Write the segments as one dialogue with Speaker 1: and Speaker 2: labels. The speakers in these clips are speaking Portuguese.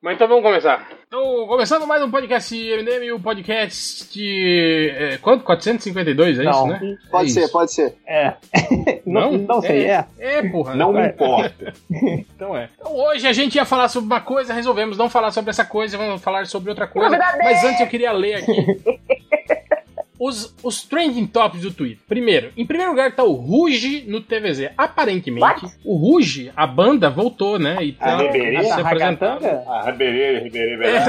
Speaker 1: Mas então vamos começar. Então, começando mais um podcast MDM, o podcast. É, quanto? 452, é
Speaker 2: Não,
Speaker 1: isso, né?
Speaker 2: Pode
Speaker 1: É
Speaker 2: ser,
Speaker 1: isso.
Speaker 2: pode ser.
Speaker 3: É.
Speaker 1: Não?
Speaker 3: Não, não sei, é.
Speaker 1: É, porra.
Speaker 2: Não me
Speaker 1: é.
Speaker 2: importa.
Speaker 1: Então é. Então hoje a gente ia falar sobre uma coisa, resolvemos não falar sobre essa coisa, vamos falar sobre outra coisa.
Speaker 4: Novidade!
Speaker 1: Mas antes eu queria ler aqui. Os, os trending tops do Twitter. Primeiro, em primeiro lugar tá o Ruge no TVZ. Aparentemente,
Speaker 4: What?
Speaker 1: o Ruge, a banda, voltou, né? E tá,
Speaker 2: A Reberia?
Speaker 1: se
Speaker 3: A
Speaker 1: apresentando.
Speaker 3: ragatanga?
Speaker 2: Ah, Ribeirê, Ribeirê, Ribeirê.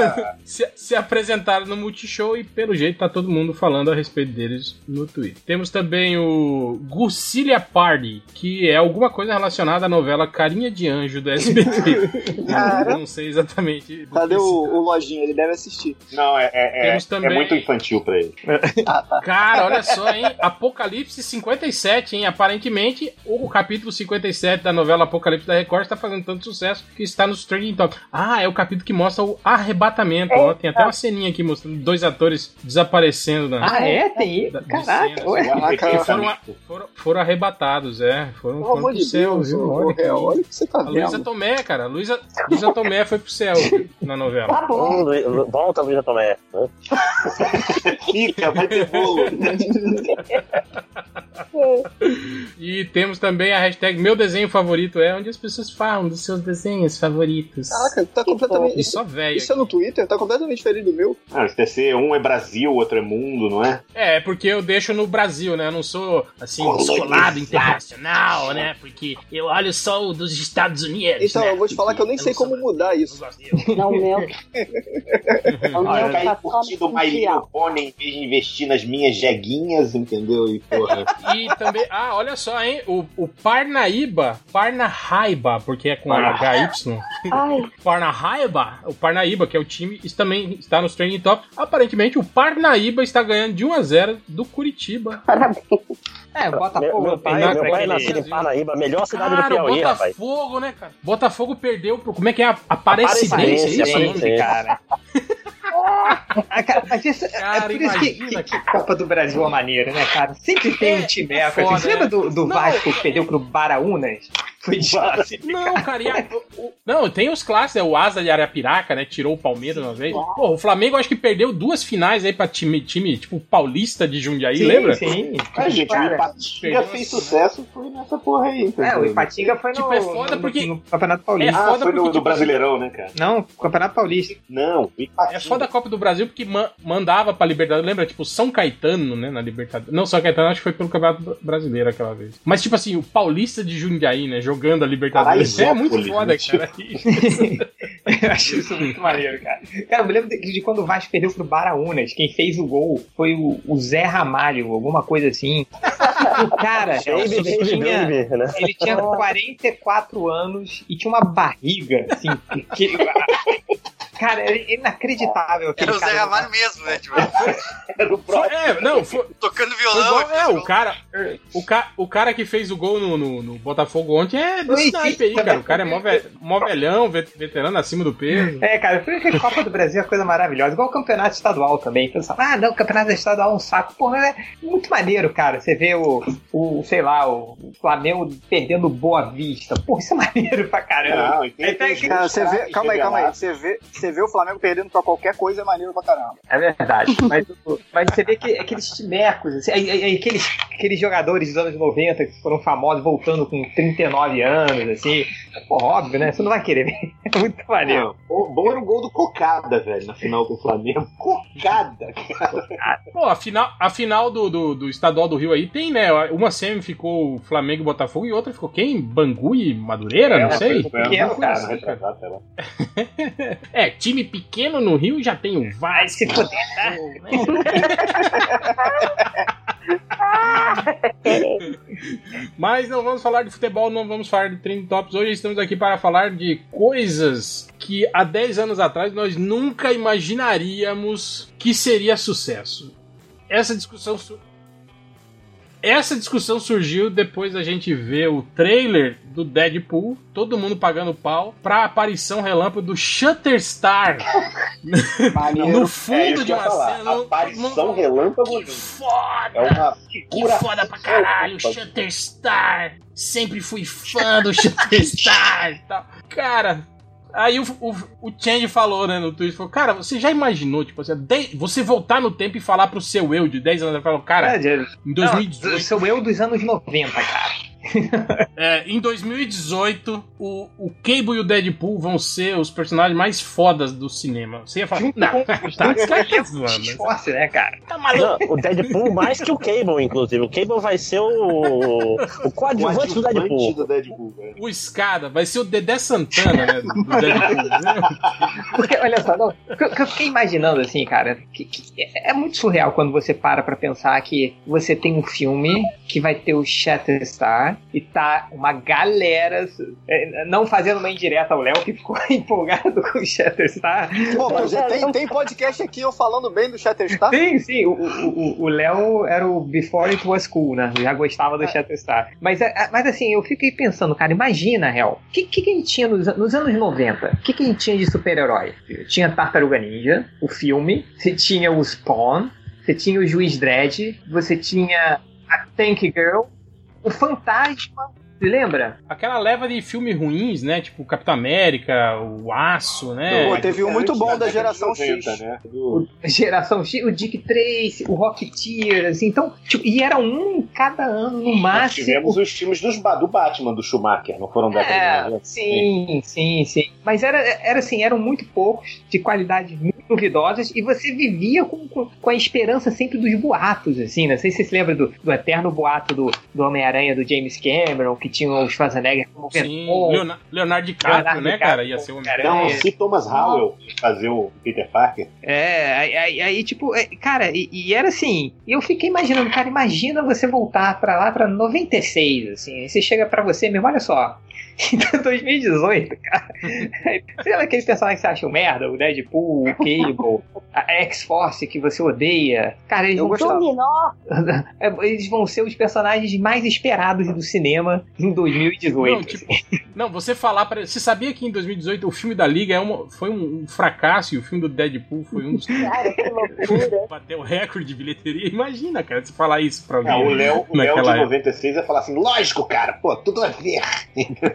Speaker 1: se, se apresentaram no Multishow e, pelo jeito, tá todo mundo falando a respeito deles no Twitter. Temos também o Gucilia Party, que é alguma coisa relacionada à novela Carinha de Anjo do SBT.
Speaker 2: Cara.
Speaker 1: Eu não sei exatamente. do
Speaker 2: Cadê
Speaker 1: que
Speaker 2: o,
Speaker 1: se
Speaker 2: o lojinha? Ele deve assistir.
Speaker 5: Não, é, é, é,
Speaker 1: Temos também-
Speaker 5: é muito infantil pra ele.
Speaker 1: Cara, olha só, hein? Apocalipse 57, hein? Aparentemente, o capítulo 57 da novela Apocalipse da Record está fazendo tanto sucesso que está nos trending topics. Ah, é o capítulo que mostra o arrebatamento. Ó, tem até uma ceninha aqui mostrando dois atores desaparecendo. Na...
Speaker 3: Ah, é? Tem.
Speaker 1: Da- de cenas.
Speaker 3: Caraca, ué.
Speaker 2: Caraca,
Speaker 5: Esse
Speaker 1: foram,
Speaker 5: amigo.
Speaker 1: foram, foram arrebatados, é. Foram,
Speaker 2: Pelo
Speaker 1: foram
Speaker 2: amor
Speaker 1: pro
Speaker 2: de
Speaker 1: céu,
Speaker 2: Deus,
Speaker 1: viu?
Speaker 2: ô,
Speaker 1: Olha que-
Speaker 2: Real, olha o que você tá
Speaker 1: A Luísa
Speaker 2: vendo.
Speaker 1: Tomé, cara. A Luísa, Luísa Tomé foi pro céu na novela.
Speaker 4: Tá bom.
Speaker 6: Hum, Lu- Lu- volta, Luísa Tomé.
Speaker 2: Fica, vai ter bolo.
Speaker 1: E temos também a hashtag Meu Desenho Favorito é, onde as pessoas falam dos seus desenhos favoritos.
Speaker 2: Caraca, tá completamente.
Speaker 1: E
Speaker 2: Isso,
Speaker 1: só velho.
Speaker 2: isso é no Twitter? Tá completamente diferente do meu.
Speaker 5: Ah, esse TC, um é Brasil, outro é mundo, não é?
Speaker 1: É, é porque eu deixo no Brasil, né? Eu não sou, assim, descolado internacional, né? Porque eu olho só o dos Estados Unidos.
Speaker 2: Então,
Speaker 1: né?
Speaker 2: eu vou te falar que eu nem
Speaker 1: não
Speaker 2: sei
Speaker 1: sou
Speaker 2: como
Speaker 1: brasileiro,
Speaker 2: mudar isso.
Speaker 1: eu gosto de-
Speaker 4: Não, o meu. é O
Speaker 5: Ah,
Speaker 4: meu
Speaker 5: eu
Speaker 4: tá
Speaker 5: caí
Speaker 4: só
Speaker 5: curtindo My Little
Speaker 4: mundial.
Speaker 5: Pony em vez de investir nas minhas jeguinhas, entendeu? E porra.
Speaker 1: E também, ah, olha só, hein? O, o Parnaíba, Parnaraiba, porque é com
Speaker 5: Ah.
Speaker 1: HY.
Speaker 4: Ai,
Speaker 1: Parnaíba, o Parnaíba, que é o time, isso também está nos training top. Aparentemente, o Parnaíba está ganhando de 1 a 0 do Curitiba.
Speaker 4: parabéns.
Speaker 3: É,
Speaker 6: Meu,
Speaker 3: Botafogo.
Speaker 6: meu pai,
Speaker 1: na-
Speaker 6: meu pai
Speaker 1: naquele-
Speaker 6: nasceu em
Speaker 1: né?
Speaker 6: Parnaíba, melhor cidade do
Speaker 1: Cara, o
Speaker 6: Piauí, rapaz.
Speaker 1: Botafogo, né, cara? Botafogo perdeu pro. Como é que é? Aparecidência, é isso?
Speaker 6: Aparecidência,
Speaker 1: Não?
Speaker 3: cara. Ah, cara, mas isso, é
Speaker 1: Cara,
Speaker 3: por isso que,
Speaker 1: imagina
Speaker 3: que- que Copa do Brasil é maneira, né, cara? Sempre tem um time
Speaker 1: é
Speaker 3: épico. assim.
Speaker 1: foda,
Speaker 3: Você lembra do, do
Speaker 1: Não.
Speaker 3: Vasco que perdeu pro Baraunas? Foi idiota.
Speaker 1: Não, cara, e a- o- o- não, tem os clássicos, é o Asa de Arapiraca, né? Tirou o Palmeiras uma vez. Pô, o Flamengo acho que perdeu duas finais aí pra time, time tipo, paulista de Jundiaí,
Speaker 3: Sim,
Speaker 1: lembra?
Speaker 3: Sim.
Speaker 5: Ah, gente, o
Speaker 3: Cara,
Speaker 5: Empatia fez sucesso foi nessa porra aí,
Speaker 3: É, o
Speaker 5: entendeu?
Speaker 3: Ipatinga foi no,
Speaker 1: Tipo, é foda
Speaker 3: no-
Speaker 1: porque-
Speaker 3: no Campeonato
Speaker 1: É
Speaker 3: Paulista.
Speaker 5: ah,
Speaker 1: foda
Speaker 5: foi no,
Speaker 1: porque,
Speaker 5: do
Speaker 1: tipo,
Speaker 5: Brasileirão, né, cara?
Speaker 3: Não, Campeonato Paulista.
Speaker 5: Não, o Ipatinga.
Speaker 1: É foda a Copa do Brasil porque ma- mandava pra Libertadores, lembra? Tipo, São Caetano, né? Na Libertadores. Não, São Caetano acho que foi pelo Campeonato Bra- Brasileiro aquela vez. Mas, tipo assim, o paulista de Jundiaí, né? Jogando a Libertadores. Isso é muito
Speaker 3: né,
Speaker 1: foda,
Speaker 5: Paraisópolis,
Speaker 1: cara.
Speaker 3: Eu achei isso muito maneiro, cara. Cara, eu me lembro de, de quando o Vasco perdeu pro Baraunas. Quem fez o gol foi o, o Zé Ramalho, alguma coisa assim. O cara,
Speaker 6: Baby,
Speaker 3: ele
Speaker 6: baby,
Speaker 3: tinha,
Speaker 6: baby, né?
Speaker 3: ele tinha 44 anos e tinha uma barriga, assim. que- cara, era inacreditável. aquele
Speaker 7: Era o Zé
Speaker 3: cara.
Speaker 7: Ramalho mesmo, né? Tipo,
Speaker 5: Era
Speaker 1: Foi-
Speaker 5: o próprio.
Speaker 1: É, não, foi,
Speaker 7: tocando
Speaker 1: foi
Speaker 7: violão.
Speaker 1: igual, é, o cara, o, ca, o cara que fez o gol no, no, no Botafogo ontem é do
Speaker 3: Oi,
Speaker 1: snipe aí,
Speaker 3: sim,
Speaker 1: cara. O cara é mó, ve, mó velhão, vet- veterano acima do peso.
Speaker 3: É, cara, por isso que a Copa do Brasil é uma coisa maravilhosa. Igual o campeonato estadual também. Pensa, ah, não, o campeonato estadual é um saco. Pô, mas é muito maneiro, cara. Você vê o, o sei lá, o Flamengo perdendo Boa Vista. Pô, isso é maneiro pra caramba.
Speaker 5: Não, e tem-
Speaker 3: Aí pega-
Speaker 5: tem os
Speaker 2: Cara, Ah, você vê,
Speaker 5: craques
Speaker 2: calma aí, calma aí.
Speaker 5: revelados.
Speaker 2: Você vê, você vê o Flamengo perdendo pra qualquer coisa é maneiro pra caramba.
Speaker 3: É verdade. Mas, o- mas você vê que aqueles timecos, assim, aí- aí- aí aqueles, aqueles jogadores dos anos 90 que foram famosos voltando com 39 anos, assim. Pô, óbvio, né? Você não vai querer ver. É muito maneiro.
Speaker 5: Não, o bom era o gol do Cocada, velho, na final do Flamengo. Cocada,
Speaker 1: Pô, a final, a final do, do, do estadual do Rio aí tem, né? Uma semi ficou o Flamengo e Botafogo e outra ficou quem? Bangu e Madureira? não
Speaker 3: É,
Speaker 1: sei.
Speaker 5: Foi ano
Speaker 3: Pequeno,
Speaker 5: passado,
Speaker 3: cara.
Speaker 5: ano retrasado, sei lá.
Speaker 1: É, time pequeno no Rio já tem o
Speaker 3: Vai
Speaker 1: Vasco.
Speaker 3: se fuder.
Speaker 4: é,
Speaker 1: Mas não vamos falar de futebol, não vamos falar de trending tops. Hoje estamos aqui para falar de coisas que há 10 anos atrás nós nunca imaginaríamos que seria sucesso. Essa discussão su- essa discussão surgiu depois da gente ver o trailer do Deadpool, todo mundo pagando pau, pra aparição relâmpago do Shutterstar no fundo
Speaker 5: É,
Speaker 1: de
Speaker 5: isso que eu ia
Speaker 1: uma
Speaker 5: falar.
Speaker 1: cena. não-
Speaker 5: Aparição
Speaker 1: não-
Speaker 5: relâmpago
Speaker 1: Que foda!
Speaker 5: é uma
Speaker 1: Que
Speaker 5: figura.
Speaker 1: foda pra caralho, Shutterstar! Sempre fui fã do Shutterstar! e tal. Tá. Cara, Aí o, o, o Change falou, né, no Twitter, falou, cara, você já imaginou, tipo assim, dez- você voltar no tempo e falar pro seu eu de 10 anos atrás, falou, cara, em 2018...
Speaker 3: É, Não, sou eu dos anos 90, cara.
Speaker 1: É, em 2018, o, o Cable e o Deadpool vão ser os personagens mais fodas do cinema. Você ia falar. Não, tá, esse cara tá zoando.
Speaker 3: Esforço, né, cara?
Speaker 1: Tá
Speaker 6: Não, o Deadpool mais que o Cable, inclusive. O Cable vai ser o, o coadjuvante do Deadpool.
Speaker 5: do Deadpool, velho.
Speaker 1: O Escada vai ser o Dedé Santana, né? Do Deadpool. né?
Speaker 3: Porque, olha só, não, o que eu- o que eu fiquei imaginando, assim, cara, que- que é muito surreal quando você para pra pensar que você tem um filme que vai ter o Shatterstar e tá uma galera, é, não fazendo uma indireta ao Léo, que ficou empolgado com o Shatterstar.
Speaker 2: Pô, mas já tem, tem podcast aqui eu falando bem do Shatterstar.
Speaker 3: Sim, sim, o- o o- o Léo era o Before It Was Cool, né? Já gostava do Shatterstar. Mas, é, é, mas assim, eu fiquei pensando, cara, imagina, Hel, o que, que, que a gente tinha nos, an- nos anos 90? O que, que a gente tinha de super-herói? Tinha Tartaruga Ninja, o filme, você tinha o Spawn, você tinha o Juiz Dredd, você tinha a Tank Girl, o Fantasma, lembra?
Speaker 1: Aquela leva de filme ruins, né? Tipo Capitão América, o Aço, né?
Speaker 2: Pô,
Speaker 5: é
Speaker 2: teve um muito bom da geração X.
Speaker 5: Né? Do...
Speaker 3: Geração X, o Dick Tracy, o Rocketeer, assim, então, tipo, e era um em cada ano, no
Speaker 5: Nós
Speaker 3: máximo.
Speaker 5: tivemos os filmes dos, ba- do Batman, do Schumacher, não foram décadas de
Speaker 3: É,
Speaker 5: 90?
Speaker 3: sim, sim, sim. Mas era, era assim, eram muito poucos, de qualidades muito duvidosas, e você vivia com, com, com a esperança sempre dos boatos, assim, né? Não sei se você se lembra do, do eterno boato do, do Homem-Aranha do James Cameron, que tinha o Schwarzenegger como
Speaker 1: Sim,
Speaker 3: Venom.
Speaker 1: Leona- Leonardo DiCaprio,
Speaker 3: Leonardo
Speaker 1: né,
Speaker 3: DiCaprio,
Speaker 1: cara? Ia ser o
Speaker 3: cara.
Speaker 5: Não,
Speaker 3: É.
Speaker 5: Então, se Thomas Howell fazer o Peter Parker,
Speaker 3: É, aí, aí- aí, tipo, é, cara, e, e era assim, e eu fiquei imaginando, cara, imagina você voltar pra lá pra 96, assim, aí você chega pra você mesmo, olha só, 2018, cara, Aí, sei lá aqueles personagens que você acha um merda, o Deadpool, o Cable, a X-Force que você odeia, cara, eles
Speaker 2: Eu
Speaker 3: vão,
Speaker 2: gostava.
Speaker 4: Dominó.
Speaker 3: é, eles vão ser os personagens mais esperados do cinema em 2018.
Speaker 1: Não, tipo, não, você falar para Você sabia que em 2018 o filme da Liga é uma- foi um, um fracasso e o filme do Deadpool foi um dos que
Speaker 4: Cara, que loucura.
Speaker 1: bateu recorde de bilheteria? Imagina, cara, você falar isso pra alguém.
Speaker 5: ah, o Léo o Léo
Speaker 1: Naquela
Speaker 5: de
Speaker 1: época.
Speaker 5: 96 ia falar assim: lógico, cara, pô, tudo é a ver.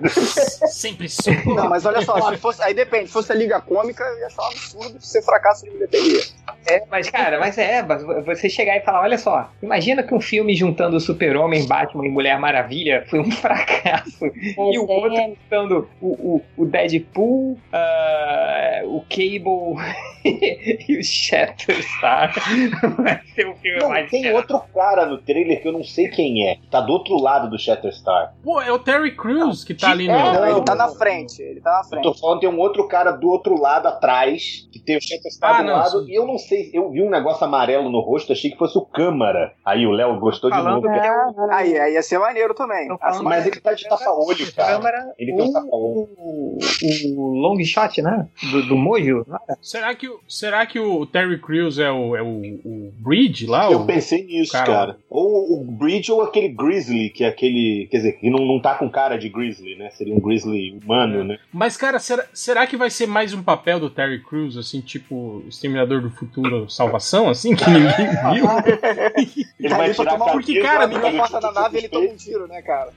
Speaker 1: Sempre sou.
Speaker 2: Não, mas olha só, se fosse- aí depende, se fosse a Liga Cômica, eu ia achar um absurdo ser fracasso de bilheteria.
Speaker 3: É, mas, cara, mas é, mas você chegar e falar, olha só, imagina que um filme juntando Super-Homem, Batman e Mulher Maravilha foi um fracasso. E o outro
Speaker 4: É,
Speaker 3: juntando o, o, o Deadpool, ah, o Cable e o Shatterstar. Vai ser um filme
Speaker 5: Não,
Speaker 3: mais...
Speaker 5: tem outro cara no trailer que eu não sei quem é. que Tá do outro lado do Shatterstar.
Speaker 1: Pô, é o Terry Crews que tá ali no.
Speaker 2: Não, ele tá na
Speaker 5: não.
Speaker 2: frente, ele tá na
Speaker 5: Eu
Speaker 2: frente.
Speaker 5: tô falando, tem um outro cara do outro lado atrás, que tem o Shatterstar
Speaker 1: Ah,
Speaker 5: do
Speaker 1: não,
Speaker 5: lado,
Speaker 1: sim.
Speaker 5: e eu não sei, eu vi um negócio amarelo no rosto, achei que fosse o Câmara. Aí o Léo gostou de
Speaker 3: Falando é
Speaker 5: novo. porque-
Speaker 2: Aí, aí ia ser maneiro também.
Speaker 3: Não,
Speaker 1: é.
Speaker 2: Assim,
Speaker 5: Mas ele tá de tapa-olho, cara.
Speaker 3: Câmara,
Speaker 5: Ele tem um
Speaker 3: o,
Speaker 5: tapa-olho.
Speaker 3: o, o long shot, né? Do, do Mojo.
Speaker 1: Será, que, o- será que o Terry Crews é o, é o, o Bridge lá?
Speaker 5: Eu
Speaker 1: O-
Speaker 5: pensei nisso,
Speaker 1: cara.
Speaker 5: cara. Ou o Bridge ou aquele Grizzly, que é aquele. Quer dizer, que não, não tá com cara de Grizzly, né? Seria um Grizzly humano,
Speaker 1: É.
Speaker 5: né?
Speaker 1: Mas, cara, será, será que vai ser mais um papel do Terry Crews, assim, tipo Exterminador do Futuro Salvação, assim, que ninguém viu?
Speaker 5: Ele
Speaker 2: Tá
Speaker 5: vai
Speaker 2: ali pra
Speaker 5: tirar a
Speaker 2: tomar um
Speaker 5: camisa,
Speaker 1: porque, cara,
Speaker 5: vai
Speaker 1: ninguém
Speaker 2: Ninguém
Speaker 5: botar
Speaker 2: passa
Speaker 5: no
Speaker 2: na
Speaker 5: chute
Speaker 2: nave e ele
Speaker 5: dos
Speaker 2: toma um tiro, né, cara?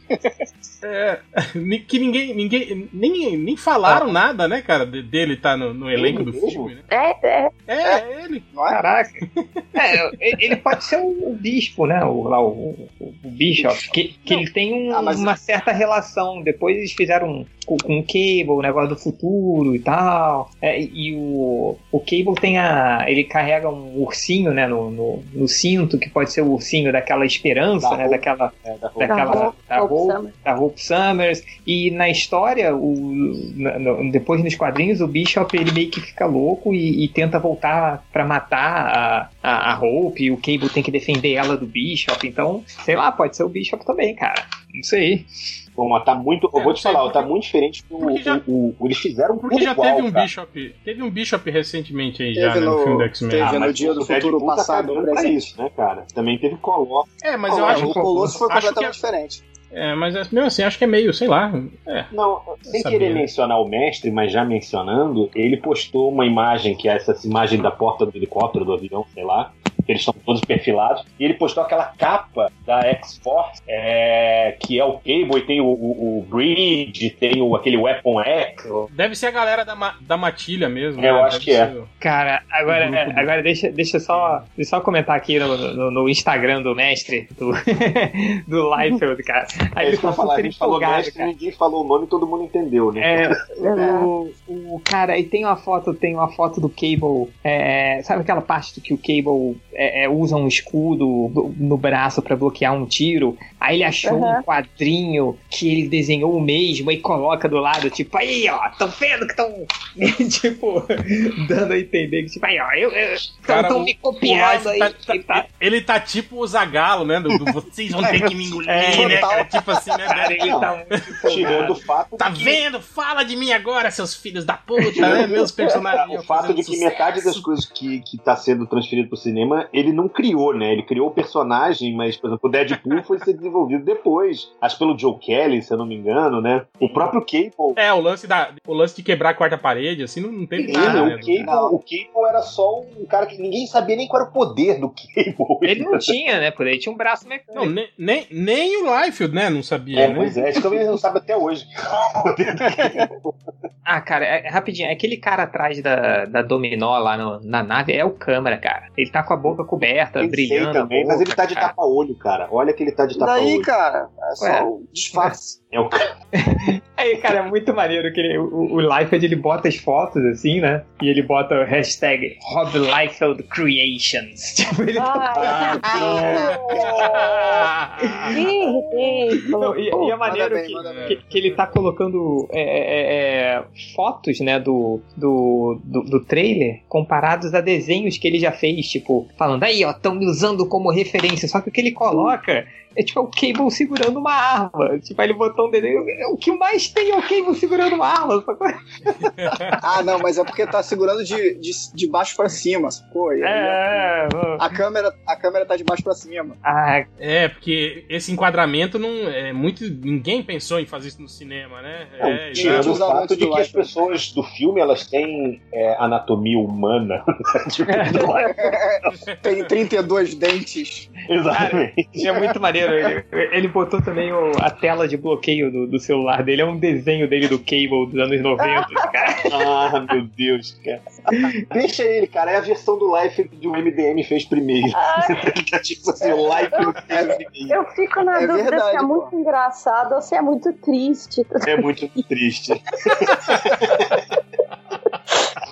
Speaker 1: É, ni- que ninguém, ninguém nem, nem falaram nada, né, cara, de- dele tá no, no elenco do
Speaker 5: Ele mesmo?
Speaker 1: filme, né?
Speaker 4: é, é.
Speaker 1: É, é ele.
Speaker 2: Não é?
Speaker 3: Caraca. É, ele- ele pode ser o, o bispo, né? O, lá, o, o- o Bishop. Que, que ele tem um-
Speaker 2: Ah, mas-
Speaker 3: uma certa relação. Depois eles fizeram um- com, com o Cable, o negócio do futuro e tal. É, e o, o Cable tem a. Ele carrega um ursinho, né? No, no, no cinto, que pode ser o ursinho daquela esperança,
Speaker 5: Da
Speaker 3: né?
Speaker 5: roupa.
Speaker 3: Daquela.
Speaker 5: pés, né, da roupa.
Speaker 3: Daquela. Da
Speaker 4: Hope
Speaker 3: roupa
Speaker 4: Summer.
Speaker 3: da Hope Summers. E na história, o, na- no- depois nos quadrinhos, o Bishop ele meio que fica louco e, e tenta voltar pra matar a, a, a Hope. E o Cable tem que defender ela do Bishop. Então, sei lá, pode ser o Bishop também, cara. Não sei.
Speaker 5: Pô, mas tá muito. Eu
Speaker 1: É,
Speaker 5: vou te
Speaker 1: sei,
Speaker 5: falar,
Speaker 1: porque-
Speaker 5: tá muito diferente do.
Speaker 1: porque já-
Speaker 5: o- o- eles fizeram um
Speaker 1: Porque já
Speaker 5: igual,
Speaker 1: teve um
Speaker 5: cara.
Speaker 1: Bishop. Teve um Bishop recentemente aí já,
Speaker 2: Teve
Speaker 1: né, no,
Speaker 2: no-
Speaker 1: filme do X-Men.
Speaker 2: teve
Speaker 5: Ah,
Speaker 2: no
Speaker 5: mas
Speaker 2: Dia do
Speaker 5: o Deadpool
Speaker 2: Futuro
Speaker 5: tá
Speaker 2: passado,
Speaker 5: cagando
Speaker 2: no
Speaker 5: pra
Speaker 2: Brasil.
Speaker 5: isso, né, cara? Também teve Colossus.
Speaker 1: É, mas eu
Speaker 2: Pô,
Speaker 1: acho
Speaker 2: o Colosso foi
Speaker 1: acho que é-
Speaker 2: completamente diferente.
Speaker 1: É, mas é- mesmo assim, acho que é meio, sei lá. É.
Speaker 5: Não, sem
Speaker 1: Sabia.
Speaker 3: né?
Speaker 5: querer mencionar o mestre, mas já mencionando, ele postou uma imagem que é essa imagem da porta do helicóptero, do avião, sei lá. eles estão todos perfilados. E ele postou aquela capa da X-Force, é, que é o Cable, e tem o, o, o Bridge, tem o, aquele Weapon X.
Speaker 1: Deve ser a galera da, ma- da matilha mesmo.
Speaker 5: Eu
Speaker 1: né?
Speaker 5: acho
Speaker 1: Deve
Speaker 5: que é.
Speaker 1: ser.
Speaker 3: Cara, agora,
Speaker 1: O grupo do-
Speaker 3: agora deixa, deixa, eu só, deixa eu só comentar aqui no, no, no Instagram do mestre, do, do Liefeld, cara. Aí
Speaker 5: É
Speaker 3: ele
Speaker 5: isso que
Speaker 3: ficou
Speaker 5: eu ia falar, a
Speaker 3: super
Speaker 5: gente falou
Speaker 3: empolgado,
Speaker 5: mestre, né?
Speaker 3: cara.
Speaker 5: ninguém falou o nome e todo mundo entendeu, né?
Speaker 3: É, o, o cara, e tem uma foto, tem uma foto do Cable, é, é, sabe aquela parte que o Cable é, é, usa um escudo do- no braço pra bloquear um tiro? Aí ele achou
Speaker 4: Aham.
Speaker 3: um quadrinho que ele desenhou o mesmo e coloca do lado, tipo, aí ó, tão vendo que tão, tipo, dando a entender que, tipo, aí ó, eu, eu, tão-
Speaker 1: Cara, um
Speaker 3: tão
Speaker 1: o-
Speaker 3: me
Speaker 1: O
Speaker 3: copiando
Speaker 1: Life
Speaker 3: aí.
Speaker 1: tá,
Speaker 3: e
Speaker 1: tá-
Speaker 3: tal.
Speaker 1: ele tá tipo o Zagalo, né? Do, do- vocês vão ter que me engolir,
Speaker 3: É,
Speaker 1: né?
Speaker 2: total.
Speaker 1: cara? Tipo assim, né?
Speaker 3: Cara, ele
Speaker 5: Não.
Speaker 3: tá muito
Speaker 5: Tirando o fato
Speaker 1: Tá
Speaker 5: de que-
Speaker 1: vendo? Fala de mim agora, seus filhos da puta, né? Meus personagens.
Speaker 5: Ah, o fato de que metade das coisas que, que tá sendo transferido pro cinema, ele não criou, né? Ele criou o personagem, mas, por exemplo, o Deadpool foi ser desenvolvido depois. Acho que pelo Joe Kelly, se eu não me engano, né? O próprio Cable.
Speaker 3: Ah,
Speaker 1: É, o lance, da, o lance de quebrar a quarta parede, assim, não, não teve nada.
Speaker 5: Ele,
Speaker 1: né?
Speaker 3: é
Speaker 5: o, Cable, o Cable era só um cara que ninguém sabia nem qual era o poder do Cable.
Speaker 3: Ele não tinha, né? Por aí tinha um braço mecânico.
Speaker 1: Não, nem, nem, nem o Liefeld, né? Não sabia,
Speaker 5: É,
Speaker 1: né?
Speaker 5: pois é. Acho que talvez ele não sabe até hoje. o poder do Cable.
Speaker 3: Ah, cara, é- rapidinho, aquele cara atrás da, da dominó lá no- na nave é o câmera, cara. Ele tá com a boca coberta,
Speaker 5: Eu sei
Speaker 3: brilhando. a
Speaker 5: também, mas
Speaker 3: boca,
Speaker 5: ele tá de
Speaker 3: cara.
Speaker 5: tapa-olho, cara. Olha que ele tá de
Speaker 2: E daí,
Speaker 5: tapa-olho.
Speaker 2: cara, é só
Speaker 3: Ué.
Speaker 2: um disfarce.
Speaker 5: É o
Speaker 3: Aí, cara, é muito maneiro que ele- o, o Liefeld, ele bota as fotos assim, né? E ele bota o hashtag Rob Liefeld Creations. Tipo, ele
Speaker 5: Ah,
Speaker 3: tá...
Speaker 4: Ai,
Speaker 5: é.
Speaker 4: que
Speaker 3: Não,
Speaker 4: ridículo.
Speaker 3: e, e é
Speaker 2: manda
Speaker 3: maneiro
Speaker 2: bem,
Speaker 3: que,
Speaker 2: manda
Speaker 1: bem.
Speaker 3: que, que ele tá colocando é, é, é, é, fotos, né, do, do, do, do trailer comparados a desenhos que ele já fez, tipo, falando, aí, ó, estão me usando como referência. Só que o que ele coloca é tipo é o Cable segurando uma arma. Tipo, aí ele botou um desenho. O que mais tem é o Cable segurando uma arma. sacou?
Speaker 2: Ah, não, mas é porque tá segurando de, de, de baixo pra cima, sacou? E aí,
Speaker 3: É, mano.
Speaker 2: A câmera, a câmera tá de baixo pra cima.
Speaker 3: ah,
Speaker 1: É, porque esse enquadramento não é muito. Ninguém pensou em fazer isso no cinema, né?
Speaker 5: Não,
Speaker 1: É,
Speaker 5: tirando
Speaker 1: exato.
Speaker 5: o
Speaker 2: Os amantes
Speaker 5: fato de
Speaker 2: do
Speaker 5: que as
Speaker 2: Life.
Speaker 5: pessoas do filme elas têm é, anatomia humana. Tipo,
Speaker 3: É,
Speaker 5: do Life.
Speaker 2: Tem 32 dentes.
Speaker 5: Exatamente.
Speaker 3: E É muito maneiro. Ele, ele botou também o- a tela de bloqueio do, do celular dele. É um desenho dele do Cable dos anos 90. Cara.
Speaker 5: Ah, meu Deus, cara. Deixa ele, cara. É a versão do Life que o MDM fez primeiro.
Speaker 4: Ai,
Speaker 5: tipo assim, o Life fez primeiro.
Speaker 4: eu fico na
Speaker 2: É
Speaker 4: dúvida se é
Speaker 2: verdade,
Speaker 4: muito engraçado ou se é muito triste.
Speaker 5: É muito triste.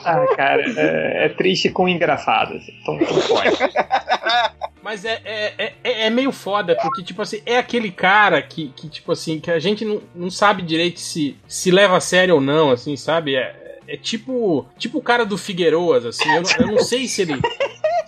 Speaker 3: Ah, cara, é, é triste com engraçado. assim. Então, não pode.
Speaker 1: Mas é, é, é- é, é meio foda, porque, tipo assim, é aquele cara que, que tipo assim, que a gente não, não sabe direito se, se leva a sério ou não, assim, sabe? É, é tipo, tipo o cara do Figueiroas, assim, eu, não- eu não sei se ele.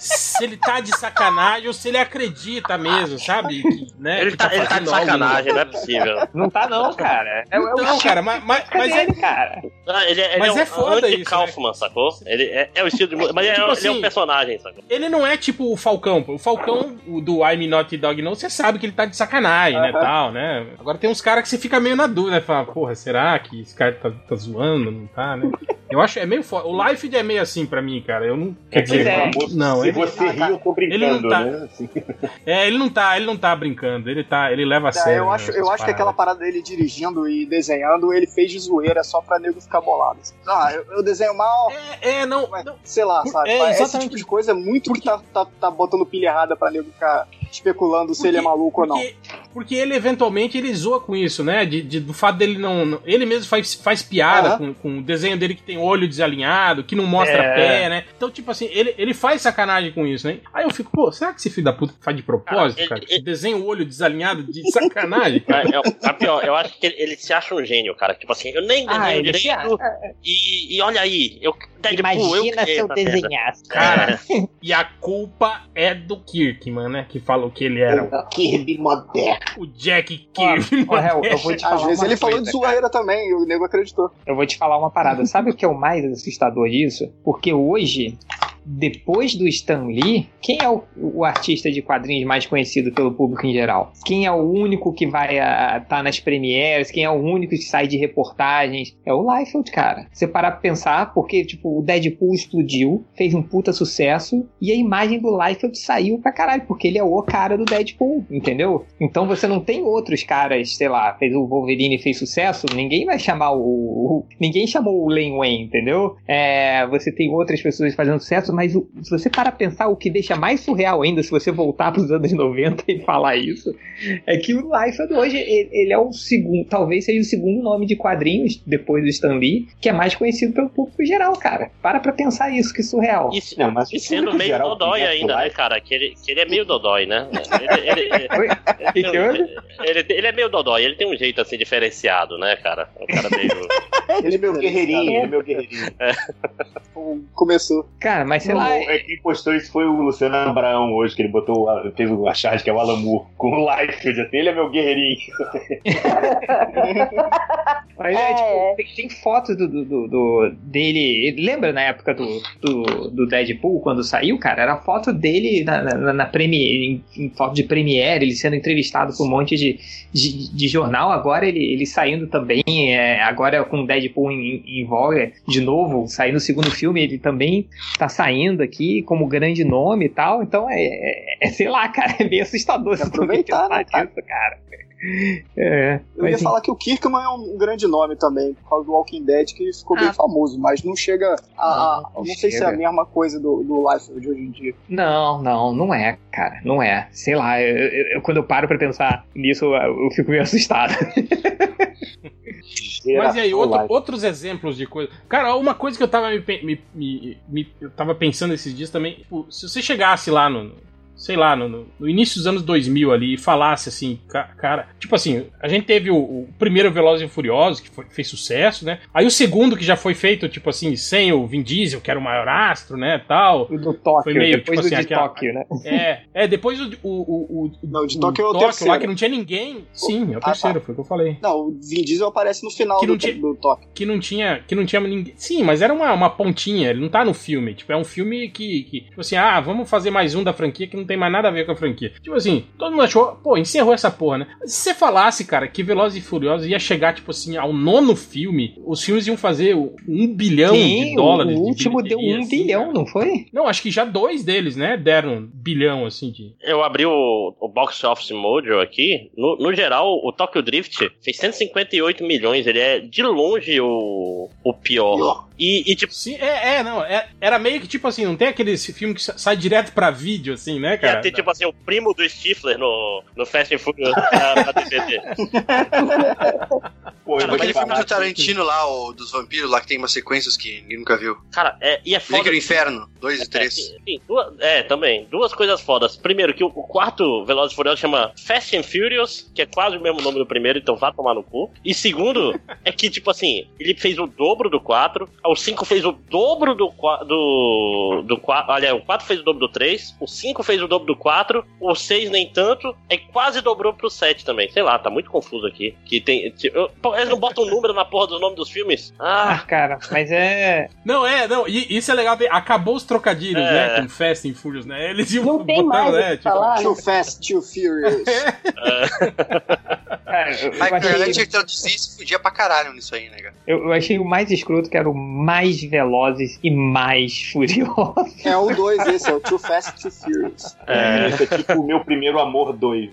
Speaker 1: Se ele tá de sacanagem ou se ele acredita mesmo, sabe? Que, né,
Speaker 6: Ele
Speaker 1: que
Speaker 6: tá, ele tá de
Speaker 1: fazendo algo-
Speaker 6: sacanagem, não é possível.
Speaker 3: Não tá, não, cara. É, é o
Speaker 1: Então, cara, mas, mas, mas é
Speaker 3: dele, cara.
Speaker 6: Ah, Ele, ele
Speaker 1: Mas
Speaker 6: é,
Speaker 1: é foda
Speaker 6: um
Speaker 1: isso, né?
Speaker 6: anti-Kaufman, sacou? Ele é, é o estilo de. mu- Mas ele é,
Speaker 1: Tipo
Speaker 6: ele é
Speaker 1: assim,
Speaker 6: um personagem, sacou?
Speaker 1: Ele não é tipo o Falcão. pô. O Falcão, o do I'm Not Dog não, você sabe que ele tá de sacanagem, né, tal, né? Agora tem uns caras que você fica meio na dúvida, né? Fala, porra, será que esse cara tá, tá zoando, não tá, né? Eu acho, é meio foda. O Life é meio assim pra mim, cara. Eu não... Quer dizer,
Speaker 3: é.
Speaker 1: não,
Speaker 5: Se
Speaker 1: ele...
Speaker 5: você rir, eu tô
Speaker 1: Ele não
Speaker 5: brincando,
Speaker 1: tá.
Speaker 5: né? Assim.
Speaker 1: É, ele não tá, ele não tá brincando. Ele tá, ele leva a
Speaker 2: Tá,
Speaker 1: sério.
Speaker 2: eu
Speaker 1: né,
Speaker 2: acho,
Speaker 1: essas
Speaker 2: eu acho que aquela
Speaker 1: paradas.
Speaker 2: parada dele dirigindo e desenhando, ele fez de zoeira só pra nego ficar bolado. Ah, eu, eu desenho mal,
Speaker 1: É, é, não...
Speaker 2: mas
Speaker 1: não
Speaker 2: sei lá,
Speaker 1: Por-
Speaker 2: sabe?
Speaker 1: é,
Speaker 2: Esse
Speaker 1: exatamente.
Speaker 2: tipo de coisa é muito que tá, tá, tá botando pilha errada pra nego ficar especulando se
Speaker 1: Porque-
Speaker 2: ele é maluco ou não.
Speaker 1: Porque, porque ele eventualmente ele zoa com isso, né? De, de- do fato dele não. não- Ele mesmo faz, faz piada
Speaker 2: Aham.
Speaker 1: com, com o desenho dele que tem olho desalinhado, que não mostra
Speaker 3: É.
Speaker 1: pé, né? Então, tipo assim, ele, ele faz sacanagem com isso, né? Aí eu fico, pô, será que esse filho da puta faz de propósito,
Speaker 6: Cara,
Speaker 1: cara?
Speaker 6: ele-
Speaker 1: Desenha o olho desalinhado de sacanagem, cara.
Speaker 6: Mas, é, a pior, eu acho que ele, ele se acha um gênio, cara. Tipo assim, eu nem desenho
Speaker 3: Ah, ele se
Speaker 6: direito. E, e olha aí, eu. Deadpool, é tipo, eu
Speaker 3: Imagina
Speaker 6: criei
Speaker 3: se eu
Speaker 6: essa merda.
Speaker 3: desenhasse.
Speaker 1: Cara, e a culpa é do Kirkman, né? Que falou que ele era
Speaker 5: O Kirby moderno.
Speaker 1: o Jack
Speaker 3: Ó,
Speaker 1: Kirby.
Speaker 3: ó, Hel, eu vou te falar
Speaker 2: Às vezes
Speaker 3: uma
Speaker 2: ele falou
Speaker 3: coisa,
Speaker 2: de
Speaker 1: né,
Speaker 3: cara.
Speaker 2: zoeira também, e o nego acreditou.
Speaker 3: Eu vou te falar uma parada. Sabe o que é o mais assustador disso? Porque hoje depois do Stan Lee, quem é o, o artista de quadrinhos mais conhecido pelo público em geral? Quem é o único que vai estar tá nas premieres? Quem é o único que sai de reportagens? É o Liefeld, cara. Você parar pra pensar, porque, tipo, o Deadpool explodiu, fez um puta sucesso, e a imagem do Liefeld saiu pra caralho, porque ele é o cara do Deadpool, entendeu? Então você não tem outros caras, sei lá, fez o Wolverine e fez sucesso, ninguém vai chamar o. o- ninguém chamou o Len Wayne, entendeu? É, você tem outras pessoas fazendo sucesso, mas o- se você para pensar, o que deixa mais surreal ainda, se você voltar pros anos 90 e falar isso, é que o Liefeld hoje, ele, ele é o segundo, talvez seja o segundo nome de quadrinhos, depois do Stan Lee, que é mais conhecido pelo público geral, cara. Para pra pensar isso, que surreal.
Speaker 6: E, se-
Speaker 5: Não, mas
Speaker 6: e
Speaker 5: o
Speaker 6: sendo
Speaker 5: público
Speaker 6: meio
Speaker 5: geral assim,
Speaker 6: dodói
Speaker 5: conhece o
Speaker 6: ainda, né,
Speaker 5: Life.
Speaker 6: cara? Que ele, que ele é meio dodói, né? Ele, ele- ele-
Speaker 3: Oi? Que que houve?
Speaker 6: ele- ele é meio dodói, ele tem um jeito assim diferenciado, né, cara? O cara meio.
Speaker 5: Ele é meu guerreirinho, ele é meu guerreirinho.
Speaker 2: tipo, Começou.
Speaker 3: Cara, mas sei lá.
Speaker 5: O- é, Quem postou isso foi o Luciano Abraão hoje, que ele botou, a- fez o charge que é o Alamur, com o Life, assim, ele é meu guerreirinho.
Speaker 3: Mas é,
Speaker 4: É,
Speaker 3: tipo,
Speaker 4: é.
Speaker 3: tem, tem fotos do, do, do- do- dele. Lembra na época do, do, do Deadpool, quando saiu, cara? Era foto dele na, na, na- na Premiere, em, em foto de Premiere, ele sendo entrevistado por um monte de, de, de jornal. Agora ele, ele saindo também, é, agora com o Deadpool em, em voga de novo, saindo o segundo filme, ele também tá saindo aqui como grande nome e tal. Então é, é- é, sei lá, cara, é meio assustador se tu
Speaker 2: Aproveitar,
Speaker 3: pensar
Speaker 2: né, cara?
Speaker 3: nisso, cara. É,
Speaker 2: Eu ia
Speaker 3: mas
Speaker 2: falar que o Kirkman é um grande nome também, por causa do Walking Dead, que ficou
Speaker 3: Ah.
Speaker 2: bem famoso, mas não chega a.
Speaker 3: Não,
Speaker 2: a- não
Speaker 3: Ah, não
Speaker 2: sei se é a
Speaker 3: chega.
Speaker 2: mesma coisa do, do Life de hoje em dia.
Speaker 3: Não, não, não é, cara, não é. Sei lá, eu- eu- eu- quando eu paro pra pensar nisso, eu, eu fico meio assustado.
Speaker 1: Mas e aí,
Speaker 5: Geração
Speaker 1: outro-
Speaker 5: Life.
Speaker 1: outros exemplos de coisa. Cara, uma coisa que eu tava me, pe- me- me- me- eu tava pensando esses dias também, tipo, se você chegasse lá no. no- Sei lá, no, no- no início dos anos 2000 ali, e falasse assim, ca- cara. Tipo assim, a gente teve o, o primeiro Velozes e Furiosos, que foi- fez sucesso, né? Aí o segundo, que já foi feito, tipo assim, sem o Vin Diesel, que era o maior astro, né? Tal.
Speaker 3: Do Tóquio,
Speaker 1: Foi meio,
Speaker 3: depois
Speaker 1: tipo assim,
Speaker 3: do de
Speaker 1: aquela-
Speaker 3: Tóquio, né?
Speaker 1: É, é depois o. o, o, o
Speaker 2: Não, de
Speaker 1: o
Speaker 2: Tóquio é o terceiro.
Speaker 1: lá, que não tinha ninguém. Sim, é o
Speaker 2: Ah, tá.
Speaker 1: terceiro, foi o que eu falei.
Speaker 2: Não, o Vin Diesel aparece no final
Speaker 1: Que não
Speaker 2: do,
Speaker 1: tinha-
Speaker 2: do Tóquio.
Speaker 1: que não tinha que não tinha ninguém sim mas era uma, uma pontinha ele não tá no filme tipo é um filme que, que tipo assim ah vamos fazer mais um da franquia que não tem mais nada a ver com a franquia tipo assim todo mundo achou pô encerrou essa porra né Mas se você falasse cara que Velozes e Furiosos ia chegar tipo assim ao nono filme os filmes iam fazer um bilhão de dólares
Speaker 3: o
Speaker 1: de
Speaker 3: último deu
Speaker 1: bilheteria,
Speaker 3: um
Speaker 1: assim,
Speaker 3: bilhão,
Speaker 1: cara.
Speaker 3: não foi?
Speaker 1: não acho que já dois deles né deram um bilhão assim de
Speaker 6: Eu abri o, o Box Office Mojo aqui. No, no geral, o Tokyo Drift fez 158 milhões. Ele é de longe o, o pior. E, e, tipo,
Speaker 1: Sim, é, é, não. é- era meio que tipo assim, não tem aquele filme que sa- sai direto pra vídeo, assim, né, cara?
Speaker 6: ia ter, tipo assim, o primo do Stifler no, no Fast and Furious na, na TVT.
Speaker 5: Pô, eu vou
Speaker 7: Tipo
Speaker 5: te
Speaker 7: aquele filme
Speaker 5: falar
Speaker 7: do
Speaker 5: é que-
Speaker 7: Tarantino lá, o dos vampiros lá, que tem umas sequências que ninguém nunca viu.
Speaker 6: Cara, é, e é foda.
Speaker 7: Líquido Inferno, 2 e 3.
Speaker 6: É, tem duas- é, também. Duas coisas fodas. Primeiro, que o, o quarto Velozes e Furiosos chama Fast and Furious, que é quase o mesmo nome do primeiro, então vá tomar no cu. E segundo, é que, tipo assim, ele fez o dobro do 4, o 5 fez o dobro do 4. Do, do, qua- aliás, o 4 fez o dobro do 3, o 5 fez o dobro do 4, o 6 nem tanto, e quase dobrou pro 7 também. Sei lá, tá muito confuso aqui. Que tem, tipo, eu- pô, eles não botam número na porra dos nomes dos filmes?
Speaker 3: Ah,
Speaker 6: Ah,
Speaker 3: cara, mas é.
Speaker 1: Não, é, não, e isso é legal, tem- acabou os trocadilhos,
Speaker 6: É.
Speaker 1: né, com Fast and Furious, né, eles iam
Speaker 4: Não tem mais o
Speaker 1: né,
Speaker 4: que falar, né?
Speaker 2: Too Fast, Too Furious.
Speaker 3: cara, eu- eu
Speaker 7: Ai, cara,
Speaker 3: achei-
Speaker 7: ele tinha que traduzir e se fudia pra caralho nisso aí, né, cara?
Speaker 3: Eu, eu achei o mais escroto que era o mais velozes e mais furiosos.
Speaker 2: é o 2 esse, é o Too Fast, Too Furious.
Speaker 6: é,
Speaker 5: Isso é tipo o meu primeiro amor 2.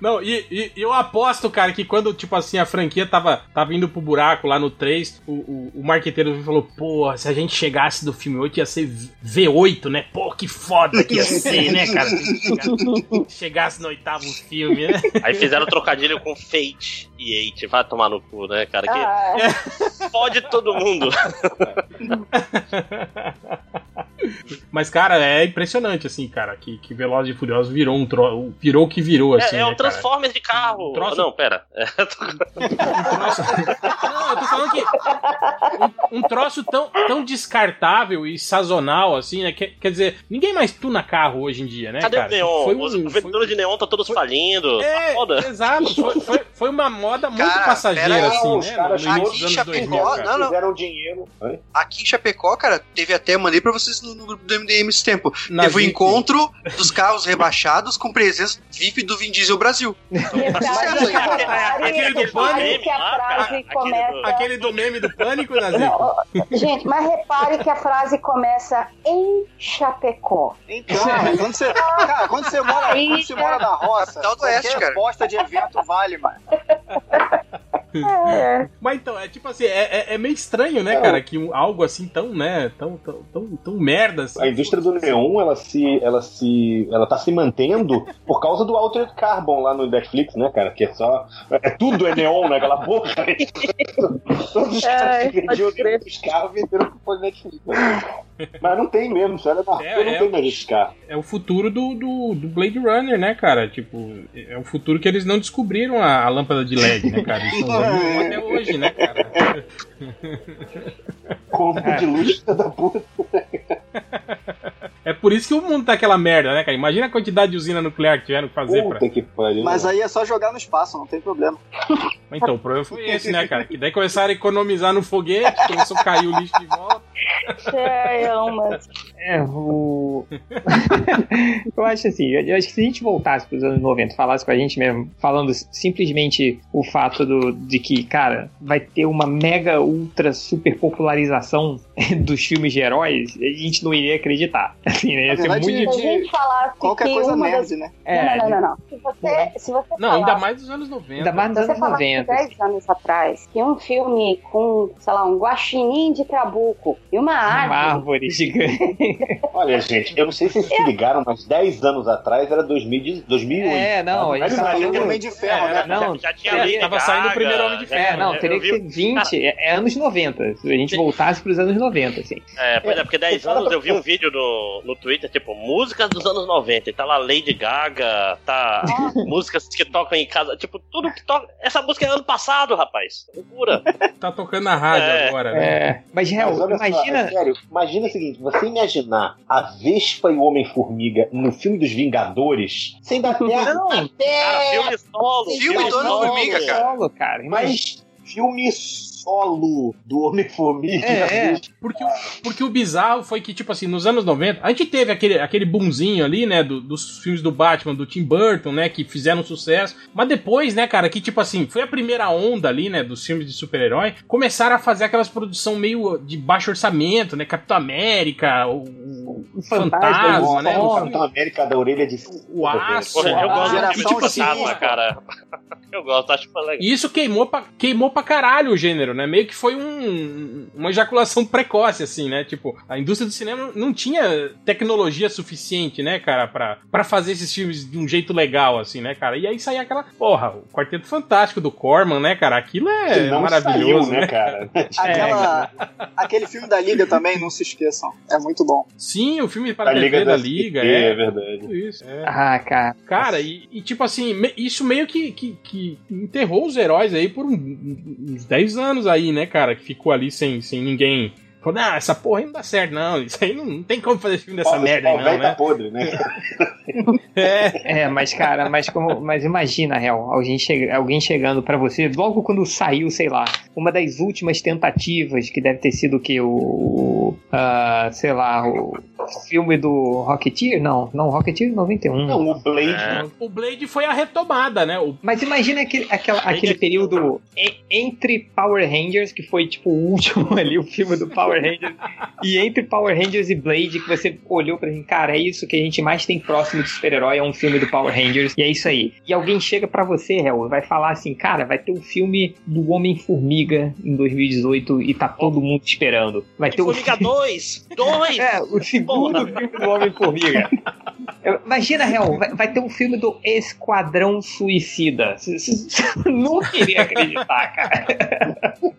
Speaker 1: Não, e, e- e eu aposto, cara, que quando, tipo assim, a franquia tava, tava indo pro buraco lá no 3, o, o, o marqueteiro falou, porra, se a gente chegasse do filme 8 ia ser V- V8, né, pô, que foda que ia ser, né, cara, se chegasse- chegasse no oitavo filme, né.
Speaker 6: Aí fizeram trocadilho com Fate e Eight. Vai tomar no cu, né, cara? Que
Speaker 4: Ah,
Speaker 6: fode todo mundo.
Speaker 1: Mas, cara, é impressionante, assim, cara, que, que Velozes e Furiosos virou um tro... virou o que virou, assim,
Speaker 6: é,
Speaker 1: né,
Speaker 6: é
Speaker 1: cara?
Speaker 6: um Transformers de carro.
Speaker 1: Um troço-
Speaker 6: Não, pera.
Speaker 1: Um troço... Não, eu tô falando que um, um troço tão, tão descartável e sazonal, assim, né? Quer, quer dizer, ninguém mais tuna carro hoje em dia, né,
Speaker 6: Cadê
Speaker 1: cara?
Speaker 6: o neon?
Speaker 1: Foi um-
Speaker 6: Os
Speaker 1: foi-
Speaker 6: vendedores de neon tá todos falindo.
Speaker 1: É,
Speaker 6: Tá foda.
Speaker 1: exato. Foi, foi- foi uma moda muito
Speaker 7: Cara,
Speaker 1: passageira,
Speaker 7: pera aí,
Speaker 1: assim,
Speaker 5: os
Speaker 1: né?
Speaker 5: caras
Speaker 1: no início
Speaker 7: já
Speaker 1: dos anos 2000,
Speaker 7: pegou,
Speaker 1: cara.
Speaker 7: Não, não.
Speaker 5: Fizeram dinheiro. Oi?
Speaker 7: Aqui em Chapecó, cara, teve até, mandei pra vocês no, no grupo do MDM esse tempo.
Speaker 1: Na
Speaker 6: um
Speaker 7: teve o
Speaker 1: Jeep.
Speaker 7: encontro dos carros rebaixados com presença VIP do Vin Diesel Brasil.
Speaker 4: Detalhe, um cara,
Speaker 1: Aquele do pânico?
Speaker 4: que a
Speaker 6: Ah, cara,
Speaker 4: frase
Speaker 6: aquele
Speaker 4: começa.
Speaker 1: Aquele do meme do pânico, Nazir.
Speaker 4: Não, ó, gente, mas repare que a frase começa em Chapecó.
Speaker 2: Então, cara, quando você, cara, quando você mora,
Speaker 4: Aí,
Speaker 2: quando você mora na roça,
Speaker 7: Capital do Oeste,
Speaker 2: qualquer
Speaker 7: cara.
Speaker 2: bosta de evento vale, mano.
Speaker 4: É,
Speaker 1: Mas então, é tipo assim, é, é- é meio estranho, né, cara? Que um- algo assim tão, né, tão, tão, tão, tão merda assim.
Speaker 5: A indústria do neon, ela se, ela se, ela tá se mantendo por causa do Altered Carbon lá no Netflix, né, cara? Que é só, é tudo é neon naquela porra. né? Todos os caras
Speaker 4: Ai,
Speaker 5: que vendiam
Speaker 4: pode crer.
Speaker 5: os carros venderam pro foi Netflix. né? Mas não tem mesmo, sério, na rua
Speaker 1: É,
Speaker 5: não
Speaker 1: é.
Speaker 5: tem mais esse carro.
Speaker 1: É o futuro do, do, do Blade Runner, né, cara? Tipo, é o futuro que eles não descobriram a, a lâmpada de LED, né, cara? Eles estão usando até hoje, né, cara?
Speaker 5: Combo de luz da puta.
Speaker 1: É por isso que o mundo tá aquela merda, né, cara? Imagina a quantidade de usina nuclear que tiveram que fazer pra.
Speaker 5: Puta que pariu.
Speaker 2: Mas aí é só jogar no espaço, não tem problema.
Speaker 1: Mas Então, o problema foi esse, né, cara? Que daí começaram a economizar no foguete, começou a cair o lixo de volta.
Speaker 4: chama.
Speaker 3: É, o... eu acho assim, eu acho que se a gente voltasse para os anos 90, falasse com a gente mesmo, falando simplesmente o fato do, de que, cara, vai ter uma mega, ultra, super popularização dos filmes de heróis, a gente não iria acreditar. Assim, né? Ia ser
Speaker 2: verdade,
Speaker 4: Se
Speaker 3: muito...
Speaker 4: a gente falasse
Speaker 2: Qualquer
Speaker 4: que
Speaker 2: coisa
Speaker 4: uma das...
Speaker 2: nerd, né?
Speaker 3: É,
Speaker 4: Não, não, não, não. Se você, se você
Speaker 1: Não,
Speaker 4: falasse-
Speaker 1: ainda mais nos anos 90.
Speaker 3: ainda mais nos
Speaker 4: Se você
Speaker 3: anos
Speaker 4: falasse
Speaker 3: 90.
Speaker 4: 10 anos atrás que um filme com, sei lá, um guaxinim de trabuco e uma
Speaker 3: assim, Uma
Speaker 4: árvore...
Speaker 3: árvore gigante.
Speaker 5: Olha, gente, eu não sei se vocês se ligaram, mas 10 anos atrás era 2000, 2008.
Speaker 3: É, não, a
Speaker 5: Mas
Speaker 3: gente tá
Speaker 5: imagina
Speaker 2: Falando do
Speaker 3: falando...
Speaker 2: Homem de Ferro,
Speaker 1: É,
Speaker 2: né?
Speaker 3: Não,
Speaker 6: já, já tinha
Speaker 3: teria-
Speaker 6: Lady
Speaker 1: tava saindo o
Speaker 6: Gaga,
Speaker 1: primeiro Homem de
Speaker 6: já-
Speaker 3: É, não,
Speaker 6: eu
Speaker 3: teria
Speaker 6: vi- um-
Speaker 3: que ser 20, é, é anos 90, se a gente voltasse para os anos 90, assim.
Speaker 6: É, pois é, porque 10 anos eu vi um vídeo no, no Twitter, tipo, músicas dos anos 90. E tá lá Lady Gaga, tá
Speaker 4: Ah.
Speaker 6: músicas que tocam em casa, tipo, tudo que toca. Essa música é ano passado, rapaz. Loucura.
Speaker 1: Tá tocando na rádio
Speaker 6: É,
Speaker 1: agora, né?
Speaker 3: É, mas, real,
Speaker 5: Mas olha só,
Speaker 3: imagina...
Speaker 5: é sério, imagina o seguinte: você imaginar a Vespa e o Homem-Formiga no filme dos Vingadores, sem dar terra.
Speaker 3: Não,
Speaker 6: Cara,
Speaker 2: É,
Speaker 6: filme solo.
Speaker 7: Filme do Dona
Speaker 6: solo.
Speaker 7: Formiga, cara.
Speaker 3: solo, cara. Imagina.
Speaker 5: Mas filme solo do Homem-Formiga.
Speaker 3: É, é.
Speaker 1: Porque, o, porque o bizarro foi que, tipo assim, nos anos 90, a gente teve aquele, aquele boomzinho ali, né, do- dos filmes do Batman, do Tim Burton, né, que fizeram sucesso. Mas depois, né, cara, que, tipo assim, foi a primeira onda ali, né, dos filmes de super-herói. Começaram a fazer aquelas produção meio de baixo orçamento, né, Capitão América, o, o
Speaker 3: O
Speaker 1: Fantasma,
Speaker 3: Fantasma,
Speaker 1: né,
Speaker 5: O
Speaker 1: o-
Speaker 5: Capitão América da orelha de.
Speaker 1: o Aço.
Speaker 6: Porra, eu
Speaker 1: a-
Speaker 6: gosto
Speaker 2: Geração
Speaker 6: de tipo assim, filme de fantasma,
Speaker 2: sinistra.
Speaker 6: cara. Eu gosto, acho que é legal.
Speaker 1: E isso queimou pra, queimou pra caralho o gênero, né? Meio que foi um- uma ejaculação precoce, assim, né? Tipo, a indústria do cinema não tinha tecnologia suficiente, né, cara, pra, pra fazer esses filmes de um jeito legal, assim, né, cara? E aí saía aquela. Porra, o Quarteto Fantástico do Corman, né, cara? Aquilo
Speaker 5: Que
Speaker 1: é
Speaker 5: não
Speaker 1: maravilhoso, né?
Speaker 5: saiu, né, cara?
Speaker 2: Aquela, aquele filme da Liga também, não se esqueçam. É muito bom.
Speaker 1: Sim, o filme para
Speaker 5: A
Speaker 1: a
Speaker 5: Liga
Speaker 1: TV da
Speaker 5: da
Speaker 1: Liga,
Speaker 5: SBT, é
Speaker 1: é.
Speaker 5: verdade.
Speaker 1: tudo Isso, é.
Speaker 3: Ah, cara.
Speaker 1: Cara, e, e tipo assim, me- isso meio que, que, que enterrou os heróis aí por um- um- uns 10 anos aí, né, cara? Que ficou ali sem, sem ninguém. Falou, ah, essa porra aí não dá certo, não. Isso aí não, não tem como fazer filme dessa
Speaker 5: Paulo-
Speaker 1: merda aí,
Speaker 5: Paulo
Speaker 1: não,
Speaker 5: Velho tá
Speaker 1: né?
Speaker 5: podre, né?
Speaker 6: tá-
Speaker 1: É,
Speaker 3: É, mas, cara, mas como. Mas imagina, real, alguém, chega, alguém chegando pra você, logo quando saiu, sei lá, uma das últimas tentativas, que deve ter sido o que? O. ah, sei lá, o filme do Rocketeer? Não, não, Rocketeer 91.
Speaker 5: Não, o Blade.
Speaker 6: É.
Speaker 1: o Blade foi a retomada, né? O,
Speaker 3: Mas imagina aquele, aquela- aquele período e- entre Power Rangers, que foi tipo o último ali, o filme do Power Rangers, e entre Power Rangers e Blade, que você olhou pra mim, cara, é isso que a gente mais tem próximo de super-herói, é um filme do Power Rangers, e é isso aí. E alguém chega pra você, Hel, e vai falar assim, cara, vai ter um filme do Homem-Formiga em 2018 e tá todo mundo esperando. Vai ter um
Speaker 6: Formiga 2! 2!
Speaker 3: é, o segundo filme do Homem-Formiga. Eu- Imagina, real, vai, vai ter um filme do Esquadrão Suicida. C- c- c- Não queria acreditar, cara.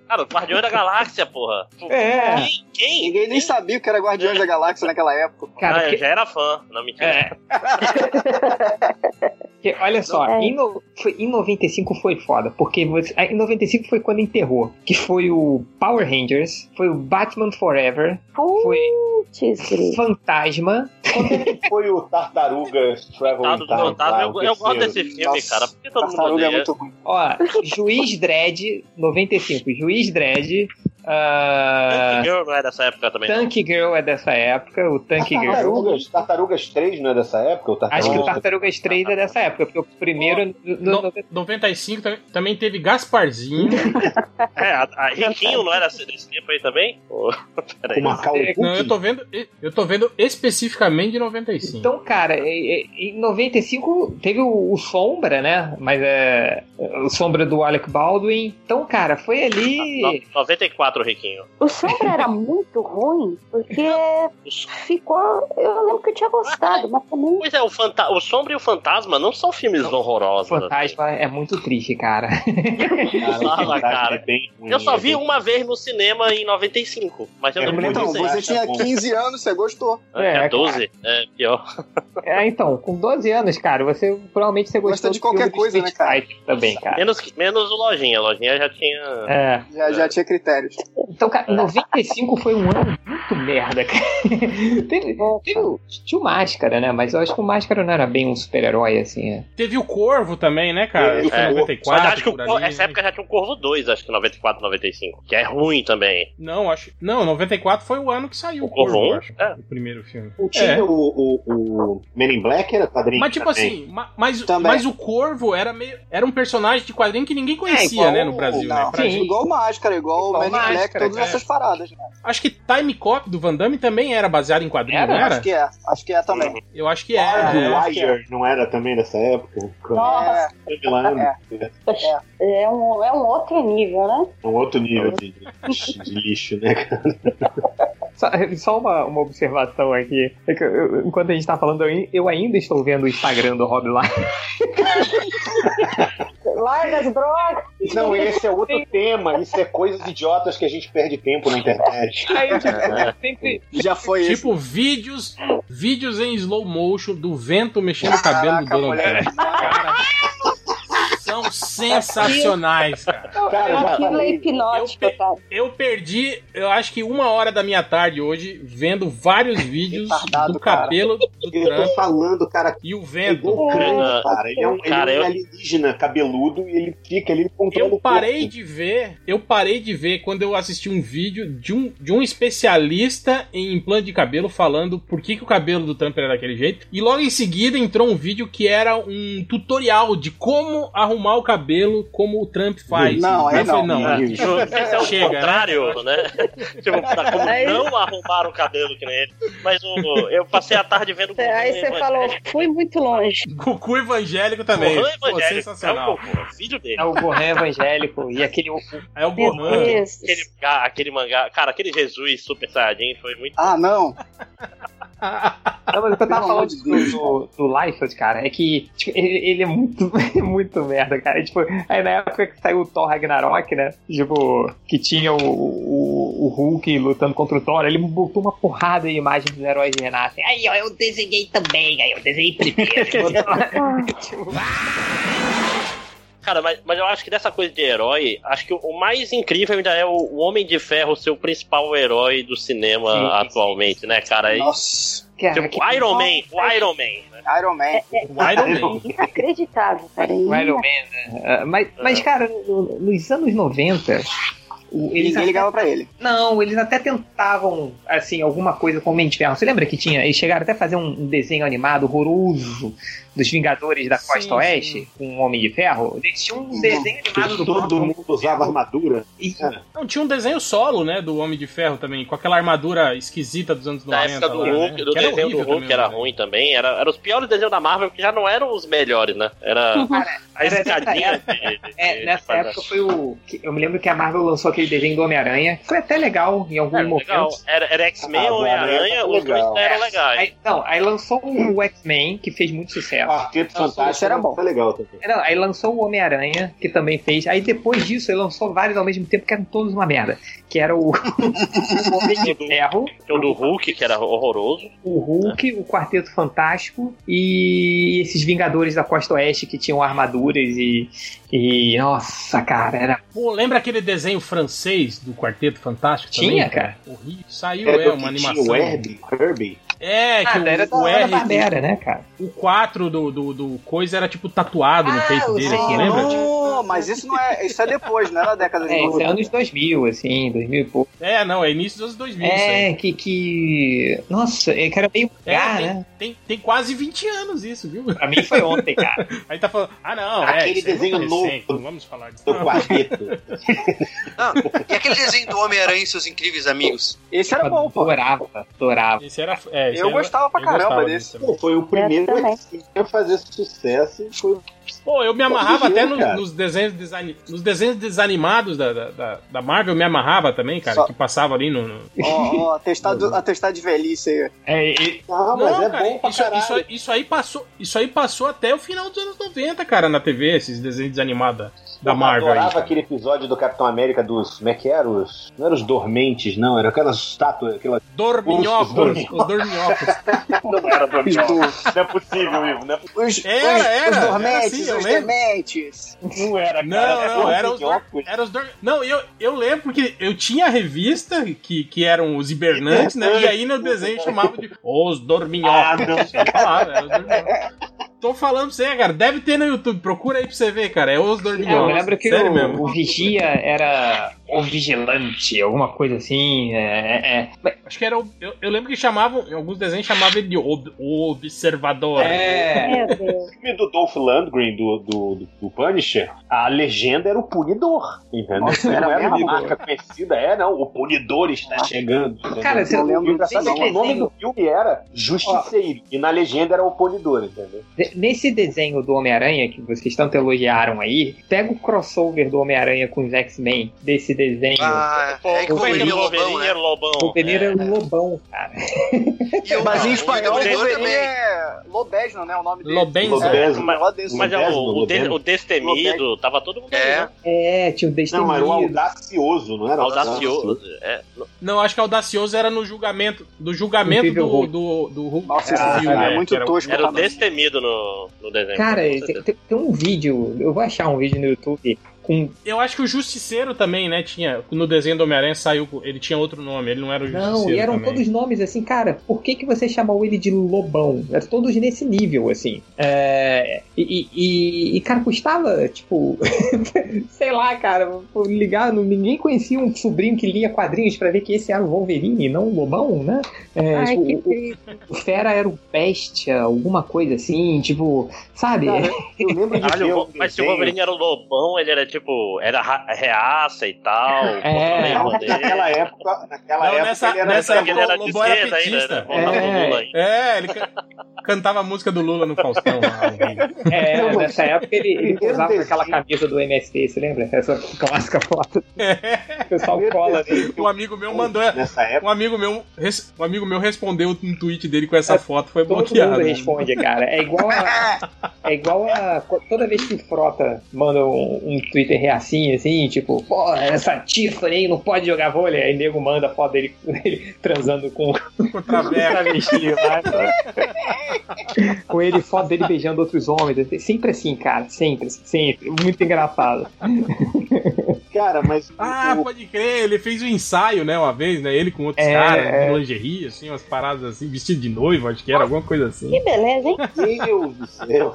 Speaker 6: Cara, Guardiões da Galáxia, porra.
Speaker 3: É.
Speaker 6: Quem? Quem?
Speaker 2: Ninguém nem sabia que era Guardiões da Galáxia naquela época.
Speaker 3: Cara,
Speaker 6: ah,
Speaker 3: que-
Speaker 6: eu já era fã, não me
Speaker 3: É. Porque, olha só,
Speaker 4: É.
Speaker 3: em, no- foi- em 95 foi foda, porque você- ah, em 95 foi quando enterrou, que foi o Power Rangers, foi o Batman Forever, foi
Speaker 4: Putz,
Speaker 3: Uh.
Speaker 4: grilo.
Speaker 3: Fantasma,
Speaker 1: é.
Speaker 5: Foi o Tartaruga Travel
Speaker 6: Fantasma,
Speaker 5: Time, lá,
Speaker 6: eu,
Speaker 5: o
Speaker 6: eu gosto
Speaker 5: terceiro.
Speaker 6: desse filme,
Speaker 2: Nossa,
Speaker 6: cara. Por que todo mundo
Speaker 2: Tartaruga
Speaker 6: odeia?
Speaker 2: é muito ruim.
Speaker 3: ó, Juiz Dredd, 95, Juiz Dredd, ah,
Speaker 6: Tank Girl não é dessa época também.
Speaker 3: Tank Girl é dessa época, o Tank
Speaker 2: Ah,
Speaker 3: Girl.
Speaker 5: Tartarugas, Tartarugas 3 não é dessa época? O
Speaker 3: Acho que o
Speaker 5: Tartarugas-
Speaker 3: Tartarugas 3 é dessa época, porque o primeiro é no- no-
Speaker 1: Não. 95 tam- também teve Gasparzinho.
Speaker 6: É, a, a Riquinho não era desse, desse tempo aí também? Pô, peraí.
Speaker 5: O Macaulay
Speaker 6: Uhum.
Speaker 1: Não, né?
Speaker 3: né?
Speaker 1: eu
Speaker 5: Culkin?
Speaker 1: tô vendo, eu tô vendo especificamente de 95.
Speaker 3: Então, cara, é- é- em 95 teve o, o Sombra, né? Mas é. O Sombra do Alec Baldwin. Então, cara, foi ali.
Speaker 6: No- 94, Riquinho.
Speaker 4: O Sombra era muito ruim, porque ficou. Eu lembro que eu tinha gostado, mas também.
Speaker 6: Pois é, o, Fanta o Sombra e o Fantasma não são filmes horrorosos.
Speaker 3: Fantasma é muito triste, cara.
Speaker 6: Fala, cara.
Speaker 5: É bem ruim,
Speaker 6: Eu só
Speaker 5: é
Speaker 6: vi
Speaker 5: bem-
Speaker 6: uma vez no cinema em 95, mas eu
Speaker 5: É
Speaker 6: não lembro
Speaker 5: muito
Speaker 2: Então,
Speaker 5: Pois é,
Speaker 2: você
Speaker 5: tá
Speaker 2: tinha
Speaker 5: bom.
Speaker 2: 15 anos, você gostou.
Speaker 3: É,
Speaker 6: É,
Speaker 3: cara.
Speaker 6: 12, é pior.
Speaker 3: É, então, com 12 anos, cara, você provavelmente você
Speaker 2: Gosta
Speaker 3: gostou
Speaker 2: de
Speaker 3: filme
Speaker 2: qualquer
Speaker 3: do
Speaker 2: coisa,
Speaker 3: Street
Speaker 2: né, cara?
Speaker 3: Fighter também,
Speaker 1: É.
Speaker 3: cara.
Speaker 6: Menos, que- menos o Lojinha, o Lojinha já tinha...
Speaker 3: É.
Speaker 2: Já, já tinha critérios.
Speaker 3: Então, cara, 95 foi um ano muito merda, cara. teve, teve o- tinha o Máscara, né? Mas eu acho que o Máscara não era bem um super-herói, assim. né?
Speaker 1: Teve o Corvo também, né, cara?
Speaker 5: É,
Speaker 1: Foi
Speaker 6: é.
Speaker 1: 94,
Speaker 6: mas acho que o
Speaker 1: por
Speaker 6: Cor-
Speaker 1: ali,
Speaker 6: essa
Speaker 1: né?
Speaker 6: época já tinha o Corvo 2, acho que 94, 95, que é ruim também.
Speaker 1: Não, acho. Não, 94 foi o ano que saiu o
Speaker 6: O Corvo
Speaker 1: Corvo, eu
Speaker 6: 1?
Speaker 1: acho.
Speaker 6: É.
Speaker 1: O primeiro filme.
Speaker 5: Não tinha
Speaker 1: É.
Speaker 5: o, o, o Men in Black era quadrinho?
Speaker 1: Mas tipo
Speaker 5: também?
Speaker 1: assim, ma- mas,
Speaker 2: Também. É,
Speaker 1: mas o Corvo era meio. Era um personagem de quadrinho que ninguém conhecia,
Speaker 2: igual
Speaker 1: né, no
Speaker 2: o-
Speaker 1: Brasil, né?
Speaker 2: não,
Speaker 1: Pra
Speaker 3: sim.
Speaker 1: gente.
Speaker 2: Igual o Máscara, igual o
Speaker 3: Igual
Speaker 2: Man in Black,
Speaker 3: Máscara,
Speaker 2: todas
Speaker 1: é.
Speaker 2: essas paradas. né?
Speaker 1: Acho que Time Cop do Van Damme também era baseado em quadrinho,
Speaker 3: Era?
Speaker 1: não era?
Speaker 2: Acho que é, acho que é também.
Speaker 1: Eu acho que
Speaker 5: Barbed
Speaker 1: era. né?
Speaker 5: Wire não era também dessa época?
Speaker 2: É,
Speaker 4: Nossa,
Speaker 5: Eu me lembro.
Speaker 4: é um, é um outro nível, né?
Speaker 5: É um outro nível de, de lixo, né, cara?
Speaker 3: Só, só uma, uma observação aqui. É que eu- eu- enquanto a gente tá falando, eu, ai- eu ainda estou vendo o Instagram do Rob lá.
Speaker 4: Larga as drogas.
Speaker 5: Não, esse é outro tema. Isso é coisas idiotas que a gente perde tempo na internet.
Speaker 3: Aí, tipo, eu sempre.
Speaker 2: Já foi isso.
Speaker 1: Tipo, vídeos, vídeos em slow motion do vento mexendo o cabelo
Speaker 2: Caraca,
Speaker 1: do Donald
Speaker 2: mulher.
Speaker 1: Trump. Cara, são sensacionais, cara.
Speaker 5: Cara, eu já
Speaker 4: Aquilo é
Speaker 5: falei.
Speaker 4: hipnótico,
Speaker 1: eu pe-
Speaker 4: cara.
Speaker 1: Eu perdi, eu acho que uma hora da minha tarde hoje vendo vários vídeos
Speaker 2: Retardado,
Speaker 1: do cabelo do
Speaker 5: Eu tô
Speaker 1: Trump
Speaker 5: falando, cara,
Speaker 1: e o
Speaker 5: é
Speaker 1: vento.
Speaker 5: igual o Kramer,
Speaker 6: É.
Speaker 5: cara. Ele é um, ele é um
Speaker 6: Cara, eu-
Speaker 5: alienígena cabeludo e ele fica ali controlando
Speaker 1: Eu parei de ver, eu parei de ver quando eu assisti um vídeo de um, de um especialista em implante de cabelo falando por que, que o cabelo do Trump era daquele jeito. E logo em seguida entrou um vídeo que era um tutorial de como arrumar o cabelo como o Trump faz.
Speaker 2: Não, aí
Speaker 1: eu falei,
Speaker 2: não.
Speaker 1: não.
Speaker 6: Esse é o
Speaker 1: Chega, né?
Speaker 6: contrário, né? tipo, tá como
Speaker 8: Aí-
Speaker 6: não arrumar o cabelo que nem ele. Mas o- eu passei a tarde vendo um o
Speaker 8: É, Aí você falou,
Speaker 6: É
Speaker 8: fui muito longe.
Speaker 1: Cucu evangélico também.
Speaker 6: Também.
Speaker 1: Pô,
Speaker 6: um
Speaker 1: sensacional.
Speaker 6: o vídeo dele.
Speaker 3: É o Gohan evangélico e aquele.
Speaker 6: é
Speaker 1: Aí É o
Speaker 8: Meu
Speaker 1: Gohan.
Speaker 8: Deus.
Speaker 6: Aquele mangá, aquele mangá, cara, aquele Jesus Super Saiyajin foi muito.
Speaker 2: Ah, não.
Speaker 3: Não, mas o que eu
Speaker 2: Pelo
Speaker 3: tava
Speaker 2: amor
Speaker 3: falando
Speaker 2: de Deus.
Speaker 3: do, do Liefeld, cara, é que tipo, ele, ele é muito, muito merda, cara. Tipo, aí na época que saiu o Thor Ragnarok, né? Tipo, que tinha o, o, o Hulk lutando contra o Thor, ele botou uma porrada de imagens dos heróis de renascem. Aí, ó, eu desenhei também, aí eu desenhei primeiro. Botou lá.
Speaker 6: Cara, mas, mas eu acho que dessa coisa de herói, acho que o- o mais incrível ainda é o, o Homem de Ferro ser o principal herói do cinema
Speaker 3: Sim, sim.
Speaker 6: atualmente, né, cara? E,
Speaker 2: Nossa.
Speaker 3: Cara,
Speaker 6: tipo, o Iron Man, o Iron Man. né?
Speaker 2: Iron
Speaker 3: É,
Speaker 2: Man.
Speaker 1: O Iron Man.
Speaker 4: Inacreditável, cara.
Speaker 3: O Iron Man, né? Ah, Mas,
Speaker 2: É.
Speaker 3: mas cara, no- nos anos 90, o- eles
Speaker 2: Ninguém ligava pra ele.
Speaker 3: Não, eles até tentavam, assim, alguma coisa com o Homem de Ferro. Você lembra que tinha? Eles chegaram até a fazer um um desenho animado horroroso dos Vingadores da
Speaker 1: Sim,
Speaker 3: Costa Oeste,
Speaker 1: sim.
Speaker 3: com o Homem de Ferro. Eles tinham um
Speaker 2: Uhum.
Speaker 3: desenho animado do
Speaker 5: Todo mundo usava armadura.
Speaker 3: E-
Speaker 1: Não, tinha um desenho solo, né, do Homem de Ferro também, com aquela armadura esquisita dos anos 90.
Speaker 6: Na época do
Speaker 1: lá, né?
Speaker 6: Hulk, do
Speaker 1: Que era
Speaker 6: desenho do
Speaker 1: horrível
Speaker 6: Hulk
Speaker 1: também,
Speaker 6: era
Speaker 1: né?
Speaker 6: ruim também. Era, era os piores desenhos da Marvel que já não eram os melhores, né? Era
Speaker 3: era-
Speaker 6: a escadinha. de- de-
Speaker 3: é,
Speaker 6: de
Speaker 3: nessa
Speaker 6: fazer.
Speaker 3: época foi o. que- Eu me lembro que a Marvel lançou aquele desenho do Homem-Aranha. que Foi até legal em alguns
Speaker 6: Era legal.
Speaker 3: momentos. É,
Speaker 6: Era, era X-Men
Speaker 5: Ah,
Speaker 6: ou Homem-Aranha,
Speaker 5: Homem-Aranha
Speaker 6: os dois
Speaker 5: legal.
Speaker 6: eram legais.
Speaker 3: Aí, não, aí lançou o X-Men, que fez muito
Speaker 1: É.
Speaker 3: sucesso.
Speaker 5: Quarteto
Speaker 2: Nossa,
Speaker 5: Fantástico
Speaker 2: isso era bom.
Speaker 5: Foi legal também.
Speaker 3: É, Não, aí lançou o Homem-Aranha, que também fez. Aí depois disso, ele lançou vários ao mesmo tempo, que eram todos uma merda. Que era o, o Homem de Ferro,
Speaker 6: Tinha o do Hulk, que era horroroso.
Speaker 3: o Hulk, o Quarteto Fantástico e esses Vingadores da Costa Oeste que tinham armaduras e. e nossa, cara, era.
Speaker 1: Pô, lembra aquele desenho francês do Quarteto Fantástico?
Speaker 3: Tinha,
Speaker 1: também?
Speaker 3: cara.
Speaker 1: Horrível. Saiu,
Speaker 5: Era
Speaker 1: é,
Speaker 5: do
Speaker 1: uma
Speaker 5: que tinha
Speaker 1: animação.
Speaker 5: O Herbie, Herbie.
Speaker 1: É, que
Speaker 3: Ah,
Speaker 1: o,
Speaker 3: era da
Speaker 1: o
Speaker 3: Hanna
Speaker 1: R,
Speaker 3: Barbera, né, cara?
Speaker 1: o 4 do, do, do coisa era tipo tatuado
Speaker 3: Ah,
Speaker 1: no peito dele,
Speaker 3: sei.
Speaker 1: você lembra?
Speaker 2: Não, mas isso não é. Isso é depois, não é na década de
Speaker 3: É, isso é
Speaker 2: 90.
Speaker 3: anos 2000, assim, 2000 e pouco.
Speaker 1: É, não, é início dos 2000. isso aí.
Speaker 3: É, que, que. Nossa, é que era meio vulgar,
Speaker 1: tem,
Speaker 3: né?
Speaker 1: tem, tem quase 20 anos isso, viu?
Speaker 3: Pra mim foi ontem, cara.
Speaker 1: Aí tá falando, ah não, é,
Speaker 5: Aquele
Speaker 1: isso é muito
Speaker 5: desenho novo.
Speaker 1: recente, não vamos falar disso.
Speaker 5: Do
Speaker 1: Não.
Speaker 5: quarteto.
Speaker 7: Não, e aquele desenho do Homem-Aranha e seus incríveis amigos?
Speaker 2: Esse
Speaker 3: Eu
Speaker 2: era bom, pô.
Speaker 3: adorava, adorava.
Speaker 1: Esse era, é, esse
Speaker 2: Eu
Speaker 1: era-
Speaker 2: gostava pra
Speaker 1: eu
Speaker 2: caramba
Speaker 1: gostava
Speaker 2: desse.
Speaker 1: também.
Speaker 5: Pô, foi o primeiro
Speaker 4: Eu também.
Speaker 5: que ia fazer sucesso. e Foi...
Speaker 1: Pô, eu me amarrava
Speaker 5: Todo
Speaker 1: até
Speaker 5: dia,
Speaker 1: nos,
Speaker 5: cara.
Speaker 1: nos desenhos, desani- nos desenhos desanimados da, da- da, da Marvel, eu me amarrava também, cara,
Speaker 2: Só-
Speaker 1: que passava ali no... no-
Speaker 2: Ó, ó, atestado, atestado de velhice aí.
Speaker 3: É, e-
Speaker 5: Não, mas é
Speaker 1: cara,
Speaker 5: bom pra
Speaker 1: isso,
Speaker 5: caralho.
Speaker 1: isso, isso aí passou, isso aí passou até o final dos anos 90, cara, na TV, esses desenhos desanimados da
Speaker 5: eu
Speaker 1: Marvel. aí,
Speaker 5: adorava
Speaker 1: cara.
Speaker 5: aquele episódio do Capitão América dos. Como é que era? Os, não eram os dormentes, não. Eram aquelas estátuas. Aquelas...
Speaker 1: Dorminhocos,
Speaker 5: Os dorminhocos.
Speaker 1: os dorminhocos.
Speaker 5: Não era dormente.
Speaker 2: Os do-
Speaker 5: Não é possível, Ivo. Não, é possível.
Speaker 1: Era,
Speaker 2: Os, os,
Speaker 1: era,
Speaker 2: os
Speaker 1: era
Speaker 2: dormentes,
Speaker 1: assim, eu
Speaker 2: os
Speaker 1: lembro.
Speaker 2: dementes.
Speaker 5: não era, cara.
Speaker 1: Não, não, eram os, dor,
Speaker 5: dormentes.
Speaker 1: era os dor- Não, eu, eu lembro porque eu tinha a revista que, que eram os hibernantes, né? E aí no desenho chamava de Os
Speaker 5: Ah,
Speaker 1: Dorminhocos.
Speaker 5: não.
Speaker 1: Eu falava, era os dorminhocos. Tô falando pra você, cara. Deve ter no YouTube. Procura aí pra você ver, cara. É os
Speaker 3: é, eu
Speaker 1: dorminhocos.
Speaker 3: lembro que
Speaker 1: Sério
Speaker 3: o,
Speaker 1: mesmo.
Speaker 3: o Vigia era o vigilante, alguma coisa assim. É, é,
Speaker 1: Acho que era. o- Eu, eu lembro que chamavam. em Alguns desenhos chamavam ele de ob- o Observador.
Speaker 3: é, é.
Speaker 4: Meu Deus.
Speaker 5: O filme do Dolph Lundgren, do, do, do- do Punisher, a legenda era o Punidor. Entendeu?
Speaker 2: Nossa,
Speaker 5: não
Speaker 2: era
Speaker 5: era uma
Speaker 2: mesmo?
Speaker 5: marca conhecida, é, não. O Punidor está chegando. entendeu?
Speaker 3: Cara, você
Speaker 2: Eu
Speaker 3: não
Speaker 2: lembro
Speaker 5: E o engraçado
Speaker 2: desse
Speaker 5: é que o nome
Speaker 3: desenho.
Speaker 5: do filme era Justiceiro. E na legenda era o Punidor, entendeu?
Speaker 3: De- Nesse desenho do Homem-Aranha que vocês tanto elogiaram aí, pega o crossover do Homem-Aranha com os X-Men desse desenho.
Speaker 7: Ah, é que
Speaker 3: o
Speaker 7: o Wolverine
Speaker 6: Wolverine,
Speaker 7: é o Lobão,
Speaker 6: Wolverine
Speaker 7: né?
Speaker 6: era o Lobão.
Speaker 3: o primeiro
Speaker 6: é.
Speaker 3: era o Lobão, cara.
Speaker 1: é,
Speaker 7: E o-
Speaker 2: Mas
Speaker 7: o
Speaker 2: em espanhol,
Speaker 7: Demolidor
Speaker 2: Wolverine
Speaker 7: também.
Speaker 2: é Lobesno, né? O nome dele.
Speaker 1: Lobenzo.
Speaker 5: Lobenzo.
Speaker 2: É, mas Lobesno.
Speaker 6: Mas é o, o, de-
Speaker 5: Lobão.
Speaker 6: o Destemido, tava todo mundo
Speaker 7: É.
Speaker 6: ali, né?
Speaker 3: É, tinha o Destemido.
Speaker 5: Não, mas era o Audacioso, não era?
Speaker 6: Audacioso. É.
Speaker 1: Não, acho que Audacioso era no julgamento. Do julgamento
Speaker 3: Incrível
Speaker 1: do,
Speaker 3: Hulk.
Speaker 1: do, do Hulk.
Speaker 2: Nossa, esse
Speaker 1: Ah,
Speaker 2: filme
Speaker 1: né,
Speaker 2: é,
Speaker 1: que
Speaker 2: muito
Speaker 1: era o-
Speaker 2: tosco.
Speaker 6: Era o
Speaker 2: também.
Speaker 6: Destemido no, no desenho.
Speaker 3: Cara,
Speaker 6: Com
Speaker 3: tem,
Speaker 6: certeza.
Speaker 3: tem- tem um vídeo, eu vou achar um vídeo no YouTube com.
Speaker 1: Eu acho que o Justiceiro também, né? Tinha. No desenho do Homem-Aranha saiu. com- Ele tinha outro nome, ele não era o Justiceiro.
Speaker 3: Não, e eram
Speaker 1: também.
Speaker 3: todos nomes assim, cara, por que, que você chamou ele de Lobão? Eram todos nesse nível, assim. É, e, e- e, cara, custava, tipo, sei lá, cara, por ligar, não- ninguém conhecia um sobrinho que lia quadrinhos pra ver que esse era o Wolverine, não o Lobão, né? É,
Speaker 8: Ai,
Speaker 3: tipo,
Speaker 8: que
Speaker 3: o-
Speaker 8: triste.
Speaker 3: o, Fera era o Bestia, alguma coisa assim, tipo, sabe?
Speaker 5: Cara, Eu lembro de
Speaker 6: Caralho,
Speaker 5: ver
Speaker 6: o-
Speaker 5: um
Speaker 6: mas se o
Speaker 5: desenho-
Speaker 6: Wolverine era o Lobão, ele era tipo. Era ra- reaça e tal.
Speaker 3: É.
Speaker 6: contra o
Speaker 5: Não,
Speaker 6: irmão dele.
Speaker 5: naquela época, naquela
Speaker 1: Não,
Speaker 5: época
Speaker 1: nessa-
Speaker 5: ele era
Speaker 1: nessa
Speaker 5: era
Speaker 1: época
Speaker 6: Ele era
Speaker 1: O
Speaker 6: de
Speaker 1: Lobão era
Speaker 6: esquerda ainda,
Speaker 1: petista.
Speaker 6: né? Voltava
Speaker 3: É.
Speaker 6: pro Lula ainda.
Speaker 1: É, ele can- cantava a música do Lula no Faustão. lá.
Speaker 3: É, nessa época ele, ele
Speaker 5: Primeiro
Speaker 3: usava
Speaker 5: desenho.
Speaker 3: aquela camisa do MST, você lembra? Essa clássica foto. O pessoal cola nele.
Speaker 1: um amigo meu mandou.
Speaker 5: Nessa época.
Speaker 1: Um amigo meu, res- um amigo meu respondeu um tweet dele com essa
Speaker 3: É,
Speaker 1: foto, foi
Speaker 3: Todo
Speaker 1: bloqueado. né?
Speaker 3: mundo responde, cara. É igual a. É igual a. Toda vez que o Frota manda um, um Twitter reacinho, assim, tipo, pô, essa Tiffany aí não pode jogar vôlei. Aí o nego manda a foto dele, dele transando com o
Speaker 1: Ficou
Speaker 5: tá
Speaker 1: traveco.
Speaker 3: travesti
Speaker 5: né,
Speaker 3: lá. com ele, foto dele beijando outros homens. Sempre assim, cara. Sempre, sempre. Muito engraçado.
Speaker 5: Cara, mas.
Speaker 1: Ah,
Speaker 5: o-
Speaker 1: pode crer, ele fez um ensaio, né, uma vez, né? Ele com outros
Speaker 3: É,
Speaker 1: caras,
Speaker 3: é.
Speaker 1: de lingerie, assim, umas paradas assim, vestido de noivo, acho que era, alguma coisa assim.
Speaker 4: Que beleza, hein?
Speaker 5: Deus do céu.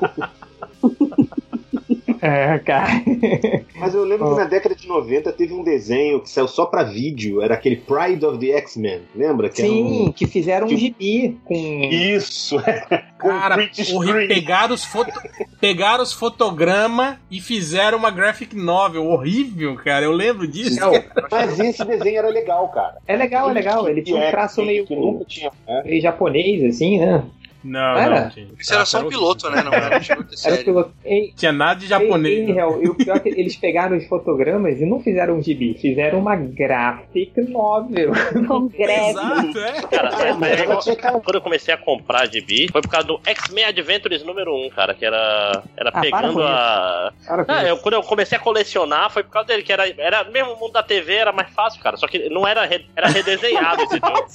Speaker 3: É, cara.
Speaker 5: Mas eu lembro que na década de 90 teve um desenho que saiu só pra vídeo, era aquele Pride of the X-Men, lembra? Que era um-
Speaker 3: Sim, que fizeram um gibi com.
Speaker 5: Isso, é. Com
Speaker 1: Cara,
Speaker 5: print
Speaker 1: horrível.
Speaker 5: screen.
Speaker 1: Pegaram os, foto... pegaram os fotogramas e fizeram uma graphic novel horrível, cara. Eu lembro disso.
Speaker 3: Não,
Speaker 5: Mas esse desenho era legal, cara.
Speaker 3: é legal, é legal. é Ele tinha um traço
Speaker 5: Que
Speaker 3: meio.
Speaker 5: nunca tinha. né?
Speaker 3: meio japonês, assim, né?
Speaker 1: Não,
Speaker 3: Era?
Speaker 1: não tinha.
Speaker 7: Isso era só um piloto, né? Não era, não tinha muito
Speaker 3: Era um o
Speaker 7: sério.
Speaker 3: piloto. Em,
Speaker 1: Tinha nada de japonês.
Speaker 3: Em, em real,
Speaker 5: né?
Speaker 3: e o pior é que eles pegaram os fotogramas e não fizeram um gibi, fizeram uma graphic novel.
Speaker 4: Com greve.
Speaker 1: Exato, é.
Speaker 6: Cara, é, mas é igual- quando eu comecei a comprar gibi, foi por causa do X-Men Adventures número 1, cara, que era, era
Speaker 3: Ah, para
Speaker 6: pegando
Speaker 3: com
Speaker 6: a.
Speaker 3: Cara,
Speaker 6: Ah, eu, quando eu comecei a colecionar, foi por causa dele, que era, era mesmo o mundo da TV, era mais fácil, cara. Só que não era, re- era redesenhado esse jogo.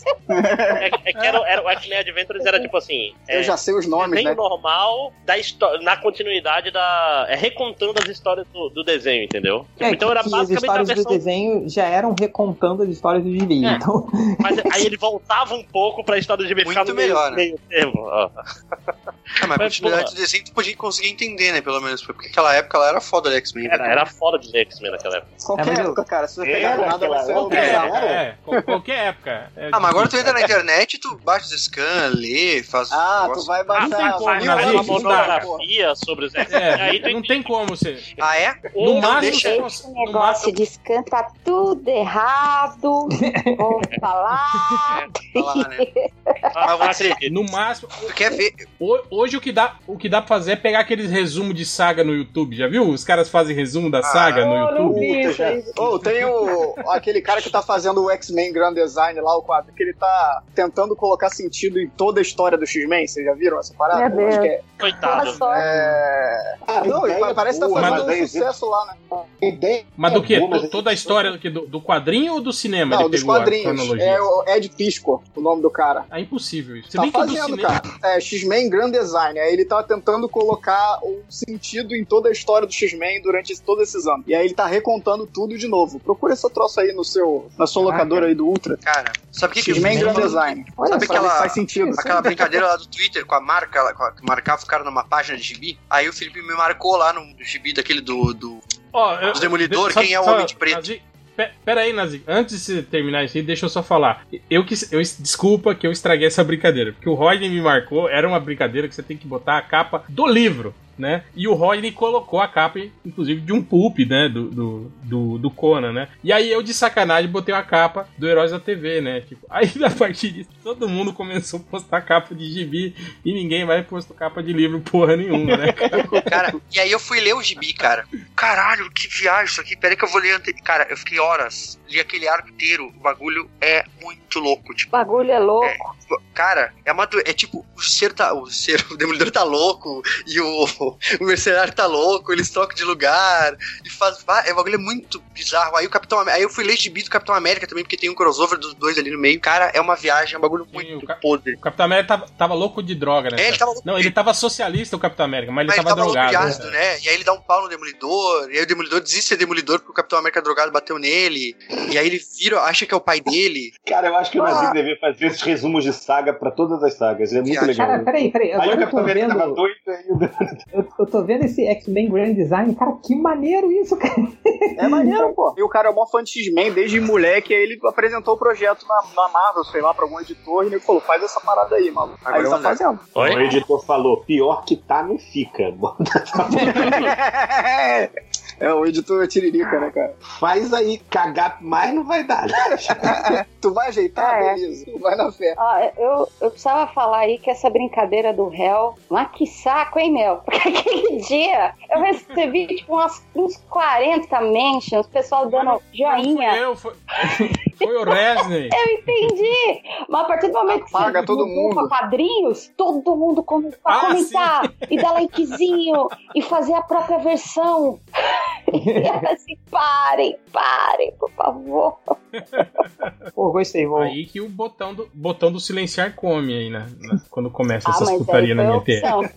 Speaker 6: É, é que era, era- o X-Men Adventures era tipo assim.
Speaker 2: Eu
Speaker 6: é,
Speaker 2: já sei os nomes,
Speaker 6: Bem
Speaker 2: né?
Speaker 6: normal da histó- na continuidade da. É recontando as histórias do, do desenho, entendeu?
Speaker 3: É,
Speaker 6: então era
Speaker 3: que as
Speaker 6: basicamente a
Speaker 3: histórias do
Speaker 6: versão.
Speaker 3: desenho já eram recontando as histórias do gibi.
Speaker 6: É.
Speaker 3: Então,
Speaker 6: Mas aí ele voltava um pouco pra história de
Speaker 7: Muito
Speaker 6: ficar no meio,
Speaker 7: melhor, né?
Speaker 6: meio termo. ó.
Speaker 7: Ah, mas a
Speaker 6: Mas,
Speaker 7: continuidade
Speaker 6: porra.
Speaker 7: do desenho tu podia conseguir entender, né? Pelo menos. Porque aquela época ela era foda do X-Men. né,
Speaker 6: Era,
Speaker 7: cara?
Speaker 6: era foda de X-Men naquela época.
Speaker 3: É,
Speaker 2: Qualquer
Speaker 3: mas eu-
Speaker 2: época, cara. Se você
Speaker 5: Era,
Speaker 2: pegar do nada, vai
Speaker 5: cara,
Speaker 2: ser um
Speaker 5: qualquer
Speaker 2: bizarro.
Speaker 5: época.
Speaker 1: É, qual- qualquer época. É
Speaker 7: Ah, mas agora tu
Speaker 1: difícil.
Speaker 7: entra na internet, tu baixa os scans, lê, faz.
Speaker 2: Ah, tu
Speaker 7: negócio.
Speaker 2: vai
Speaker 1: não tem
Speaker 2: baixar.
Speaker 1: como,
Speaker 2: vai
Speaker 1: Não,
Speaker 6: Faz
Speaker 2: baixar
Speaker 1: não,
Speaker 6: uma
Speaker 2: uma
Speaker 1: gente, não dá, cara.
Speaker 2: porra.
Speaker 6: monografia sobre os X-Men. aí
Speaker 1: É,
Speaker 6: tu
Speaker 1: não tem como você.
Speaker 7: Ah, é?
Speaker 1: No
Speaker 6: Ou-
Speaker 1: máximo, você
Speaker 7: deixa-
Speaker 4: Esse
Speaker 1: consegue. no
Speaker 4: negócio
Speaker 1: máximo-
Speaker 4: de scan tá tudo errado. Vou falar.
Speaker 7: Falar, né?
Speaker 6: Ah, não acredito.
Speaker 1: No máximo,
Speaker 7: Tu quer ver?
Speaker 1: ho- hoje o que dá, o que dá pra fazer é pegar aqueles resumos de saga no YouTube, já viu? Os caras fazem resumo
Speaker 7: Ah.
Speaker 1: da saga no YouTube.
Speaker 2: Puta, já- Ô, tem o, aquele cara que tá fazendo o X-Men Grand Design lá, o quadro, que ele tá tentando colocar sentido em toda a história do X-Men. Vocês já viram essa parada?
Speaker 4: Meu Deus.
Speaker 2: Acho que é-
Speaker 4: Olha
Speaker 1: Tá
Speaker 6: Coitado.
Speaker 4: só.
Speaker 2: é...
Speaker 5: Ah,
Speaker 2: Não,
Speaker 5: ideia
Speaker 2: e parece que tá
Speaker 5: boa,
Speaker 2: fazendo
Speaker 5: mas
Speaker 2: um
Speaker 5: aí-
Speaker 2: sucesso lá, né?
Speaker 5: Ideia
Speaker 1: Mas
Speaker 2: É,
Speaker 1: do que?
Speaker 5: boa, mas
Speaker 1: Toda a história do, quê? Do- do quadrinho ou do cinema?
Speaker 2: Não,
Speaker 1: ele
Speaker 2: dos
Speaker 1: pegou a
Speaker 2: quadrinhos.
Speaker 1: cronologia?
Speaker 2: É o Ed Pisco, o nome do cara.
Speaker 1: Ah, impossível isso. Se
Speaker 2: tá
Speaker 1: bem que o do
Speaker 2: fazendo,
Speaker 1: cinema.
Speaker 2: cara. É, X-Men Grand Design. Aí ele tá tentando colocar um sentido em toda a história do X-Men durante esse- todos esses anos. E aí ele tá recontando tudo de novo. Procura esse troço aí no seu, na sua
Speaker 3: Caraca.
Speaker 2: locadora aí do Ultra.
Speaker 7: Cara, sabe o que que
Speaker 2: X-Men
Speaker 7: eu-
Speaker 2: Grand Design. Olha,
Speaker 7: Sabe
Speaker 2: Sabe
Speaker 7: aquela-
Speaker 2: faz sentido.
Speaker 7: Aquela brincadeira lá do Twitter com a marca, lá, com a- que marcava o cara numa página de gibi. Aí o Felipe me marcou lá no gibi daquele do. do...
Speaker 1: Ó, eu-
Speaker 7: Os Demolidor,
Speaker 1: de- só-
Speaker 7: quem é o
Speaker 1: só-
Speaker 7: Homem de Preto?
Speaker 1: Nazi, pe- pera aí, Nazi. Antes de você terminar isso aí, deixa eu só falar. Eu que eu desculpa que eu estraguei essa brincadeira, porque o Rodney me marcou, era uma brincadeira que você tem que botar a capa do livro. Né? E o Rodney colocou a capa, inclusive, de um pulp, né? Do, do, do, do Conan, né? E aí eu, de sacanagem, botei a capa do Heróis da TV, né? Tipo, aí, a partir disso, todo mundo começou a postar capa de gibi e ninguém vai postar capa de livro porra nenhuma, né?
Speaker 7: Cara, e aí eu fui ler o gibi, cara. Caralho, que viagem isso aqui. Pera aí que eu vou ler antes. Cara, eu fiquei horas. Li aquele arco inteiro. O bagulho é muito louco. Tipo,
Speaker 4: O bagulho é louco.
Speaker 7: cara, é uma. do- É tipo, o ser tá. O ser, o demolidor tá louco. E o, o mercenário tá louco. Eles trocam de lugar. E faz. va- É um bagulho muito bizarro. Aí o Capitão Am- Aí eu fui ler gibi do Capitão América também, porque tem um crossover dos dois ali no meio. Cara, é uma viagem, é um bagulho
Speaker 1: Sim, o
Speaker 7: muito
Speaker 1: Cap-
Speaker 7: podre.
Speaker 1: O Capitão América tava, tava louco de droga, né?
Speaker 7: É, ele tava louco
Speaker 1: Não, ele tava socialista, o Capitão América, mas ele
Speaker 7: Mas
Speaker 1: tava, drogado. é.
Speaker 7: louco de ácido, né? E aí ele dá um pau no Demolidor, e aí o Demolidor desiste de ser Demolidor porque o Capitão América drogado bateu nele, e aí ele vira, acha que é o pai dele.
Speaker 5: Cara, eu acho que o Nazi
Speaker 4: Ah.
Speaker 5: devia fazer esses resumos de saga pra todas as sagas. É muito
Speaker 7: Viagem.
Speaker 5: legal.
Speaker 3: cara,
Speaker 5: né?
Speaker 3: peraí, peraí.
Speaker 5: Aí
Speaker 3: Agora
Speaker 5: o
Speaker 3: eu
Speaker 5: Capitão
Speaker 3: tô
Speaker 5: América tava
Speaker 3: vendo.
Speaker 5: doido e o
Speaker 3: Eu, eu tô vendo esse X-Men Grand Design, cara, que maneiro isso, cara.
Speaker 2: É maneiro, pô. E o cara é mó fã de X-Men desde moleque. Aí ele apresentou o projeto na, na Marvel, sei lá, pra algum editor. E ele falou: faz essa parada aí, mano.
Speaker 7: Agora é
Speaker 2: Aí
Speaker 7: um
Speaker 2: ele tá
Speaker 7: eu
Speaker 2: fazendo.
Speaker 7: vou
Speaker 6: Oi?
Speaker 5: O editor falou: pior que tá, não fica.
Speaker 2: é, o editor é tiririca, né, cara?
Speaker 5: Faz aí, cagar mais não vai dar.
Speaker 2: Tu vai ajeitar,
Speaker 4: Ah, é.
Speaker 2: beleza. Tu vai na fé.
Speaker 4: Ó, Ah, eu, eu precisava falar aí que essa brincadeira do réu, mas que saco, hein, meu? Porque aquele dia eu recebi tipo umas, uns 40 mentions, o pessoal dando
Speaker 1: Não fui
Speaker 4: joinha.
Speaker 1: eu, foi, foi o Resney.
Speaker 4: Eu entendi! Mas a partir do momento que
Speaker 2: Apaga
Speaker 4: você
Speaker 2: todo
Speaker 4: divulgou
Speaker 2: mundo.
Speaker 4: pra quadrinhos, todo mundo começou a
Speaker 1: Ah,
Speaker 4: comentar e dar likezinho e fazer a própria versão. E era assim, parem, parem, por favor.
Speaker 3: Pô, gostei, vou.
Speaker 1: Aí que o botão do, botão do silenciar come aí, né? né, Quando começa
Speaker 4: Ah,
Speaker 1: essas
Speaker 4: mas aí
Speaker 1: putarias
Speaker 4: foi
Speaker 1: na
Speaker 4: a
Speaker 1: minha TV.
Speaker 4: opção.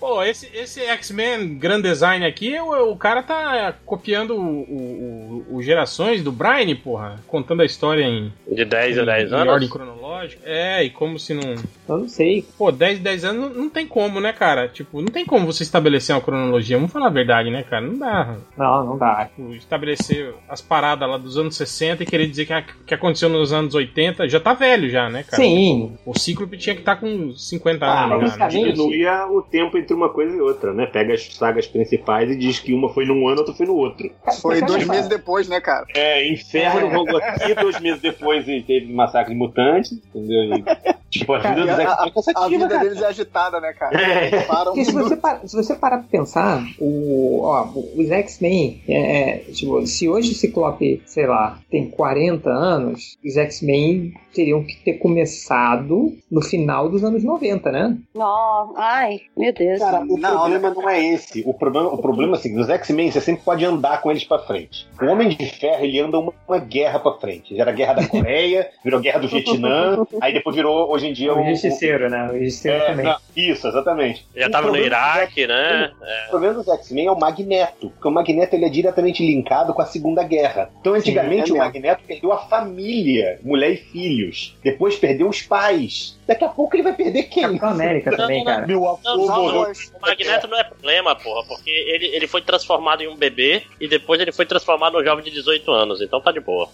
Speaker 1: Pô, esse, esse X-Men Grand Design aqui, o, o cara tá copiando o, o- o- o Gerações do Brian, porra. Contando a história em,
Speaker 6: De 10 a 10
Speaker 1: em ordem
Speaker 6: anos.
Speaker 1: cronológica. É, e como se não...
Speaker 3: Eu não sei.
Speaker 1: Pô, 10, 10 anos não- não tem como, né, cara? Tipo, não tem como você estabelecer uma cronologia. Vamos falar a verdade, né, cara? Não dá.
Speaker 3: Não, não dá.
Speaker 1: Tipo, estabelecer as paradas lá dos anos 60 e querer dizer que, a- que aconteceu nos anos 80 já tá velho, já, né, cara?
Speaker 3: Sim.
Speaker 1: O Cíclope tinha que estar com 50
Speaker 3: Ah,
Speaker 1: anos,
Speaker 3: mas
Speaker 1: já, né?
Speaker 3: também-
Speaker 5: Diminuía o tempo entre uma coisa e outra, né? Pega as sagas principais e diz que uma foi num ano, outra foi no outro.
Speaker 2: Foi
Speaker 3: Cara,
Speaker 2: dois
Speaker 3: cara,
Speaker 2: meses depois, né, cara?
Speaker 5: É, Inferno rolou aqui, dois meses depois e teve Massacre de Mutantes, entendeu? E Tipo, a vida
Speaker 2: E
Speaker 5: dos
Speaker 2: a, a-
Speaker 5: X-Men é
Speaker 2: a
Speaker 5: cansativa,
Speaker 2: vida
Speaker 5: cara.
Speaker 2: deles é agitada, né, cara?
Speaker 5: É.
Speaker 2: Param
Speaker 3: Porque se você, parar, se você parar pra pensar, o, ó, os X-Men, é, é, tipo, se hoje o Ciclope, sei lá, tem 40 anos, os X-Men teriam que ter começado no final dos anos 90, né?
Speaker 4: Nossa, ai, meu Deus.
Speaker 5: Cara, o
Speaker 2: Não,
Speaker 5: problema não é esse. O problema, o problema é o seguinte: os X-Men você sempre pode andar com eles pra frente. O Homem de Ferro ele anda uma, uma guerra pra frente. Já era a guerra da Coreia, virou a guerra do Vietnã, aí depois virou hoje em dia o.
Speaker 3: É o Justiceiro, né? O Justiceiro
Speaker 5: É,
Speaker 3: também.
Speaker 5: não, isso, exatamente.
Speaker 6: Já
Speaker 5: O
Speaker 6: tava no
Speaker 5: problema-
Speaker 6: Iraque, né?
Speaker 5: O problema dos X-Men é o Magneto, porque o Magneto ele é diretamente linkado com a Segunda Guerra. Então, antigamente,
Speaker 2: Sim, é mesmo.
Speaker 5: o Magneto perdeu a família, mulher e filhos. Depois perdeu os pais. Daqui a pouco ele vai perder quem?
Speaker 3: É Capitão América também, cara.
Speaker 5: Meu
Speaker 6: Não,
Speaker 5: avô
Speaker 6: não,
Speaker 2: Os
Speaker 5: morreu.
Speaker 2: avós.
Speaker 6: O Magneto não é problema, porra, porque ele, ele foi transformado em um bebê e depois ele foi transformado num jovem de 18 anos, então tá de boa.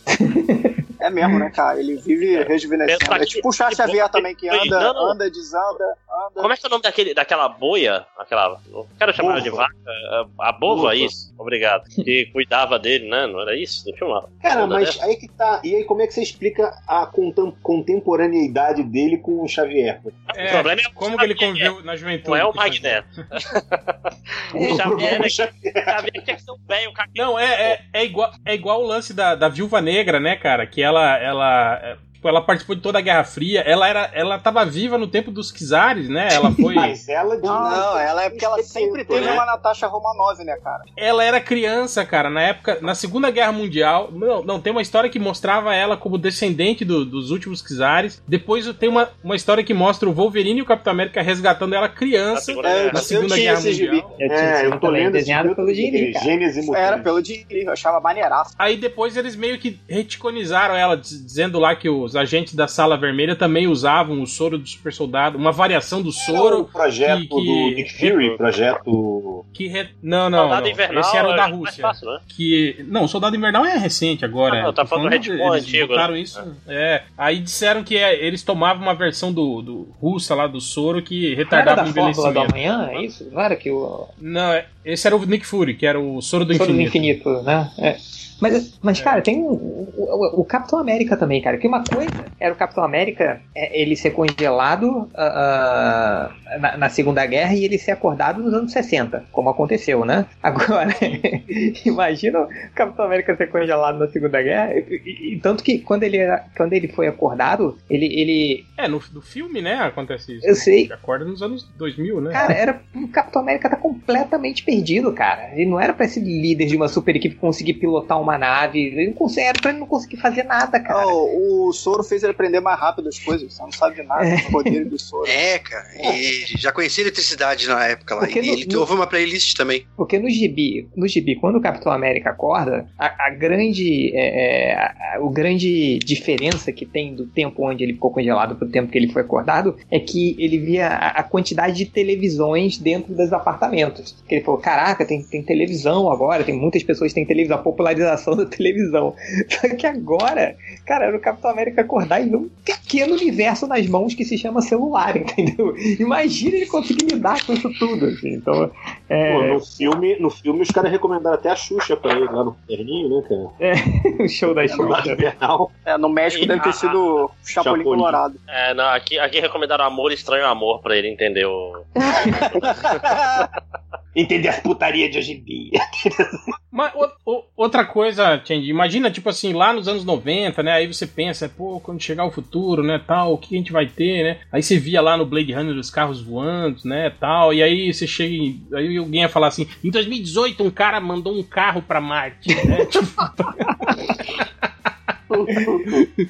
Speaker 2: É mesmo, né, cara? Ele vive
Speaker 6: Pensa
Speaker 2: rejuvenescendo. É
Speaker 6: que-
Speaker 2: tipo o Chá
Speaker 6: que
Speaker 2: Xavier
Speaker 6: bom que
Speaker 2: também, que
Speaker 6: ele
Speaker 2: anda,
Speaker 6: foi. Não, não.
Speaker 2: anda, desanda, anda.
Speaker 6: Como é que é o nome daquele, daquela boia? Aquela. Não quero chamar ela de
Speaker 5: Bova.
Speaker 6: vaca. é, A a bova,
Speaker 5: Bova.
Speaker 6: isso. Obrigado. Que cuidava dele, né? Não era isso? Não tinha uma.
Speaker 5: Cara,
Speaker 6: Onda
Speaker 5: mas
Speaker 6: dessa?
Speaker 5: aí que tá. E aí, como é que você explica a contem- contemporaneidade dele com o Xavier?
Speaker 1: É,
Speaker 6: o problema é o
Speaker 1: Como que ele
Speaker 6: Xavier,
Speaker 1: conviveu na juventude?
Speaker 6: Não é o
Speaker 1: que fazia?
Speaker 6: Magneto. o Xavier,
Speaker 5: é
Speaker 6: né? Xavier tinha que ser um velho, cara.
Speaker 1: Não, é, é, é igual, é igual o lance da, da Viúva Negra, né, cara? Que ela, ela, é, tipo, ela participou de toda a Guerra Fria. Ela era, ela tava viva no tempo dos Kizares, né? Ela foi,
Speaker 5: Mas ela diz.
Speaker 2: Não, ela é porque ela sempre teve
Speaker 5: né?
Speaker 2: uma Natasha Romanov, né, cara?
Speaker 1: ela era criança, cara. Na época, na Segunda Guerra Mundial, não, não tem uma história que mostrava ela como descendente do- dos últimos Kizares. Depois tem uma, uma história que mostra o Wolverine e o Capitão América resgatando ela
Speaker 6: Na
Speaker 1: criança
Speaker 6: segunda
Speaker 2: É,
Speaker 6: guerra.
Speaker 1: na Segunda
Speaker 2: tinha
Speaker 1: Guerra
Speaker 2: esse gibi.
Speaker 1: Mundial.
Speaker 3: Eu tinha
Speaker 5: É,
Speaker 3: esse
Speaker 5: eu tô
Speaker 3: também,
Speaker 5: lendo
Speaker 3: desenhado pelo Jimmy, cara.
Speaker 5: Gênesis e
Speaker 2: Era
Speaker 6: né?
Speaker 5: Mutantes.
Speaker 2: pelo Dini, eu achava maneiraço.
Speaker 1: Aí depois eles meio que reticonizaram ela, diz- dizendo lá que os agentes da Sala Vermelha também usavam o soro do super soldado, uma variação do
Speaker 5: Era o
Speaker 1: soro
Speaker 5: projeto
Speaker 1: que-
Speaker 5: do
Speaker 1: que-
Speaker 5: Nick Fury, projeto.
Speaker 1: que. re- Não, não.
Speaker 6: Soldado
Speaker 1: não.
Speaker 6: Invernal
Speaker 1: Esse era o
Speaker 6: é
Speaker 1: da
Speaker 6: mais
Speaker 1: Rússia.
Speaker 6: fácil, né?
Speaker 1: Que. Não, o Soldado Invernal é recente agora.
Speaker 6: Ah, não, tá
Speaker 1: Tô
Speaker 6: falando do Red Bull
Speaker 1: eles
Speaker 6: antigo,
Speaker 1: botaram
Speaker 6: né?
Speaker 1: isso. É. Aí disseram que é, eles tomavam uma versão do, do russa lá do soro que retardava
Speaker 3: Não
Speaker 1: o
Speaker 3: era da Fórmula do
Speaker 1: envelhecimento.
Speaker 3: Amanhã, é isso? Não era que o
Speaker 1: Não, é- esse era o Nick Fury, que era o soro do
Speaker 3: Soro do
Speaker 1: infinito.
Speaker 3: Infinito, né? É. Mas, mas cara, tem um- o, o- o Capitão América também, cara. Que uma coisa era o Capitão América é, ele ser congelado ah, ah, na, na Segunda Guerra e ele ser acordado nos anos 60, como aconteceu, né? Agora, imagina o Capitão América ser congelado na Segunda Guerra. E, e- e tanto que quando ele, era- quando ele foi acordado, ele, ele,
Speaker 1: É, no, no filme, né? Acontece isso.
Speaker 3: Eu sei.
Speaker 1: Acorda nos anos 2000, né?
Speaker 3: Cara, era o Capitão América tá completamente perdido, cara. Ele não era pra esse líder de uma super equipe conseguir pilotar uma nave. Ele não consegue, era pra ele não conseguir fazer nada, cara.
Speaker 2: Oh, o soro fez ele aprender mais rápido as coisas. Você não sabe de nada do poder do soro.
Speaker 7: É, cara. E já conhecia eletricidade na época lá.
Speaker 3: Porque
Speaker 7: e
Speaker 3: no-
Speaker 7: ele
Speaker 3: no-
Speaker 7: houve uma playlist também.
Speaker 3: Porque no gibi, no gibi, quando o Capitão América acorda, a, a grande. é, é, a- a- o grande diferença que tem do tempo onde ele ficou congelado pro tempo que ele foi acordado é que ele via a, a quantidade de televisões dentro dos apartamentos. Que ele falou: caraca, tem, tem televisão agora, tem muitas pessoas que têm televisão, a popularização da televisão. Só que agora, cara, era o Capitão América acordar e ver um pequeno universo nas mãos que se chama celular, entendeu? Imagina ele conseguir lidar com isso tudo, assim. Então. É...
Speaker 5: Pô, no, filme, no filme os caras recomendaram até a Xuxa pra ele lá no terninho, né, cara?
Speaker 3: o show da
Speaker 5: Soldado
Speaker 3: Xuxa.
Speaker 5: Invernal.
Speaker 2: É, no México deve ter sido o Chapolin
Speaker 5: Chapolin.
Speaker 2: Colorado.
Speaker 6: É, não, aqui, aqui recomendaram amor, estranho amor pra ele entender o.
Speaker 5: Entender as putarias de hoje em dia.
Speaker 1: Mas o- o- outra coisa, Change, imagina, tipo assim, lá nos anos 90, né? Aí você pensa, pô, quando chegar o futuro, né, tal, o que a gente vai ter, né? Aí você via lá no Blade Runner os carros voando, né, tal, e aí você chega em, aí alguém ia falar assim, em 2018 um cara mandou um carro pra Marte, né? Tipo,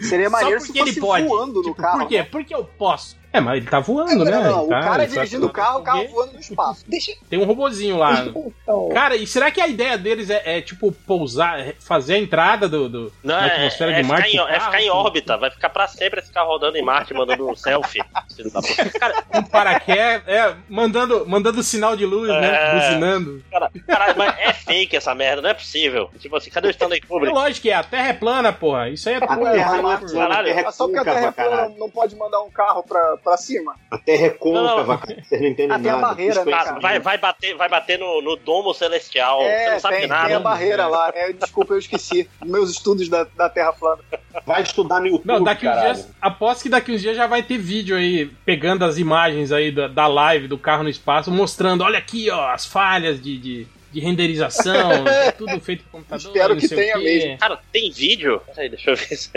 Speaker 2: Seria maneiro
Speaker 1: Só
Speaker 2: se
Speaker 1: porque
Speaker 2: fosse
Speaker 1: ele pode.
Speaker 2: voando no
Speaker 1: tipo,
Speaker 2: carro. né?
Speaker 1: por quê? Porque eu posso. É, mas ele tá voando, né?
Speaker 2: Não, não, o
Speaker 1: Ele tá-
Speaker 2: cara
Speaker 1: ele tá-
Speaker 2: dirigindo o carro, o carro
Speaker 1: Porque
Speaker 2: voando no espaço.
Speaker 3: Deixa
Speaker 1: Tem um robozinho lá.
Speaker 3: então,
Speaker 1: Cara, e será que a ideia deles é, é, tipo, pousar, é fazer a entrada do, do-
Speaker 6: Não,
Speaker 1: da
Speaker 6: é,
Speaker 1: atmosfera
Speaker 6: é
Speaker 1: de
Speaker 6: ficar
Speaker 1: Marte?
Speaker 6: em,
Speaker 1: com o
Speaker 6: é
Speaker 1: carro,
Speaker 6: ficar em
Speaker 1: com-
Speaker 6: órbita, vai ficar pra sempre esse carro rodando em Marte, mandando um selfie. filho da puta.
Speaker 1: um paraquedas, é, mandando, mandando sinal de luz, né?
Speaker 6: É.
Speaker 1: Buzinando.
Speaker 6: Cara, caralho, mas é fake essa merda, não é possível. Tipo assim, cadê o Stanley
Speaker 1: É
Speaker 6: Kubrick?
Speaker 1: lógico que é, a Terra é plana, porra. Isso aí é
Speaker 5: A
Speaker 1: tudo.
Speaker 5: Terra
Speaker 2: Marte,
Speaker 5: é plana, a Terra é
Speaker 2: Só porque a
Speaker 5: côncava,
Speaker 2: Terra é
Speaker 5: caralho.
Speaker 2: plana, não pode mandar um carro pra, pra cima.
Speaker 5: A terra é côncava, cara. Vocês não entendem
Speaker 2: Até a
Speaker 5: nada.
Speaker 2: barreira,
Speaker 5: Isso
Speaker 2: né,
Speaker 5: é
Speaker 6: Ah,
Speaker 2: cara?
Speaker 6: vai, vai bater, vai bater no, no domo celestial. Você
Speaker 2: É,
Speaker 6: não sabe
Speaker 2: tem,
Speaker 6: de nada. né?
Speaker 2: tem a barreira lá. É, desculpa, eu esqueci. Meus estudos da, da Terra plana.
Speaker 5: Vai estudar no YouTube,
Speaker 1: Não, daqui uns
Speaker 5: caralho.
Speaker 1: dias. Aposto que daqui uns dias já vai ter vídeo aí, pegando as imagens aí da, da live do carro no espaço, mostrando, olha aqui, ó, as falhas de, de, de renderização, tudo feito por computador.
Speaker 2: Espero
Speaker 1: não
Speaker 2: que
Speaker 1: sei o
Speaker 2: tenha
Speaker 1: quê.
Speaker 2: mesmo.
Speaker 6: Cara, tem vídeo? Peraí, deixa eu ver se.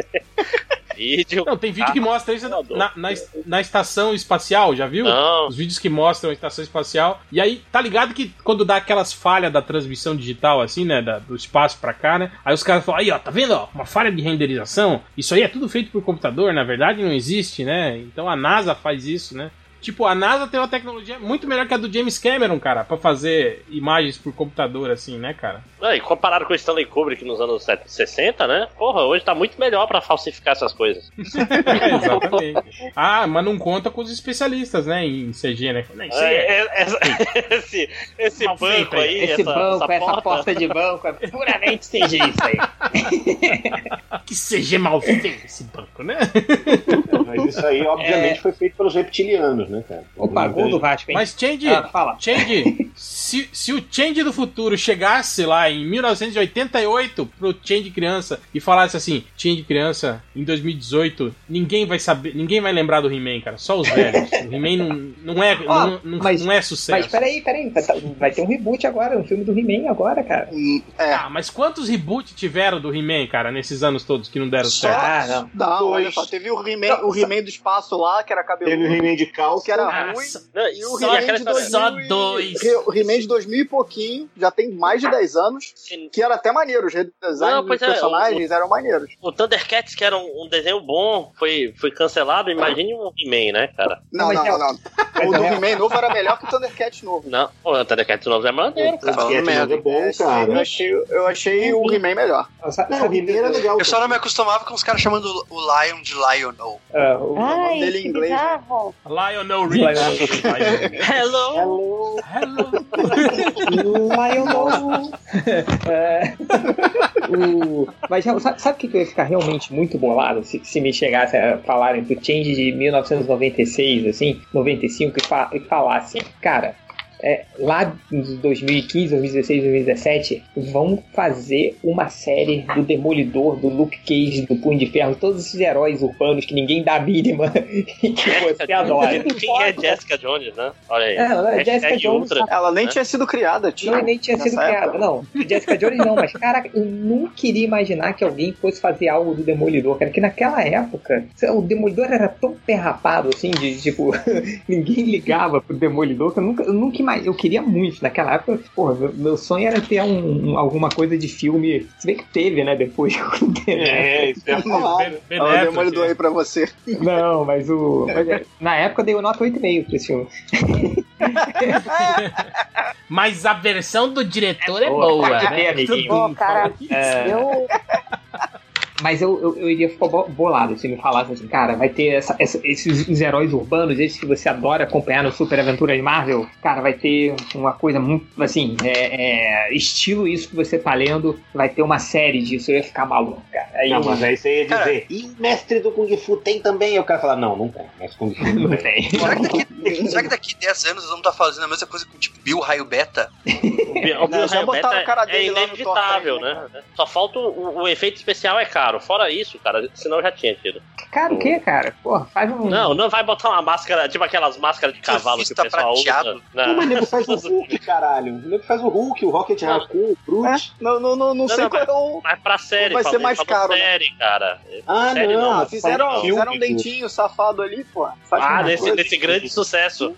Speaker 6: vídeo.
Speaker 1: Não, tem
Speaker 2: Ah,
Speaker 1: vídeo que mostra isso na, na, na es- na estação espacial, já viu?
Speaker 6: Não.
Speaker 1: Os vídeos que mostram a estação espacial. E aí, tá ligado que quando dá aquelas falhas da transmissão digital, assim, né? da- do espaço pra cá, né? Aí os caras falam, aí, ó, tá vendo, ó? Uma falha de renderização. Isso aí é tudo feito por computador, na verdade não existe, né? Então a NASA faz isso, né? Tipo, a NASA tem uma tecnologia muito melhor que a do James Cameron, cara, pra fazer imagens por computador, assim, né, cara?
Speaker 6: Não, e comparado com o Stanley Kubrick nos anos 70, 60, né? Porra, hoje tá muito melhor pra falsificar essas coisas.
Speaker 1: É, exatamente. Ah, mas não conta com os especialistas, né, em CG, né? Não, isso aí é-
Speaker 6: É, é, essa- esse esse
Speaker 1: Mal feito
Speaker 6: banco
Speaker 1: aí.
Speaker 6: aí,
Speaker 3: Esse
Speaker 6: essa,
Speaker 3: banco,
Speaker 6: essa porta.
Speaker 3: de banco, é puramente sem jeito isso aí.
Speaker 1: Que CG mal feito esse banco, né?
Speaker 5: Mas isso aí, obviamente, foi feito pelos reptilianos, né, cara?
Speaker 3: Opa, gol do Vasco, hein?
Speaker 1: Mas Change,
Speaker 3: Ah, fala.
Speaker 1: Change, se, se o Change do futuro chegasse lá em 1988 pro Change criança e falasse assim, Change criança, em 2018, ninguém vai saber, ninguém vai lembrar do He-Man, cara, só os velhos. O He-Man não, não, é,
Speaker 3: Ó,
Speaker 1: não, não,
Speaker 3: Ah, mas-
Speaker 1: não é sucesso.
Speaker 3: Mas peraí, peraí, vai tá- vai ter um reboot agora, um filme do He-Man agora, cara.
Speaker 2: Hum, É.
Speaker 1: Ah, mas quantos reboot tiveram do He-Man, cara, nesses anos todos que não deram
Speaker 2: Só-
Speaker 1: certo?
Speaker 3: Ah, não.
Speaker 2: Não, olha
Speaker 5: Dois.
Speaker 2: só. Teve o He-Man o He-Man do espaço lá, que era
Speaker 5: Teve o
Speaker 2: cabeludo,
Speaker 5: He-Man de
Speaker 2: que
Speaker 5: calça.
Speaker 2: era
Speaker 1: Ah,
Speaker 2: ruim.
Speaker 6: Não,
Speaker 2: E o
Speaker 6: só
Speaker 2: He-Man
Speaker 6: aquela
Speaker 2: de
Speaker 6: história.
Speaker 2: 2000
Speaker 1: Só
Speaker 2: e-
Speaker 1: dois.
Speaker 2: Re- O He-Man de 2000 e pouquinho, já tem mais de 10 anos,
Speaker 6: assim,
Speaker 2: que era até maneiro. Os redesigns
Speaker 6: Não,
Speaker 2: dos
Speaker 6: pois é,
Speaker 2: personagens eram maneiros.
Speaker 6: O Thundercats, que era um, um desenho bom, foi, foi cancelado. Imagine um He-Man, né, cara?
Speaker 2: Não,
Speaker 3: Mas
Speaker 2: não,
Speaker 3: é-
Speaker 2: não. O do He-Man novo era melhor que o Thundercat novo.
Speaker 6: Não, o Thundercats novo é maneiro,
Speaker 5: O
Speaker 6: cara.
Speaker 5: basquete
Speaker 7: merda.
Speaker 5: é bom,
Speaker 2: Eu
Speaker 5: cara.
Speaker 2: achei, eu achei o He-Man melhor.
Speaker 3: Sa-
Speaker 5: Não, o
Speaker 3: sabe-
Speaker 5: He-Man era legal.
Speaker 7: Eu só não me acostumava com os caras chamando o Lion de Lionel.
Speaker 3: Ah, o-
Speaker 2: nome
Speaker 4: Ai,
Speaker 2: dele em
Speaker 4: que
Speaker 2: inglês, né?
Speaker 4: bizarro.
Speaker 1: Lionel Rich.
Speaker 6: Hello!
Speaker 5: Hello.
Speaker 1: Hello.
Speaker 3: Lionel. É. O- Mas sabe, sabe o que que eu ia ficar realmente muito bolado se, se me chegasse a falarem do Change de 1996, assim, 95, e, fa e falasse, cara, é, lá em 2015, 2016, 2017, vão fazer uma série do Demolidor, do Luke Cage, do Punho de Ferro, todos esses heróis urbanos que ninguém dá a mínima e que você adora.
Speaker 6: Quem é Jessica Jones, né? Olha aí.
Speaker 3: É, Jessica
Speaker 6: Hashtag
Speaker 3: Jones
Speaker 6: Ultra.
Speaker 2: Ela nem
Speaker 6: Hã?
Speaker 2: tinha sido criada, tinha.
Speaker 3: Não, nem tinha
Speaker 2: nessa
Speaker 3: sido
Speaker 2: época.
Speaker 3: criada, não. Jessica Jones não, mas caraca, eu nunca iria imaginar que alguém fosse fazer algo do Demolidor, cara. Que naquela época, sei lá, o Demolidor era tão perrapado assim, de tipo, ninguém ligava pro Demolidor, que eu nunca, eu nunca ima- Eu queria muito naquela época, porra, meu, meu sonho era ter um, um- alguma coisa de filme. Se bem que teve, né, depois.
Speaker 5: É, isso é
Speaker 2: Olha
Speaker 1: Ben- Ben
Speaker 2: o
Speaker 1: Affleck.
Speaker 2: demolidor aí pra você.
Speaker 3: Não, mas o. mas é, na época eu dei nota 8,5 pra esse filme.
Speaker 1: Mas a versão do diretor é
Speaker 3: Boa,
Speaker 1: boa,
Speaker 3: pode
Speaker 1: né?
Speaker 3: ver, amiguinho.
Speaker 1: Tudo bom,
Speaker 4: Cara,
Speaker 3: É.
Speaker 4: eu
Speaker 3: Mas eu, eu, eu iria ficar bo- bolado se me falasse assim, cara, vai ter essa- essa- esses os heróis urbanos, esses que você adora acompanhar no Super Aventuras Marvel, cara, vai ter uma coisa muito, assim, é, é, estilo isso que você tá lendo, vai ter uma série disso, eu ia ficar maluco, cara. Aí
Speaker 5: Não,
Speaker 3: eu
Speaker 5: mas aí você ia dizer, e o mestre do Kung Fu tem também? Aí o cara fala, não, não tem, mas Kung Fu
Speaker 3: não
Speaker 5: tem.
Speaker 3: tem.
Speaker 7: Será que, daqui, será que daqui 10 anos eles vão estar fazendo a mesma coisa com tipo Bill Raio Beta?
Speaker 6: O Bill
Speaker 2: já
Speaker 6: Raio
Speaker 2: botaram
Speaker 6: Beta
Speaker 2: o cara
Speaker 6: é
Speaker 2: dele lá no
Speaker 6: inevitável,
Speaker 2: Thor três,
Speaker 6: né? Só falta o, o efeito especial é caro. Fora isso, cara, senão já tinha tido.
Speaker 3: Cara, o que, cara? Porra, faz um.
Speaker 6: Não, não vai botar uma máscara, tipo aquelas máscaras de cavalo que o
Speaker 7: Surfista
Speaker 6: pessoal
Speaker 7: prateado.
Speaker 6: usa. Não,
Speaker 5: Não,
Speaker 2: é?
Speaker 5: mas o nego faz o Hulk, caralho. O nego faz o Hulk, o Rocket Raccoon, o Brute.
Speaker 2: É, Não, não, não, não sei
Speaker 6: não,
Speaker 2: qual é o.
Speaker 6: Mas pra série,
Speaker 2: Vai ser
Speaker 6: falando-
Speaker 2: mais
Speaker 6: falando
Speaker 2: caro, né?
Speaker 6: série, cara.
Speaker 5: Ah,
Speaker 6: sério,
Speaker 5: não.
Speaker 6: não.
Speaker 5: mas faz
Speaker 2: Fizeram,
Speaker 5: filme,
Speaker 2: fizeram um
Speaker 5: pô.
Speaker 2: dentinho safado ali, pô. Faz
Speaker 6: Ah,
Speaker 2: uma
Speaker 6: desse,
Speaker 2: coisa.
Speaker 6: desse grande sucesso.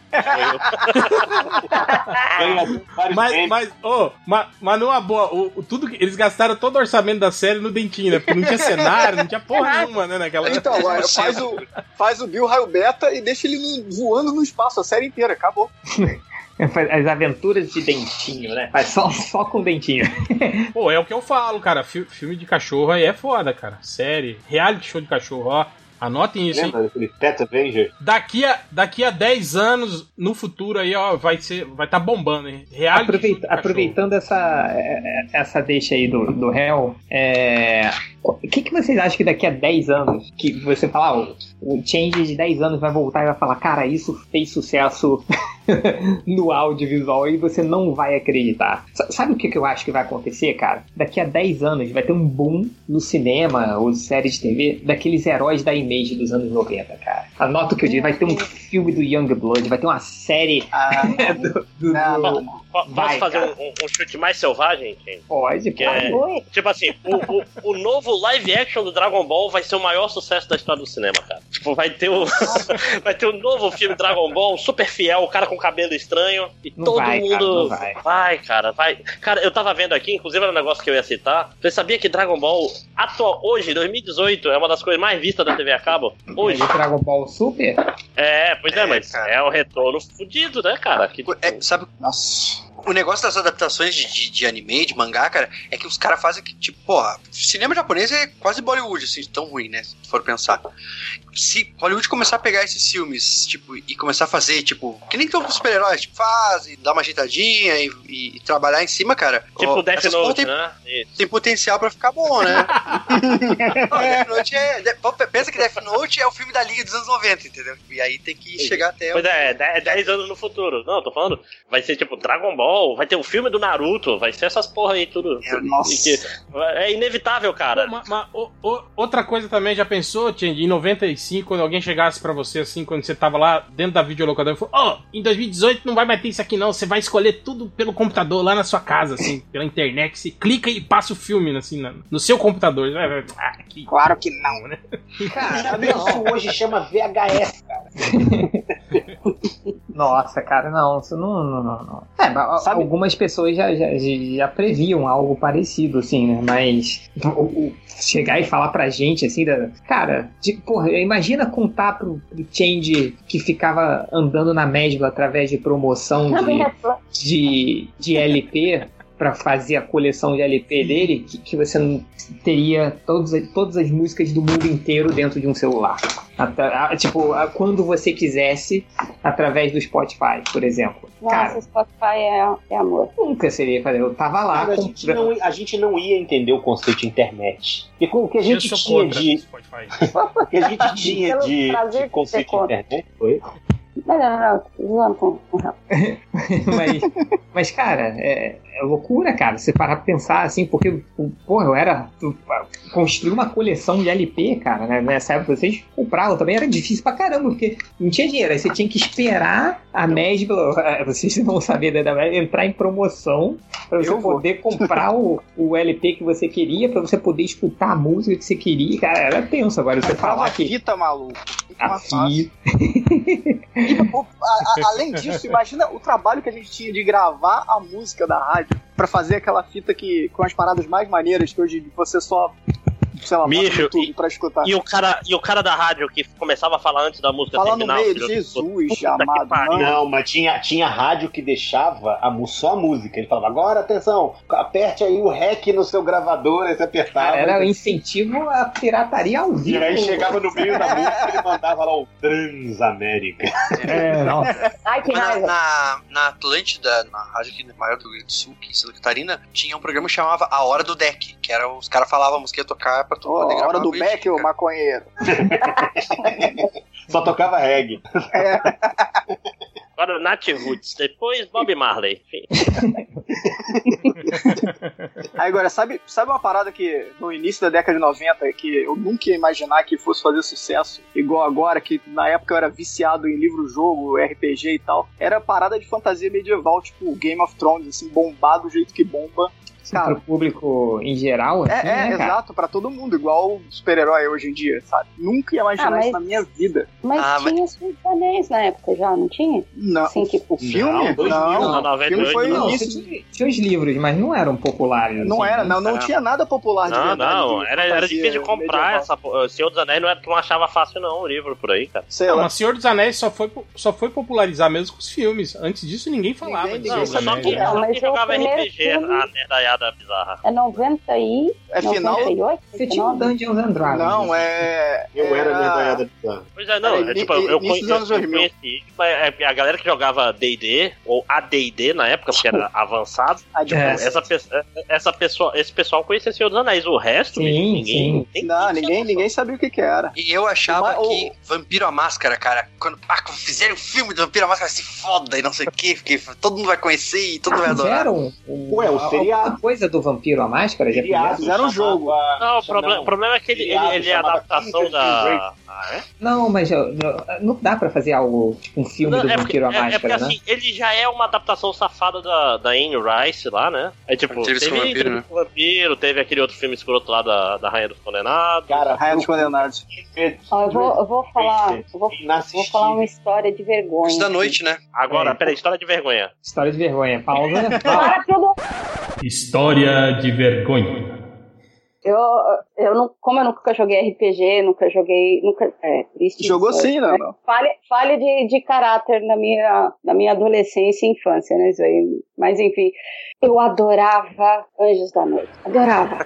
Speaker 5: Ganha vários
Speaker 1: Mas,
Speaker 5: prêmios.
Speaker 1: mas, ô, ma- mas numa boa, o, o tudo que- eles gastaram todo o orçamento da série no dentinho, né? Porque não tinha cenário, não tinha porra nenhuma, né? Naquela
Speaker 2: Então, agora, faz o, faz o Bill Raio Beta e deixa ele no- voando no espaço a série inteira, acabou.
Speaker 3: Faz As aventuras de dentinho, né? Faz só, só com dentinho.
Speaker 1: Pô, é o que eu falo, cara. fi- filme de cachorro aí é foda, cara. Série, reality show de cachorro, ó. Anotem isso, hein?
Speaker 5: Lembra daquele Pet Avenger?
Speaker 1: Daqui a, daqui a 10 anos, no futuro aí, ó, vai ser. Vai tá bombando, hein? Reality show de
Speaker 3: Aproveita-
Speaker 1: cachorro.
Speaker 3: aproveitando essa, é, é, essa deixa aí do, do réu, é, o que, que vocês acham que daqui a 10 anos, que você falar, "Ah, o, o Change de 10 anos vai voltar e vai falar, cara, isso fez sucesso no audiovisual e você não vai acreditar. Sa- Sabe o que, que eu acho que vai acontecer, cara? Daqui a 10 anos vai ter um boom no cinema ou série de TV daqueles heróis da Image dos anos 90, cara. Anota o que eu digo, vai ter um filme do Young Blood, vai ter uma série
Speaker 2: Uhum. Ah,
Speaker 3: do- do-
Speaker 2: Não,
Speaker 3: do,
Speaker 6: Po- Posso
Speaker 3: Vai,
Speaker 6: fazer
Speaker 3: cara.
Speaker 6: um, um- um chute mais selvagem, gente?
Speaker 3: Pode,
Speaker 6: Que
Speaker 3: pode.
Speaker 6: é-
Speaker 4: Oi?
Speaker 6: Tipo assim, o, o- o novo live action do Dragon Ball vai ser o maior sucesso da história do cinema, cara. Tipo, vai ter o, vai ter o novo filme Dragon Ball, super fiel, o cara com cabelo estranho, e
Speaker 3: Não
Speaker 6: todo
Speaker 3: vai, cara,
Speaker 6: mundo.
Speaker 3: não vai.
Speaker 6: Vai, cara, vai. Cara, eu tava vendo aqui, inclusive era um negócio que eu ia citar. Você sabia que Dragon Ball, atual, hoje, 2018, é uma das coisas mais vistas da TV a cabo?
Speaker 3: Mas
Speaker 6: Hoje.
Speaker 3: o Dragon Ball Super?
Speaker 6: É, pois é,
Speaker 7: É,
Speaker 6: mas
Speaker 7: cara.
Speaker 6: é um retorno fudido, né, cara? Que, tipo,
Speaker 7: É, sabe,
Speaker 2: nossa.
Speaker 7: o negócio das adaptações de, de, de anime, de mangá, cara, é que os caras fazem que, tipo, porra, cinema japonês é quase Bollywood, assim, de tão ruim, né? Se for pensar. Se Bollywood começar a pegar esses filmes, tipo, e começar a fazer, tipo, que nem todos os super-heróis, tipo, fazem, dá uma ajeitadinha e, e- e trabalhar em cima, cara.
Speaker 6: tipo
Speaker 7: ó,
Speaker 6: Death
Speaker 7: essas porra
Speaker 6: Note,
Speaker 7: tem,
Speaker 6: né? Isso.
Speaker 7: tem potencial pra ficar bom, né? Ó, Death Note é. de- pô, pensa que Death Note é o filme da Liga dos anos 90, entendeu? E aí tem que chegar até.
Speaker 6: Pois é, 10, anos no futuro. Não, tô falando, vai ser tipo Dragon Ball, vai ter o filme do Naruto, vai ser essas porra aí tudo.
Speaker 2: Nossa.
Speaker 6: E que- é inevitável, cara.
Speaker 1: Ma- ma- o- o- outra coisa também, já pensou, Tchend, em 95, quando alguém chegasse pra você, assim, quando você tava lá dentro da videolocadora e falou: Ó, em 2018 não vai mais ter isso aqui não, você vai escolher tudo pelo computador lá na sua casa, assim, pela internet, você clica e passa o filme, assim, na- no seu computador. Ah, ah, que-
Speaker 2: Claro que não.
Speaker 1: né?
Speaker 3: Cara,
Speaker 9: Sabe isso hoje chama VHS.
Speaker 3: Nossa, cara, não, isso não. não, não, não. É, mas
Speaker 9: Sabe-
Speaker 3: algumas pessoas já, já, já previam algo parecido, assim, né? Mas o- o- chegar e falar pra gente, assim, da, cara, de, porra, imagina contar pro, pro Change que ficava andando na mesma através de promoção de, de, de LP pra fazer a coleção de LP dele, que, que você não teria todos, todas as músicas do mundo inteiro dentro de um celular. Atra- a- tipo, a- quando você quisesse, através do Spotify, por exemplo. Cara,
Speaker 4: Nossa, Spotify é, é amor.
Speaker 3: nunca seria fazer. Eu tava lá.
Speaker 5: Cara, a,
Speaker 3: com-
Speaker 5: gente não, a gente não ia entender o conceito de internet. E com o que a gente
Speaker 1: Eu sou
Speaker 5: tinha
Speaker 1: contra
Speaker 5: de.
Speaker 1: Spotify.
Speaker 5: O que a gente tinha
Speaker 4: Pelo
Speaker 5: de,
Speaker 4: prazer
Speaker 5: de
Speaker 4: de ser
Speaker 5: conceito de
Speaker 4: contra.
Speaker 5: internet foi.
Speaker 4: Não, não, não, tô zoando com- com o Hel.
Speaker 3: mas, mas, cara, é, é loucura, cara, você parar pra pensar assim, porque, porra, eu era. eu construí uma coleção de LP, cara, né? Nessa época vocês compravam também, era difícil pra caramba, porque não tinha dinheiro, aí você tinha que esperar a Mesbla, eh, vocês não sabiam né, da Mesbla, entrar em promoção pra você
Speaker 2: Eu vou.
Speaker 3: poder comprar o, o LP que você queria, pra você poder escutar a música que você queria, cara, era tenso agora você
Speaker 2: Comprava
Speaker 3: falar que.
Speaker 2: fita, maluco. Fica
Speaker 3: A
Speaker 2: mais fácil.
Speaker 3: fita,
Speaker 2: E, pô, a- a- além disso, imagina o trabalho que a gente tinha de gravar a música da rádio pra fazer aquela fita que com as paradas mais maneiras que hoje você só sei lá,
Speaker 6: Bicho,
Speaker 2: bota tudo
Speaker 6: e-
Speaker 2: pra escutar.
Speaker 6: E o, cara, e o cara da rádio que começava a falar antes da música
Speaker 2: Falar no
Speaker 6: terminar.
Speaker 2: meio,
Speaker 6: filho, tipo,
Speaker 2: Jesus,
Speaker 6: puta que
Speaker 2: amado.
Speaker 6: pariu.
Speaker 2: mano.
Speaker 5: Não, mas tinha, tinha rádio que deixava a, mu- só a música. Ele falava, agora atenção, aperte aí o REC no seu gravador, aí você apertava.
Speaker 3: cara, era um incentivo à pirataria ao
Speaker 5: E
Speaker 3: vivo.
Speaker 5: aí chegava no meio da música ele mandava lá o Transamérica.
Speaker 3: É, não.
Speaker 4: Ai,
Speaker 2: Ah,
Speaker 4: que
Speaker 7: Mas na,
Speaker 4: raiva.
Speaker 7: na, na Atlântida, na rádio aqui maior do Rio Grande do Sul, aqui em Santa Catarina, tinha um programa que chamava A Hora do Deck, que era os caras falavam a música que ia tocar pra tu
Speaker 2: Ó,
Speaker 7: poder
Speaker 2: a
Speaker 7: gravar.
Speaker 2: hora do
Speaker 7: o vídeo,
Speaker 2: Beck, ô
Speaker 7: cara.
Speaker 2: maconheiro.
Speaker 5: Só tocava reggae.
Speaker 6: Agora Nat Roots, depois Bob Marley. Enfim,
Speaker 2: Aí agora, sabe, sabe uma parada que no início da década de 90 que eu nunca ia imaginar que fosse fazer sucesso, igual agora, que na época eu era viciado em livro-jogo, RPG e tal, era parada de fantasia medieval, tipo Game of Thrones, assim, bombado do jeito que bomba. Cara,
Speaker 3: para o público em geral, assim,
Speaker 2: É, é,
Speaker 3: né, cara?
Speaker 2: exato, pra todo mundo, igual o super-herói hoje em dia, sabe? Nunca ia imaginar
Speaker 4: Ah, mas-
Speaker 2: isso na minha vida.
Speaker 4: Mas
Speaker 7: Ah, mas-
Speaker 4: tinha os filmes anéis na época já, não tinha?
Speaker 2: Não.
Speaker 4: Assim, que
Speaker 1: Hum.
Speaker 2: O filme?
Speaker 5: dois mil,
Speaker 2: Não,
Speaker 6: na
Speaker 2: O filme
Speaker 6: 98,
Speaker 2: foi
Speaker 3: Não,
Speaker 2: no
Speaker 6: não.
Speaker 2: início.
Speaker 3: você tinha, tinha os livros, mas não eram populares.
Speaker 2: Não
Speaker 3: assim,
Speaker 2: era,
Speaker 3: né?
Speaker 2: não, não
Speaker 7: Caramba.
Speaker 2: tinha nada popular de
Speaker 6: Não,
Speaker 2: verdade.
Speaker 6: não,
Speaker 2: de
Speaker 6: era, era
Speaker 2: fantasia
Speaker 6: difícil de comprar assim.
Speaker 2: medieval.
Speaker 6: essa porra. Senhor dos Anéis não, era, não achava fácil, não, o livro por aí, cara.
Speaker 2: Sei
Speaker 1: Não,
Speaker 2: lá.
Speaker 1: mas Senhor dos Anéis só foi, po- só foi popularizar mesmo com os filmes. Antes disso, ninguém falava
Speaker 2: Ninguém-
Speaker 1: de
Speaker 2: ninguém
Speaker 1: Senhor dos
Speaker 6: Não, só
Speaker 1: Anéis,
Speaker 6: que,
Speaker 1: né?
Speaker 4: Não,
Speaker 6: só
Speaker 4: mas
Speaker 6: que
Speaker 4: é o
Speaker 6: jogava
Speaker 4: primeiro
Speaker 6: RPG,
Speaker 4: filme.
Speaker 6: a nerdaiada parada bizarra.
Speaker 4: É 90 e...
Speaker 2: É final.
Speaker 4: 98?
Speaker 3: Você tinha um
Speaker 4: 99?
Speaker 3: Dungeons and Dragons. assim.
Speaker 2: Não, é.
Speaker 5: Eu era
Speaker 2: era-
Speaker 5: medalhada bizarra.
Speaker 6: Pois é, não,
Speaker 2: Cara,
Speaker 6: é, tipo,
Speaker 2: ini-
Speaker 6: eu,
Speaker 2: início
Speaker 6: conhe-
Speaker 2: dos
Speaker 6: eu
Speaker 2: anos 2000.
Speaker 6: conheci mas, é, a galera que jogava D&D, ou AD&D na época, porque era avançado, então
Speaker 2: Ah, de-
Speaker 3: É.
Speaker 6: essa, pe- essa pessoa, esse pessoal conhecia Senhor dos Anéis, o resto,
Speaker 3: Sim,
Speaker 6: bicho, ninguém...
Speaker 3: sim.
Speaker 6: nem-
Speaker 2: Não, ninguém, ninguém sabia o que, que era.
Speaker 7: E eu achava
Speaker 2: Mas,
Speaker 7: que Vampiro à Máscara, cara, quando ah, quando fizeram o filme do Vampiro à Máscara, se foda e não sei o que, porque todo mundo vai conhecer e todo
Speaker 2: Ah,
Speaker 7: mundo vai adorar.
Speaker 3: Fizeram um,
Speaker 2: é
Speaker 5: Ué, o
Speaker 3: alguma
Speaker 5: seriado.
Speaker 3: coisa do Vampiro à Máscara? Já
Speaker 5: Criado,
Speaker 3: fizeram?
Speaker 2: Fizeram um jogo.
Speaker 5: chamava-
Speaker 6: Não, o problema, o problema é que ele, ele, ele é
Speaker 5: Chamava
Speaker 6: adaptação
Speaker 5: Kingston
Speaker 6: da... Ah, é?
Speaker 3: Não, mas eu- eu- não dá pra fazer algo, tipo um filme
Speaker 6: Não,
Speaker 3: do
Speaker 6: é porque,
Speaker 3: Vampiro à
Speaker 6: é- é porque,
Speaker 3: Máscara, né?
Speaker 6: assim, ele já é uma adaptação safada da, da Anne Rice lá, né? É tipo,
Speaker 7: Entrevista
Speaker 6: teve
Speaker 7: com o Vampiro,
Speaker 6: Entrevista com o Vampiro, teve aquele outro filme escroto lá da, da Rainha dos Condenados.
Speaker 5: Cara,
Speaker 2: Raia dos Condenados.
Speaker 4: Ó, eu vou, eu vou falar... eu Vou, vou falar um uma
Speaker 5: Inassistível. história
Speaker 4: história de vergonha.
Speaker 7: Isso
Speaker 2: um
Speaker 7: da noite, né?
Speaker 6: Agora,
Speaker 3: É.
Speaker 6: peraí, história de vergonha.
Speaker 3: História de vergonha. Pausa. né? Pausa.
Speaker 4: Para tudo!
Speaker 1: História de vergonha.
Speaker 4: Eu, eu não, como eu nunca joguei RPG, nunca joguei. Nunca, é, triste
Speaker 2: Jogou
Speaker 4: isso,
Speaker 2: sim,
Speaker 4: né?
Speaker 2: não, não.
Speaker 4: Falha, falha de, de caráter na minha, na minha adolescência e infância, né? Isso aí. Mas enfim, eu adorava Anjos da Noite. Adorava.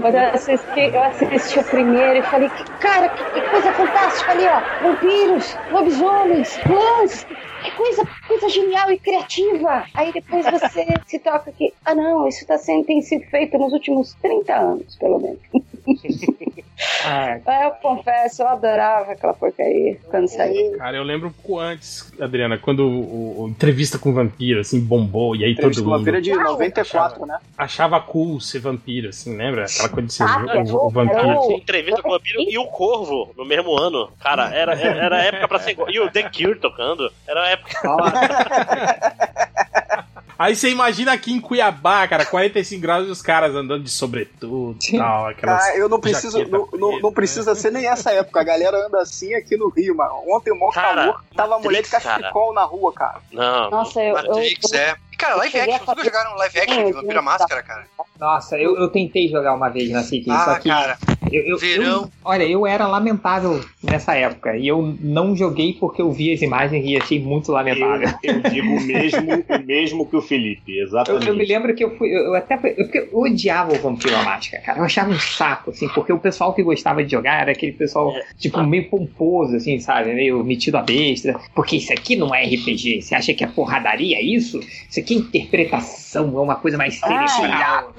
Speaker 4: Quando eu assisti, eu assisti o primeiro e falei, que, cara, que, que coisa fantástica ali, ó. Vampiros, lobisomens, clãs. Que coisa, coisa genial e criativa. Aí depois você se toca que, ah não, isso tá sendo, tem sido feito nos últimos 30 anos, pelo menos.
Speaker 3: Ah,
Speaker 4: Eu confesso, eu adorava aquela porcaria quando saiu.
Speaker 1: Cara, eu lembro um pouco antes, Adriana, quando o, o- Entrevista com o Vampiro, assim, bombou, e aí
Speaker 2: Entrevista
Speaker 1: todo
Speaker 2: com
Speaker 1: mundo
Speaker 2: Vampiro é de 94, né?
Speaker 1: achava cool ser vampiro, assim, lembra? Aquela coisa de ser
Speaker 4: Ah,
Speaker 1: o- o,
Speaker 4: é,
Speaker 1: vampiro. assim.
Speaker 4: era o-
Speaker 6: Tinha entrevista com o Vampiro e o Corvo no mesmo ano. Cara, era, era era época pra ser. E o The Cure tocando. Era época.
Speaker 3: ó,
Speaker 1: Aí você imagina aqui em Cuiabá, cara, 45 graus e os caras andando de sobretudo e tal, aquelas...
Speaker 2: Ah, eu não preciso,
Speaker 1: jaqueta
Speaker 2: não, não- não
Speaker 1: preta,
Speaker 2: precisa ser nem essa época. A galera anda assim aqui no Rio, mano. Ontem o maior
Speaker 6: Cara,
Speaker 2: calor, tava a mulher de
Speaker 6: triste, cara.
Speaker 2: cachecol na rua, cara.
Speaker 6: Não.
Speaker 4: Nossa, eu. eu,
Speaker 7: Matrix, é. E, cara,
Speaker 4: eu
Speaker 7: live
Speaker 4: cheguei a
Speaker 7: action. Vocês
Speaker 4: fazer- um
Speaker 7: jogaram live action
Speaker 4: Sim,
Speaker 7: de
Speaker 4: eu
Speaker 7: Vampiro
Speaker 4: tinha-
Speaker 7: à Máscara, cara?
Speaker 3: nossa, eu, eu tentei jogar uma vez na SIC, só
Speaker 7: Ah,
Speaker 3: que.
Speaker 7: cara.
Speaker 3: eu- eu- eu-
Speaker 7: verão.
Speaker 3: olha, eu era lamentável nessa época. E eu não joguei porque eu vi as imagens e achei muito lamentável.
Speaker 5: Eu, eu digo o mesmo, o mesmo que o Felipe,
Speaker 3: Eu,
Speaker 5: exatamente.
Speaker 3: eu me lembro que eu fui. Eu eu até fui- eu, porque eu odiava o Vampiro à Máscara, cara. Eu achava um saco, assim, porque o pessoal que gostava de jogar era aquele pessoal, tipo, meio pomposo, assim, sabe? Meio metido a besta. Porque isso aqui não é RPG. Você acha que é porradaria isso? Isso aqui é interpretação, é uma coisa mais
Speaker 4: Ah,
Speaker 3: cerebral.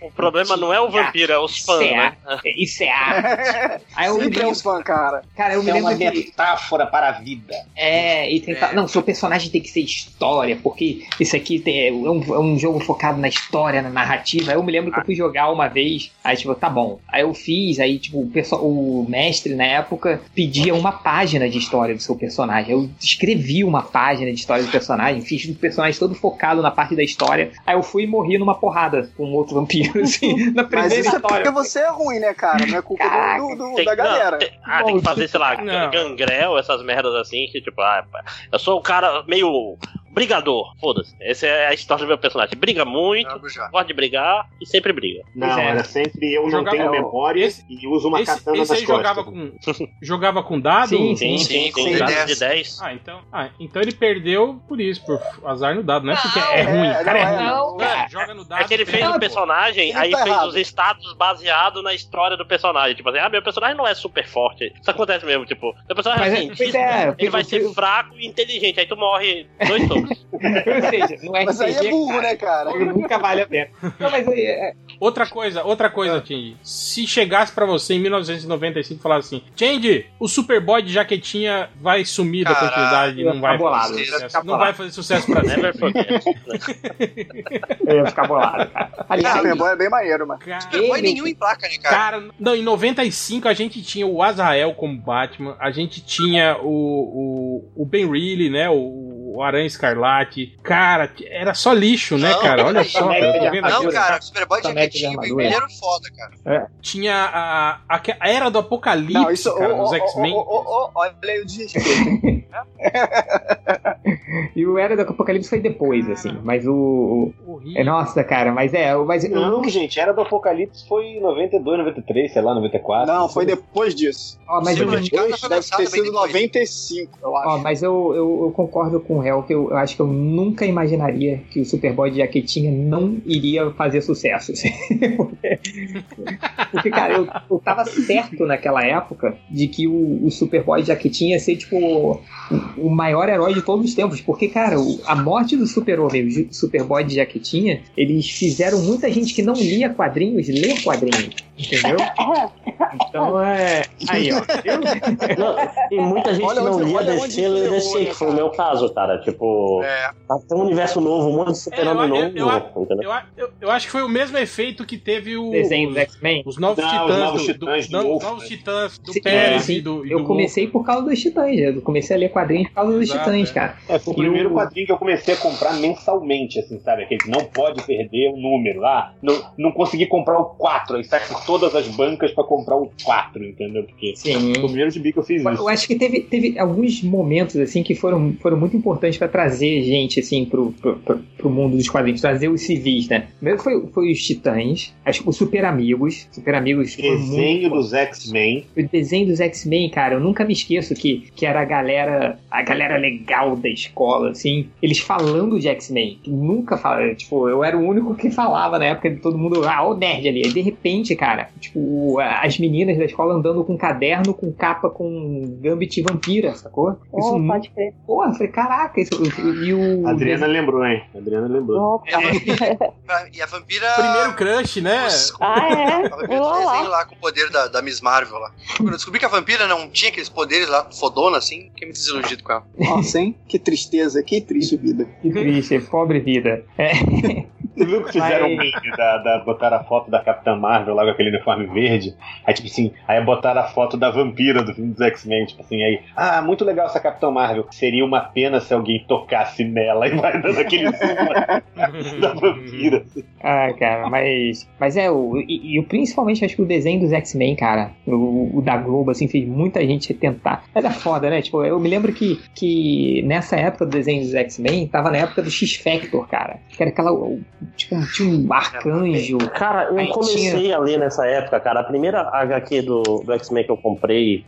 Speaker 6: O problema não é o vampiro, é os fãs, né?
Speaker 3: Isso é arte. Aí eu me
Speaker 2: Sempre é
Speaker 3: lembro,
Speaker 2: os fãs, cara.
Speaker 3: cara, eu me
Speaker 9: É uma
Speaker 3: lembro que.
Speaker 9: metáfora para a vida.
Speaker 3: É, e tentar.
Speaker 7: É.
Speaker 3: Não, seu personagem tem que ser história, porque isso aqui tem- é, um, é um jogo focado na história, na narrativa. Eu me lembro que eu fui jogar uma vez, aí tipo, tá bom. Aí eu fiz, aí tipo, o, perso- o mestre na época pedia uma página de história do seu personagem. Eu escrevi uma página de história do personagem, fiz um personagem todo focado na parte da história. Aí eu fui e morri numa porrada com um outro vampiro, assim, na
Speaker 2: Mas
Speaker 3: primeira
Speaker 2: isso é
Speaker 3: história.
Speaker 2: porque você é ruim, né, cara? Não é culpa
Speaker 3: Caraca,
Speaker 2: do, do-
Speaker 6: Tem-
Speaker 2: da galera.
Speaker 6: não, tem- ah, tem que fazer, sei lá,
Speaker 1: Não.
Speaker 6: gangrel, essas merdas assim, que tipo, ah, eu sou um cara meio brigador. Foda-se. Essa é a história do meu personagem. Briga muito,
Speaker 7: Jogo já.
Speaker 6: gosta de brigar e sempre briga.
Speaker 5: Não, era sempre eu não
Speaker 1: é. Jogava-
Speaker 5: tenho memória
Speaker 1: Esse-
Speaker 5: e uso uma
Speaker 1: Esse,
Speaker 5: katana
Speaker 1: esse
Speaker 5: nas
Speaker 1: aí jogava
Speaker 5: costas.
Speaker 1: com, jogava com dado?
Speaker 3: Sim,
Speaker 6: Sim, sim,
Speaker 7: sim,
Speaker 6: sim.
Speaker 7: sim.
Speaker 6: Dado
Speaker 7: Dez.
Speaker 6: de 10.
Speaker 1: Ah, então, ah, então ele perdeu por isso, por azar no dado, não é porque é ruim,
Speaker 2: é,
Speaker 1: o cara é
Speaker 2: não
Speaker 1: ruim.
Speaker 2: é,
Speaker 3: não, cara.
Speaker 1: joga no dado.
Speaker 6: É que ele fez
Speaker 1: perde,
Speaker 6: o
Speaker 1: Ah, pô.
Speaker 6: personagem,
Speaker 2: Ele
Speaker 6: aí
Speaker 2: tá
Speaker 6: fez
Speaker 2: errado.
Speaker 6: os status baseado na história do personagem. Tipo assim, ah, meu personagem não é super forte. Isso acontece mesmo, tipo, meu personagem
Speaker 3: Mas
Speaker 6: é
Speaker 3: é- pois
Speaker 6: cientista,
Speaker 3: é,
Speaker 6: ele
Speaker 3: pois
Speaker 6: vai
Speaker 3: é,
Speaker 6: ser
Speaker 3: pois-
Speaker 6: fraco e inteligente, aí tu morre dois tocos.
Speaker 3: Ou seja, não é
Speaker 2: Mas aí é burro, né, cara?
Speaker 3: Nunca vale a pena. Não, mas aí, é,
Speaker 1: Outra coisa, outra coisa,
Speaker 2: Ah.
Speaker 1: Tindy. Se chegasse pra você em 1995 e falasse assim, Tindy, o Superboy de jaquetinha vai sumir da
Speaker 7: Caralho,
Speaker 1: continuidade e não vai
Speaker 3: bolado,
Speaker 1: fazer
Speaker 7: eu ia
Speaker 1: sucesso.
Speaker 3: ficar
Speaker 1: Não
Speaker 3: bolado.
Speaker 1: vai fazer sucesso pra sempre.
Speaker 6: Never forget.
Speaker 3: Eu ia ficar bolado, cara.
Speaker 2: Ah,
Speaker 3: Aliás,
Speaker 2: Playboy é bem maneiro, mano.
Speaker 1: Cara,
Speaker 7: Não foi
Speaker 3: Ele-
Speaker 7: nenhum em placa, né, cara?
Speaker 1: cara, não, em 95 a gente tinha o Azrael como Batman, a gente tinha o, o, o Ben Reilly, né, o, o Aranha Escarlate. Cara, era só lixo, né,
Speaker 7: Não,
Speaker 1: cara? Olha só,
Speaker 3: também,
Speaker 1: cara, eu tô vendo
Speaker 7: Não,
Speaker 1: aqui.
Speaker 7: cara, o Superboy de
Speaker 3: Também é que
Speaker 7: Jaquetinho
Speaker 3: de
Speaker 7: e
Speaker 3: armadura.
Speaker 7: ele era foda, cara.
Speaker 1: Tinha a, a, a Era do Apocalipse,
Speaker 2: Não, isso.
Speaker 1: cara,
Speaker 2: ô, ô,
Speaker 1: nos
Speaker 2: ô,
Speaker 1: X-Men.
Speaker 2: ô, ô, ô, ô, Olha aí o desrespeito. hein?
Speaker 3: E o Era do Apocalipse foi depois, assim. Mas o.
Speaker 1: Horrível.
Speaker 3: é, nossa, cara, mas é. o- Mas eu
Speaker 5: Não,
Speaker 3: nunca-
Speaker 5: gente, Era do Apocalipse foi em 92, 93, sei lá, 94.
Speaker 2: Não, foi depois disso.
Speaker 3: ó, mas
Speaker 7: Sim,
Speaker 3: eu,
Speaker 7: mas- Cara, foi
Speaker 2: Deve
Speaker 7: lançado
Speaker 2: ter
Speaker 7: bem
Speaker 2: sido
Speaker 7: depois.
Speaker 2: 95, eu acho.
Speaker 3: ó, mas eu, eu, eu concordo com o réu que eu, eu acho que eu nunca imaginaria que o Superboy de Jaquetinha não iria fazer sucesso. assim. Porque, porque, cara, eu, eu tava certo naquela época de que o, o Superboy de Jaquetinha ia ser, tipo, o, o maior herói de todos os tempos. Porque, cara, o- a morte do Super-Homem, o Ju- Superboy de Jaquetinha, eles fizeram muita gente que não lia quadrinhos ler quadrinhos. Entendeu? Então é. Aí, ó.
Speaker 6: Não, e muita gente
Speaker 2: Olha
Speaker 6: não
Speaker 2: onde-
Speaker 6: lia
Speaker 2: olha
Speaker 6: DC,
Speaker 2: onde
Speaker 6: eu
Speaker 2: isso
Speaker 6: deixei,
Speaker 2: levou,
Speaker 6: que foi o
Speaker 2: né,
Speaker 6: meu caso, cara. Tipo,
Speaker 7: É.
Speaker 6: tá tem um universo novo, um monte de super-homem
Speaker 1: É, eu-
Speaker 6: novo,
Speaker 1: eu-
Speaker 6: entendeu?
Speaker 1: Eu, a- eu, eu acho que foi o mesmo efeito que teve o.
Speaker 3: Desenho né? do X-Men.
Speaker 1: Os novos
Speaker 5: Não,
Speaker 1: titãs,
Speaker 5: os novos
Speaker 1: do,
Speaker 5: titãs
Speaker 1: do,
Speaker 5: do
Speaker 1: não,
Speaker 5: Wolf,
Speaker 1: os novos
Speaker 5: né?
Speaker 1: titãs do
Speaker 3: Sim,
Speaker 1: Pérez
Speaker 3: sim.
Speaker 1: e do. E
Speaker 3: Eu
Speaker 1: do
Speaker 3: comecei por causa dos titãs, né? eu comecei a ler quadrinhos por causa dos
Speaker 1: Exato,
Speaker 3: titãs,
Speaker 1: é.
Speaker 3: cara.
Speaker 5: É, foi o
Speaker 3: E
Speaker 5: primeiro
Speaker 3: o-
Speaker 5: quadrinho que eu comecei a comprar mensalmente, assim, sabe? Aquele que não pode perder o número lá. Não, não consegui comprar o 4, aí sai por todas as bancas pra comprar o 4, entendeu? Porque foi é o
Speaker 3: Sim.
Speaker 5: primeiro gibi que eu fiz
Speaker 3: Assim, Eu
Speaker 5: isso.
Speaker 3: acho que teve, teve alguns momentos assim que foram, foram muito importantes pra trazer gente assim pro, pro, pro- pro mundo dos quadrinhos, trazer os civis, né? Primeiro foi, foi os Titãs, acho que os Super Amigos, Super Amigos foi
Speaker 5: Desenho
Speaker 3: muito-
Speaker 5: dos X-Men.
Speaker 3: o desenho dos X-Men, cara, eu nunca me esqueço que, que era a galera, a galera legal da escola, assim, eles falando de X-Men, que nunca falaram, tipo, eu era o único que falava na época, todo mundo, ah, o nerd ali, Aí, de repente, cara, tipo, as meninas da escola andando com caderno, com capa, com Gambit e vampira, sacou? Isso,
Speaker 4: Oh,
Speaker 3: nu-
Speaker 4: pode crer.
Speaker 3: porra, eu falei, caraca, isso, e o...
Speaker 5: Adriana lembrou, hein? Adriana lembrou.
Speaker 4: Oh,
Speaker 7: E a vampira. E a vampira
Speaker 1: Primeiro crush, né?
Speaker 7: Nossa, com-
Speaker 4: Ah, é?
Speaker 7: a vampira do
Speaker 4: Olá,
Speaker 7: desenho
Speaker 4: lá.
Speaker 7: lá com o poder da, da Miss Marvel lá. Quando eu descobri que a vampira não tinha aqueles poderes lá, fodona assim, fiquei muito desiludido com ela.
Speaker 2: Nossa, hein? Que tristeza, que triste vida.
Speaker 3: Que triste, pobre vida. É,
Speaker 5: Você viu que fizeram um
Speaker 3: Mas-
Speaker 5: meme da, da. Botaram a foto da Capitã Marvel lá com aquele uniforme verde. Aí, tipo assim, aí botaram a foto da vampira do filme dos X-Men, tipo assim, aí. Ah, muito legal essa Capitã Marvel. Seria uma pena se alguém tocasse nela e vai dando aquele zoom da vampira.
Speaker 3: Ah, cara, mas. Mas é, o, e, e eu principalmente acho que o desenho dos X-Men, cara, o, o da Globo, assim, fez muita gente tentar. Era foda, né? Tipo, eu me lembro que, que nessa época do desenho dos X-Men, tava na época do X-Factor, cara. Que era aquela. o- Tipo, tinha um arcanjo.
Speaker 6: Cara, eu
Speaker 3: Aí
Speaker 6: comecei a ler nessa época, cara. A primeira HQ do, do X-Men que eu comprei,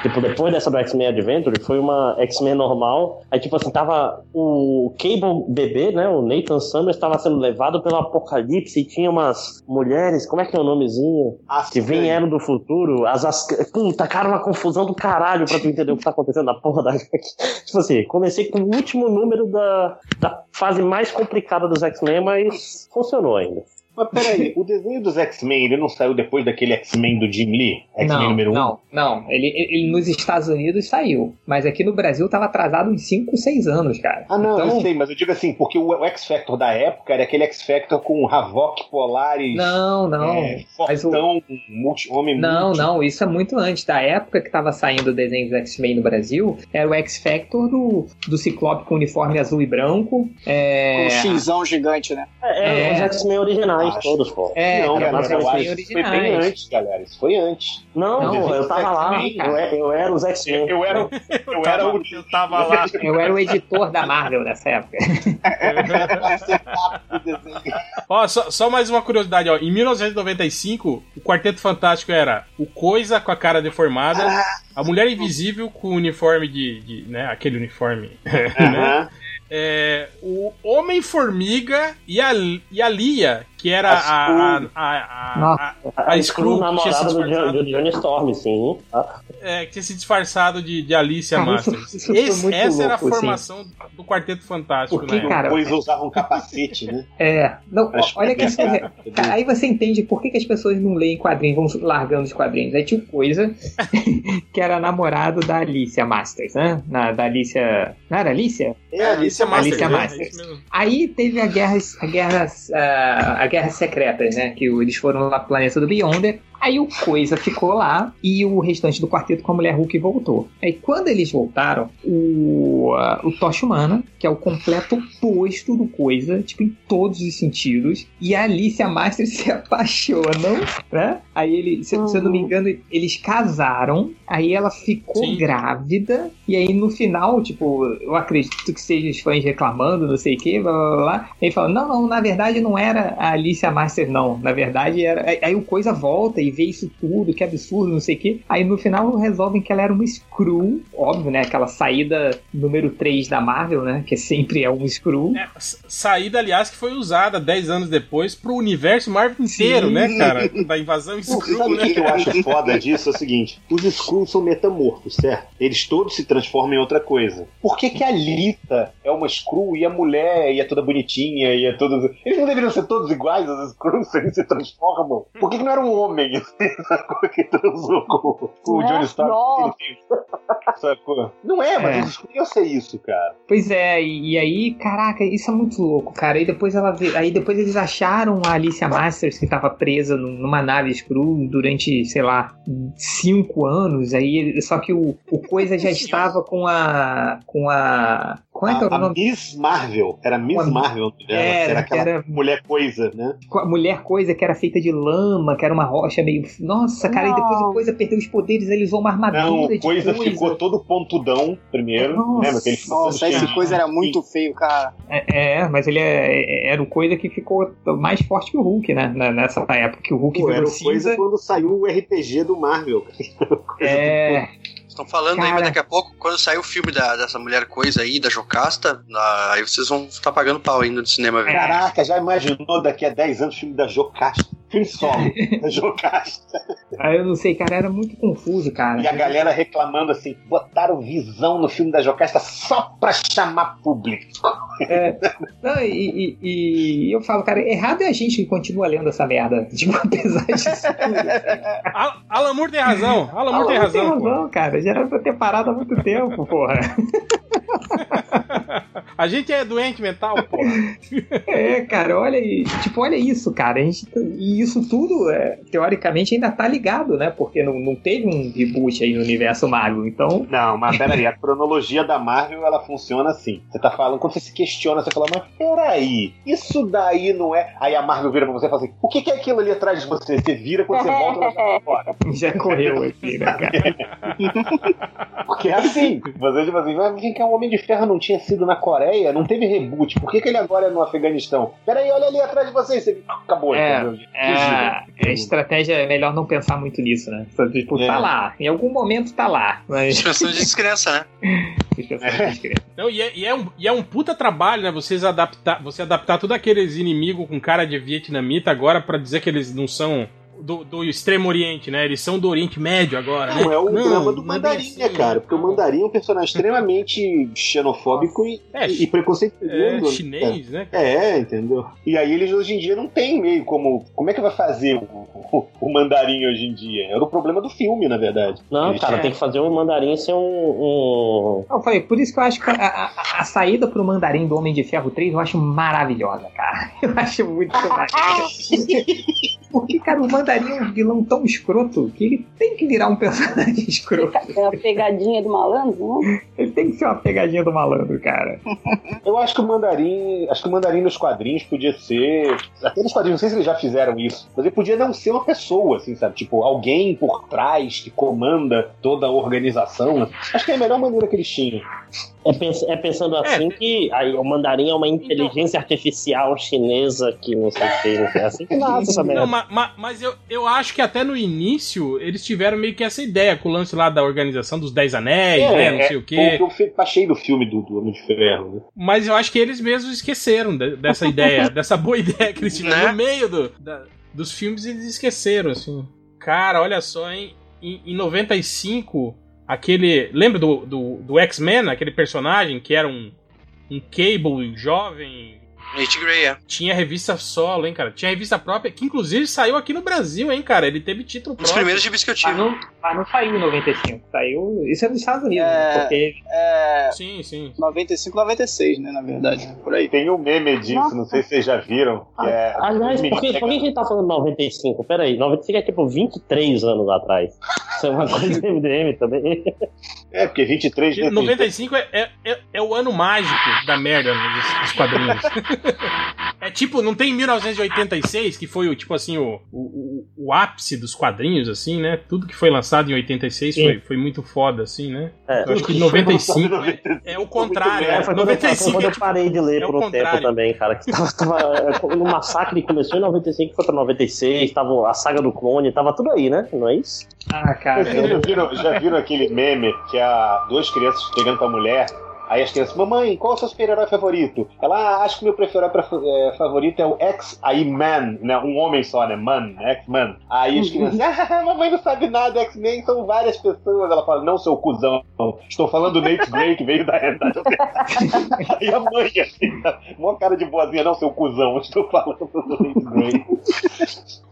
Speaker 6: tipo, depois dessa do X-Men Adventure, foi uma X-Men normal. Aí, tipo assim, tava o Cable bebê, né? O Nathan Summers tava sendo levado pelo apocalipse e tinha umas mulheres, como é que é o nomezinho? Que vieram do futuro, as, as puta, cara, uma confusão do caralho pra tu entender o que tá acontecendo na porra da HQ. Tipo assim, comecei com o último número da, da fase mais complicada dos X-Men, mas funcionou ainda.
Speaker 5: Mas peraí, o desenho dos X-Men, ele não saiu depois daquele X-Men do Jim Lee? X-Men
Speaker 3: Não,
Speaker 5: número 1?
Speaker 3: não, não. Ele, ele nos Estados Unidos saiu. Mas aqui no Brasil tava atrasado uns 5, 6 anos, cara.
Speaker 5: Ah, não,
Speaker 3: Então-
Speaker 5: eu sei, mas eu digo assim, porque o X-Factor da época era aquele X-Factor com Havok, Polaris,
Speaker 3: Não, não.
Speaker 5: é,
Speaker 3: mas o-
Speaker 5: Fortão, multi-homem
Speaker 3: Não,
Speaker 5: multi-
Speaker 3: não, isso é muito antes. Da época que tava saindo o desenho do X-Men no Brasil, era o X-Factor do, do Ciclope com uniforme azul e branco.
Speaker 2: Com um
Speaker 3: É.
Speaker 2: xizão gigante, né?
Speaker 6: É,
Speaker 3: É.
Speaker 6: os X-Men originais,
Speaker 5: Acho.
Speaker 6: todos, pô. assim,
Speaker 3: É,
Speaker 5: não,
Speaker 3: era
Speaker 5: galera,
Speaker 3: mais
Speaker 5: eu
Speaker 3: X-Men
Speaker 5: acho que isso foi bem
Speaker 3: originais.
Speaker 5: antes, galera. Isso foi antes.
Speaker 6: Não,
Speaker 3: Não,
Speaker 6: pô, eu
Speaker 5: os
Speaker 6: tava lá,
Speaker 5: X-Men,
Speaker 6: eu, é- eu era os X-Men.
Speaker 5: Eu era, eu era o.
Speaker 1: Eu tava lá.
Speaker 3: Eu era o editor da Marvel nessa época.
Speaker 1: Ó, só, só mais uma curiosidade, ó. Em 1995, o Quarteto Fantástico era o Coisa com a cara deformada, a Mulher Invisível com o uniforme de. de, né, aquele uniforme.
Speaker 5: Aham.
Speaker 1: É, o Homem-Formiga e a, e a Lia, que era
Speaker 5: A
Speaker 1: a.
Speaker 5: Screw.
Speaker 1: A, a, a,
Speaker 3: Nossa.
Speaker 1: a- Screw
Speaker 6: A Screw namorada
Speaker 1: tinha se
Speaker 6: do, John-
Speaker 1: disfarçado.
Speaker 6: do Johnny Storm, sim. Ah,
Speaker 1: é, que tinha se disfarçado de, de Alicia
Speaker 3: Cara, isso-
Speaker 1: Masters.
Speaker 3: isso foi
Speaker 1: Esse-
Speaker 3: muito
Speaker 1: essa era a
Speaker 3: louco, assim.
Speaker 1: formação do Quarteto Fantástico,
Speaker 3: Porque,
Speaker 1: né?
Speaker 3: cara,
Speaker 5: Depois usavam capacete, né?
Speaker 3: É. Não,
Speaker 5: Acho
Speaker 3: olha que
Speaker 5: é, cara.
Speaker 3: Cara, aí você entende por que, que as pessoas não leem quadrinhos, vão largando os quadrinhos. Aí tinha o coisa que era namorado da Alicia Masters, né? Na, da Alicia. Não era Alicia?
Speaker 5: É, ali você
Speaker 3: Masters, Alicia
Speaker 1: é,
Speaker 3: Masters.
Speaker 1: é isso mesmo.
Speaker 3: Aí teve a guerra, a guerra, a, a guerra secreta, né? Que o- eles foram lá pro planeta do Beyonder. Aí o Coisa ficou lá e o restante do quarteto com a Mulher Hulk voltou. Aí quando eles voltaram, o, ah, o Tocha Humana, que é o completo oposto do Coisa, tipo, em todos os sentidos. E a Alicia Masters se apaixonam, né? Aí ele, se, se eu não me engano, eles casaram, aí ela ficou
Speaker 1: Sim.
Speaker 3: grávida, e aí no final, tipo, eu acredito que seja os fãs reclamando, não sei o que, blá blá blá, blá. Ele fala, não, não, na verdade não era a Alicia Master, não. Na verdade era. Aí, aí o coisa volta e vê isso tudo, que absurdo, não sei o que. Aí no final resolvem que ela era uma Screw, óbvio, né? Aquela saída número 3 da Marvel, né? Que sempre é um Screw.
Speaker 1: É, s- saída, aliás, que foi usada 10 anos depois pro universo Marvel inteiro,
Speaker 3: Sim.
Speaker 1: né, cara? Da invasão
Speaker 5: Sabe
Speaker 1: Skrull,
Speaker 5: o que que eu
Speaker 1: né?
Speaker 5: acho foda disso? É o seguinte: os Skrulls são metamorfos, certo? Eles todos se transformam em outra coisa. Por que, que a Lita é uma Skrull e a mulher e é toda bonitinha e é toda. Eles não deveriam ser todos iguais, os Skrulls, eles se transformam? Por que, que não era um homem sacou, que transou com, com o Johnny Stark?
Speaker 4: Nossa.
Speaker 5: Sacou? Não é, mas
Speaker 3: É.
Speaker 5: os Skrulls iam ser isso, cara.
Speaker 3: Pois é, e, e aí, caraca, isso é muito louco, cara. E depois ela vê- aí depois eles acharam a Alicia Masters que tava presa num- numa nave escura durante, sei lá, cinco anos. Aí ele- só que o, o coisa já estava com a com a como é que é
Speaker 5: a,
Speaker 3: o
Speaker 5: a
Speaker 3: nome?
Speaker 5: Miss Marvel. Era Miss
Speaker 3: Uma-
Speaker 5: Marvel o nome dela.
Speaker 3: Era,
Speaker 5: Era aquela
Speaker 3: era-
Speaker 5: mulher coisa, né?
Speaker 3: com a mulher coisa que era feita de lama, que era uma rocha meio. Nossa, cara, e depois o
Speaker 4: Não.
Speaker 3: coisa perdeu os poderes, ele usou uma armadura
Speaker 5: Não,
Speaker 3: de
Speaker 5: coisa, ficou todo pontudão primeiro.
Speaker 3: Nossa.
Speaker 5: Lembra que ele ficou assim, todo
Speaker 2: Nossa, esse
Speaker 5: cheio de-
Speaker 2: coisa era muito feio, cara.
Speaker 3: É, é, mas ele é- é- era o coisa que ficou mais forte que o Hulk, né? na- Nessa época que o Hulk
Speaker 5: Pô,
Speaker 3: virou
Speaker 5: era o
Speaker 3: cinza.
Speaker 5: coisa quando saiu o RPG do Marvel. cara.
Speaker 3: É,
Speaker 7: Estão falando aí, mas
Speaker 3: Cara.
Speaker 7: daqui a pouco, quando sair o filme da- dessa mulher coisa aí, da Jocasta, na- aí vocês vão estar pagando pau ainda no cinema, velho.
Speaker 5: Caraca, já É. imaginou daqui a 10 anos o filme da Jocasta? Filme solo da Jocasta.
Speaker 3: aí eu não sei, cara, era muito confuso, cara.
Speaker 5: E a galera reclamando assim: botaram visão no filme da Jocasta só pra chamar público.
Speaker 3: Não, e, e- e eu falo, cara, errado é a gente que continua lendo essa merda. Tipo, apesar disso tudo.
Speaker 1: Al- Alan Moore tem razão. Alan Moore tem razão, pô.
Speaker 3: cara. Já era pra ter parado há muito tempo, porra.
Speaker 1: A gente é doente mental, pô.
Speaker 3: É, cara, olha aí. Tipo, olha isso, cara. A gente, tá- e isso tudo, é, teoricamente, ainda tá ligado, né? Porque não, não teve um reboot aí no universo Marvel. Então,
Speaker 5: Não, mas peraí, a cronologia da Marvel ela funciona assim. Você tá falando, quando você se questiona, você fala, mas peraí, isso daí não é. Aí a Marvel vira pra você e fala assim: o que que é aquilo ali atrás de você? Você vira, quando você volta, ela já tá fora.
Speaker 3: já correu aqui, né, cara?
Speaker 5: Porque é assim. Você tipo assim, mas vem cá, o Homem de Ferro não tinha sido na Coreia, não teve reboot. Por que, que ele agora é no Afeganistão? Peraí, olha ali atrás de vocês. Você... Acabou,
Speaker 3: É,
Speaker 5: entendeu?
Speaker 3: É, a estratégia é melhor não pensar muito nisso, né? Só, Tipo,
Speaker 5: É.
Speaker 3: tá lá, em algum momento tá lá, mas
Speaker 7: Expressão de descrença, né?
Speaker 3: as pessoas não escrevem.
Speaker 1: Não, e, é, e é um, e é um puta trabalho, né? Vocês adaptar, você adaptar todos aqueles inimigos com cara de vietnamita agora pra dizer que eles não são do, do Extremo Oriente, né? Eles são do Oriente Médio agora, né?
Speaker 5: Não, é o
Speaker 1: Não,
Speaker 5: drama do
Speaker 1: não é bem
Speaker 5: Mandarim, né,
Speaker 1: assim,
Speaker 5: cara?
Speaker 1: né?
Speaker 5: Porque o Mandarim é um personagem extremamente xenofóbico e,
Speaker 1: É,
Speaker 5: e preconceituoso.
Speaker 1: É
Speaker 5: né?
Speaker 1: chinês, né?
Speaker 5: É, entendeu? E aí eles hoje em dia não tem meio como. Como é que vai fazer o, o- o mandarim hoje em dia? Era o problema do filme, na verdade.
Speaker 6: Não,
Speaker 5: Eles-
Speaker 6: cara, tem que fazer um mandarim ser um. um-
Speaker 3: Não, foi por isso que eu acho que a, a- a saída pro Mandarim do Homem de Ferro 3 eu acho maravilhosa, cara. Eu acho muito maravilhosa. Porque, cara, o Mandarim é um vilão tão escroto que ele tem que virar um personagem escroto.
Speaker 7: assim.
Speaker 4: É uma pegadinha do malandro, né?
Speaker 3: Ele tem que ser uma pegadinha do malandro, cara.
Speaker 5: Eu acho que o mandarim. Acho que o mandarim nos quadrinhos podia ser. Até nos quadrinhos, não sei se eles já fizeram isso, mas ele podia não ser uma pessoa, assim, sabe? Tipo, alguém por trás que comanda toda a organização. Acho que é a melhor maneira que eles tinham.
Speaker 6: É, pens- é pensando assim que aí, o mandarim é uma inteligência artificial chinesa que não sei o que, não sei, é assim que nada essa
Speaker 1: Não,
Speaker 6: merda.
Speaker 1: ma- ma- mas eu, eu acho que até no início eles tiveram meio que essa ideia com o lance lá da organização dos Dez Anéis,
Speaker 5: É,
Speaker 1: né? Não sei o
Speaker 5: Foi
Speaker 1: quê.
Speaker 5: O que eu achei do filme do, do Homem de Ferro. né?
Speaker 1: Mas eu acho que eles mesmos esqueceram de- dessa ideia, dessa boa ideia que eles tiveram.
Speaker 7: Né?
Speaker 1: No meio do- da- dos filmes eles esqueceram, assim. Cara, olha só, hein? Em, em 95, aquele. Lembra do, do, do X-Men, aquele personagem que era um, um cable jovem?
Speaker 7: Nate Grey, é.
Speaker 1: Tinha revista solo, hein, cara? Tinha revista própria, que inclusive saiu aqui no Brasil, hein, cara? Ele teve título
Speaker 7: Um dos
Speaker 1: próprio.
Speaker 7: primeiros gibis que eu tive.
Speaker 3: não, mas não saiu em 95, saiu. Isso é dos Estados Unidos,
Speaker 2: É.
Speaker 3: porque
Speaker 2: É.
Speaker 1: Sim, sim.
Speaker 2: 95, 96, né, na verdade. Por aí.
Speaker 5: Tem um meme disso,
Speaker 4: Nossa.
Speaker 5: não sei se vocês já viram. Que é,
Speaker 6: Aliás,
Speaker 5: os
Speaker 6: por que,
Speaker 5: meninos
Speaker 6: por que a gente tá falando 95? Peraí, 95 é tipo 23 anos atrás. Isso é uma coisa do MDM também.
Speaker 5: É, porque 23
Speaker 1: Que
Speaker 5: de
Speaker 1: 95 é, é, é- é o ano mágico da merda nos, dos quadrinhos. É tipo, não tem 1986, que foi o tipo assim, o, o, o ápice dos quadrinhos, assim, né? Tudo que foi lançado em 86 foi, foi muito foda, assim, né?
Speaker 10: É.
Speaker 1: Eu acho que 95 é, é o contrário.
Speaker 10: É,
Speaker 1: É,
Speaker 10: foi quando, eu, foi
Speaker 1: 95
Speaker 10: quando
Speaker 1: é
Speaker 10: eu parei de ler
Speaker 1: é o
Speaker 10: por um
Speaker 1: contrário.
Speaker 10: tempo também, cara. Que tava, tava no massacre que começou em 95, foi pra 96, tava a saga do clone, tava tudo aí, né? Não é isso?
Speaker 3: Ah, cara.
Speaker 5: Vocês já viram, já viram aquele meme que há duas crianças chegando pra mulher? Aí as crianças, mamãe, qual é o seu super-herói favorito? Ela, ah, acho que meu super-herói pra- é, favorito é o X, aí Man, né? Um homem só, né? Man, né? X-Man. Aí as crianças, ah, mamãe não sabe nada, X-Men são várias pessoas. Ela fala, não, seu cuzão, estou falando do Nate Drake, veio da realidade. alternativa." aí a mãe, assim, tá, mó cara de boazinha, não, seu cuzão, estou falando do Nate Drake.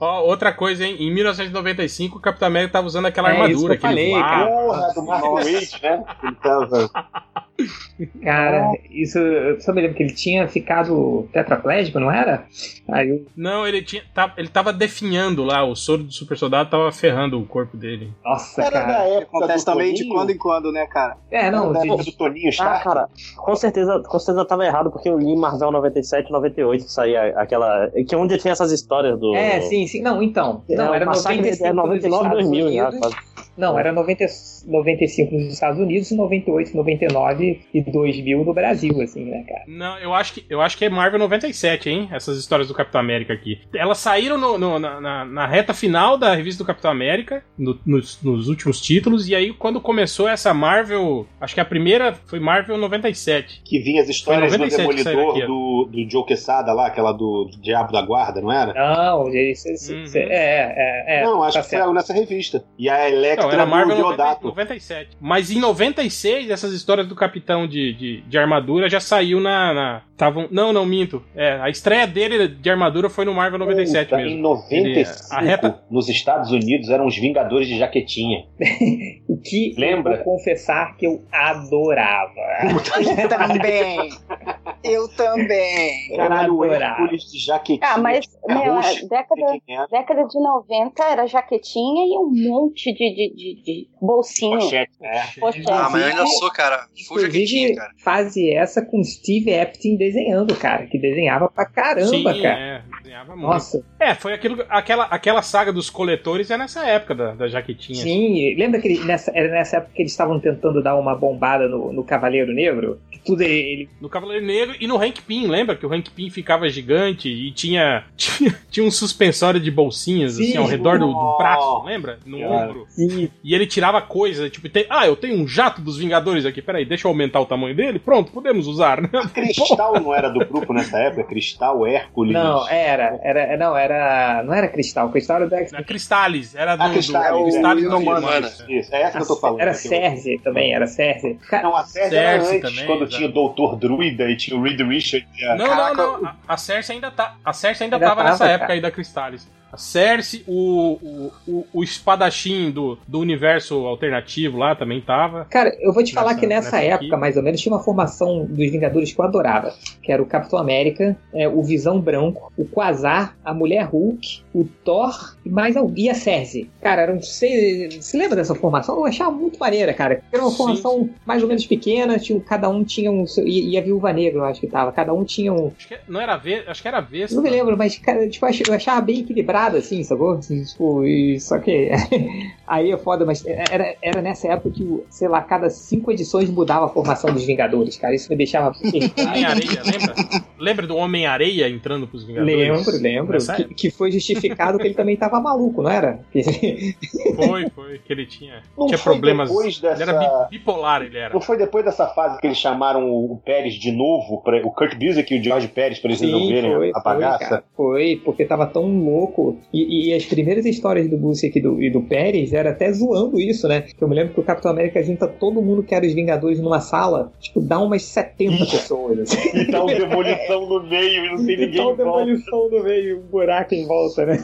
Speaker 1: Ó, outra coisa, hein? Em 1995, o Capitão América tava usando aquela
Speaker 3: É isso
Speaker 1: armadura,
Speaker 3: que eu
Speaker 1: aquele
Speaker 3: falei,
Speaker 1: voar.
Speaker 3: cara.
Speaker 5: Porra, do Mark Wade, né? Ele tava...
Speaker 3: Cara, isso. Eu só me lembro que ele tinha ficado tetraplégico, não era? Aí o.
Speaker 1: Não, ele, tinha, tá- ele tava definhando lá, o soro do super soldado tava ferrando o corpo dele.
Speaker 3: Nossa,
Speaker 5: Era da
Speaker 3: cara.
Speaker 5: época
Speaker 2: Acontece
Speaker 5: do
Speaker 2: também de
Speaker 5: Toninho?
Speaker 2: quando em quando, né, cara?
Speaker 3: É, não,
Speaker 5: da
Speaker 3: de-
Speaker 5: época do Toninho
Speaker 10: Ah,
Speaker 5: Stark.
Speaker 10: cara, com certeza, com certeza tava errado, porque eu li em Marvel 97, 98, que saía aquela. Que é onde tinha essas histórias do.
Speaker 3: É, sim, sim. Não, então.
Speaker 10: É,
Speaker 3: Não,
Speaker 10: o
Speaker 3: era
Speaker 10: massacre
Speaker 3: 95
Speaker 10: é 99,
Speaker 3: dos Estados
Speaker 10: 2000 já,
Speaker 3: Unidos.
Speaker 10: né, quase.
Speaker 3: Não, era 90, 95 nos Estados Unidos, 98, 99 e 2000 no Brasil, assim, né, cara?
Speaker 1: Não, eu acho que eu acho que é Marvel 97, hein? Essas histórias do Capitão América aqui. Elas saíram no- no- na, na- na reta final da revista do Capitão América, no- nos, nos últimos títulos, e aí quando começou essa Marvel, acho que a primeira foi Marvel 97.
Speaker 5: Que vinha as histórias
Speaker 1: Foi
Speaker 5: do
Speaker 1: 97 que saiu
Speaker 5: Demolidor
Speaker 1: aqui, ó.
Speaker 5: do, do Joe Quesada lá, aquela do Diabo da Guarda, não era?
Speaker 3: Não, isso, isso-
Speaker 1: Uhum.
Speaker 3: isso- é, é, é.
Speaker 5: não, acho
Speaker 3: tá
Speaker 5: que
Speaker 3: certo.
Speaker 5: saiu nessa revista. E a Electra
Speaker 1: Não, era Marvel
Speaker 5: do
Speaker 1: 90
Speaker 5: Deodato.
Speaker 1: 97. Mas em 96, essas histórias do Capitão de, de, de armadura já saiu na. na tavam, não, não, minto. É, a estreia dele de armadura foi no Marvel 97
Speaker 5: Puta, Em
Speaker 1: mesmo.
Speaker 5: 95,
Speaker 1: Ele- é a reta-
Speaker 5: nos Estados Unidos, eram os Vingadores de Jaquetinha.
Speaker 3: O que
Speaker 5: Lembra?
Speaker 3: eu vou confessar que eu adorava.
Speaker 2: Eu também. Eu também.
Speaker 5: Caralho, o
Speaker 3: adorava.
Speaker 5: Hércules de Jaquetinha.
Speaker 4: Ah, mas
Speaker 7: é
Speaker 5: tipo,
Speaker 4: meu, a
Speaker 5: roxo,
Speaker 4: década,
Speaker 5: de quem era,
Speaker 4: década de 90 era jaquetinha e um monte de, de, de, de bolsinho.
Speaker 5: pochete, né?
Speaker 4: Pochete.
Speaker 7: Ah, mas eu ainda sou, cara. Fuja quietinho,
Speaker 3: Inclusive,
Speaker 7: cara.
Speaker 3: fase essa com Steve Epstein desenhando, cara, que desenhava pra caramba,
Speaker 1: Sim,
Speaker 3: cara.
Speaker 1: é, desenhava muito.
Speaker 3: Nossa,
Speaker 1: É, foi aquilo, aquela, aquela saga dos coletores é nessa época da, da jaquetinha.
Speaker 3: Sim, lembra que ele- nessa, era nessa época que eles estavam tentando dar uma bombada no, no Cavaleiro Negro? Que tudo ele.
Speaker 1: No Cavaleiro Negro e no Hank Pym, lembra que o Hank Pym ficava gigante e tinha, tinha, tinha um suspensório de bolsinhas
Speaker 3: Sim.
Speaker 1: assim, ao redor do, do braço, lembra? No
Speaker 5: Cara.
Speaker 1: ombro. E ele tirava coisa, tipo, tem- ah, eu tenho um jato dos Vingadores aqui, peraí, deixa eu aumentar o tamanho dele, pronto, podemos usar, né?
Speaker 5: Cristal não era do grupo nessa época? Cristal, Hércules.
Speaker 3: Não, é- era, era. Não, era. Não era cristal, cristal era do x
Speaker 1: A Cristalis, era do,
Speaker 5: A Cristalis,
Speaker 1: do,
Speaker 5: é,
Speaker 1: Cristalis
Speaker 5: é,
Speaker 1: do
Speaker 5: é,
Speaker 1: Humanos.
Speaker 5: Isso, é essa que eu tô falando.
Speaker 3: Era
Speaker 5: né, que eu-
Speaker 3: Serge também, era Serge. Cara,
Speaker 5: Não, a Cersei era
Speaker 1: Cersei
Speaker 5: antes,
Speaker 1: também,
Speaker 5: quando
Speaker 1: exato.
Speaker 5: tinha o Doutor Druida e tinha o Reed Richards. e a-
Speaker 1: Não,
Speaker 2: Caraca,
Speaker 1: não, não. A, a Cersei ainda, tá, a Cersei ainda,
Speaker 3: Ainda
Speaker 1: tava,
Speaker 3: tava,
Speaker 5: é.
Speaker 1: nessa
Speaker 3: cara.
Speaker 1: época aí da Cristalis. A Cersei, o, o, o, o espadachim do, do universo alternativo lá também tava.
Speaker 3: cara, eu vou te falar
Speaker 1: Nessa-
Speaker 3: que nessa
Speaker 1: nessa
Speaker 3: época,
Speaker 1: aqui.
Speaker 3: mais ou menos, tinha uma formação dos Vingadores que eu adorava. Que era o Capitão América, é, o Visão Branco, o Quasar, a Mulher Hulk, o Thor e mais alguém. E a Cersei. Cara, eram seis. Você lembra dessa formação? Eu achava muito maneira, cara. Era uma
Speaker 1: Sim.
Speaker 3: formação mais ou menos pequena, tinha, cada um tinha um. seu- E, e a Viúva Negra, eu acho que tava. Cada um tinha um.
Speaker 1: Acho que não era V, acho que era V.
Speaker 3: Eu não me lembro, mas cara, tipo, eu ach- eu achava bem equilibrado, assim, sacou? Assim, Tipo, e- só que. aí é foda, mas era, era nessa época que, o- sei lá, cada cinco edições mudava a formação dos Vingadores, cara. Isso me deixava.
Speaker 1: Homem-Areia, lembra? Lembra do Homem-Areia entrando pros Vingadores?
Speaker 3: lembro, lembro.
Speaker 1: Nessa
Speaker 3: Que, que foi justificado que ele também tava maluco, não era?
Speaker 1: época. Foi, foi. Que ele tinha,
Speaker 5: Não
Speaker 1: tinha
Speaker 5: foi
Speaker 1: problemas.
Speaker 5: depois dessa-
Speaker 1: Ele era bi- bipolar, ele era.
Speaker 5: Não foi depois dessa fase que eles chamaram o Pérez de novo, pra, o Kurt Busiek e o George Pérez, pra eles resolverem a bagaça?
Speaker 3: Foi, cara, foi, porque tava tão louco. E, e as primeiras histórias do Bruce aqui do, e do Pérez era até zoando isso, né? Que eu me lembro que o Capitão América junta todo mundo que era os Vingadores numa sala, tipo, dá umas 70 pessoas. Assim.
Speaker 5: E tá um demolição no meio e não tem ninguém em
Speaker 3: Toda
Speaker 5: volta.
Speaker 3: demolição no meio, um buraco em volta, né?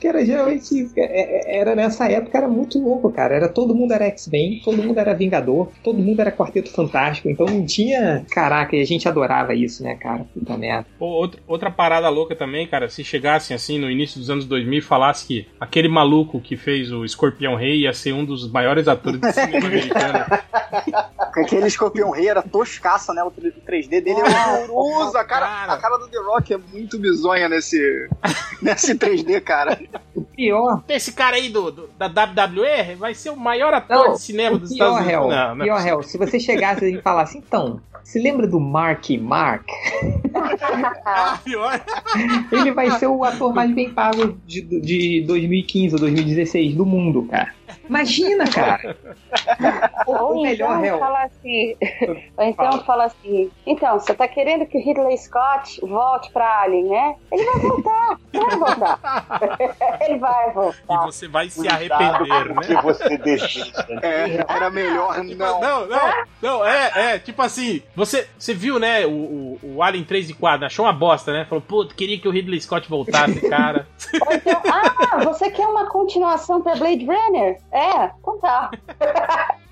Speaker 3: que era geralmente isso. cara. É- é- Era nessa época, era muito louco, cara. Era todo mundo era X-Men, todo mundo era Vingador, todo mundo era Quarteto Fantástico. Então não tinha. Caraca, e a gente adorava isso, né, cara? Puta merda.
Speaker 1: Pô, outra, outra parada louca também, cara, se chegassem assim no início dos anos 2000 e falasse que aquele maluco que fez o Escorpião Rei ia ser um dos maiores atores do cinema americano.
Speaker 2: Caraca, aquele escorpião rei era toscaça, né? O 3D dele é horroroso. A cara, a cara do The Rock é muito bizonha nesse, nesse 3D, cara.
Speaker 3: O pior.
Speaker 1: Esse cara aí do, do- da WWE vai ser o maior ator de cinema
Speaker 3: o
Speaker 1: dos
Speaker 3: pior,
Speaker 1: É, Estados
Speaker 3: Hel,
Speaker 1: Unidos. Não, né? é não.
Speaker 3: pior, Hel, se você chegasse e falasse, então, se lembra do Mark Mark?
Speaker 1: Ah, pior.
Speaker 3: Ele vai ser o ator mais bem pago de, de 2015 ou 2016 do mundo, cara. Imagina, cara. Ou, ou
Speaker 4: Ou
Speaker 3: melhor,
Speaker 4: então
Speaker 3: Hel.
Speaker 4: fala assim, ou então
Speaker 3: Fala.
Speaker 4: fala assim, então, você tá querendo que Ridley Scott volte pra Alien, né? Ele vai voltar, vai voltar. Ele vai
Speaker 1: E
Speaker 4: voltar.
Speaker 1: você vai se
Speaker 5: Cuidado com
Speaker 1: arrepender,
Speaker 5: o que
Speaker 1: né? Tipo,
Speaker 5: você deseja.
Speaker 2: É, era melhor não.
Speaker 1: Não, não, não, é, é, tipo assim, você, você viu, né, o, o, o Alien 3 e 4, achou uma bosta, né? Falou, pô, queria que o Ridley Scott voltasse, cara.
Speaker 4: Ou então, ah, você quer uma continuação pra Blade Runner? É, então tá.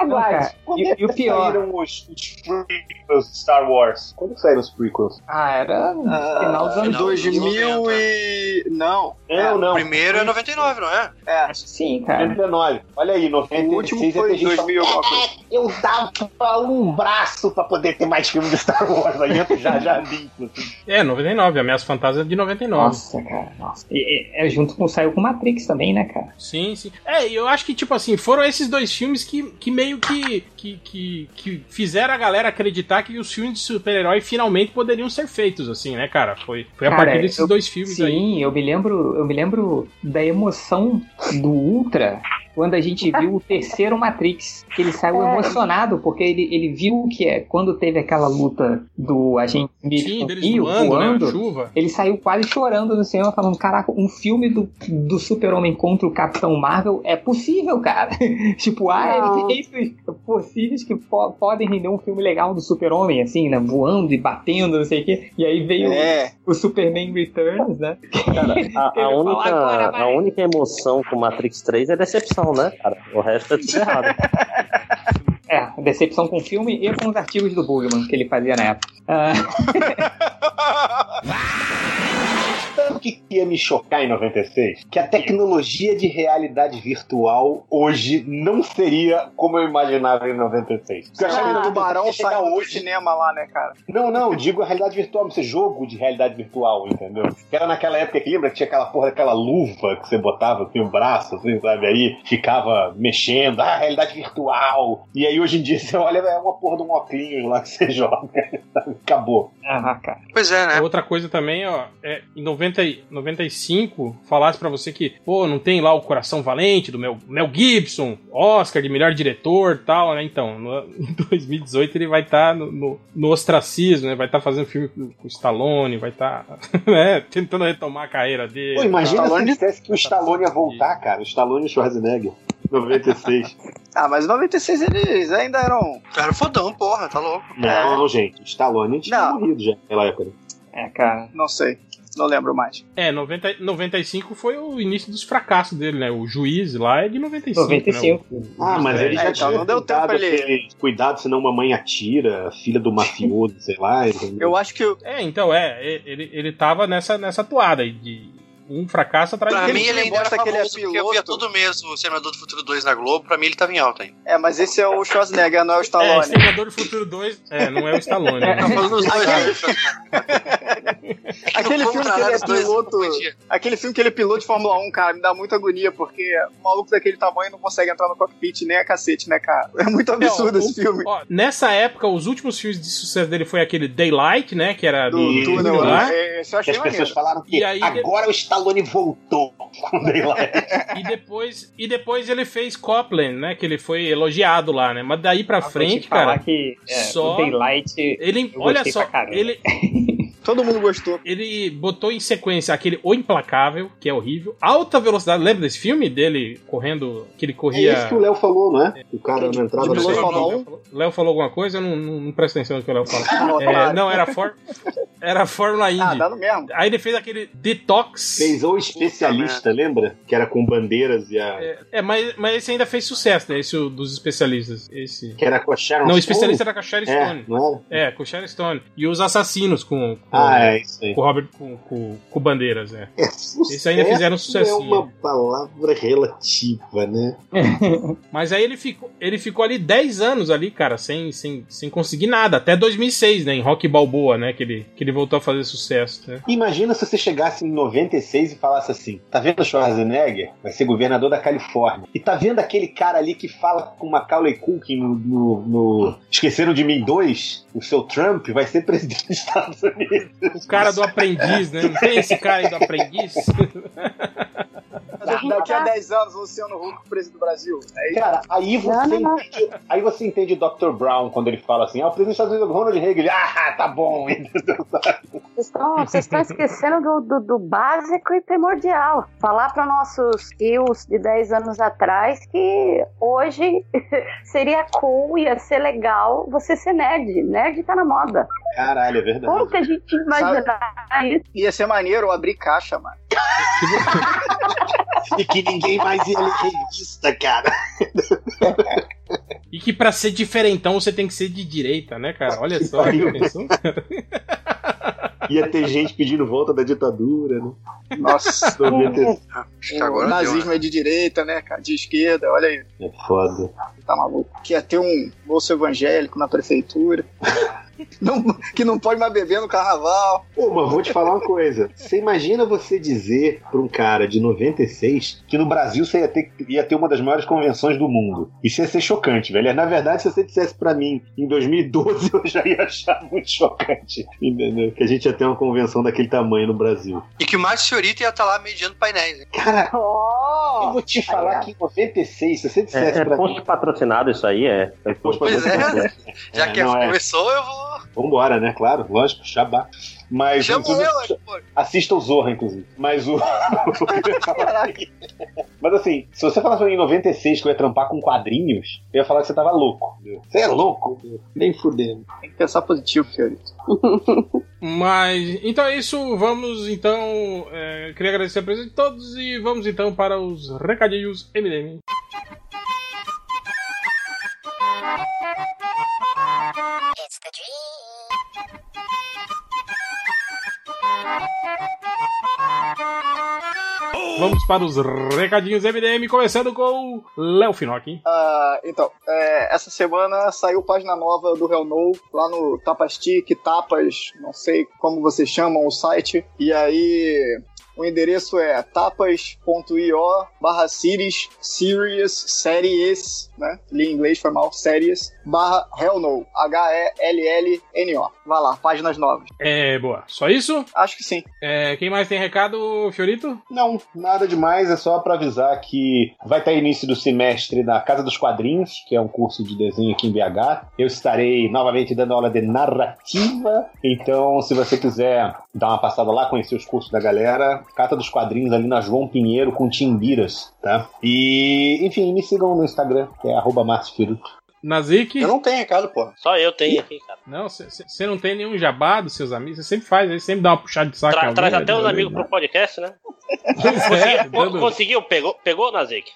Speaker 3: Não,
Speaker 4: Aguarde.
Speaker 3: cara.
Speaker 2: é-
Speaker 3: E, e o pior.
Speaker 5: saíram os, os prequels de Star Wars? Quando saíram os prequels?
Speaker 3: Ah, era no final dos anos
Speaker 7: final.
Speaker 2: 2000 e... Não.
Speaker 5: Não, não.
Speaker 7: O primeiro é 99, não é?
Speaker 2: É,
Speaker 3: Acho que sim, cara.
Speaker 5: 99. Olha aí,
Speaker 2: o
Speaker 5: 96
Speaker 2: último foi
Speaker 5: é que a gente
Speaker 2: 2000 alguma coisa.
Speaker 9: Eu dava um braço pra poder ter mais filme do Star Wars.
Speaker 5: Tá... Aí entra já, já limpo.
Speaker 1: É, 99, Ameaça Fantasma é de 99.
Speaker 3: Nossa, cara. Nossa. E- e- é junto com saiu com Matrix também, né, cara?
Speaker 1: Sim, sim. É, eu acho que, tipo assim, foram esses dois filmes que, que meio que, que, que, que fizeram a galera acreditar que os filmes de super-herói finalmente poderiam ser feitos, assim, né, cara? Foi, foi a
Speaker 3: Cara,
Speaker 1: partir desses
Speaker 3: eu-
Speaker 1: dois filmes
Speaker 3: Sim,
Speaker 1: aí.
Speaker 3: eu me lembro, eu me lembro da emoção do Ultra quando a gente viu o terceiro Matrix. que Ele saiu
Speaker 4: É.
Speaker 3: emocionado, porque ele, ele viu que é quando teve aquela luta do agente Smith
Speaker 1: Sim,
Speaker 3: com o
Speaker 1: deles
Speaker 3: Neo
Speaker 1: voando,
Speaker 3: tipo, voando,
Speaker 1: né? Chuva.
Speaker 3: Ele saiu quase chorando no cinema, falando: Caraca, um filme do, do Super-Homem contra o Capitão Marvel é possível, cara. tipo, há
Speaker 4: Não.
Speaker 3: efeitos possíveis que po- podem render um filme legal do Super-Homem, assim, né? Voando e batendo, não sei o quê. E aí veio
Speaker 2: É,
Speaker 3: o Superman Returns, né?
Speaker 10: Cara, a, a
Speaker 3: Eu ia falar
Speaker 10: única,
Speaker 3: agora, vai.
Speaker 10: a única emoção com Matrix 3 é decepção, né, cara? O resto é tudo errado.
Speaker 3: É, decepção com o filme e com os artigos do Bugman que ele fazia na época. Ah,
Speaker 5: Sabe o que que ia me chocar em 96? Que a tecnologia de realidade virtual hoje não seria como eu imaginava em 96. Porque eu achava que
Speaker 2: o
Speaker 5: em 96
Speaker 2: tubarão
Speaker 5: ia chegar
Speaker 2: saiu do cinema lá, né, cara?
Speaker 5: Não, não, digo a realidade virtual, mas é jogo de realidade virtual, entendeu? Que era naquela época que lembra que tinha aquela porra daquela luva que você botava assim, o braço, assim, sabe? Aí ficava mexendo, ah, realidade virtual. E aí hoje em dia você olha, é uma porra de um óculos lá que você joga. sabe? Acabou.
Speaker 3: ah, cara.
Speaker 7: Pois é, né?
Speaker 1: Outra coisa também, ó, é, em 90, e- 95, falasse pra você que, pô, não tem lá o Coração Valente do Mel, Mel Gibson, Oscar de melhor diretor e tal, né? Então, no- em 2018 ele vai estar no, no- no ostracismo, né? Vai estar fazendo filme com, com o Stallone, vai estar tentando retomar a carreira dele.
Speaker 5: Pô, imagina
Speaker 1: tal.
Speaker 5: se dissesse que o Stallone ia voltar, cara. O Stallone e o Schwarzenegger. 96.
Speaker 2: Ah, mas em 96 eles ainda eram.
Speaker 7: Cara, fodão, porra, tá louco.
Speaker 5: Não, gente. O Stallone tinha
Speaker 2: É. Não.
Speaker 5: morrido já naquela época. né?
Speaker 3: É, cara.
Speaker 2: Não sei. Não lembro mais.
Speaker 1: É, 90, 95 foi o início dos fracassos dele, né? O juiz lá é de 95. Né?
Speaker 3: 95.
Speaker 5: Ah, mas ele
Speaker 2: É,
Speaker 5: já
Speaker 2: então,
Speaker 5: tinha
Speaker 2: não deu tempo
Speaker 5: citado
Speaker 2: pra ele-
Speaker 5: aquele Cuidado, senão mamãe atira, filha do mafioso, sei lá. entendeu?
Speaker 2: Eu acho que.
Speaker 1: É, então, é, e- ele, ele tava nessa, nessa toada aí de um fracasso atrás
Speaker 7: Pra
Speaker 1: do
Speaker 7: mim ele ainda era
Speaker 2: bosta que ele é
Speaker 7: famoso, porque eu via
Speaker 2: piloto.
Speaker 7: todo mês o Senador do Futuro 2 na Globo, pra mim ele tava em alta, hein?
Speaker 2: É, mas esse é o Schwarzenegger, não é o
Speaker 1: É,
Speaker 2: Stallone.
Speaker 1: Exterminador do Futuro 2. É, não é o Stallone.
Speaker 7: Tá
Speaker 1: Né?
Speaker 7: falando os dois,
Speaker 2: Aquele-
Speaker 7: né? É que
Speaker 2: Aquele
Speaker 7: no
Speaker 2: filme
Speaker 7: Contra
Speaker 2: que ele é
Speaker 7: os dois
Speaker 2: piloto-
Speaker 7: confundia.
Speaker 2: Aquele filme que ele é piloto de Fórmula 1, cara, me dá muita agonia, porque o maluco daquele tamanho não consegue entrar no cockpit nem a cacete, né, cara? É muito absurdo
Speaker 1: Não,
Speaker 2: esse filme.
Speaker 1: Ó, nessa época, os últimos filmes de sucesso dele foi aquele Daylight, né? Que era
Speaker 2: Do
Speaker 5: Ih,
Speaker 2: túnel
Speaker 1: lá.
Speaker 2: lá. É, esse eu
Speaker 5: Que
Speaker 2: achei
Speaker 5: as
Speaker 2: maneiro.
Speaker 5: pessoas falaram que
Speaker 1: E aí-
Speaker 5: agora o Stallone voltou. Dei lá.
Speaker 1: E depois, e depois ele fez Copland, né? Que ele foi elogiado lá, né? Mas daí pra
Speaker 3: Ah, Vou
Speaker 1: frente,
Speaker 3: te falar
Speaker 1: cara.
Speaker 3: Que, é,
Speaker 1: só-
Speaker 3: O Daylight.
Speaker 1: Ele,
Speaker 3: Eu
Speaker 1: olha
Speaker 3: gostei
Speaker 1: só,
Speaker 3: pra caramba.
Speaker 1: ele,
Speaker 2: Todo mundo gostou.
Speaker 1: ele botou em sequência aquele O Implacável, que é horrível, Alta Velocidade, lembra desse filme dele correndo, que ele
Speaker 5: É
Speaker 1: corria...
Speaker 5: isso que o Léo falou, não é? O cara na entrada
Speaker 2: De
Speaker 5: do
Speaker 2: piloto
Speaker 5: Léo.
Speaker 2: Fórmula
Speaker 1: Léo falou alguma coisa? Eu não, não, não presto atenção no que o Léu fala. É, não, era For... Era a Fórmula Indy.
Speaker 2: Ah, dá no mesmo.
Speaker 1: Aí ele fez aquele detox.
Speaker 5: Fez o
Speaker 2: né?
Speaker 5: especialista, lembra? Que era com bandeiras e a.
Speaker 1: É, mas, mas esse ainda fez sucesso, né? Esse o- dos especialistas. Esse.
Speaker 5: Que era com a Sharon
Speaker 1: Não, o
Speaker 5: Ah, Stone?
Speaker 1: especialista era com a Sharon
Speaker 5: É,
Speaker 1: Stone.
Speaker 5: não era?
Speaker 1: É, com o Sharon Stone. E os assassinos com, com,
Speaker 5: Ah, é isso aí.
Speaker 1: com o Robert com, com, com o Bandeiras, né?
Speaker 5: É,
Speaker 1: Esse ainda fizeram né?
Speaker 5: sucesso É
Speaker 1: sucessinho.
Speaker 5: uma palavra relativa, né?
Speaker 1: Mas aí ele ficou, ele ficou ali 10 anos ali, cara, sem, sem, sem conseguir nada. Até 2006, né? Em Rock Balboa, né? Que ele, que ele voltou a fazer sucesso, né?
Speaker 5: Imagina se você chegasse em 96 e falasse assim: tá vendo o Schwarzenegger? Vai ser governador da Califórnia. E tá vendo aquele cara ali que fala com Macaulay Culkin no, no, no Esqueceram de Mim 2? O seu Trump vai ser presidente dos Estados Unidos.
Speaker 1: O cara do aprendiz, né? Não tem esse cara aí do aprendiz?
Speaker 2: Daqui a 10 anos, Luciano Huck, presidente do Brasil. É isso.
Speaker 5: Cara, aí
Speaker 4: Não,
Speaker 5: você,
Speaker 4: não, não.
Speaker 5: entende, aí você entende o Dr. Brown quando ele fala assim: ah, o presidente dos Estados Unidos é o Ronald Reagan. Ele, ah, tá bom.
Speaker 4: Vocês estão, vocês estão esquecendo do, do, do básico e primordial. Falar para nossos tios de 10 anos atrás que hoje seria cool, ia ser legal você ser nerd. Nerd tá na moda.
Speaker 5: Caralho, é
Speaker 4: Como
Speaker 5: verdade.
Speaker 4: que a gente ia imaginar isso?
Speaker 2: Ia ser maneiro eu abrir caixa, mano.
Speaker 5: E que ninguém mais ia ler revista, cara.
Speaker 1: E que pra ser diferentão você tem que ser de direita, né, cara? Olha só.
Speaker 5: pariu.
Speaker 1: pensou?
Speaker 5: Ia ter gente pedindo volta da ditadura, né?
Speaker 2: Nossa.
Speaker 5: 96.
Speaker 7: Acho que
Speaker 2: O
Speaker 7: agora deu, né?
Speaker 2: nazismo é de direita, né, cara? De esquerda, olha aí.
Speaker 5: É foda.
Speaker 2: Tá maluco? Que ia ter um moço evangélico na prefeitura. Não- que não pode mais beber no carnaval.
Speaker 5: Pô, mas vou te falar uma coisa. Você imagina você dizer pra um cara de 96 que no Brasil você ia ter, ia ter uma das maiores convenções do mundo. Isso ia ser chocante, velho. Na verdade, se você dissesse pra mim em 2012, eu já ia achar muito chocante. Entendeu? Que a gente ia ter uma convenção daquele tamanho no Brasil.
Speaker 7: né? E que o Márcio Fiorito ia estar lá mediando painéis. né? hein?
Speaker 5: Cara, eu
Speaker 4: Oh,
Speaker 5: vou te falar que em 96, se você
Speaker 10: É,
Speaker 5: dissesse
Speaker 10: é
Speaker 5: pra mim.
Speaker 10: post patrocinado isso aí, é. é post
Speaker 7: Pois é,
Speaker 10: patrocinado.
Speaker 7: Já
Speaker 5: É,
Speaker 7: que
Speaker 5: não, é.
Speaker 7: começou, eu vou.
Speaker 5: Vambora, né? Claro, lógico, xabá. Mas.
Speaker 7: Chama
Speaker 5: inclusive,
Speaker 7: eu, hein, pô.
Speaker 5: Assista o Zorra, inclusive. Mas o. Mas assim, se você falasse pra mim em 96 que eu ia trampar com quadrinhos, eu ia falar que você tava louco. entendeu? Você é louco? entendeu? Nem fudendo.
Speaker 2: Tem que pensar positivo, Fiorito.
Speaker 1: Mas, então é isso. Vamos, então... é, queria agradecer a presença de todos e vamos, então, para os recadinhos MDM. Vamos para os recadinhos MDM, começando com o Léo Finocchi.
Speaker 2: Ah, então, é, essa semana saiu página nova do Hell No lá no Tapastic, Tapas, não sei como vocês chamam o site. E aí. O endereço é tapas.io barra series, series, series, né? Li em inglês, foi mal, series, barra hell no, H-E-L-L-N-O. Vai lá, páginas novas.
Speaker 1: É, boa. Só isso?
Speaker 2: Acho que sim.
Speaker 1: É, quem mais tem recado, Fiorito?
Speaker 5: Não, nada demais, é só pra avisar que vai estar início do semestre na Casa dos Quadrinhos, que é um curso de desenho aqui em BH. Eu estarei novamente dando aula de narrativa, então se você quiser dar uma passada lá, conhecer os cursos da galera, Casa dos Quadrinhos ali na João Pinheiro com Timbiras, tá? E, enfim, me sigam no Instagram, que é arroba Márcio Firuto.
Speaker 1: Nazik?
Speaker 7: Eu não tenho recado, pô.
Speaker 6: Só eu tenho aqui, cara.
Speaker 1: Não, você não tem nenhum jabá dos seus amigos? Você sempre faz, aí sempre dá uma puxada de saco.
Speaker 6: Tra-
Speaker 1: em alguém,
Speaker 6: traz
Speaker 1: né?
Speaker 6: até os amigos pro podcast, né?
Speaker 1: É,
Speaker 6: Co-
Speaker 1: dando-
Speaker 6: Conseguiu? Pegou, pegou Nazik?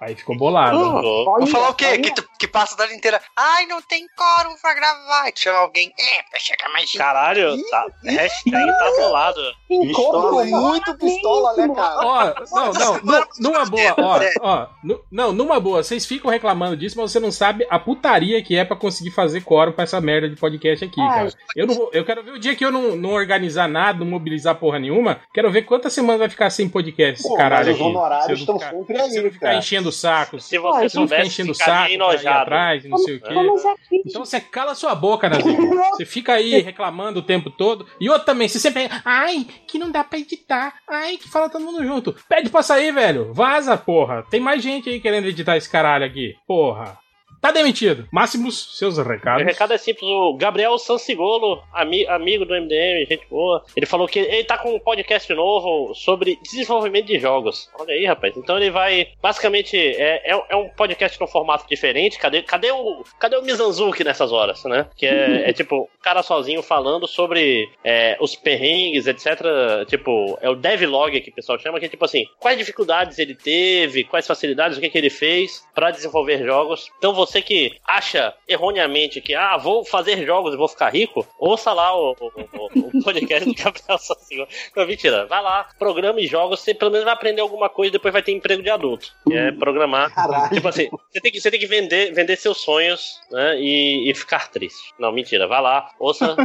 Speaker 1: Aí ficou bolado.
Speaker 6: Pegou.
Speaker 7: Vou falar o quê? Que, tu- que passa a tarde inteira. Ai, não tem quórum pra gravar. E tu chama alguém. É, pra chegar mais gente.
Speaker 6: Caralho, tá, hashtag tá bolado.
Speaker 2: Encontro
Speaker 5: Pistola,
Speaker 7: né?
Speaker 5: hein?
Speaker 2: muito pistola, né, cara?
Speaker 1: Ó, não, não, nu- numa boa, ó, ó, nu- não, numa boa, vocês ficam reclamando disso, mas você não sabe a putaria que é pra conseguir fazer quórum pra essa merda de podcast aqui,
Speaker 4: Ah,
Speaker 1: cara. Eu, não vou- eu quero ver o dia que eu não, não organizar nada, não mobilizar porra nenhuma, quero ver quantas semanas vai ficar sem podcast esse
Speaker 5: Pô,
Speaker 1: caralho
Speaker 5: mas os
Speaker 1: aqui. Se eu
Speaker 5: honorários
Speaker 1: não
Speaker 5: estão
Speaker 1: ficar-
Speaker 5: sempre
Speaker 1: se eu não
Speaker 5: aí,
Speaker 1: ficar
Speaker 5: cara.
Speaker 1: enchendo o saco, se
Speaker 6: Se você
Speaker 4: Olha,
Speaker 1: eu não ficar
Speaker 6: soubesse,
Speaker 1: enchendo o
Speaker 6: ficaria
Speaker 1: saco, enojado.
Speaker 6: enojado.
Speaker 1: atrás, não sei o quê.
Speaker 6: assim?
Speaker 4: Vamos aqui.
Speaker 1: Então você cala sua boca, Nazinho. Você fica aí reclamando o tempo todo. E outro também, você sempre. Ai, que não dá pra editar. Ai, que fala todo mundo junto. Pede pra sair, velho. Vaza, porra. Tem mais gente aí querendo editar esse caralho aqui. Porra. Tá demitido. Máximos, seus recados.
Speaker 6: O recado é simples. O Gabriel Sansigolo, ami- amigo do MDM, gente boa, ele falou que ele tá com um podcast novo sobre desenvolvimento de jogos. Olha aí, rapaz. Então ele vai. Basicamente, é, é, um- é um podcast num formato diferente. Cadê, cadê o cadê o Mizanzuki nessas horas, né? Que é, é tipo o cara sozinho falando sobre é, os perrengues, etc. Tipo, é o devlog que o pessoal chama, que é tipo assim, quais dificuldades ele teve, quais facilidades, o que, que ele fez pra desenvolver jogos. Então você que acha erroneamente que, ah, vou fazer jogos e vou ficar rico, ouça lá o, o- o- o podcast do Gabriel Sozinho. Não, mentira. Vai lá, programa e jogos, você pelo menos vai aprender alguma coisa e depois vai ter emprego de adulto. que é programar. Tipo assim, você tem que, você tem que vender, vender seus sonhos, né, e, e ficar triste. Não, mentira. Vai lá, ouça...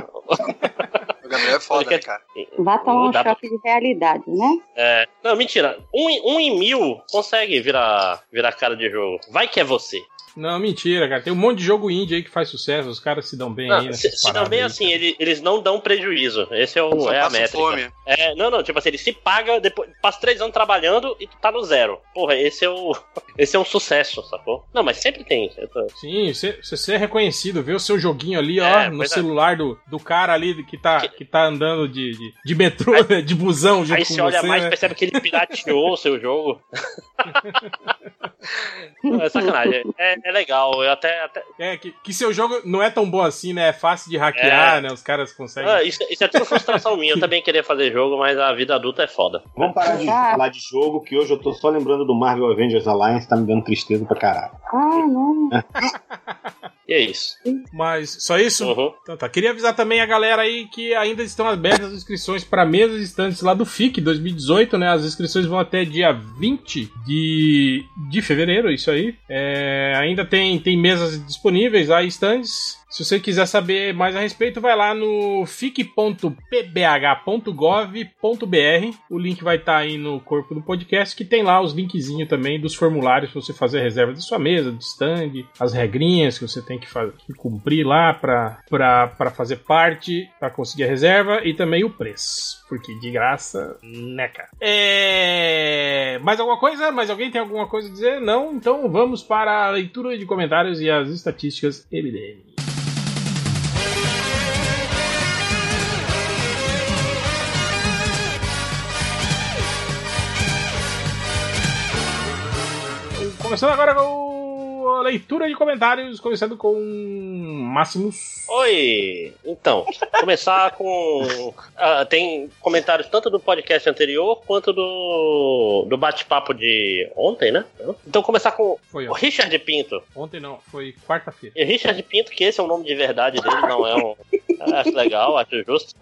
Speaker 7: O Gabriel é foda, né, cara?
Speaker 4: Vá tomar um
Speaker 6: Dá pra-
Speaker 4: choque de realidade, né?
Speaker 6: É, não, mentira. Um, em- um em mil consegue virar, virar cara de jogo. Vai que é você.
Speaker 1: Não, mentira, cara. Tem um monte de jogo indie aí que faz sucesso. Os caras se dão bem aí.
Speaker 6: Não, se,
Speaker 1: nessas
Speaker 6: se
Speaker 1: paradas
Speaker 6: também
Speaker 1: aí.
Speaker 6: assim, ele- eles não dão prejuízo. Esse é, o,
Speaker 1: Só
Speaker 6: é a
Speaker 1: passa
Speaker 6: métrica.
Speaker 1: fome.
Speaker 6: É, não, não, tipo assim, ele se paga, depois, passa três anos trabalhando e tu tá no zero. Porra, esse é o. Esse é um sucesso, sacou? Não, mas sempre tem. Eu tô-
Speaker 1: Sim, você- você ser reconhecido, ver o seu joguinho ali,
Speaker 6: É,
Speaker 1: ó, no
Speaker 6: pois é.
Speaker 1: celular do, do cara ali que tá, que tá andando de, de, de metrô, né, de busão junto
Speaker 6: Aí
Speaker 1: com
Speaker 6: você olha
Speaker 1: você,
Speaker 6: mais e
Speaker 1: né?
Speaker 6: percebe que ele pirateou o seu jogo. Não, é sacanagem. É, é legal. Eu até- até,
Speaker 1: É, que, que seu jogo não é tão bom assim, né? É fácil de hackear,
Speaker 6: É.
Speaker 1: né? Os caras conseguem.
Speaker 6: Ah, isso, isso é tudo frustração minha. Eu também queria fazer jogo, mas a vida adulta é foda.
Speaker 5: Vamos parar de falar de jogo, que hoje eu tô só lembrando do Marvel Avengers Alliance, tá me dando tristeza pra caralho.
Speaker 4: Ah, não.
Speaker 6: E é isso. Uhum.
Speaker 1: Mas só isso? Então tá. Queria avisar também a galera aí que ainda estão abertas as inscrições para mesas e estantes lá do FIC 2018, né? As inscrições vão até dia 20 de, de fevereiro, isso aí. É, ainda tem, tem mesas disponíveis lá e estandes. Se você quiser saber mais a respeito, vai lá no fic.pbh.gov.br. O link vai estar aí no corpo do podcast, que tem lá os linkzinhos também dos formulários para você fazer a reserva da sua mesa, do stand, as regrinhas que você tem que, fa- que cumprir lá para fazer parte, para conseguir a reserva e também o preço, porque de graça, né, cara? É... Mais alguma coisa? Mais alguém tem alguma coisa a dizer? Não? Então vamos para a leitura de comentários e as estatísticas MDM. Começando agora com a leitura de comentários, começando com Máximos.
Speaker 6: Oi! Então, começar com. ah, tem comentários tanto do podcast anterior quanto do, do bate-papo de ontem, né? Então, começar com
Speaker 1: Foi
Speaker 6: o Richard Pinto.
Speaker 1: Ontem não, foi quarta-feira.
Speaker 6: E Richard Pinto, que esse é o nome de verdade dele, não é um. Eu Acho legal, acho justo.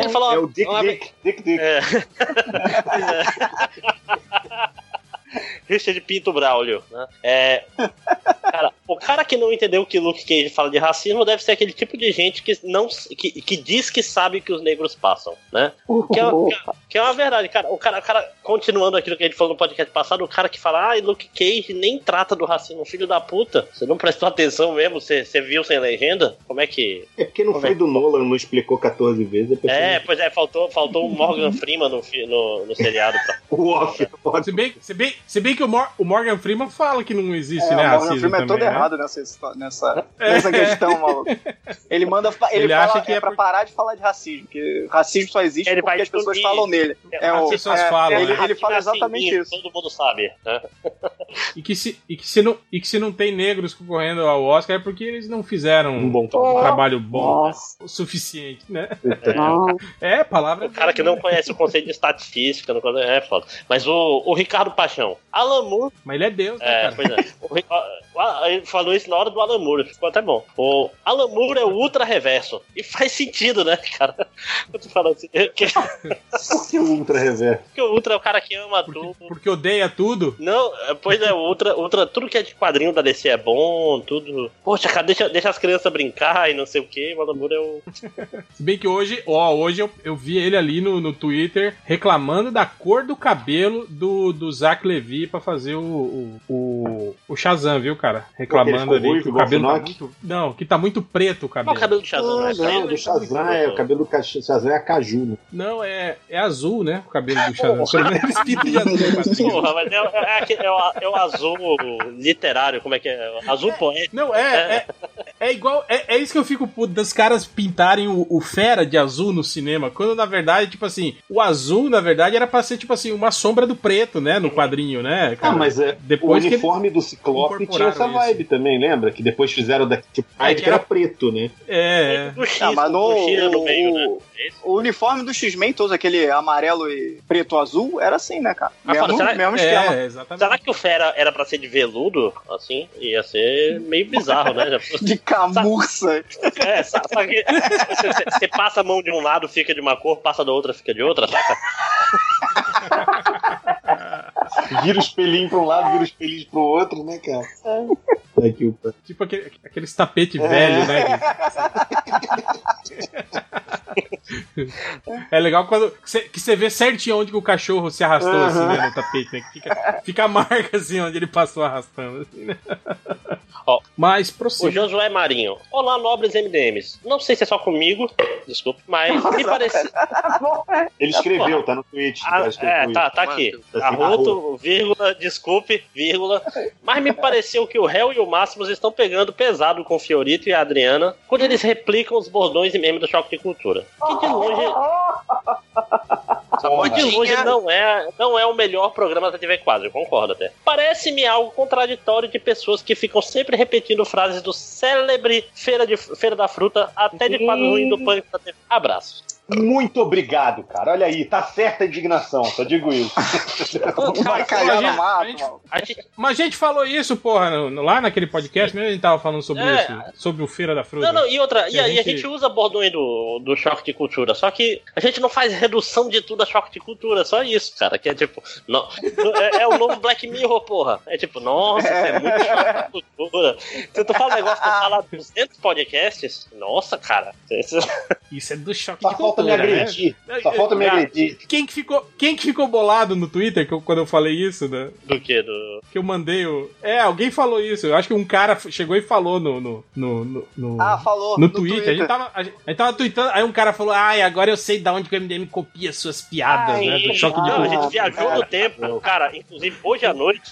Speaker 6: Ele falou,
Speaker 5: é o Dick
Speaker 6: uma-
Speaker 5: Dick, Dick Dick.
Speaker 6: É. Richard Pinto Braulio, né? É, cara, o cara que não entendeu que Luke Cage fala de racismo deve ser aquele tipo de gente que não que, que diz que sabe que os negros passam, né? Que é, que é- que é uma verdade, cara. O cara, o cara, continuando aquilo que a gente falou no podcast passado, o cara que fala, ah, Luke Cage nem trata do racismo, filho da puta. Você não prestou atenção mesmo, você, você viu sem legenda? Como é que.
Speaker 5: É porque não foi do Nolan, não explicou 14 vezes. a pessoa-
Speaker 6: É, pois é, faltou, faltou o Morgan Freeman no, fi- no, no seriado pra
Speaker 5: O um off.
Speaker 1: Se bem, se bem, se bem que o, Mor- o Morgan Freeman fala que não existe, né,
Speaker 2: É, o Morgan
Speaker 1: racismo
Speaker 2: Freeman é
Speaker 1: também,
Speaker 2: todo
Speaker 1: né? É.
Speaker 2: errado nessa, histó- nessa, nessa questão, maluco. Ele manda. fa- Ele,
Speaker 1: Ele
Speaker 2: fala,
Speaker 1: acha que
Speaker 2: é,
Speaker 1: é
Speaker 2: pra parar de falar de racismo, porque racismo só existe
Speaker 6: Ele vai
Speaker 2: porque as pessoas
Speaker 6: explodir.
Speaker 2: falam nele. É,
Speaker 6: as
Speaker 2: o,
Speaker 1: pessoas
Speaker 2: é,
Speaker 1: falam,
Speaker 2: Ele,
Speaker 1: né?
Speaker 2: ele fala
Speaker 6: Assim,
Speaker 2: exatamente isso.
Speaker 6: Todo mundo sabe. né?
Speaker 1: E que, se, e, que se não, e que se não tem negros concorrendo ao Oscar é porque eles não fizeram um, bom trabalho bom o suficiente, né? É, palavra.
Speaker 6: O cara que não conhece o conceito de estatística, não conhece, é foda. Mas o, o Ricardo Paixão, Alan Moore.
Speaker 1: Mas ele é Deus, né,
Speaker 6: É,
Speaker 1: cara?
Speaker 6: pois é. O Ri- a- a- ele falou isso na hora do Alan Moore, ficou até bom. O Alan Moore é o ultra reverso. E faz sentido, né, cara? Eu tô falando assim. Que,
Speaker 5: Por que o Ultra Reverso?
Speaker 6: que o ultra é o cara que ama tudo.
Speaker 1: Porque odeia tudo.
Speaker 6: Não, é, pois é, o ultra, ultra, tudo que é de quadrinho da DC é bom, tudo. Poxa, cara, deixa, deixa as crianças brincar e não sei o que. O Alan Moore é o
Speaker 1: Se bem que hoje, ó, hoje eu, eu vi ele ali no, no Twitter reclamando da cor do cabelo do, do Zach Levi pra fazer o, o, o, o Shazam, viu, cara? reclamando
Speaker 5: Aquele ficou
Speaker 1: ali que
Speaker 5: ruivo,
Speaker 1: o cabelo tá
Speaker 5: igual o
Speaker 1: muito... Não, que tá muito preto o
Speaker 6: é
Speaker 1: cabelo.
Speaker 6: né?
Speaker 5: Ah, não, do Shazam, é, o cabelo do Ca- Shazam é a Caju, né?
Speaker 1: Não, é, é azul, né? O cabelo do Shazam. Pelo menos eles pintam de azul.
Speaker 6: Porra, mas é, é, aquele- é o, é o azul literário, como é que é? Azul poético.
Speaker 1: Não, é, é, é igual. É, é isso que eu fico puto dos caras pintarem o, o Fera de azul no cinema, quando na verdade, tipo assim, o azul, na verdade, era pra ser, tipo assim, uma sombra do preto, né? No quadrinho, né?
Speaker 5: Ah, mas é,
Speaker 1: Depois
Speaker 5: o
Speaker 1: que
Speaker 5: uniforme do Ciclope tinha essa
Speaker 1: incorporaram
Speaker 5: vibe também, lembra? Que depois fizeram da tipo, Pride, que era preto, né?
Speaker 1: É.
Speaker 6: Do X,
Speaker 2: Ah, mas no,
Speaker 6: do X no
Speaker 2: o-
Speaker 6: meio, né?
Speaker 2: o uniforme do X-Men, todos aquele amarelo e preto azul, era assim, né, cara?
Speaker 6: Ah, fala,
Speaker 2: mesmo
Speaker 6: será-
Speaker 5: um
Speaker 2: mesmo
Speaker 6: é,
Speaker 2: esquema.
Speaker 6: Será que o Fera era pra ser de veludo? Assim, ia ser meio bizarro, né?
Speaker 2: De camurça.
Speaker 6: É, sa- sabe que você, você- você passa a mão de um lado, fica de uma cor, passa da outra, fica de outra, saca?
Speaker 5: Vira os pelinhos pra um lado, vira os pelinhos pro outro, né, cara? Aqui, É. o
Speaker 1: Tipo aquele, aqueles tapete velho, né? É legal quando cê- que você vê certinho onde que o cachorro se arrastou
Speaker 5: Aham.
Speaker 1: assim, né, no tapete, né? Que Fica, fica a marca assim onde ele passou arrastando. Assim, né?
Speaker 6: Ó,
Speaker 1: Mas
Speaker 6: O
Speaker 1: prossiga.
Speaker 6: Josué Marinho. Olá, nobres MDMs. Não sei se é só comigo, desculpa, mas me parece.
Speaker 5: Ele escreveu, tá no Twitch.
Speaker 6: Ah,
Speaker 5: tá escrito
Speaker 6: é,
Speaker 5: no
Speaker 6: tá,
Speaker 5: Twitch.
Speaker 6: tá aqui.
Speaker 5: Tá assim,
Speaker 6: Arroto, vírgula, desculpe, vírgula. Mas me pareceu que o réu e o Máximos estão pegando pesado com o Fiorito e a Adriana quando eles replicam os bordões e memes do Choque de Cultura. Que de longe.
Speaker 5: Porra.
Speaker 6: Que de longe não é, não é o melhor programa da TV Quadro, eu concordo até. Parece-me algo contraditório de pessoas que ficam sempre repetindo frases do célebre Feira, de, Feira da Fruta até de quadro ruim do Pânico da TV. Abraço.
Speaker 5: Muito obrigado, cara. Olha aí, tá certa a indignação, só digo isso.
Speaker 1: Cara, a gente- a gente- Mas a gente falou isso, porra, no- no- lá naquele podcast mesmo a gente tava falando sobre
Speaker 6: É.
Speaker 1: isso, sobre o Feira da Fruta.
Speaker 6: Não, não, e outra, e
Speaker 1: Que a
Speaker 6: a, e a
Speaker 1: gente-
Speaker 6: gente usa bordões do, do choque de cultura, só que a gente não faz redução de tudo a choque de cultura, só isso, cara, que é tipo, não, é, é o novo Black Mirror, porra. É tipo, nossa, isso é muito choque de cultura. Se tu fala um negócio que tu fala 200 podcasts, nossa, cara, isso,
Speaker 1: Isso é do choque
Speaker 5: Só
Speaker 1: de
Speaker 5: falta
Speaker 1: cultura, né?
Speaker 5: me agredir. Só falta me
Speaker 1: Ah,
Speaker 5: agredir.
Speaker 1: Quem que ficou, quem que ficou bolado no Twitter que eu- quando eu falei isso, né?
Speaker 6: Do que? Do...
Speaker 1: Que eu mandei o. É, alguém falou isso. Eu acho que um cara f- chegou e falou no. no, no, no, no-
Speaker 2: Ah, falou.
Speaker 1: no Twitter. A, gente tava, a, gente, a gente tava tweetando, aí um cara falou: Ai, agora eu sei da onde que o MDM copia suas piadas, né? Do choque de
Speaker 6: Não, a
Speaker 1: cultura.
Speaker 6: gente viajou no tempo, cara. Inclusive, hoje à noite,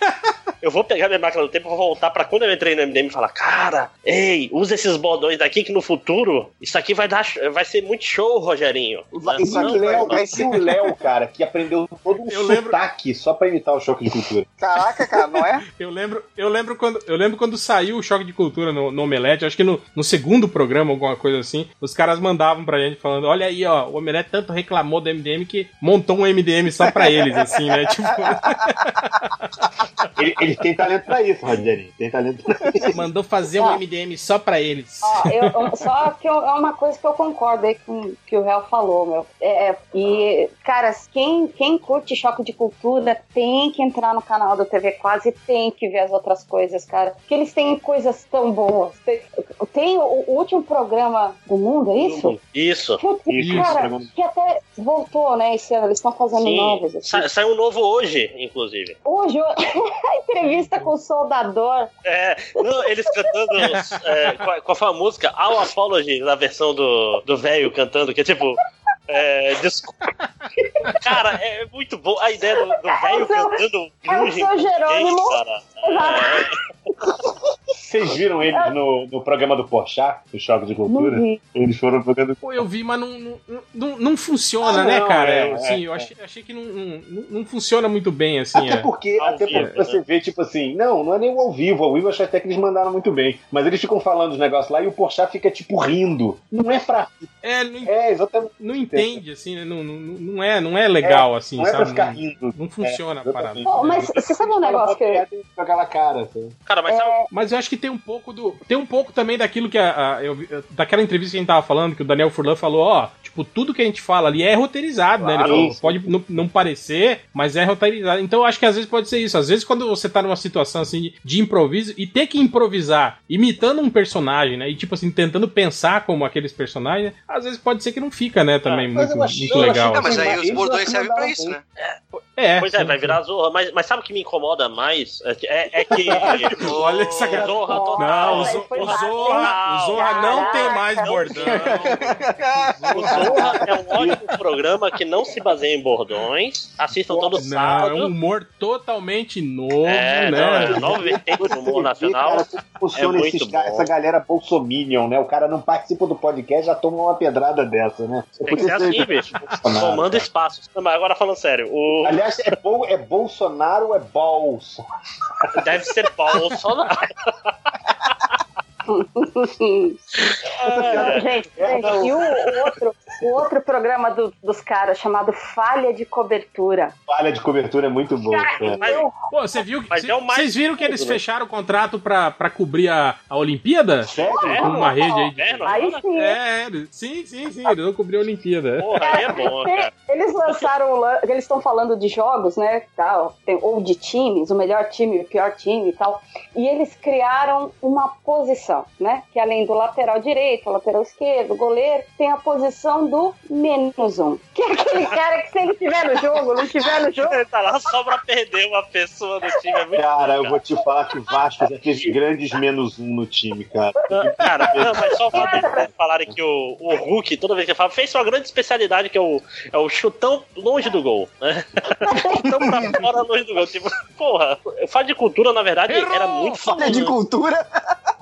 Speaker 6: eu vou pegar minha máquina do tempo e vou voltar pra quando eu entrei no MDM e falar: Cara, ei, usa esses bordões daqui que no futuro isso aqui vai, dar, vai ser muito show, Rogerinho.
Speaker 5: Isso
Speaker 6: Não,
Speaker 5: aqui é
Speaker 6: não,
Speaker 5: Léo,
Speaker 6: não.
Speaker 5: esse o Léo, cara, que aprendeu todo um sotaque só pra imitar o choque de cultura.
Speaker 2: Caraca, cara, não é?
Speaker 1: Eu lembro, eu lembro quando, eu lembro quando saiu o choque de cultura no, no Omelete, acho que no, no segundo programa, alguma coisa assim, os caras mandavam pra gente falando, olha aí, ó, o Omelete tanto reclamou do MDM que montou um MDM só pra eles, assim, né? Tipo,
Speaker 5: Ele, ele tem talento pra isso, Rogerinho. Tem talento pra isso.
Speaker 1: mandou fazer um MDM só pra eles.
Speaker 4: Ó, eu- eu- só que eu- é uma coisa que eu concordo aí com que o Real falou, meu. É, é, e, cara, quem, quem curte choque de cultura tem que entrar no canal do TV Quase, tem que ver as outras coisas, cara. Porque eles têm coisas tão boas. Tem, tem o, o último programa do mundo, é isso?
Speaker 6: Isso.
Speaker 4: Putz,
Speaker 5: Isso,
Speaker 4: cara,
Speaker 5: programa.
Speaker 4: que até voltou, né, esse ano. Eles estão fazendo novos.
Speaker 6: Sim.
Speaker 4: assim.
Speaker 6: Sa- saiu um novo hoje, inclusive.
Speaker 4: Hoje, eu- a entrevista com o Soldador.
Speaker 6: É, não, eles cantando é, com, a, com a famosa música All Apology, na versão do do velho cantando, que é tipo. É, desculpa. Cara, é muito bom a ideia do do velho cantando
Speaker 4: é o
Speaker 6: grunge em
Speaker 4: seu
Speaker 6: português,
Speaker 4: Jerônimo.
Speaker 6: cara.
Speaker 5: É. Vocês viram eles no, no programa do Porchat, do Choque de Cultura?
Speaker 4: Não vi.
Speaker 5: Eles foram jogando.
Speaker 1: Pô, eu vi, mas não, não, não, não funciona,
Speaker 5: Ah,
Speaker 1: né,
Speaker 5: não,
Speaker 1: cara?
Speaker 5: é,
Speaker 1: assim,
Speaker 5: é,
Speaker 1: eu achei, achei que não, não, não funciona muito bem, assim.
Speaker 5: até
Speaker 1: é.
Speaker 5: porque,
Speaker 6: Ao
Speaker 5: até
Speaker 6: vivo,
Speaker 5: porque Ah, você
Speaker 6: né?
Speaker 5: vê, tipo assim, não, não é nem o ao vivo. Ao vivo eu achei até que eles mandaram muito bem. Mas eles ficam falando os negócios lá e o Porchat fica, tipo, rindo. Não é pra.
Speaker 1: É, não,
Speaker 5: É, exatamente.
Speaker 1: não entende, assim, né? Não, não, não, é, não é legal, assim,
Speaker 5: Não é pra
Speaker 1: sabe?
Speaker 5: ficar
Speaker 1: não,
Speaker 5: rindo.
Speaker 1: não funciona a parada.
Speaker 5: exatamente.
Speaker 4: Pô, mas você sabe um negócio que...
Speaker 5: É, tem que jogar na cara, assim.
Speaker 6: Cara, mas sabe,
Speaker 1: Mas eu acho que tem um pouco do. Tem um pouco também daquilo que a, a- eu vi- daquela entrevista que a gente tava falando, que o Daniel Furlan falou, ó, tipo, tudo que a gente fala ali é roteirizado, né? Ele
Speaker 5: Claro.
Speaker 1: falou, pode não, não parecer, mas é roteirizado. Então eu acho que às vezes pode ser isso. Às vezes, quando você tá numa situação assim de, de improviso e ter que improvisar, imitando um personagem, né? E tipo assim, tentando pensar como aqueles personagens, né, às vezes pode ser que não fica, né, também
Speaker 5: mas
Speaker 1: muito,
Speaker 5: eu achei-
Speaker 1: muito
Speaker 5: eu achei
Speaker 1: legal. assim.
Speaker 5: que
Speaker 7: Não, mas aí
Speaker 5: Eles
Speaker 7: os
Speaker 5: já
Speaker 7: bordões
Speaker 5: se
Speaker 7: servem pra
Speaker 5: mandaram
Speaker 7: isso,
Speaker 5: bem.
Speaker 7: né?
Speaker 1: É.
Speaker 6: pois é, vai virar Zorra, mas, mas sabe o que me incomoda mais? É, que- é, é que.
Speaker 7: Olha que
Speaker 1: sagrado.
Speaker 6: Zorra, Zorra total.
Speaker 1: Não, o,
Speaker 6: Aí
Speaker 1: Zo-
Speaker 6: foi
Speaker 1: o
Speaker 6: lá,
Speaker 1: Zorra, o
Speaker 6: total.
Speaker 1: Zorra não tem
Speaker 6: Caraca,
Speaker 1: mais
Speaker 6: não
Speaker 1: bordão.
Speaker 6: O Zorra é um ótimo programa que não se baseia em bordões. Assistam todo
Speaker 1: Não, é
Speaker 6: sábado.
Speaker 1: um humor totalmente novo, né?
Speaker 6: É, não, é nova vertente do humor nacional.
Speaker 5: Cara, como funciona
Speaker 6: É
Speaker 5: esses
Speaker 6: muito
Speaker 5: ca-
Speaker 6: bom.
Speaker 5: essa galera Bolsominion, né? O cara não participa do podcast, já toma uma pedrada dessa, né? Isso
Speaker 6: Tem que ser
Speaker 5: aconteceu-
Speaker 6: assim, bicho. Tomando espaço. Não, mas agora falando sério, o...
Speaker 5: Aliás, é, bol, é Bolsonaro ou é Bolso?
Speaker 6: deve ser Bolsonaro.
Speaker 1: É,
Speaker 4: Não, Hum,
Speaker 6: É.
Speaker 4: gente, gente, e o, o outro, o outro programa do- dos caras chamado Falha de Cobertura.
Speaker 5: Falha de cobertura é muito boa. cara.
Speaker 6: Mas,
Speaker 1: Pô, você viu que.
Speaker 6: Mas é o mais
Speaker 1: Vocês viram que eles
Speaker 6: tudo, né?
Speaker 1: fecharam o contrato pra, pra cobrir a, a Olimpíada?
Speaker 5: Sério?
Speaker 6: É,
Speaker 1: Com uma rede aí de.
Speaker 6: Inverno,
Speaker 4: Aí
Speaker 6: agora?
Speaker 4: sim.
Speaker 1: É, eles- sim, sim, sim, eles vão cobrir a Olimpíada.
Speaker 6: Porra, aí é bom, cara.
Speaker 4: Eles lançaram, o lan- eles estão falando de jogos, né, tal, tem- ou de times, o melhor time, o pior time e tal, e eles criaram uma posição, né, que além do lateral direito, lateral esquerdo, goleiro, tem a posição do menos um, que é aquele cara que se ele estiver no jogo, não estiver no jogo,
Speaker 6: Tá lá só pra perder uma pessoa do time. É muito
Speaker 5: Cara, eu vou te falar que o Vasco já teve grandes menos um no time, cara.
Speaker 6: Cara, não, mas só pra vocês falarem que o, o Hulk, toda vez que ele fala, fez sua grande especialidade, que é o, é o chutão longe do gol. Né? chutão pra fora longe do gol. Tipo, porra, falha de cultura, na verdade,
Speaker 1: Errou!
Speaker 6: era muito
Speaker 2: Falha de cultura?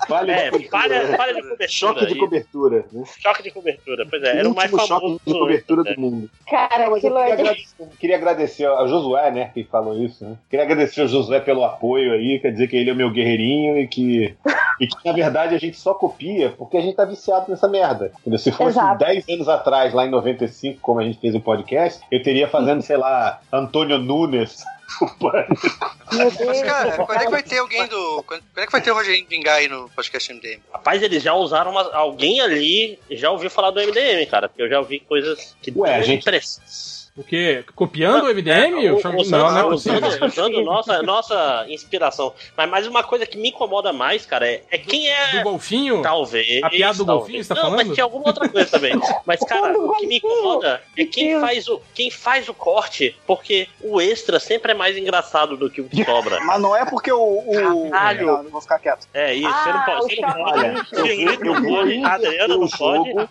Speaker 5: Falha
Speaker 6: É,
Speaker 5: de cobertura.
Speaker 6: falha, falha de cobertura.
Speaker 5: Choque de
Speaker 6: e-
Speaker 5: cobertura. Né?
Speaker 6: choque de cobertura. Pois é, era o mais
Speaker 5: último choque
Speaker 6: famoso.
Speaker 5: de cobertura
Speaker 6: né?
Speaker 5: do mundo.
Speaker 4: cara,
Speaker 5: Mas eu
Speaker 4: aquilo
Speaker 5: queria,
Speaker 4: é de
Speaker 5: agradecer, queria agradecer ao Josué, né, que falou isso. Né? Queria agradecer ao Josué pelo apoio aí, quer dizer que ele é o meu guerreirinho e que, e que na verdade a gente só copia porque a gente tá viciado nessa merda. Entendeu? Se fosse
Speaker 4: Exato.
Speaker 5: 10 anos atrás, lá em 95, como a gente fez o podcast, eu teria fazendo, sei lá, Antônio Nunes. o pânico.
Speaker 4: Meu Deus.
Speaker 7: Mas, cara, quando é que vai ter alguém do. Quando, quando é que vai ter o Rogerinho Vingar aí no podcast MDM?
Speaker 6: Rapaz, eles já usaram uma- alguém ali, já ouviu falar do MDM, cara. Porque eu já ouvi coisas que
Speaker 5: Ué,
Speaker 6: dão
Speaker 5: gente-
Speaker 6: impressão.
Speaker 1: O quê? Copiando o MDM? O
Speaker 6: Ou-
Speaker 1: Cham-
Speaker 6: ou
Speaker 1: Não, não é
Speaker 6: tá usando,
Speaker 1: possível.
Speaker 6: usando nossa, nossa inspiração. Mas, mas uma coisa que me incomoda mais, cara, é, é quem
Speaker 1: Do
Speaker 6: é.
Speaker 1: um golfinho?
Speaker 6: Talvez.
Speaker 1: A piada do
Speaker 6: talvez.
Speaker 1: golfinho, você tá
Speaker 6: Não,
Speaker 1: falando?
Speaker 6: mas tinha alguma outra coisa também. Mas, cara,
Speaker 4: do
Speaker 6: o que me incomoda é
Speaker 4: Meu
Speaker 6: quem
Speaker 4: Deus.
Speaker 6: faz, o, quem faz o corte, porque o extra sempre é mais engraçado do que o que sobra.
Speaker 2: Mas não é porque o. o...
Speaker 6: Caralho.
Speaker 2: Não, não vou ficar quieto.
Speaker 6: É isso, você não
Speaker 4: Ah,
Speaker 6: pode.
Speaker 4: o
Speaker 6: Você não pode.
Speaker 5: Olha, eu
Speaker 6: Figueiredo
Speaker 5: vou- eu
Speaker 6: não
Speaker 5: vou
Speaker 6: pode, Adriano
Speaker 5: inverter o
Speaker 6: não pode.
Speaker 5: jogo.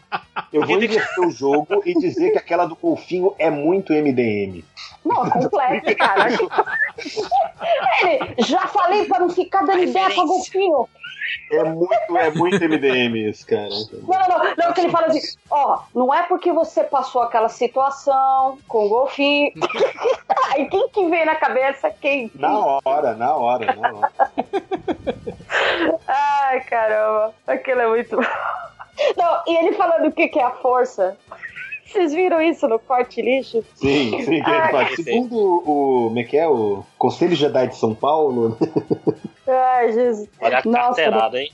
Speaker 5: Eu vou inverter o jogo e dizer que aquela do golfinho é muito MDM.
Speaker 4: Não, completo, cara. Ele, já falei pra não ficar dando ideia pra golfinho.
Speaker 5: É muito, é muito MDM isso, cara.
Speaker 4: Não, não, não. Não, que ele fala assim, ó, não é porque você passou aquela situação com o golfinho. Aí quem que vem na cabeça? Quem?
Speaker 5: Na hora, na hora, na hora.
Speaker 4: Ai, caramba. Aquilo é muito... Não, e ele falando o que que é a força. Vocês viram isso no corte lixo?
Speaker 5: Sim,
Speaker 6: Ah,
Speaker 5: sim, que ele fala.
Speaker 6: sim.
Speaker 5: Segundo o, como é que é? O Conselho Jedi de São Paulo, né?
Speaker 4: Ai, Jesus.
Speaker 6: Olha a carteirada, hein?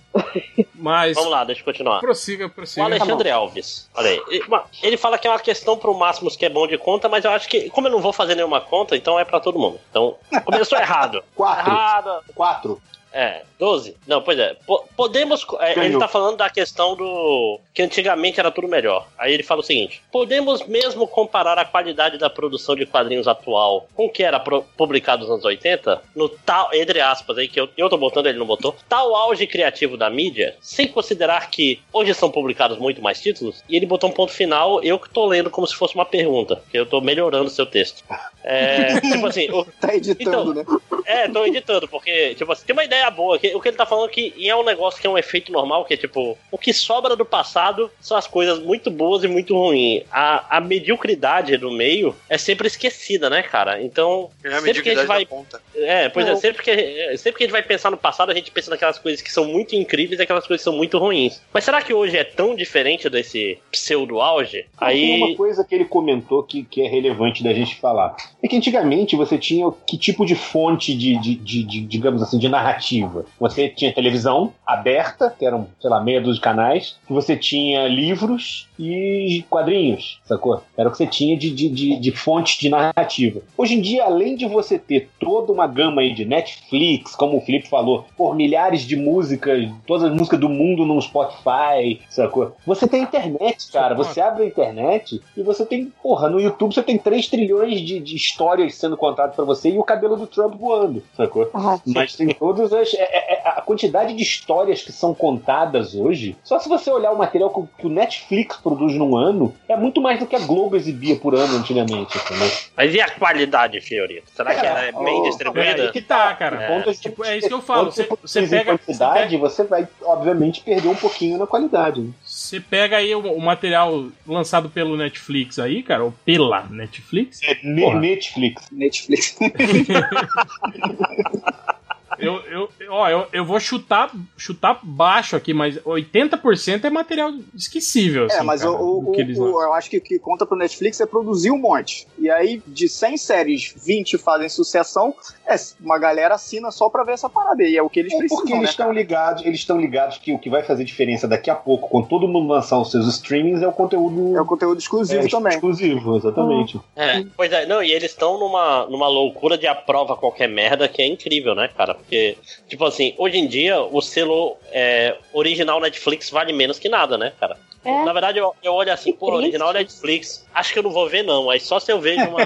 Speaker 1: Mas.
Speaker 6: Vamos lá, deixa eu continuar.
Speaker 1: Prossiga,
Speaker 6: O
Speaker 1: prossiga.
Speaker 6: Alexandre Alves. Olha aí. Ele- ma- Ele fala que é uma questão pro Máximos que é bom de conta, mas eu acho que, como eu não vou fazer nenhuma conta, então é pra todo mundo. Então, começou errado.
Speaker 5: quatro,
Speaker 6: Errado.
Speaker 5: quatro.
Speaker 6: É, 12. Não, pois é. Po- Podemos. co- é, ele
Speaker 5: Ganhou.
Speaker 6: tá falando da questão do. que antigamente era tudo melhor. Aí ele fala o seguinte: podemos mesmo comparar a qualidade da produção de quadrinhos atual com o que era pro- publicado nos anos 80? No tal. entre aspas aí, que eu, eu tô botando, ele não botou. Tal auge criativo da mídia, sem considerar que hoje são publicados muito mais títulos. E ele botou um ponto final, eu que tô lendo como se fosse uma pergunta, que eu tô melhorando o seu texto. É, tipo assim, o,
Speaker 2: Tá editando,
Speaker 6: Então,
Speaker 2: né?
Speaker 6: é, tô editando, porque, tipo assim, tem uma ideia boa. Que, o que ele tá falando que e é um negócio que é um efeito normal, que é tipo, o que sobra do passado são as coisas muito boas e muito ruins. A, a mediocridade do meio é sempre esquecida, né, cara? Então,
Speaker 7: É a
Speaker 6: sempre que a gente
Speaker 7: mediocridade
Speaker 6: vai.
Speaker 7: da ponta.
Speaker 6: É, pois é,
Speaker 4: Não.
Speaker 6: sempre que, é, sempre que a gente vai pensar no passado, a gente pensa naquelas coisas que são muito incríveis e aquelas coisas que são muito ruins. Mas será que hoje é tão diferente desse pseudo-auge?
Speaker 5: Tem uma
Speaker 6: Aí.
Speaker 5: coisa que ele comentou que, que é relevante da gente falar. É que antigamente você tinha que tipo de fonte de, de- de- de- digamos assim, de narrativa. Você tinha televisão aberta, que eram, sei lá, meia dúzia de canais. Você tinha livros e quadrinhos, sacou? Era o que você tinha de, de, de, de fonte de narrativa. Hoje em dia, além de você ter toda uma gama aí de Netflix, como o Felipe falou, por milhares de músicas, todas as músicas do mundo no Spotify, sacou? Você tem internet, cara. Você abre a internet e você tem, porra, no YouTube você tem 3 trilhões de, de histórias sendo contadas pra você e o cabelo do Trump voando, sacou? Mas tem todas as, pessoas. é- é- é a quantidade de histórias que são contadas hoje, só se você olhar o material que o- que o Netflix produz num ano, é muito mais do que a Globo exibia por ano antigamente. assim, entendeu?
Speaker 6: Mas e a qualidade, Fiorito? Será que ela é bem distribuída?
Speaker 1: Aí que tá, cara.
Speaker 6: É.
Speaker 1: É, tipo, é isso que eu falo.
Speaker 5: Quando você
Speaker 1: Você você pega,
Speaker 5: produz em
Speaker 1: você pega-
Speaker 5: quantidade, você vai, obviamente, perder um pouquinho na qualidade. né?
Speaker 1: você pega aí o, o material lançado pelo Netflix aí, cara, ou pela Netflix.
Speaker 5: Ne-
Speaker 1: Porra.
Speaker 5: Netflix.
Speaker 2: Netflix.
Speaker 1: Eu, eu, ó, eu, eu vou chutar, chutar baixo aqui, mas 80% é material esquecível.
Speaker 2: É,
Speaker 1: assim,
Speaker 2: mas
Speaker 1: cara,
Speaker 2: o,
Speaker 1: do
Speaker 2: o-
Speaker 1: que eles
Speaker 2: o-
Speaker 1: lançam.
Speaker 2: eu acho que o que conta pro Netflix é produzir um monte. E aí, de 100 séries, 20 fazem sucessão, é, uma galera assina só pra ver essa parada. E é o que eles
Speaker 5: É
Speaker 2: precisam,
Speaker 5: porque eles
Speaker 2: né?
Speaker 5: estão ligados, eles estão ligados que o que vai fazer diferença daqui a pouco, quando todo mundo lançar os seus streamings, é o conteúdo
Speaker 2: É o conteúdo exclusivo
Speaker 5: é,
Speaker 2: também. Hum,
Speaker 5: exclusivo, exatamente.
Speaker 6: É, pois é, não, e eles estão numa, numa loucura de aprova qualquer merda que é incrível, né, cara? Porque, tipo assim, hoje em dia o selo é, original Netflix vale menos que nada, né, cara?
Speaker 8: É.
Speaker 6: Na verdade, eu, eu olho assim,
Speaker 8: Que
Speaker 6: pô, original
Speaker 8: triste.
Speaker 6: Netflix, acho que eu não vou ver, não. Aí só se eu vejo uma.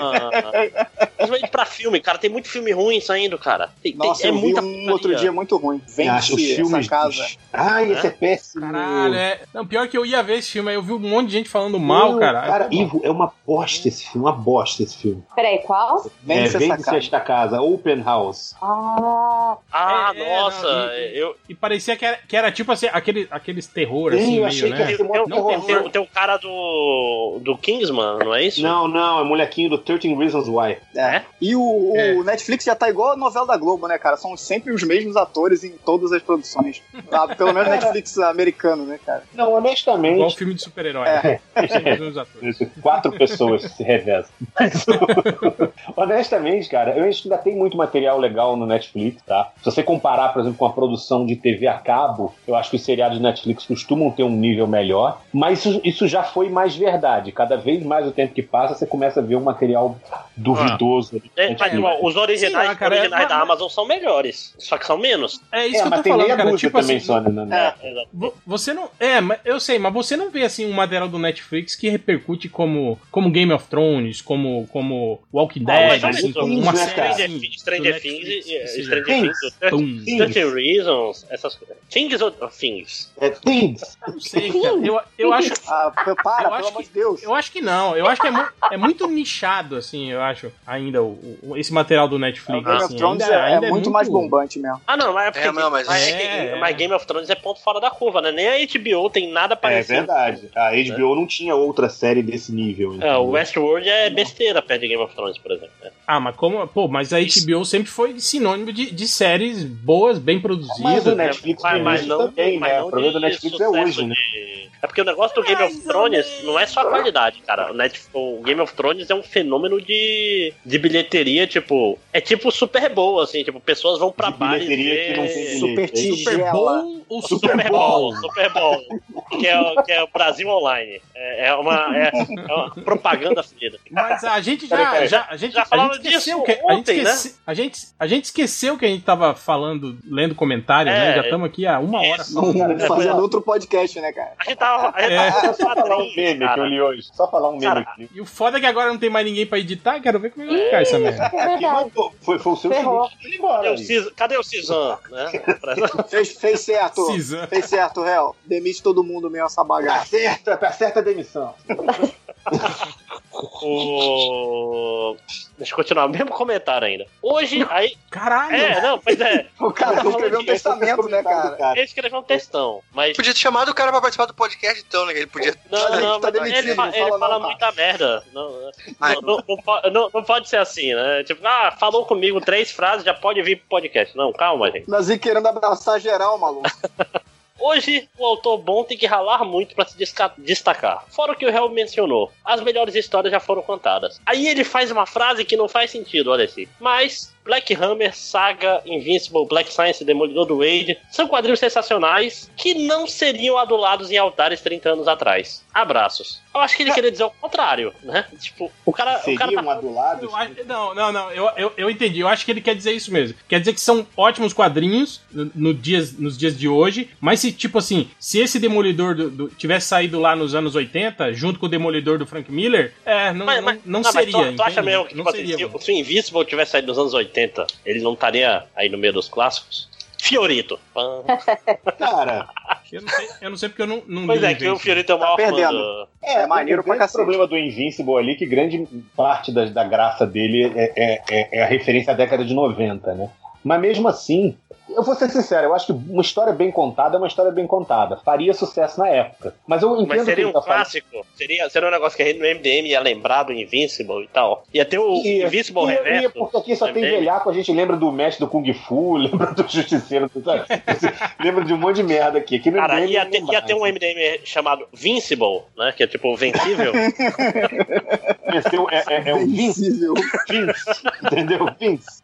Speaker 6: Principalmente pra filme, cara, tem muito filme ruim saindo, cara. Tem, tem-
Speaker 2: Nossa,
Speaker 6: é
Speaker 2: eu vi
Speaker 6: muita
Speaker 2: um
Speaker 6: putaria.
Speaker 2: outro dia muito ruim. Vem
Speaker 5: Acho os filmes.
Speaker 2: essa casa.
Speaker 5: Ai, esse é péssimo.
Speaker 1: Caralho, é. Não, pior que eu ia ver esse filme, aí eu vi um monte de gente falando mal,
Speaker 5: Não,
Speaker 1: cara.
Speaker 5: Cara, Ivo, é uma bosta esse filme, uma bosta esse filme.
Speaker 4: Peraí, qual?
Speaker 2: Vem
Speaker 5: é,
Speaker 2: essa
Speaker 5: vem de
Speaker 2: casa.
Speaker 5: sexta casa, Open House.
Speaker 4: Ah,
Speaker 6: Ah,
Speaker 1: É, é,
Speaker 6: nossa,
Speaker 1: não, e-
Speaker 6: eu,
Speaker 1: E parecia que era, que era tipo assim, aquele, aqueles terror,
Speaker 5: Sim,
Speaker 1: assim,
Speaker 5: eu
Speaker 1: meio,
Speaker 5: achei
Speaker 1: né?
Speaker 5: que
Speaker 6: Tem,
Speaker 5: Esse é um
Speaker 6: tem-
Speaker 5: horror.
Speaker 6: tem- tem o cara do. do Kingsman, não é isso?
Speaker 5: Não, não, é molequinho do 13 Reasons Why.
Speaker 2: É. E o, o
Speaker 1: É.
Speaker 2: Netflix já tá igual a novela da Globo, né, cara? São sempre os mesmos atores em todas as produções. Ah, pelo menos Netflix americano, né, cara?
Speaker 5: Não,
Speaker 1: Igual
Speaker 5: honestamente,
Speaker 1: filme de super-herói.
Speaker 2: É.
Speaker 1: né? Sempre os mesmos atores.
Speaker 5: quatro pessoas se revezam. honestamente, cara, eu acho que ainda tem muito material legal no Netflix, tá? Se você comparar, por exemplo, com a produção de TV a cabo, eu acho que os seriados do Netflix costumam ter um nível melhor, mas isso, isso já foi mais verdade. Cada vez mais o tempo que passa, você começa a ver um material duvidoso.
Speaker 1: Ah,
Speaker 5: do
Speaker 6: É, mas,
Speaker 5: Netflix.
Speaker 6: ó, os originais,
Speaker 1: Sei lá, cara, é-
Speaker 6: originais da
Speaker 1: mas-
Speaker 6: Amazon são melhores, só que são menos.
Speaker 1: É isso
Speaker 5: É,
Speaker 1: que eu
Speaker 5: mas
Speaker 1: tô
Speaker 5: tem
Speaker 1: falando,
Speaker 5: meia
Speaker 1: cara.
Speaker 5: dúzia
Speaker 1: Tipo
Speaker 5: também
Speaker 1: assim,
Speaker 5: só, né? né?
Speaker 6: É, exato.
Speaker 1: vo- você não. É, mas eu sei, mas você não vê assim um material do Netflix que repercute como, como Game of Thrones, como, como Walking
Speaker 5: Ah,
Speaker 1: Dead,
Speaker 5: mas olha
Speaker 1: assim,
Speaker 5: isso,
Speaker 1: como
Speaker 5: isso,
Speaker 1: uma
Speaker 5: né,
Speaker 1: série.
Speaker 5: cara?
Speaker 1: assim,
Speaker 6: Stranger Things, Stranger
Speaker 1: do
Speaker 6: Things,
Speaker 1: Netflix,
Speaker 6: eh,
Speaker 1: assim,
Speaker 6: Stranger
Speaker 5: Things.
Speaker 6: Things, Thir-
Speaker 1: Tum.
Speaker 5: Things.
Speaker 6: 30 Reasons, essas coisas. Things ou ou Things?
Speaker 5: É, Things.
Speaker 1: Não sei, cara. Eu, eu, acho,
Speaker 2: Ah,
Speaker 1: Eu
Speaker 2: p- para, pelo
Speaker 1: acho
Speaker 2: amor
Speaker 1: que-
Speaker 2: de Deus.
Speaker 1: eu acho que não. Eu acho que é, mu- é muito nichado, assim, eu acho, ainda, o- o- esse material do
Speaker 2: O
Speaker 1: Netflix.
Speaker 2: Game
Speaker 1: assim,
Speaker 2: of Thrones
Speaker 1: ainda-
Speaker 2: é, é
Speaker 1: ainda
Speaker 2: muito, mais bombante mesmo.
Speaker 6: Ah, não, mas é porque.
Speaker 7: É, não, mas-
Speaker 6: mas,
Speaker 1: É, é.
Speaker 6: mas Game of Thrones é ponto fora da curva, né? Nem a HBO tem nada
Speaker 5: É
Speaker 6: parecido.
Speaker 5: verdade. A HBO não tinha outra série desse nível.
Speaker 6: É, o
Speaker 5: entendeu?
Speaker 6: Westworld é besteira perto de Game of Thrones, por exemplo. né?
Speaker 1: Ah, mas como. Pô, mas a HBO sempre foi sinônimo de, de séries boas, bem
Speaker 5: Mas
Speaker 1: produzidas.
Speaker 5: o Netflix
Speaker 6: Mas-
Speaker 5: tem
Speaker 6: né? mas
Speaker 5: isso
Speaker 6: não-
Speaker 5: também,
Speaker 6: mas
Speaker 5: né?
Speaker 6: não
Speaker 5: O problema do
Speaker 6: de
Speaker 5: Netflix é
Speaker 6: sucesso
Speaker 5: hoje, né?
Speaker 6: de- É porque o negócio do Game of Thrones não é só a qualidade, cara. O, Netflix, o Game of Thrones é um fenômeno de, de bilheteria, tipo. É tipo super boa, assim, tipo, pessoas vão pra
Speaker 5: De
Speaker 6: bares.
Speaker 5: bilheteria
Speaker 6: ver-
Speaker 5: que não tem
Speaker 2: Super
Speaker 5: bilhete.
Speaker 2: Tigela.
Speaker 1: Super Bowl ou
Speaker 6: Super
Speaker 1: Super
Speaker 6: Bowl,
Speaker 1: Bowl?
Speaker 6: Super Bowl. Que é, o- que é o Brasil Online. É, é uma, é, é uma propaganda fedida.
Speaker 1: Mas a gente
Speaker 5: Peraí,
Speaker 1: já,
Speaker 5: peraí.
Speaker 1: já, a gente,
Speaker 6: Já
Speaker 1: a
Speaker 6: falaram
Speaker 1: gente esqueceu
Speaker 6: disso
Speaker 1: que a gente,
Speaker 6: ontem, né?
Speaker 1: esquece- a, gente, a gente esqueceu que a gente tava falando, lendo comentário, né?
Speaker 6: É.
Speaker 1: Já estamos aqui há uma hora.
Speaker 6: Isso.
Speaker 2: Não,
Speaker 6: É,
Speaker 2: fazendo
Speaker 6: foi-
Speaker 2: outro podcast, né, cara?
Speaker 6: A gente tava. A gente
Speaker 1: É.
Speaker 6: tava
Speaker 5: Só falar um meme que eu
Speaker 6: cara.
Speaker 5: li hoje. Só falar um meme
Speaker 6: Cara,
Speaker 5: aqui.
Speaker 1: E o foda é que agora não tem mais ninguém pra editar. Quero ver como é que vai ficar essa merda.
Speaker 4: é
Speaker 5: Aqui
Speaker 4: verdade.
Speaker 5: mandou. Foi, foi o seu
Speaker 4: Ferrou.
Speaker 5: seguinte. Foi embora.
Speaker 6: Cadê o
Speaker 5: aí.
Speaker 6: Cis- Cadê o Cisan? Né?
Speaker 2: Fez, fez certo.
Speaker 1: Cisa.
Speaker 2: Fez certo, réu. Demite todo mundo mesmo essa
Speaker 5: Tá
Speaker 2: bagaça.
Speaker 5: certa, tá certa a demissão.
Speaker 6: O... Deixa eu continuar, mesmo comentário ainda. Hoje, aí.
Speaker 2: tá
Speaker 1: Caralho!
Speaker 6: É, não, pois é.
Speaker 2: O cara
Speaker 5: Foi
Speaker 2: escreveu um
Speaker 5: esse é
Speaker 2: testamento, né,
Speaker 5: comentário,
Speaker 2: cara?
Speaker 6: Ele escreveu um textão, mas.
Speaker 7: Podia ter chamado o cara pra participar do podcast, então, né? Ele podia.
Speaker 6: Não,
Speaker 2: Olha,
Speaker 6: não,
Speaker 2: ele tá
Speaker 6: mas
Speaker 2: demitido,
Speaker 6: ele, fa-
Speaker 2: não
Speaker 6: ele
Speaker 2: fala Ah,
Speaker 6: fala
Speaker 2: não,
Speaker 6: muita merda. Não,
Speaker 7: Ai.
Speaker 6: não, não- não po- não- não pode ser assim, né? Tipo, ah, falou comigo três frases, já pode vir pro podcast. Não, calma, gente.
Speaker 2: Nós ir querendo abraçar geral, maluco.
Speaker 6: Hoje, o autor bom tem que ralar muito pra se desca- destacar. Fora o que o réu mencionou, as melhores histórias já foram contadas. Aí ele faz uma frase que não faz sentido, olha assim. Mas Black Hammer, Saga, Invincible, Black Science, Demolidor do Wade são quadrinhos sensacionais que não seriam adulados em altares 30 anos atrás. Abraços. Eu acho que ele queria dizer o contrário, né? Tipo, o cara. o cara
Speaker 5: Seria
Speaker 6: tá-
Speaker 5: um adulado?
Speaker 1: Eu acho- Não, não, não. Eu, eu, eu entendi. Eu acho que ele quer dizer isso mesmo. Quer dizer que são ótimos quadrinhos no, no dias, nos dias de hoje. Mas se, tipo assim, se esse Demolidor do- do- tivesse saído lá nos anos 80, junto com o Demolidor do Frank Miller, é, não,
Speaker 6: Mas-
Speaker 1: não-
Speaker 6: mas-
Speaker 1: não,
Speaker 6: "Ah, mas
Speaker 1: seria.
Speaker 6: tu- tu, acha
Speaker 1: entende?
Speaker 6: mesmo que
Speaker 1: não
Speaker 6: tipo assim,
Speaker 1: seria,
Speaker 6: se,
Speaker 1: mano.
Speaker 6: o- se o Invincible tivesse saído nos anos 80, ele não estaria aí no meio dos clássicos? Fiorito.
Speaker 5: Cara.
Speaker 1: Eu não sei, eu não sei porque eu não, não
Speaker 6: Pois
Speaker 1: li
Speaker 6: é, que o
Speaker 1: Invincible.
Speaker 6: Fiorito é o
Speaker 2: Tá
Speaker 6: maior fã
Speaker 2: perdendo.
Speaker 6: do...
Speaker 5: É,
Speaker 2: maneiro
Speaker 5: o
Speaker 2: pra
Speaker 5: grande
Speaker 2: cacete.
Speaker 5: problema do Invincible ali, que grande parte da, da graça dele é, é- é- é a referência à década de 90, né? Mas mesmo assim, eu vou ser sincero, eu acho que uma história bem contada é uma história bem contada. Faria sucesso na época. Mas eu entendo
Speaker 6: Mas
Speaker 5: que
Speaker 6: seria
Speaker 5: ele
Speaker 6: um
Speaker 5: tá falando.
Speaker 6: clássico. Seria, seria um negócio que a gente no MDM ia lembrar do Invincible e tal. Ia ter o
Speaker 5: Ia.
Speaker 6: Invincible
Speaker 5: E- e
Speaker 6: Reverso. é
Speaker 5: porque aqui só tem
Speaker 6: também.
Speaker 5: velhaco, a gente lembra do mestre do Kung Fu, lembra do Justiceiro, do- sabe? lembra de um monte de merda aqui. aqui no
Speaker 6: Cara,
Speaker 5: MDM
Speaker 6: ia
Speaker 5: não
Speaker 6: ter, ia
Speaker 5: lembra.
Speaker 6: ter um MDM chamado Vincible, né? Que é tipo vencível.
Speaker 5: Ia ser um- é, é- é um Vince, Vince, entendeu? Vince.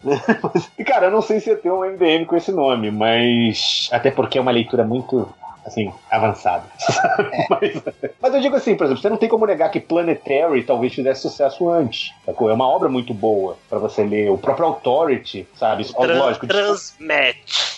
Speaker 5: E, cara, eu não sei se ia ter um MDM com esse nome, mas. Até porque é uma leitura muito. Assim, avançada. mas, mas eu digo assim, por exemplo, você não tem como negar que Planetary talvez fizesse sucesso antes. sacou? É uma obra muito boa pra você ler. O próprio Authority, sabe?
Speaker 6: Tran-
Speaker 5: Lógico,
Speaker 6: Transmet,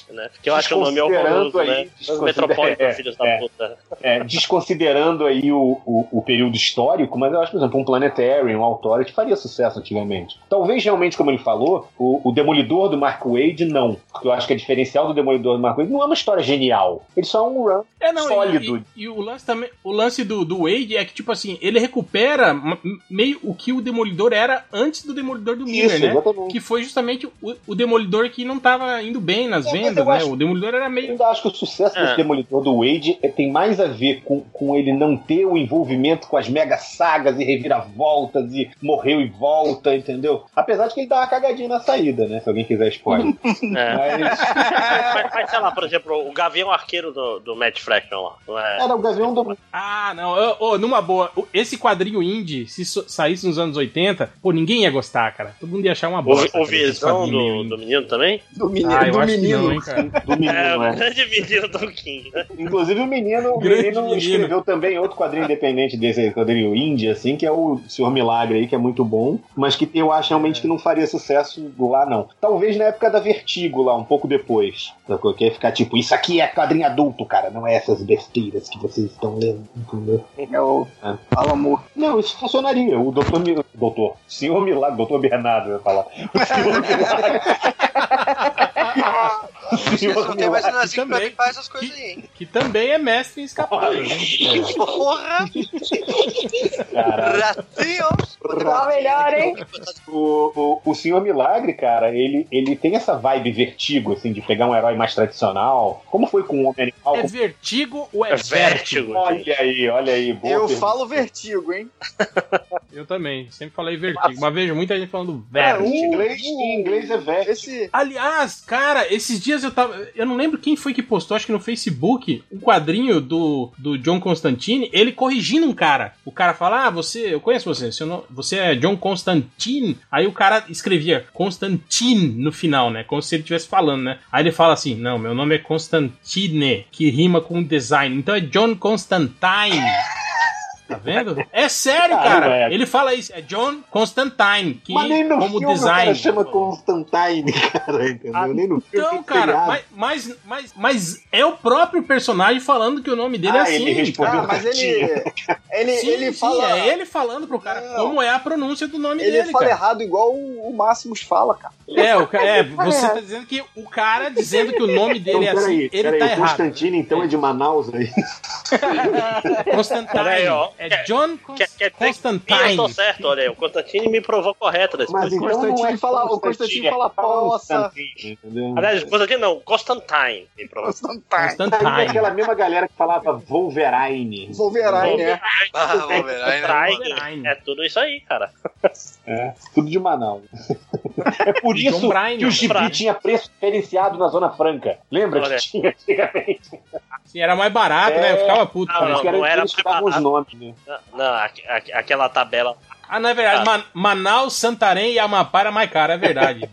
Speaker 6: né? Que eu acho que o nome é horroroso,
Speaker 5: Desconsiderando
Speaker 6: né?
Speaker 5: aí, desconsiderando-
Speaker 6: Metropolitan,
Speaker 5: é,
Speaker 6: filhos da
Speaker 5: é.
Speaker 6: puta.
Speaker 5: é, desconsiderando aí o, o, o período histórico, mas eu acho, por exemplo, um Planetary, um Authority faria sucesso antigamente. Talvez realmente, como ele falou, o, o Demolidor do Mark Wade, não. Porque eu acho que a diferencial do Demolidor do Mark Wade não é uma história genial. Ele só é um run.
Speaker 1: É, não, e-
Speaker 5: Sólido.
Speaker 1: E, e o lance também, o lance do, do Wade é que, tipo assim, ele recupera m- meio o que o Demolidor era antes do Demolidor do Miller, né?
Speaker 5: exatamente.
Speaker 1: Que foi justamente o, o Demolidor que não tava indo bem nas
Speaker 5: É, mas
Speaker 1: vendas,
Speaker 5: eu
Speaker 1: né?
Speaker 5: acho-
Speaker 1: O Demolidor era
Speaker 5: Eu
Speaker 1: meio.
Speaker 5: ainda acho que o sucesso
Speaker 6: É.
Speaker 5: desse Demolidor do Wade é- tem mais a ver com, com ele não ter o envolvimento com as mega sagas e reviravoltas e morreu e volta, entendeu? Apesar de que ele dá uma cagadinha na saída, né? Se alguém quiser spoiler.
Speaker 6: É.
Speaker 5: Mas.
Speaker 6: mas, mas, sei lá, por exemplo, o Gavião Arqueiro do, do Matt Fraction lá. não é?
Speaker 5: Era o Gavião do.
Speaker 1: Ah, não. Ô, ô, numa boa, o- esse quadrinho indie, se so- saísse nos anos 80, pô, ninguém ia gostar, cara. Todo mundo ia achar uma bosta.
Speaker 6: O, o
Speaker 1: cara,
Speaker 5: é
Speaker 1: esse
Speaker 6: Visão
Speaker 1: quadrinho
Speaker 6: do,
Speaker 1: meio
Speaker 6: do menino também?
Speaker 2: Do menino.
Speaker 1: indie. Ah,
Speaker 2: do
Speaker 1: eu acho que
Speaker 2: menino.
Speaker 1: não, hein, cara.
Speaker 5: Do menino,
Speaker 6: É,
Speaker 5: né?
Speaker 6: o grande menino do King, né?
Speaker 5: Inclusive o menino, o
Speaker 1: Grande
Speaker 5: menino,
Speaker 1: menino.
Speaker 5: escreveu também outro quadrinho independente desse quadrinho indie, assim, que é o Senhor Milagre aí, que é muito bom, mas que eu acho realmente que não faria sucesso lá, não. Talvez na época da Vertigo, lá, um pouco depois. Sacou? Que ia ficar tipo, isso aqui é quadrinho adulto, cara, não é essas besteiras que vocês estão lendo, entendeu?
Speaker 2: É o
Speaker 5: Ah.
Speaker 2: Alamo.
Speaker 5: Não, isso funcionaria. O doutor. Mi- Doutor. Senhor Milagre, doutor Bernardo, eu ia falar. O Senhor Milagre. O
Speaker 7: Vocês não tem mais nazismo pra
Speaker 1: também.
Speaker 7: limpar essas coisas aí, hein?
Speaker 1: Que também é mestre em escapar. né?
Speaker 7: Porra!
Speaker 5: Caralho.
Speaker 7: Ratinhos!
Speaker 4: Só melhor, hein?
Speaker 5: O, o, o Senhor Milagre, cara, ele, ele tem essa vibe vertigo, assim, de pegar um herói mais tradicional. Como foi com o Homem Animal?
Speaker 1: É
Speaker 5: Como-
Speaker 1: vertigo ou é
Speaker 6: É
Speaker 1: vértigo?
Speaker 6: vértigo.
Speaker 5: Olha aí, olha aí. boa
Speaker 2: Eu
Speaker 5: pergunta.
Speaker 2: falo vertigo, hein?
Speaker 1: Eu também, sempre falei vertigo, mas vejo muita gente falando
Speaker 5: É,
Speaker 1: vértigo.
Speaker 5: em, inglês, em inglês é vértigo.
Speaker 2: Esse.
Speaker 1: Aliás, cara, esses dias eu tava. Eu não lembro quem foi que postou, acho que no Facebook, um quadrinho do, do John Constantine, ele corrigindo um cara. O cara fala: Ah, você, eu conheço você, seu nome- você é John Constantine. Aí o cara escrevia Constantine no final, né? Como se ele estivesse falando, né? Aí ele fala assim: Não, meu nome é Constantine, que rima com design. Então é John Constantine. Tá vendo? É sério,
Speaker 5: Caramba,
Speaker 1: cara.
Speaker 5: é.
Speaker 1: Ele fala isso, é John Constantine, que
Speaker 5: Mas nem no
Speaker 1: como
Speaker 5: filme o cara
Speaker 1: design.
Speaker 5: chama Constantine, cara, entendeu? nem no filme.
Speaker 1: Então,
Speaker 5: tem
Speaker 1: cara,
Speaker 5: seriado.
Speaker 1: mas, mas, mas, mas é o próprio personagem falando que o nome dele é
Speaker 5: Ah,
Speaker 1: assim.
Speaker 5: ele respondeu.
Speaker 2: Ah, mas ele. Ele,
Speaker 1: Sim,
Speaker 2: ele
Speaker 1: sim,
Speaker 2: fala.
Speaker 1: é ele falando pro cara
Speaker 2: Não.
Speaker 1: como é a pronúncia do nome
Speaker 2: Ele
Speaker 1: dele,
Speaker 2: fala
Speaker 1: cara.
Speaker 2: errado igual o, o Máximos fala, cara.
Speaker 1: É, o ca- é, você tá dizendo que o cara dizendo que o nome
Speaker 5: Então,
Speaker 1: dele é assim,
Speaker 5: peraí,
Speaker 1: ele
Speaker 5: peraí,
Speaker 1: tá
Speaker 5: o
Speaker 1: errado.
Speaker 5: Constantine então é de Manaus aí.
Speaker 1: Constantine.
Speaker 6: Peraí, ó.
Speaker 1: é
Speaker 6: Quer-
Speaker 1: John Cons-
Speaker 6: Quer, quer dizer que eu tô
Speaker 1: Constantine.
Speaker 6: certo, olha aí. O Constantini me provou correto nessa
Speaker 5: Mas
Speaker 6: coisa.
Speaker 5: então não é
Speaker 2: Constantine fala- o Constantine fala, "Poça".
Speaker 5: Constantine, é entendeu?
Speaker 6: Aliás, Constantini não, Constantine me provou.
Speaker 2: Constantine.
Speaker 5: Aí é
Speaker 1: Constantine.
Speaker 5: aquela mesma galera que falava Wolverine.
Speaker 2: Wolverine, né?
Speaker 7: Ah, Wolverine, né?
Speaker 1: Wolverine.
Speaker 6: É tudo isso aí, cara.
Speaker 5: É, tudo de Manaus. É por
Speaker 1: John
Speaker 5: isso
Speaker 1: Bryan.
Speaker 5: que o gibi
Speaker 6: Bryan.
Speaker 5: tinha preço diferenciado na Zona Franca. Lembra
Speaker 6: Olha.
Speaker 5: que tinha? antigamente?
Speaker 1: Sim, era mais barato,
Speaker 5: É.
Speaker 1: né? Eu ficava puto.
Speaker 6: Ah,
Speaker 1: cara.
Speaker 6: não,
Speaker 5: Acho que era
Speaker 6: não era
Speaker 5: eles davam os
Speaker 6: preparado.
Speaker 5: nomes, né?
Speaker 6: Não, a- a- aquela tabela.
Speaker 1: Ah, não é verdade.
Speaker 5: Tá.
Speaker 1: Ma- Manaus, Santarém e Amapá era mais caro, é verdade.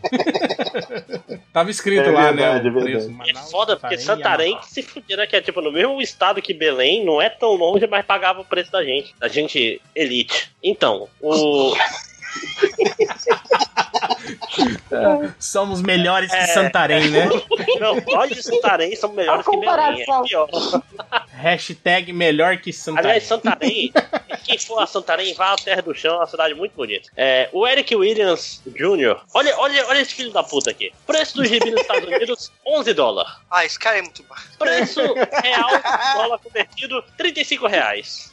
Speaker 1: Tava escrito
Speaker 5: É
Speaker 1: lá,
Speaker 5: verdade,
Speaker 1: né?
Speaker 5: é
Speaker 1: o
Speaker 5: verdade.
Speaker 1: preço.
Speaker 6: É
Speaker 1: Manaus,
Speaker 6: foda, porque
Speaker 1: e
Speaker 6: Santarém
Speaker 1: Amapá.
Speaker 6: que se fuderam, que é tipo no mesmo estado que Belém, não é tão longe, mas pagava o preço da gente. Da gente elite. Então, o.
Speaker 1: Somos melhores que
Speaker 6: É.
Speaker 1: Santarém, né?
Speaker 6: Não, nós de Santarém somos melhores
Speaker 4: A
Speaker 6: que Belém. É
Speaker 4: comparação.
Speaker 6: pior.
Speaker 1: Hashtag melhor que Santarém.
Speaker 6: Aliás, Santarém, quem for a Santarém, vá à Terra do Chão, é uma cidade muito bonita. É, o Eric Williams Jr., olha, olha, olha esse filho da puta aqui. Preço do gibi nos Estados Unidos, 11 dólares.
Speaker 7: Ah, esse cara é muito bom.
Speaker 6: Preço real, dólar convertido, 35 reais.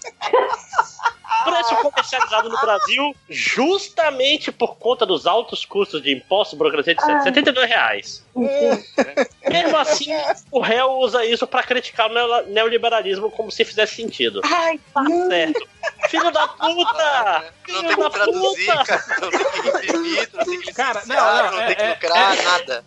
Speaker 6: Preço comercializado no Brasil, justamente por conta dos altos custos de impostos, burocracia, etc. R$ 72 reais. Mesmo assim, o réu usa isso pra criticar o neo- neoliberalismo como se fizesse sentido.
Speaker 8: Ai, tá.
Speaker 6: Certo. Filho da puta!
Speaker 7: Não
Speaker 6: Filho
Speaker 7: tem
Speaker 6: da
Speaker 7: como traduzir,
Speaker 6: puta!
Speaker 7: cara. Não tem que reprimir, não tem que
Speaker 1: Cara, não,
Speaker 7: licenciar,
Speaker 1: não,
Speaker 7: não
Speaker 1: é-
Speaker 7: tem que
Speaker 1: é-
Speaker 7: lucrar, nada.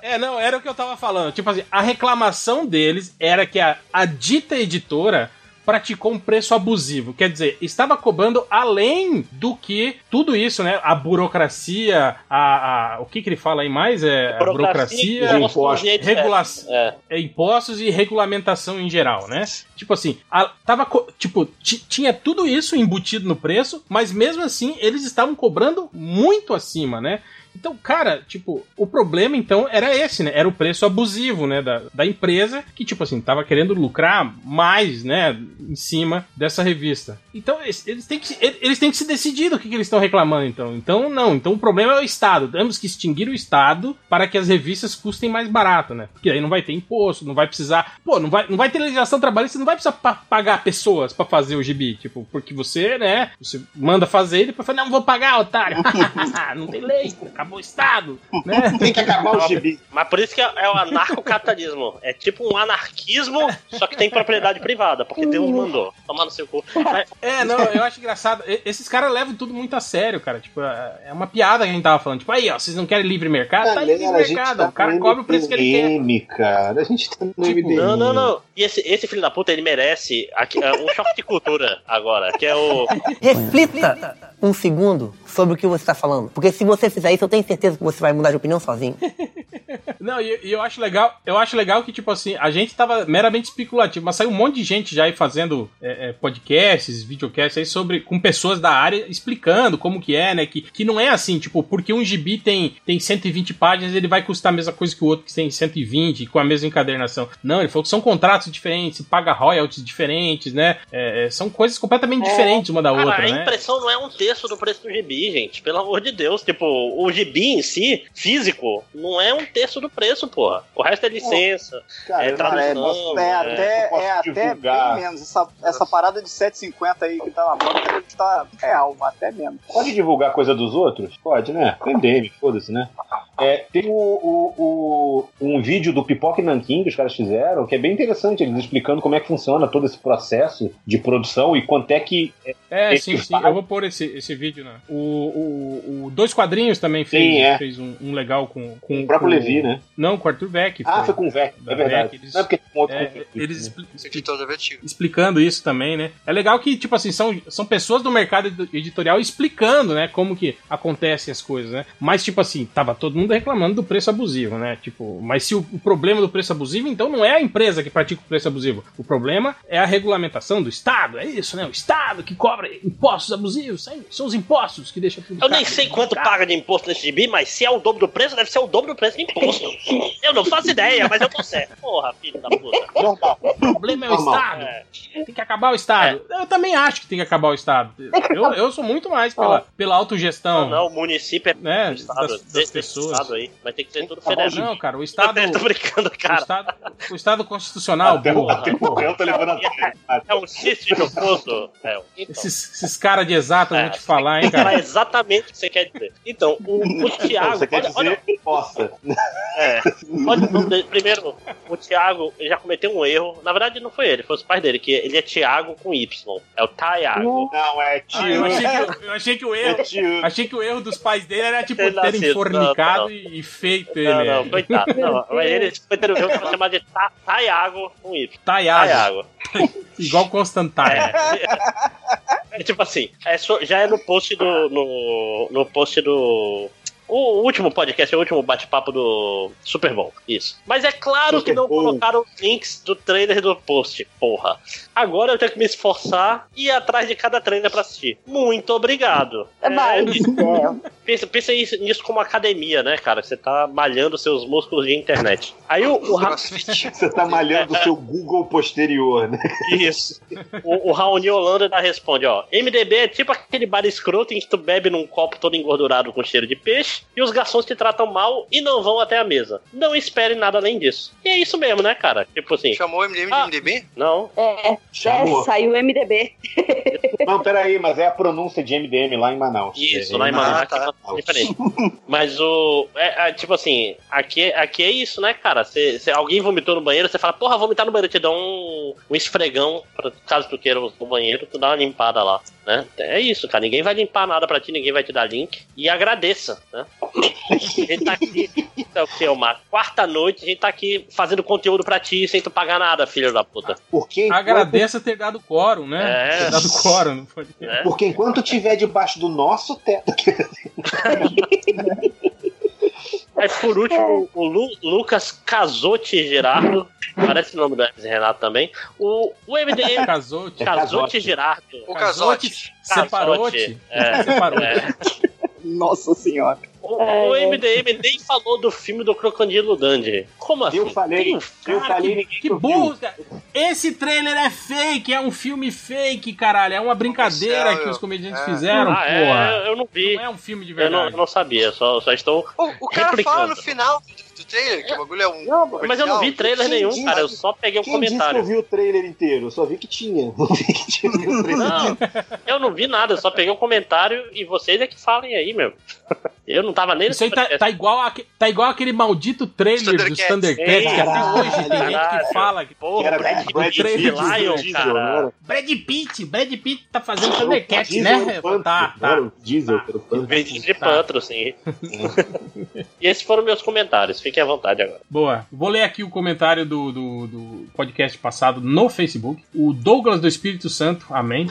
Speaker 1: É, não, era o que eu tava falando. Tipo assim, a reclamação deles era que a, a dita editora praticou um preço abusivo. Quer dizer, estava cobrando além do que tudo isso, né? A burocracia, a, a- o que que ele fala aí mais? É a burocracia,
Speaker 5: burocracia,
Speaker 6: impostos, etc.
Speaker 1: regulação,
Speaker 6: É.
Speaker 1: é, impostos e regulamentação em geral, né? Tipo assim, a- tava co- tipo ti- tinha tudo isso embutido no preço, mas mesmo assim eles estavam cobrando muito acima, né? Então, cara, tipo, o problema então era esse, né? Era o preço abusivo, né, da, da empresa que tipo assim tava querendo lucrar mais, né, em cima dessa revista. Então eles, eles têm que se- eles eles têm que se decidir do que, que eles estão reclamando então. Então não, então o problema é o Estado. Temos que extinguir o Estado para que as revistas custem mais barato, né? Porque aí não vai ter imposto, não vai precisar. Pô, não vai, não vai ter legislação trabalhista, não vai precisar pa- pagar pessoas para fazer o gibi. Tipo, porque você, né? Você manda fazer e depois fala, não, vou pagar, otário. Ah, não tem lei, acabou o Estado. Né?
Speaker 9: Tem que acabar o gibi.
Speaker 6: Mas por isso que é é o anarcocapitalismo. É tipo um anarquismo, só que tem propriedade privada, porque Deus mandou. Tomar no seu cu. Mas,
Speaker 1: É, não, eu acho engraçado. E- Esses caras levam tudo muito a sério, cara. Tipo, é é uma piada que a gente tava falando. Tipo, aí, ó, vocês não querem livre mercado? tá aí livre
Speaker 5: Ah, Galera, a gente
Speaker 1: mercado.
Speaker 5: tá
Speaker 1: o cara
Speaker 5: no
Speaker 1: cobra o preço que ele quer.
Speaker 5: MDM, cara. A gente tá no
Speaker 1: Tipo,
Speaker 5: MDM.
Speaker 6: não, não, não. E esse, esse filho da puta, ele merece aqui, é, um choque de cultura agora, que é o.
Speaker 11: Reflita um segundo sobre o que você está falando. Porque se você fizer isso, eu tenho certeza que você vai mudar de opinião sozinho.
Speaker 1: Não, e, e eu acho legal, eu acho legal que, tipo assim, a gente tava meramente especulativo, mas saiu um monte de gente já aí fazendo é, é, podcasts, videocasts aí sobre, com pessoas da área explicando como que é, né, que, que não é assim, tipo, porque um gibi tem, tem 120 páginas, ele vai custar a mesma coisa que o outro que tem 120, com a mesma encadernação. Não, ele falou que são contratos diferentes, se paga royalties diferentes, né, é, é, são coisas completamente diferentes uma da
Speaker 6: Cara,
Speaker 1: outra,
Speaker 6: a
Speaker 1: né.
Speaker 6: impressão não é um terço do preço do gibi, gente. Pelo amor de Deus. Tipo, o gibi em si, físico, não é um terço do preço, porra. O resto é licença.
Speaker 5: Cara,
Speaker 6: É
Speaker 5: eu-
Speaker 6: tradução,
Speaker 5: cara, é,
Speaker 6: Não,
Speaker 2: é,
Speaker 6: é,
Speaker 2: até,
Speaker 5: eu posso
Speaker 2: é até
Speaker 5: divulgar.
Speaker 2: bem menos. Essa, essa parada de 7,50 aí que tá na moda tá real, até menos.
Speaker 5: Pode divulgar coisa dos outros? Pode, né? MDM, foda-se, né? É, tem o, o- o- um vídeo do Pipoca e Nanquim que os caras fizeram, que é bem interessante, eles explicando como é que funciona todo esse processo de produção e quanto é que.
Speaker 1: É,
Speaker 5: Esse
Speaker 1: sim, sim.
Speaker 5: vai.
Speaker 1: Eu vou pôr esse, esse vídeo, né? O, o, o Dois Quadrinhos também fez,
Speaker 5: Sim, é.
Speaker 1: fez um, um legal com, com
Speaker 5: O próprio
Speaker 1: com-
Speaker 5: Levi, né?
Speaker 1: Não, com o Arthur Beck.
Speaker 5: Ah, foi com o Vec,
Speaker 1: Da
Speaker 5: é verdade.
Speaker 1: Vec, eles-
Speaker 5: Não é porque tem um outro
Speaker 1: É,
Speaker 5: conflito,
Speaker 1: eles
Speaker 5: né?
Speaker 1: expli-
Speaker 7: Esse editor divertido.
Speaker 1: explicando isso também, né? É legal que, tipo assim, são, são pessoas do mercado ed- editorial explicando, né, como que acontecem as coisas, né? Mas, tipo assim, tava todo mundo reclamando do preço abusivo, né? Tipo, mas se o, o problema do preço abusivo, então não é a empresa que pratica o preço abusivo. O problema é a regulamentação do Estado, é isso, né? O Estado que cobra impostos abusivos, são- são os impostos que deixam tudo
Speaker 6: Eu nem
Speaker 1: caro.
Speaker 6: sei quanto paga de imposto nesse gibi, mas se é o dobro do preço, deve ser o dobro do preço de imposto. Eu não faço ideia, mas eu tô certo. Porra, filho da puta.
Speaker 5: Normal.
Speaker 1: O problema é o
Speaker 5: Normal.
Speaker 1: Estado.
Speaker 6: É.
Speaker 1: Tem que acabar o Estado. Eu também acho que tem que acabar o Estado. Eu, eu sou muito mais pela, pela autogestão.
Speaker 6: Não, não, o município é
Speaker 1: Né,
Speaker 6: do estado,
Speaker 1: das- das
Speaker 6: desse
Speaker 1: pessoas.
Speaker 6: estado aí. Vai ter que ser tudo
Speaker 1: Não,
Speaker 6: federal.
Speaker 1: não, cara, o
Speaker 6: Tá
Speaker 1: Estado.
Speaker 6: tô brincando,
Speaker 1: O
Speaker 6: cara.
Speaker 1: estado, o estado constitucional,
Speaker 5: Até o-
Speaker 1: porra.
Speaker 5: até o Bel tá levando a
Speaker 6: É um xiste no poço. É, então.
Speaker 1: Esses, esses caras de exato, eu vou
Speaker 6: É.
Speaker 1: te falar, hein,
Speaker 6: Era
Speaker 1: cara.
Speaker 6: exatamente o que você quer dizer. Então, o, o
Speaker 5: Não,
Speaker 6: Thiago.
Speaker 5: Você quer
Speaker 6: olha- olha-
Speaker 5: dizer possa.
Speaker 6: É. Olha o nome dele. Primeiro, o Thiago ele já cometeu um erro. Na verdade, não foi ele, foi os pais dele, que ele é Thiago com Y. É o Taiago.
Speaker 5: Não, é tio.
Speaker 1: Ah, eu, achei que, eu achei que o
Speaker 5: É
Speaker 1: erro.
Speaker 5: tio.
Speaker 1: Achei que o erro dos pais dele era tipo
Speaker 6: Ele nasceu,
Speaker 1: terem fornicado
Speaker 6: não, não.
Speaker 1: E, e feito ele.
Speaker 6: Não, não,
Speaker 1: é.
Speaker 6: coitado. Não, mas ele cometeu um erro que foi chamado de Ta- Taiago com Y.
Speaker 1: Taiado,
Speaker 6: Taiago.
Speaker 1: igual Constantine.
Speaker 6: É. É tipo assim, é só- já é no post do. No, no post do. O último podcast, é o último bate-papo do Super Bowl. Isso. Mas é claro
Speaker 5: Super
Speaker 6: que não
Speaker 5: Bowl.
Speaker 6: colocaram os links do trailer do post, porra. Agora eu tenho que me esforçar e ir atrás de cada trailer pra assistir. Muito obrigado. É
Speaker 8: Vai.
Speaker 6: isso.
Speaker 8: É.
Speaker 6: Pensa, pensa isso- nisso como academia, né, cara? Você tá malhando seus músculos de internet. Aí o,
Speaker 5: tá
Speaker 6: o Ra-
Speaker 7: é
Speaker 5: Você tá malhando o seu Google posterior, né?
Speaker 6: Isso. O, o Raoni Holanda ainda responde, ó. MDB é tipo aquele bar escroto em que tu bebe num copo todo engordurado com cheiro de peixe e os garçons te tratam mal e não vão até a mesa. Não espere nada além disso. E é isso mesmo, né, cara? Tipo assim...
Speaker 7: Chamou o MDB de MDB?
Speaker 6: Não.
Speaker 4: É,
Speaker 5: Chamou.
Speaker 4: é, saiu o MDB.
Speaker 5: Não, peraí, mas é a pronúncia de MDM lá em Manaus.
Speaker 6: Isso,
Speaker 5: É,
Speaker 6: lá em Manaus é
Speaker 5: tá.
Speaker 6: totalmente diferente. Mas o. É, é, tipo assim, aqui, aqui é isso, né, cara? Cê, cê- alguém vomitou no banheiro, você fala, porra, vomitar no banheiro, te dá um, um esfregão, pra, caso tu queira no banheiro, tu dá uma limpada lá, né? É isso, cara. Ninguém vai limpar nada pra ti, ninguém vai te dar link. E agradeça, né? A gente tá aqui, é o que é uma quarta noite, a gente tá aqui fazendo conteúdo pra ti sem tu pagar nada, filho da puta.
Speaker 5: Por quê?
Speaker 1: Agradeça ter dado quórum, né?
Speaker 6: É.
Speaker 1: Ter dado quórum, não foi?
Speaker 6: né?
Speaker 5: Porque enquanto tiver debaixo do nosso teto.
Speaker 6: Aí, por
Speaker 5: É.
Speaker 6: último, o Lu- Lucas Casotti Gerardo, parece o nome do Hermes Renato também. O, o MDM.
Speaker 5: É
Speaker 1: Casotti.
Speaker 6: Casotti Gerardo.
Speaker 7: O Casote.
Speaker 1: Separote.
Speaker 6: É,
Speaker 1: Separote.
Speaker 6: é.
Speaker 2: Nossa senhora.
Speaker 6: O,
Speaker 5: É,
Speaker 6: o MDM nem falou do filme do Crocodilo Dandy. Como assim?
Speaker 5: Eu falei,
Speaker 6: Tem um
Speaker 5: eu
Speaker 1: Cara,
Speaker 5: falei,
Speaker 1: que,
Speaker 5: ninguém
Speaker 1: que burro, cara. Esse trailer é fake, é um filme fake, caralho. É uma brincadeira
Speaker 7: Comercial,
Speaker 1: que
Speaker 7: eu-
Speaker 1: os comediantes
Speaker 7: é.
Speaker 1: fizeram,
Speaker 6: ah, é,
Speaker 1: porra.
Speaker 6: eu não vi.
Speaker 1: Não é um filme de
Speaker 6: eu, não,
Speaker 1: verdade.
Speaker 6: eu não sabia, só, só estou.
Speaker 7: O, o cara
Speaker 6: Replicando.
Speaker 7: fala no final do, do trailer que o bagulho é um.
Speaker 6: Mas eu não vi trailer
Speaker 5: Quem
Speaker 6: nenhum,
Speaker 5: disse?
Speaker 6: cara. Eu só peguei um
Speaker 5: Quem disse que eu
Speaker 6: comentário.
Speaker 5: vi o trailer inteiro? Eu só vi que tinha. Não vi que tinha o trailer.
Speaker 6: Não, eu não vi nada, eu só peguei um comentário e vocês é que falem aí, meu. Eu não tava nem
Speaker 1: Isso aí tá,
Speaker 6: podcast.
Speaker 1: tá igual aque- tá igual aquele maldito trailer dos
Speaker 7: Thundercats.
Speaker 1: Thundercats, que até
Speaker 5: Caralho.
Speaker 1: hoje tem gente
Speaker 6: Caralho.
Speaker 1: que fala que
Speaker 6: Porra,
Speaker 5: Era
Speaker 6: Brad
Speaker 5: Brad
Speaker 6: Pitt e
Speaker 5: Pitt,
Speaker 6: Lion,
Speaker 5: Diesel, não
Speaker 6: cara.
Speaker 5: era?
Speaker 1: Brad Pitt, Brad Pitt tá fazendo
Speaker 5: Era o
Speaker 1: Thundercats,
Speaker 5: Diesel, era
Speaker 1: né?
Speaker 5: o Panther,
Speaker 1: Tá,
Speaker 5: não
Speaker 1: tá.
Speaker 5: era o Diesel, era o Panther.
Speaker 6: Verde de
Speaker 1: Tá.
Speaker 6: pantro, sim. e esses foram meus comentários, fiquem à vontade agora.
Speaker 1: Boa. Vou ler aqui o comentário do, do, do podcast passado no Facebook. O Douglas do Espírito Santo, amém,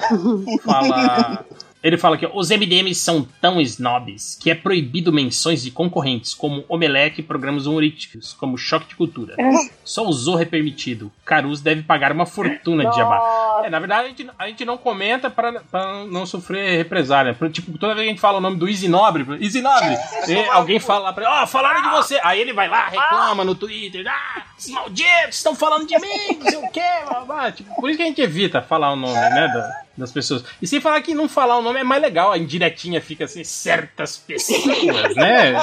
Speaker 1: fala... Ele fala que os MDMs são tão snobs que é proibido menções de concorrentes como Omelete e programas humorísticos, como Choque de Cultura. Só o Zorro é permitido. Carus deve pagar uma fortuna de jabá.
Speaker 4: Nossa,
Speaker 1: É, na verdade, a gente, a gente não comenta pra, pra não sofrer represália. Pra- tipo, toda vez que a gente fala o nome do Easy Nobre, Easy Nobre, e alguém fala lá pra ele, ó, falaram de você. Aí ele vai lá, reclama no Twitter, ah, esses malditos estão falando de mim, não sei o quê, blá, blá, blá. Tipo, por isso que a gente evita falar o nome, né, da- das pessoas. E sem falar que não falar o nome é mais legal, a indiretinha fica assim, certas pessoas, né?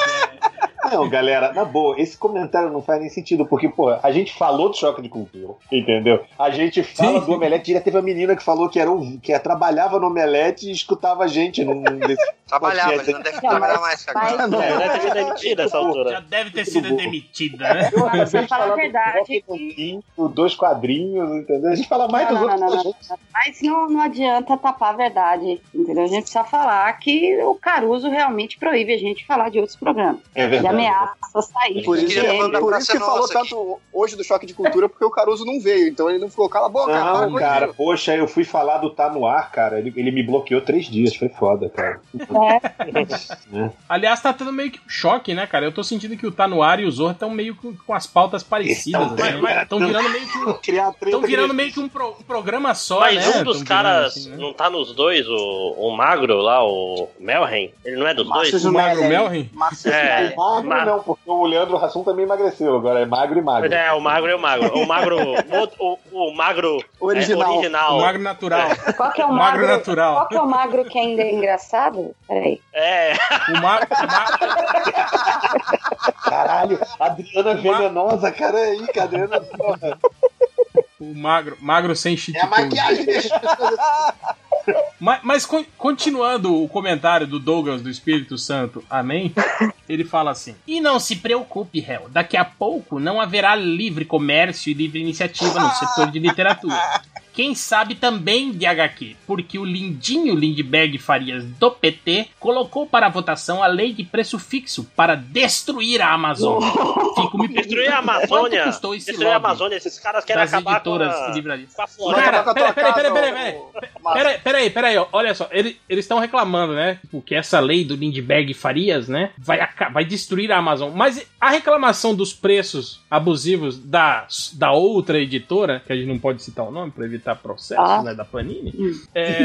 Speaker 5: Ah, Não, galera, na boa, esse comentário não faz nem sentido, porque, pô, a gente falou do choque de cultura, entendeu? A gente fala
Speaker 1: Sim.
Speaker 5: do Omelete, já teve uma menina que falou que, era, ouv- que é, trabalhava no Omelete e escutava a gente num, num desses
Speaker 7: Trabalhava, mas
Speaker 5: podcasts.
Speaker 7: não deve
Speaker 4: Não,
Speaker 7: trabalhar
Speaker 4: mas-
Speaker 7: mais cara.
Speaker 4: mas-
Speaker 5: Ah, não,
Speaker 6: É, deve ter demitido essa
Speaker 3: né?
Speaker 1: Já
Speaker 6: altura.
Speaker 1: deve ter sido
Speaker 5: burro.
Speaker 1: demitida, né?
Speaker 5: Eu acabei
Speaker 4: Mas pra
Speaker 5: de
Speaker 4: falar
Speaker 5: falar
Speaker 4: a
Speaker 5: do
Speaker 4: verdade.
Speaker 5: Rock no Quinto, dois quadrinhos, entendeu? A gente fala mais
Speaker 4: Não,
Speaker 5: dos
Speaker 4: não,
Speaker 5: outros
Speaker 4: não,
Speaker 5: que a
Speaker 4: não,
Speaker 5: gente.
Speaker 4: não. Mas não, não adianta tapar a verdade, entendeu? A gente precisa falar que o Caruso realmente proíbe a gente de falar de outros programas.
Speaker 5: É
Speaker 4: De
Speaker 5: verdade.
Speaker 4: ameaça, sair.
Speaker 7: Por isso
Speaker 4: de
Speaker 7: que ele tá falando da
Speaker 4: gênero.
Speaker 2: Por isso que
Speaker 7: Praça
Speaker 2: falou
Speaker 7: Nossa aqui.
Speaker 2: tanto hoje do choque de cultura, porque o Caruso não veio. Então ele não ficou, cala a boca, para
Speaker 5: Não,
Speaker 2: com
Speaker 5: cara,
Speaker 2: isso.
Speaker 5: poxa, eu fui falar do Tá No Ar, cara, ele, ele me bloqueou três dias, foi foda, cara.
Speaker 4: É.
Speaker 1: Aliás, tá tendo meio que um choque, né, cara? Eu tô sentindo que o Tá No Ar e o Zorro estão meio com, com as pautas parecidas.
Speaker 5: Então,
Speaker 1: né?
Speaker 5: cara,
Speaker 1: Estão
Speaker 5: tão-
Speaker 1: virando meio que um,
Speaker 5: Criar treta
Speaker 1: tão virando meio que um, pro- um programa só,
Speaker 6: Mas
Speaker 1: né?
Speaker 6: um dos
Speaker 1: Tão virando
Speaker 6: caras
Speaker 1: assim, né?
Speaker 6: não tá nos dois, o, o magro lá, o Melren? Ele não é dos
Speaker 2: Márcio
Speaker 6: dois?
Speaker 1: O Magro
Speaker 2: Zumelli.
Speaker 1: Melrin?
Speaker 2: Márcio
Speaker 6: É.
Speaker 2: Zumelli.
Speaker 5: Magro
Speaker 6: Magro.
Speaker 5: não, porque o Leandro Rassum também emagreceu, agora é magro e magro.
Speaker 6: É, o magro é o magro. O magro. O, outro- o- o magro. é,
Speaker 2: Original.
Speaker 1: O
Speaker 6: original.
Speaker 1: Magro Natural.
Speaker 4: Qual que é o
Speaker 1: O
Speaker 4: magro?
Speaker 1: Magro Natural.
Speaker 4: Qual que é o magro que ainda é engraçado? Peraí.
Speaker 6: É,
Speaker 1: O Magro... o Magro-
Speaker 5: Caralho, Adriana
Speaker 1: Ma-
Speaker 5: Venenosa, cara, aí, cara, Adriana, porra.
Speaker 1: O Magro... Magro sem cheat
Speaker 2: É a
Speaker 1: code.
Speaker 2: maquiagem desse
Speaker 1: Mas, mas con- continuando o comentário do Douglas do Espírito Santo, amém? Ele fala assim: E não se preocupe, réu, daqui a pouco não haverá livre comércio e livre iniciativa no setor de literatura. Quem sabe também de HQ, porque o lindinho Lindbergh Farias do PT colocou para votação a lei de preço fixo para destruir a Amazônia. Fico me
Speaker 6: destruir a
Speaker 1: perguntando
Speaker 6: Amazônia.
Speaker 1: Quanto custou esse
Speaker 6: Destruir a
Speaker 1: lobby
Speaker 6: Amazônia, esses caras querem
Speaker 1: das
Speaker 6: acabar com
Speaker 1: editoras
Speaker 6: a,
Speaker 1: e livrarias?
Speaker 6: com a
Speaker 1: Vai
Speaker 6: floresta.
Speaker 1: acabar com a tua
Speaker 2: Peraí,
Speaker 1: casa,
Speaker 2: peraí, peraí,
Speaker 1: ô,
Speaker 2: peraí.
Speaker 1: Peraí, peraí, peraí, ó. olha só, ele- eles estão reclamando, né? Porque essa lei do Lindbergh Farias, né? Vai, aca- vai destruir a Amazon. Mas a reclamação dos preços abusivos da, da outra editora, que a gente não pode citar o nome para né, evitar processo,
Speaker 4: Ah.
Speaker 1: né? Da Panini. É,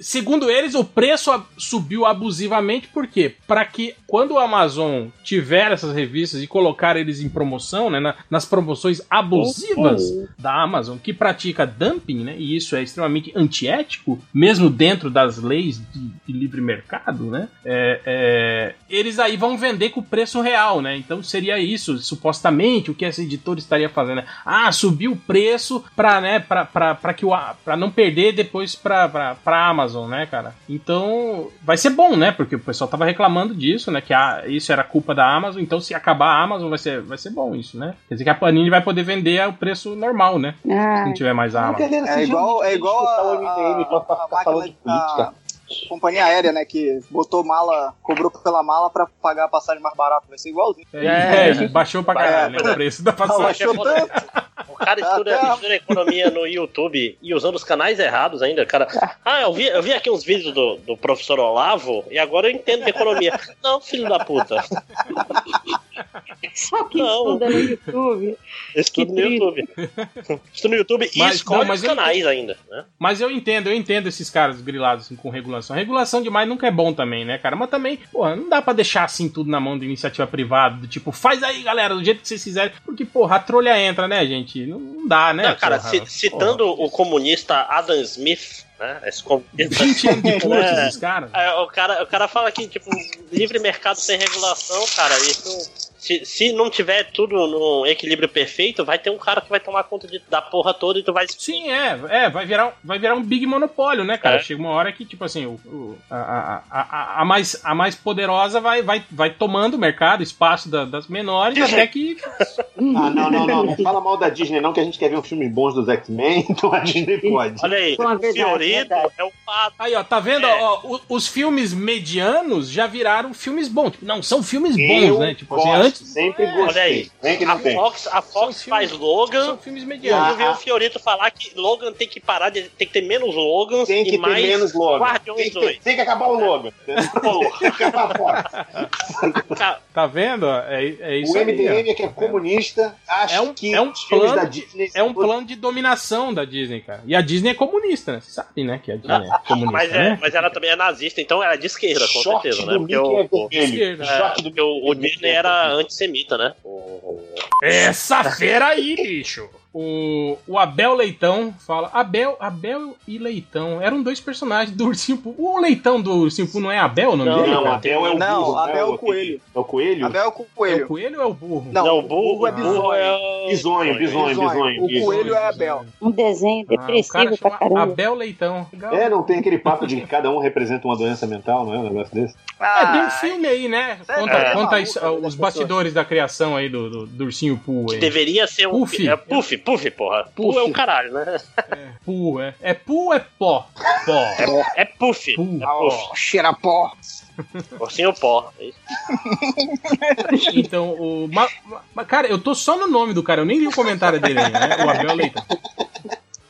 Speaker 1: Segundo eles, o preço a- subiu abusivamente, por quê? Para que quando o Amazon tiver essas revistas e colocar eles em promoção, né, na- nas promoções abusivas
Speaker 12: Uhum.
Speaker 1: da Amazon, que pratica dumping, né, e isso é extremamente antiético, mesmo dentro das leis de, de livre mercado, né, é- é, eles aí vão vender com o preço real, né, então seria isso, supostamente, o que essa editora estaria fazendo. né? Ah, subiu o preço pra, né, pra, pra, pra, que o, a- pra não perder depois pra, pra, pra Amazon, né, cara. Então, vai ser bom, né, porque o pessoal tava reclamando disso, né, que a- isso era culpa da Amazon, então se acabar a Amazon vai ser, vai ser bom isso, né. Quer dizer que a Panini vai poder vender ao preço normal, né, se não tiver mais a Amazon.
Speaker 2: É igual, é
Speaker 5: tá
Speaker 2: igual a, a, a, máquina, a companhia aérea, né? Que botou mala, cobrou pela mala pra pagar a passagem mais barata. Vai ser igualzinho.
Speaker 1: É, baixou pra caralho né, o preço da passagem.
Speaker 6: Baixou O cara estuda, estuda economia no YouTube e usando os canais errados ainda, cara. Ah, eu vi, eu vi aqui uns vídeos do, do professor Olavo e agora eu entendo de economia. Não, filho da puta.
Speaker 8: Só quem
Speaker 6: Não.
Speaker 8: estuda no YouTube.
Speaker 6: Estudo no YouTube. Estudo no YouTube e
Speaker 1: Mas,
Speaker 6: escolhe
Speaker 1: não, mas
Speaker 6: os
Speaker 1: eu-
Speaker 6: canais ainda, né?
Speaker 1: Mas eu entendo, eu entendo esses caras grilados assim, com regulação. Regulação demais nunca é bom também, né, cara? Mas também, porra, não dá pra deixar assim tudo na mão de iniciativa privada, do tipo, faz aí, galera, do jeito que vocês quiserem. Porque, porra, a trolha entra, né, gente? Não, não dá, né?
Speaker 6: Não, cara,
Speaker 1: porra?
Speaker 6: ci- citando o comunista Adam Smith, né? Esse comunista.
Speaker 1: 20 anos de curso,
Speaker 6: né?
Speaker 1: esses caras.
Speaker 6: É, o cara. O cara fala que, tipo, livre mercado sem regulação, cara, isso. Se, se não tiver tudo num equilíbrio perfeito, vai ter um cara que vai tomar conta de- da porra toda e tu vai.
Speaker 1: Sim, é, é vai, virar, vai virar um big monopólio, né,
Speaker 6: É.
Speaker 1: cara? Chega uma hora que, tipo assim, o, o- a, a, a, a, mais, a mais poderosa vai, vai, vai tomando o mercado, espaço da- das menores, até que.
Speaker 5: Ah, não, não, não. Não fala mal da Disney, não, que a gente quer ver uns filmes bons dos X-Men, então a Disney pode.
Speaker 6: Olha aí,
Speaker 1: Uma verdade, Fiorito verdade.
Speaker 6: é o
Speaker 1: Aí, ó, tá vendo? Ó, o- os filmes medianos já viraram filmes bons. Tipo, Não, são filmes bons,
Speaker 6: Eu
Speaker 1: né? Tipo
Speaker 6: gosto,
Speaker 1: assim, antes.
Speaker 5: Sempre
Speaker 6: Olha aí, a, Fox, a Fox faz Logan. São
Speaker 1: filmes
Speaker 6: medianos. Eu vi o Fiorito falar que Logan tem que parar de. Tem que ter menos Logans
Speaker 5: Tem que
Speaker 6: e
Speaker 5: ter
Speaker 6: mais
Speaker 5: menos Logan.
Speaker 6: Guardiões
Speaker 5: Tem que ter-
Speaker 6: 2.
Speaker 5: tem que acabar o Logan.
Speaker 6: ah.
Speaker 1: Tá vendo? ó? É, é isso
Speaker 5: o MDM
Speaker 1: aí, ó.
Speaker 5: é que é comunista, acha
Speaker 1: É um,
Speaker 5: que
Speaker 1: é um
Speaker 5: os filmes da
Speaker 1: plano,
Speaker 5: Disney
Speaker 1: é um
Speaker 5: são-
Speaker 1: plano de dominação da Disney, cara. E a Disney é comunista, né? Você sabe, né? Que a Disney é comunista.
Speaker 6: Mas, é,
Speaker 1: né?
Speaker 6: mas ela também é nazista, então ela é de esquerda, com
Speaker 1: Short
Speaker 6: certeza,
Speaker 1: do
Speaker 6: né? Porque,
Speaker 1: Mickey
Speaker 6: o,
Speaker 1: é vermelho.
Speaker 6: é,
Speaker 1: Short
Speaker 6: porque o, o Disney era antissemita, né? O-
Speaker 1: Essa feira aí, bicho! O, o Abel Leitão fala. Abel, Abel e Leitão eram dois personagens do Ursinho Poo. O Leitão do Ursinho Poo não é Abel, o nome
Speaker 5: Não,
Speaker 1: dele?
Speaker 5: não,
Speaker 1: cara?
Speaker 5: Abel é o
Speaker 2: Não,
Speaker 5: burro.
Speaker 2: Abel é o
Speaker 5: coelho. É o coelho?
Speaker 2: Abel é o coelho.
Speaker 1: É o coelho ou é o burro?
Speaker 2: Não,
Speaker 6: o burro
Speaker 2: é bizonho.
Speaker 5: Bisonho, bisonho, bisonho.
Speaker 2: O coelho é Abel.
Speaker 4: Um desenho
Speaker 1: Ah, cara
Speaker 4: depressivo
Speaker 1: chama
Speaker 4: pra caramba.
Speaker 1: Abel Leitão. Legal.
Speaker 5: É, não tem aquele papo de que cada um representa uma doença mental, não é um negócio desse?
Speaker 1: É,
Speaker 2: Ah,
Speaker 1: tem um filme aí, né? Conta,
Speaker 6: é
Speaker 1: conta
Speaker 6: maluco,
Speaker 1: isso, os bastidores da criação aí do, do, do ursinho Poo. aí.
Speaker 6: Deveria ser um.
Speaker 1: Puff.
Speaker 6: É, puff, puff, porra. Puff.
Speaker 1: Puff.
Speaker 6: é um caralho, né?
Speaker 1: Poo, é. É Poo ou é pó? Pó.
Speaker 6: É, é puff. É puff.
Speaker 2: Cheira pó.
Speaker 6: Ursinho pó. é isso.
Speaker 1: Então, o. ma- ma- ma- cara, eu tô só no nome do cara, eu nem li o comentário dele ainda, né? O Abel Leitão.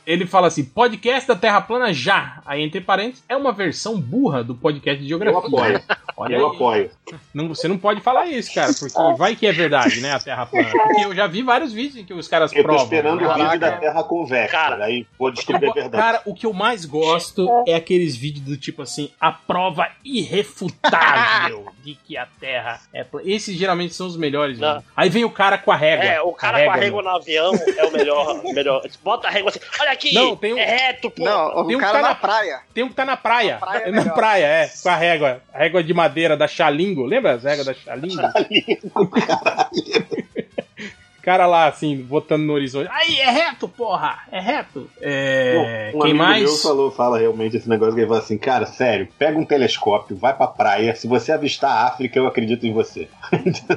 Speaker 1: Ele fala assim: podcast da Terra Plana já. Aí, entre parênteses, é uma versão burra do podcast de
Speaker 5: Eu
Speaker 1: geografia.
Speaker 5: apoio.
Speaker 1: Olha
Speaker 5: eu
Speaker 1: aí.
Speaker 5: apoio.
Speaker 1: Não, você não pode falar isso, cara, porque vai que é verdade, né? A Terra plana. Porque eu já vi vários vídeos em que os caras
Speaker 5: Eu tô
Speaker 1: provam.
Speaker 5: esperando o
Speaker 1: né?
Speaker 5: vídeo da Terra Convexa. aí vou descobrir a verdade.
Speaker 1: Cara, o que eu mais gosto é aqueles vídeos do tipo assim, a prova irrefutável de que a Terra é plana. Esses geralmente são os melhores. mano. Aí vem o cara com a régua. né?
Speaker 6: É, o cara com a régua no avião é o melhor. melhor. Bota a régua assim. Olha aqui!
Speaker 1: Não, tem um-
Speaker 6: É reto, pô!
Speaker 1: Tem um que tá
Speaker 2: praia.
Speaker 1: Tem um que tá na praia. Na
Speaker 2: praia
Speaker 1: praia,
Speaker 2: é
Speaker 1: é,
Speaker 2: melhor.
Speaker 1: com a régua. A régua de madeira da Xalingo. Lembra as réguas da Xalingo? cara lá, assim, botando no horizonte. Aí, é reto, porra! É reto! É.
Speaker 5: Um
Speaker 1: quem
Speaker 5: amigo
Speaker 1: mais?
Speaker 5: meu falou, fala realmente esse negócio que ele fala assim, cara, sério, pega um telescópio, vai pra praia, se você avistar a África, eu acredito em você.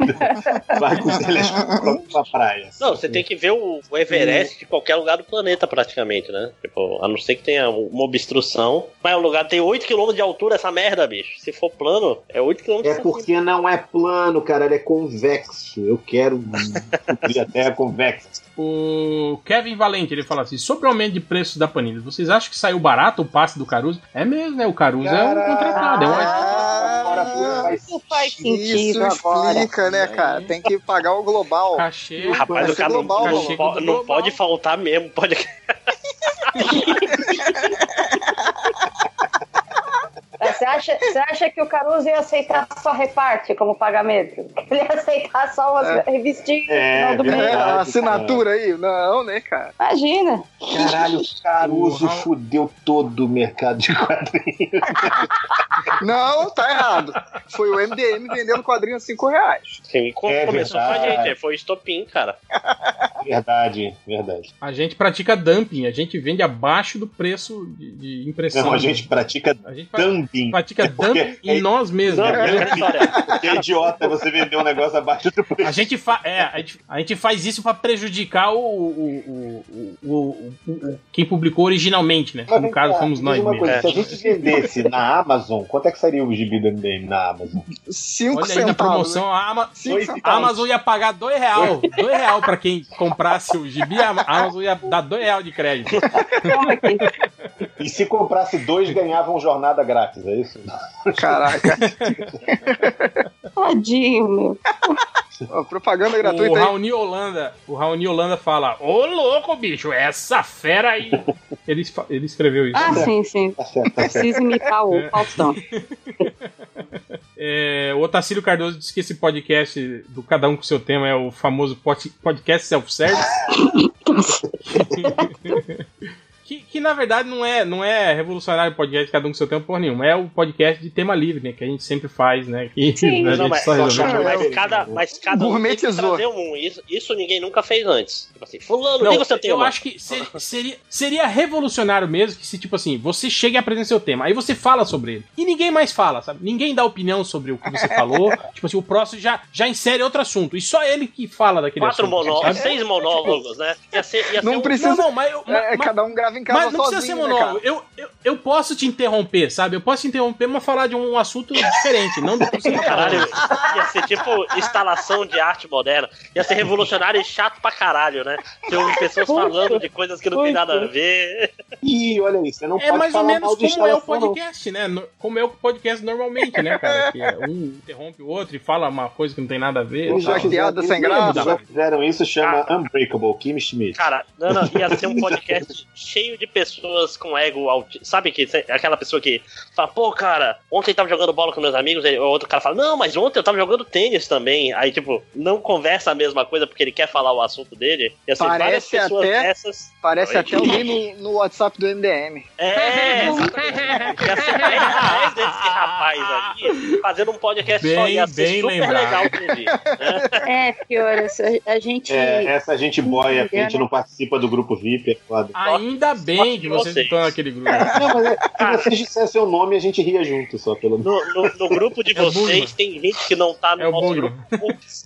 Speaker 5: vai com o telescópio pra praia.
Speaker 6: Não, você tem que ver o o Everest de qualquer lugar do planeta, praticamente, né? Tipo, a não ser que tenha uma obstrução. Mas o lugar tem 8km de altura, essa merda, bicho. Se for plano, é 8km de
Speaker 5: É porque não é plano, cara, ele é convexo. Eu quero descobrir a Terra convexa.
Speaker 1: O Kevin Valente, ele fala assim: sobre o aumento de preços da Panini, vocês acham que saiu barato o passe do Caruso? É mesmo, né? O Caruso é um contratado, é um
Speaker 2: Ah, Isso faz sentido Isso explica, né, cara? Tem que pagar o global.
Speaker 1: Cachê.
Speaker 6: Rapaz, o cara não,
Speaker 2: global,
Speaker 6: não
Speaker 2: mano.
Speaker 6: po- não pode faltar mesmo. Pode...
Speaker 4: acha, você acha que o Caruso ia aceitar só reparte como pagamento? Ele ia aceitar só uma
Speaker 2: É.
Speaker 4: revistinha no final do mês?
Speaker 2: É, a assinatura aí? Não, né, cara?
Speaker 4: Imagina.
Speaker 5: Caralho, Caruso fudeu todo o mercado de quadrinhos.
Speaker 2: Não, tá errado. Foi o MDM vendendo quadrinho a 5 reais.
Speaker 6: Sim, co-
Speaker 5: É
Speaker 6: começou com a
Speaker 5: verdade.
Speaker 6: gente, foi o estopim, cara.
Speaker 5: Verdade, verdade.
Speaker 1: A gente pratica dumping, a gente vende abaixo do preço de, de impressão.
Speaker 5: Não, a gente pratica dumping.
Speaker 1: Pratica dumping em nós mesmos.
Speaker 5: Não, é dumping. Porque é idiota você vender um negócio abaixo do preço.
Speaker 1: A gente, fa é, a gente, a gente faz isso pra prejudicar o, o, o, o, o- o- quem publicou originalmente, né? No caso, fomos
Speaker 5: Diz
Speaker 1: nós
Speaker 5: uma
Speaker 1: mesmos.
Speaker 5: coisa, Se a gente vendesse na Amazon, quanto é que sairia o gibi do MDM na Amazon?
Speaker 2: Cinco né,
Speaker 1: Olha aí na promoção, a, Ama- a Amazon ia pagar dois real, dois real pra quem comprasse o gibi, a Amazon ia dar dois real de crédito.
Speaker 4: é
Speaker 5: E se comprasse dois, ganhavam jornada grátis, é isso?
Speaker 2: Caraca.
Speaker 4: Tadinho, meu.
Speaker 2: propaganda
Speaker 1: O
Speaker 2: gratuita aí.
Speaker 1: Raoni Holanda, o Raoni Holanda fala, ô louco, bicho, essa fera aí. Ele, esfa- ele escreveu
Speaker 5: Tá
Speaker 1: isso.
Speaker 4: Ah, sim, sim. Preciso imitar o
Speaker 1: É.
Speaker 4: Faustão.
Speaker 1: É, o Otacílio Cardoso disse que esse podcast do Cada Um Com Seu Tema é o famoso pod- podcast self-service. que, que, na verdade não é, não é revolucionário o podcast Cada Um Com Seu Tema porra nenhuma. É o podcast de tema livre, né? Que a gente sempre faz, né? Que
Speaker 6: Sim.
Speaker 1: a gente
Speaker 6: Não, é. mas-
Speaker 1: só resolve-
Speaker 6: Mas cada, mas cada um tem que
Speaker 1: Gourmetizou.
Speaker 6: trazer um. Isso, isso ninguém nunca fez antes. Tipo assim, fulano,
Speaker 1: Não,
Speaker 6: diga o seu tema.
Speaker 1: eu acho que se- seria, seria revolucionário mesmo que se, tipo assim, você chega e apresenta seu tema, aí você fala sobre ele. E ninguém mais fala, sabe? Ninguém dá opinião sobre o que você falou. tipo assim, o próximo já, já insere outro assunto. E só ele é que fala daquele
Speaker 6: Quatro
Speaker 1: assunto.
Speaker 6: monólogos,
Speaker 1: sabe?
Speaker 6: seis monólogos, né? Ia ser, ia ser
Speaker 1: tipo Não
Speaker 6: um-
Speaker 1: precisa- Não, não, mas eu-
Speaker 2: É,
Speaker 1: mas-
Speaker 2: cada um grava em casa
Speaker 1: Mas não precisa ser
Speaker 2: sozinho, né,
Speaker 1: monólogo.
Speaker 2: cara?
Speaker 1: eu, eu, eu posso te interromper, sabe? Eu posso te interromper, mas falar de um assunto diferente, não do que você tá
Speaker 6: Caralho,
Speaker 1: falando.
Speaker 6: ia ser tipo instalação de arte moderna. Ia ser revolucionário e chato pra caralho, né? Ter um- pessoas falando de coisas que não tem nada a ver.
Speaker 5: Ih, olha isso, você não
Speaker 1: É mais ou menos como é o podcast, né? No- Como é o podcast normalmente, né, cara? Que é um interrompe o outro e fala uma coisa que não tem nada a ver. tá?
Speaker 5: Eles já
Speaker 1: tal.
Speaker 5: fizeram- eles já fizeram isso, chama Unbreakable, Kim Schmidt.
Speaker 6: Cara, não, não, ia ser um podcast cheio de pessoas com ego alti... Sabe que cê- aquela pessoa que fala, pô, cara, ontem tava jogando bola com meus amigos, aí o outro cara fala, não, mas ontem eu tava jogando tênis também. Aí, tipo, não conversa a mesma coisa porque ele quer falar o assunto dele. Ia ser várias
Speaker 2: Parece
Speaker 6: pessoas
Speaker 2: até,
Speaker 6: dessas.
Speaker 2: parece
Speaker 6: Oi.
Speaker 2: até alguém no, no WhatsApp do MDM.
Speaker 6: É, exatamente. Ia ser mais reais desse rapaz aqui, fazendo um podcast só.
Speaker 5: Bem,
Speaker 6: Ia ser
Speaker 5: bem
Speaker 6: super
Speaker 5: lembrado.
Speaker 6: legal inclusive.
Speaker 4: É, pior, a gente.
Speaker 5: É, essa gente boia que a gente não participa do grupo VIP, é foda.
Speaker 1: Ainda bem que vocês estão naquele grupo.
Speaker 5: Não, mas é, se vocês dissessem o nome, a gente ria junto só, pelo menos.
Speaker 6: No, no- no grupo de
Speaker 5: É o Bugman.
Speaker 6: vocês tem gente que não tá no nosso grupo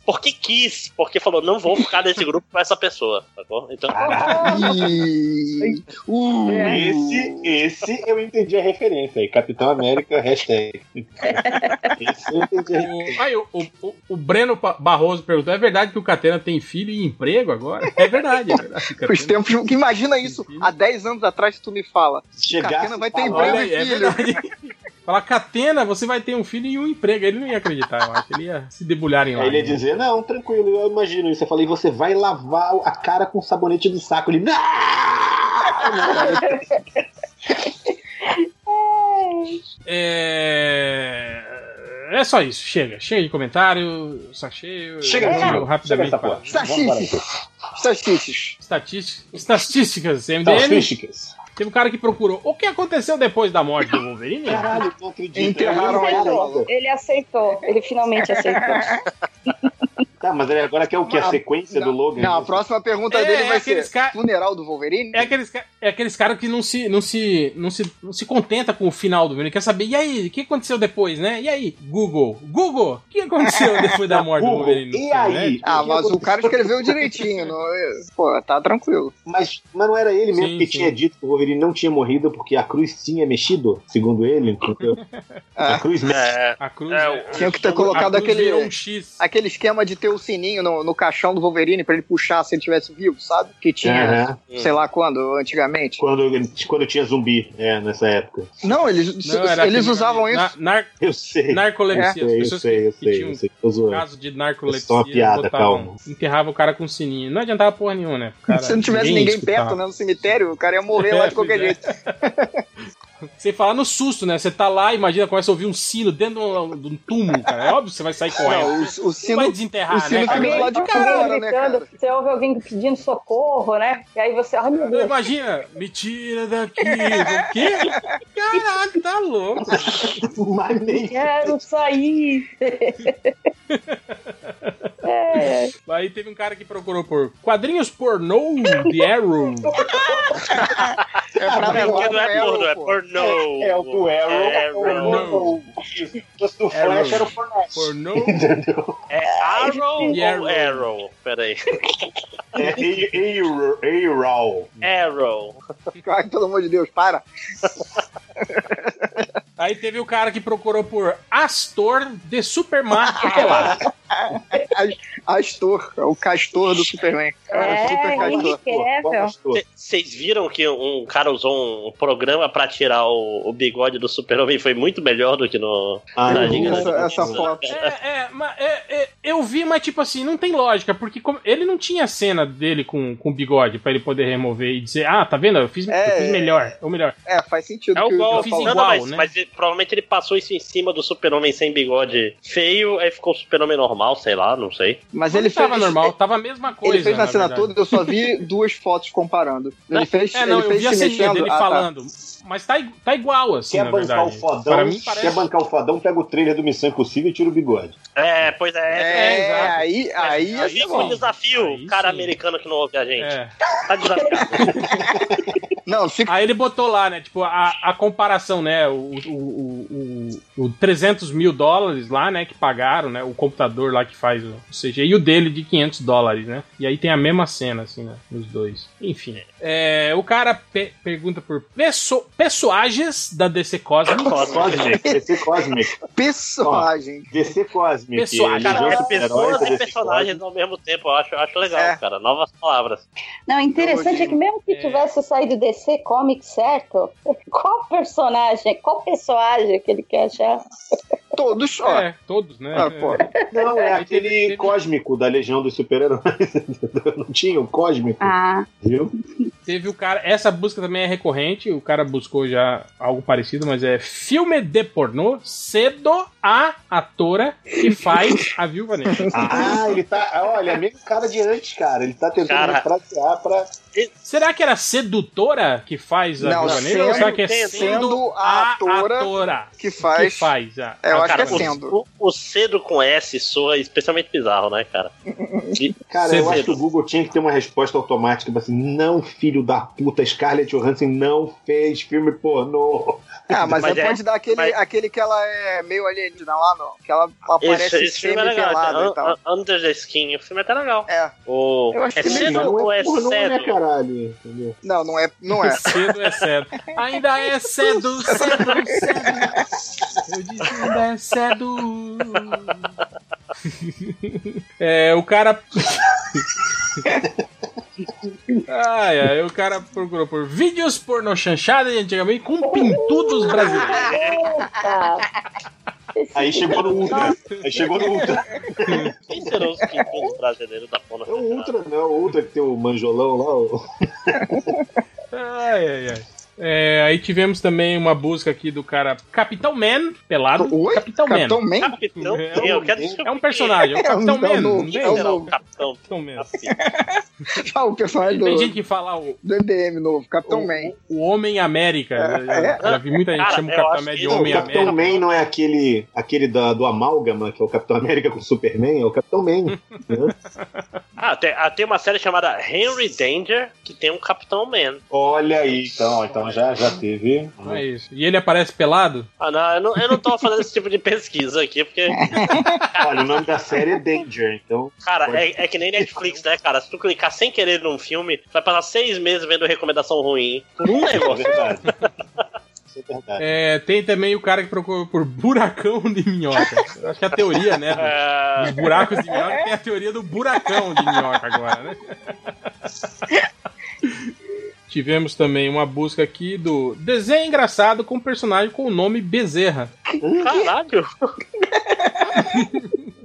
Speaker 6: porque quis, porque falou, não vou ficar nesse grupo com essa pessoa, tá bom? Então.
Speaker 4: É.
Speaker 5: Esse, esse eu entendi a referência aí. Capitão América, hashtag.
Speaker 1: O- Aí, o, o, o Breno Pa- Barroso perguntou: é verdade que o Catena tem filho e emprego agora? É verdade, é verdade.
Speaker 2: Os tempos. Imagina isso. Há 10 anos atrás tu me fala.
Speaker 5: Chegasse
Speaker 2: Catena vai ter
Speaker 1: Olha
Speaker 2: emprego
Speaker 1: aí,
Speaker 2: e
Speaker 1: é
Speaker 2: filho.
Speaker 1: verdade. Falar, Catena, você vai ter um filho e um emprego. Ele não ia acreditar, eu acho. Ele ia se debulhar em lá.
Speaker 5: Aí ele ia dizer, não, tranquilo, eu imagino isso. Eu falei, você vai lavar a cara com sabonete do saco. Ele, não!
Speaker 1: É... é só isso, chega. Chega de comentário, só cheio.
Speaker 2: Chega,
Speaker 1: Eu
Speaker 2: chega.
Speaker 1: rapidamente.
Speaker 2: Chega essa porra. Estatísticas. Estatísticas.
Speaker 1: Estatísticas. Estatísticas, MDM.
Speaker 2: Tá,
Speaker 5: Estatísticas.
Speaker 1: Teve um cara que procurou o que aconteceu depois da morte do Wolverine.
Speaker 5: Caralho, não acredito.
Speaker 4: Ele aceitou, ele aceitou, ele finalmente aceitou.
Speaker 5: Tá, mas ele agora quer o quê? A sequência é do Logan? né?
Speaker 2: Não, a próxima pergunta
Speaker 1: É,
Speaker 2: dele
Speaker 1: é
Speaker 2: vai
Speaker 1: aqueles
Speaker 2: ser: funeral do Wolverine?
Speaker 1: É aqueles, ca- é aqueles caras que não se, não, se, não, se, não se contenta com o final do Wolverine. Quer saber, e aí, o que aconteceu depois, né? E aí, Google? Google, o que aconteceu depois da morte do Wolverine? no filme, né? Tipo,
Speaker 2: Ah, mas o
Speaker 1: aconteceu?
Speaker 2: cara escreveu direitinho. Não... Pô, tá tranquilo.
Speaker 5: Mas, mas não era ele mesmo
Speaker 1: Sim,
Speaker 5: que
Speaker 1: sim.
Speaker 5: tinha dito que o Wolverine não tinha morrido porque a cruz tinha mexido, segundo ele. entendeu? A cruz mexe.
Speaker 1: A cruz,
Speaker 2: Tinha que ter colocado aquele,
Speaker 1: virou um X.
Speaker 2: aquele esquema de ter o sininho no, no caixão do Wolverine pra ele puxar se ele tivesse vivo, sabe? Que tinha,
Speaker 5: Aham.
Speaker 2: sei lá quando, antigamente.
Speaker 5: Quando, quando tinha zumbi, é, nessa época.
Speaker 2: Não, eles,
Speaker 1: Não, era
Speaker 2: eles
Speaker 1: aquele-
Speaker 2: usavam isso.
Speaker 1: na- nar-
Speaker 5: Eu sei.
Speaker 1: Narcolepsia.
Speaker 5: Eu sei, eu
Speaker 1: As pessoas
Speaker 5: sei, eu
Speaker 1: que-
Speaker 5: sei,
Speaker 1: que
Speaker 5: eu
Speaker 1: tinham
Speaker 5: sei, tô zoando.
Speaker 1: caso de
Speaker 5: É só
Speaker 1: narcolepsia,
Speaker 5: uma piada, calma.
Speaker 1: enterrava o cara com sininho. Não adiantava porra nenhuma, né? O Cara,
Speaker 2: Se não tivesse ninguém, perto
Speaker 1: escutava.
Speaker 2: né, no cemitério, o cara ia morrer lá de qualquer jeito.
Speaker 1: Sem falar no susto, né? Você tá lá, imagina, começa a ouvir um sino dentro de um, de um túmulo, cara. É óbvio que você vai sair correndo.
Speaker 2: Não, o- o
Speaker 1: Você não
Speaker 2: sino-
Speaker 1: vai desenterrar,
Speaker 2: o
Speaker 1: né?
Speaker 2: sino fica
Speaker 1: cara?
Speaker 2: do lado de fora, né, cara?
Speaker 4: tá Você ouve alguém pedindo socorro, né? E aí você, ai meu Deus.
Speaker 1: Imagina, me tira daqui. O quê? Caralho, tá louco.
Speaker 4: Quero sair. É.
Speaker 1: Aí teve um cara que procurou por quadrinhos pornô de Arrow.
Speaker 6: É pra mim, porque não é porno, é porno.
Speaker 5: É o do Arrow.
Speaker 1: Pornô.
Speaker 5: Se fosse do Flash, era o Fornash.
Speaker 1: Pornô.
Speaker 6: É Arrow
Speaker 5: E
Speaker 6: ou
Speaker 5: Arrow.
Speaker 6: Arrow? Peraí.
Speaker 5: É Arrow. Arrow.
Speaker 6: Arrow.
Speaker 2: Ai, pelo amor de Deus, para.
Speaker 1: Aí teve o cara que procurou por Astor de Supermarket Pelado.
Speaker 2: Astor, é o castor do Superman. É, o super castor.
Speaker 6: Vocês viram que um cara usou um programa pra tirar o, o bigode do super-homem? Foi muito melhor do que no...
Speaker 5: Ah,
Speaker 6: na
Speaker 5: eu vi
Speaker 6: Liga da
Speaker 5: essa-
Speaker 6: Justiça.
Speaker 5: essa foto.
Speaker 1: É, mas é, é, eu vi, mas tipo assim, não tem lógica, porque como- ele não tinha cena dele com, com bigode pra ele poder remover e dizer, ah, tá vendo? Eu fiz, eu
Speaker 2: É,
Speaker 1: fiz melhor, ou melhor.
Speaker 2: É, faz sentido.
Speaker 6: É o
Speaker 1: eu
Speaker 6: gol,
Speaker 1: fiz
Speaker 6: não,
Speaker 1: igual,
Speaker 6: mas,
Speaker 1: né?
Speaker 6: mas ele- provavelmente ele passou isso em cima do super-homem sem bigode feio, aí ficou o super-homem normal, sei lá, não sei.
Speaker 2: Mas ele
Speaker 1: tava
Speaker 2: fez-
Speaker 1: normal, tava a mesma coisa.
Speaker 2: Ele fez na, cena
Speaker 1: verdade.
Speaker 2: toda, eu só vi duas fotos comparando. Ele fez,
Speaker 1: é, não,
Speaker 2: ele
Speaker 1: eu
Speaker 2: fez
Speaker 1: vi a
Speaker 2: se
Speaker 1: ceninha
Speaker 2: mexendo.
Speaker 1: dele
Speaker 2: Ah, tá.
Speaker 1: falando, mas tá, i- tá igual, assim,
Speaker 5: Quer
Speaker 1: na
Speaker 5: bancar o
Speaker 1: verdade.
Speaker 5: fodão?
Speaker 1: Pra mim
Speaker 5: Quer
Speaker 1: parece...
Speaker 5: bancar o fodão, pega o trailer do Missão Impossível e tira o bigode.
Speaker 6: É, pois é.
Speaker 2: É,
Speaker 6: exato.
Speaker 2: aí, aí, ia
Speaker 6: Aí
Speaker 2: ser
Speaker 6: foi um
Speaker 2: bom.
Speaker 6: desafio, cara americano que não ouve a gente.
Speaker 1: É.
Speaker 6: Tá desafiado.
Speaker 2: Não, fica...
Speaker 1: Aí ele botou lá, né? Tipo, a, a comparação, né? O, o, o, o, o 300 mil dólares lá, né? Que pagaram, né? O computador lá que faz o CG e o dele de 500 dólares, né? E aí tem a mesma cena, assim, né? Os dois. Enfim. É, o cara pe- pergunta por perso personagens da DC Cosmic.
Speaker 2: É
Speaker 5: Cosmic, DC Cosmic.
Speaker 2: personagem.
Speaker 5: DC Cosmic.
Speaker 1: Pessoa-
Speaker 5: Ele
Speaker 1: cara,
Speaker 5: virou
Speaker 6: Cara,
Speaker 5: super-herói
Speaker 6: É pessoas
Speaker 5: da
Speaker 6: e
Speaker 5: é DC
Speaker 6: personagens ao mesmo tempo, eu acho, eu acho legal,
Speaker 2: É.
Speaker 6: cara. Novas palavras.
Speaker 4: Não, interessante é que mesmo que
Speaker 1: É.
Speaker 4: tivesse saído DC Comics certo, qual personagem, qual personagem que ele quer achar?
Speaker 2: Todos, ó.
Speaker 1: É, todos, né?
Speaker 2: Ah, pô.
Speaker 5: Cosmic. Não, é aquele cósmico da Legião dos Super-Heróis. entendeu? Não tinha o cósmico,
Speaker 4: Ah,
Speaker 5: viu?
Speaker 1: Teve o cara. Essa busca também é recorrente. O cara buscou já algo parecido, mas é filme de pornô cedo a atora que faz a viúva negra.
Speaker 5: Ah, ele tá. Olha, mesmo cara de antes, cara. Ele tá tentando
Speaker 6: Cara.
Speaker 5: refratear pra.
Speaker 1: Será que era sedutora que faz a
Speaker 2: Não,
Speaker 1: viúva negra?
Speaker 2: sendo-
Speaker 1: ou será que é
Speaker 6: sendo
Speaker 1: sendo a atora,
Speaker 2: Que
Speaker 1: que
Speaker 2: faz.
Speaker 1: faz a.
Speaker 2: É, eu
Speaker 6: Ah,
Speaker 1: a
Speaker 2: acho que é
Speaker 1: viúva negra?
Speaker 2: sendo.
Speaker 6: o, o cedo com S soa especialmente bizarro, né, cara? E-
Speaker 5: Cara,
Speaker 1: Cê
Speaker 5: eu
Speaker 1: vê.
Speaker 5: acho que o Google tinha que ter uma resposta automática, tipo assim, não, filho da puta, Scarlett Johansson não fez filme pornô.
Speaker 2: Ah, mas,
Speaker 6: Mas
Speaker 2: aí
Speaker 6: é-
Speaker 2: pode dar aquele,
Speaker 6: mas-
Speaker 2: aquele que ela é meio alienígena lá, não. Que ela aparece
Speaker 6: Esse, esse filme é legal.
Speaker 2: semi-pelada e
Speaker 6: Un-
Speaker 2: tal.
Speaker 6: un- Under the Skin, o filme é até legal.
Speaker 2: É.
Speaker 6: O,
Speaker 2: Eu acho
Speaker 6: é
Speaker 2: que
Speaker 6: cedo
Speaker 2: não
Speaker 6: ou é
Speaker 5: pornô, né,
Speaker 6: cedo?
Speaker 5: caralho? Entendeu?
Speaker 2: Não, não é. Não é.
Speaker 1: Cedo é cedo. Ainda é cedo, cedo, cedo. Eu disse ainda é cedo. É, o cara. Ai, ai, o cara procurou por vídeos porno chanchada de antigamente com pintudos brasileiros.
Speaker 4: Eita!
Speaker 5: Aí chegou no Ultra. Aí chegou no Ultra.
Speaker 6: Quem serão os pintores brasileiros da porra?
Speaker 5: É o
Speaker 2: um
Speaker 5: Ultra, não é o Ultra que tem o manjolão lá. o-
Speaker 1: Ai, ai, ai. É, aí tivemos também uma busca aqui do cara Capitão Man, pelado.
Speaker 2: Oi?
Speaker 1: Capitão,
Speaker 2: Capitão
Speaker 1: Man.
Speaker 2: Man?
Speaker 6: Capitão,
Speaker 1: É um-
Speaker 6: eu quero descobrir
Speaker 1: É um personagem, um é o
Speaker 2: É um-
Speaker 1: Capitão
Speaker 2: é um
Speaker 1: Man.
Speaker 2: novo,
Speaker 1: não
Speaker 6: quem
Speaker 1: tem?
Speaker 2: é um
Speaker 6: será o
Speaker 2: novo.
Speaker 6: Capitão
Speaker 1: Capitão Man.
Speaker 6: Capitão.
Speaker 2: Ah, o personagem
Speaker 1: Tem gente
Speaker 2: do,
Speaker 1: que fala o,
Speaker 2: do MDM novo, Capitão
Speaker 1: o,
Speaker 2: Man.
Speaker 1: o Homem América. Eu já-
Speaker 2: É.
Speaker 1: já vi muita gente
Speaker 6: Cara,
Speaker 1: que chama o
Speaker 6: eu
Speaker 1: Capitão
Speaker 6: acho
Speaker 1: América
Speaker 6: que
Speaker 1: de
Speaker 5: Não, o
Speaker 1: Homem
Speaker 5: Capitão
Speaker 1: América.
Speaker 6: né?
Speaker 5: Man não é aquele, aquele da, do amálgama, que é o Capitão América com o Superman, é o Capitão Man.
Speaker 6: Ah, tem, ah, tem uma série chamada Henry Danger que tem um Capitão Man.
Speaker 5: Olha aí, então, então já, já teve.
Speaker 1: Não é isso. E ele aparece pelado?
Speaker 6: Ah, não, eu não, eu não tô fazendo esse tipo de pesquisa aqui, porque,
Speaker 5: Olha, o nome da série é Danger, então.
Speaker 6: cara, é, é que nem Netflix, né, cara? Se tu clicar sem querer num filme, tu vai passar seis meses vendo recomendação ruim por um
Speaker 5: É
Speaker 6: negócio.
Speaker 5: verdade. Isso é verdade.
Speaker 1: É, tem também o cara que procurou por buracão de minhoca. Eu Acho que a teoria, né? do-
Speaker 6: Ah,
Speaker 1: Dos buracos de minhoca tem a teoria do buracão de minhoca agora, né? Tivemos também uma busca aqui do desenho engraçado com personagem com o nome Bezerra.
Speaker 6: Caralho!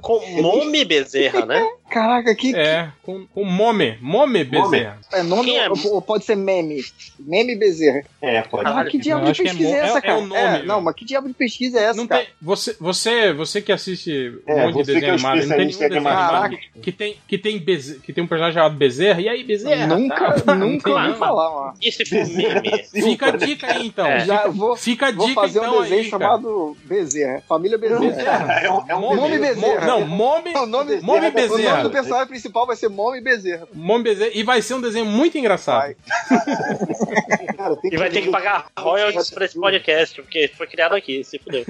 Speaker 6: Com nome Bezerra, né?
Speaker 2: Caraca, que.
Speaker 1: É, com, com Mome. Mome Bezerra.
Speaker 2: É nome ou, ou pode ser meme? Meme Bezerra.
Speaker 5: É, pode.
Speaker 2: Ah, que diabo
Speaker 1: Eu
Speaker 2: de
Speaker 1: acho que é
Speaker 2: pesquisa é,
Speaker 1: mo- é-
Speaker 2: essa,
Speaker 1: é
Speaker 2: cara?
Speaker 1: o nome,
Speaker 2: não, mas que diabo de pesquisa é essa,
Speaker 1: Não
Speaker 2: cara?
Speaker 1: tem, você, você, você que assiste um
Speaker 5: É,
Speaker 1: monte de
Speaker 5: você que
Speaker 1: desenho
Speaker 5: é o
Speaker 1: animado, não tem nenhum
Speaker 5: especialista em
Speaker 1: desenho
Speaker 5: animação.
Speaker 1: animado que, que tem, que, tem Beze- que tem um personagem chamado Bezerra. E aí, Bezerra?
Speaker 2: Nunca-
Speaker 1: Tá? Não
Speaker 2: nunca
Speaker 1: tem
Speaker 2: ouvi
Speaker 1: nada.
Speaker 2: falar, mano.
Speaker 6: E se for meme?
Speaker 1: Fica a dica aí, então.
Speaker 6: É.
Speaker 2: Já vou,
Speaker 1: Fica a
Speaker 2: vou
Speaker 1: dica,
Speaker 2: fazer
Speaker 1: então,
Speaker 2: um desenho
Speaker 1: aí, cara.
Speaker 2: chamado Bezerra. Família Bezerra.
Speaker 5: É um, é um
Speaker 2: Nome
Speaker 5: desenho.
Speaker 2: Bezerra.
Speaker 1: Não, Mome,
Speaker 2: o nome,
Speaker 1: Mome
Speaker 2: o nome
Speaker 1: Bezerra.
Speaker 2: do personagem principal vai ser Mome Bezerra.
Speaker 1: Mome Bezerra. E vai ser um desenho muito engraçado.
Speaker 5: Cara, tem
Speaker 6: E vai ter que pagar royalties pra esse podcast, porque foi criado aqui, se fudeu.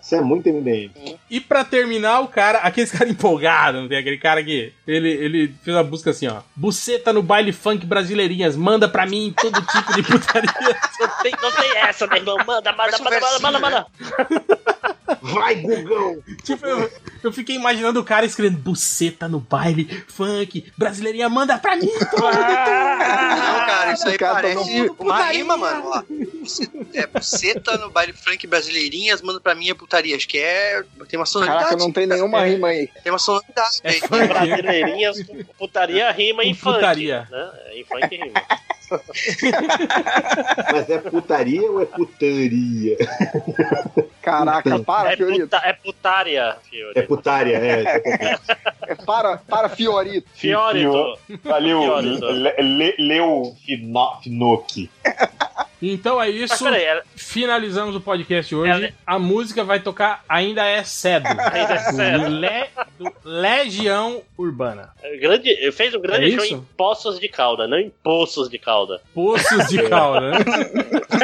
Speaker 5: Isso é muito MDM.
Speaker 1: E pra terminar, o cara, aquele cara empolgado, não tem aquele cara que ele, ele fez a busca assim, ó. Buceta no baile funk brasileirinhas, manda pra mim todo tipo de putaria.
Speaker 6: Não tem, não tem essa, meu irmão. Manda, manda,
Speaker 7: Parece um
Speaker 6: manda, manda, manda, manda.
Speaker 5: Vai, Gugão!
Speaker 1: tipo, eu, eu fiquei imaginando o cara escrevendo buceta no baile funk brasileirinha, manda pra mim todo tipo
Speaker 7: Não, cara, isso aí
Speaker 2: Cara, todo
Speaker 7: parece
Speaker 2: mundo
Speaker 7: uma
Speaker 1: putaria.
Speaker 7: rima, mano. Ó. É, buceta no baile funk brasileirinhas, manda pra minha putaria. Acho que é. Tem uma sonoridade. É,
Speaker 2: Caraca, não tem nenhuma rima aí.
Speaker 7: Tem uma sonoridade.
Speaker 1: É
Speaker 7: aí.
Speaker 1: funk.
Speaker 6: Brasileirinhas, putaria rima em funk.
Speaker 1: Putaria.
Speaker 6: Né? Em funk rima.
Speaker 5: Mas é putaria ou é putaria?
Speaker 1: Então.
Speaker 2: Caraca, para,
Speaker 6: É,
Speaker 2: Ah, Fiorito.
Speaker 6: puta, é putaria, Fiore.
Speaker 5: É putaria, é.
Speaker 2: Para, para, Fiorito.
Speaker 6: Fiorito.
Speaker 5: Valeu,
Speaker 6: Fiorito.
Speaker 5: Le- Le- Leu Fino- Finocchi.
Speaker 1: Então é
Speaker 6: Mas
Speaker 1: isso.
Speaker 6: peraí, É, né? ela-
Speaker 1: Finalizamos o podcast de hoje.
Speaker 6: Ela-
Speaker 1: A música vai tocar Ainda é Cedo.
Speaker 6: Ainda é Cedo.
Speaker 1: Le- do Legião Urbana.
Speaker 6: grande, fez um grande
Speaker 1: É
Speaker 6: show
Speaker 1: isso?
Speaker 6: em Poços de Calda, não em Poços de Calda.
Speaker 1: Poços de calda, né?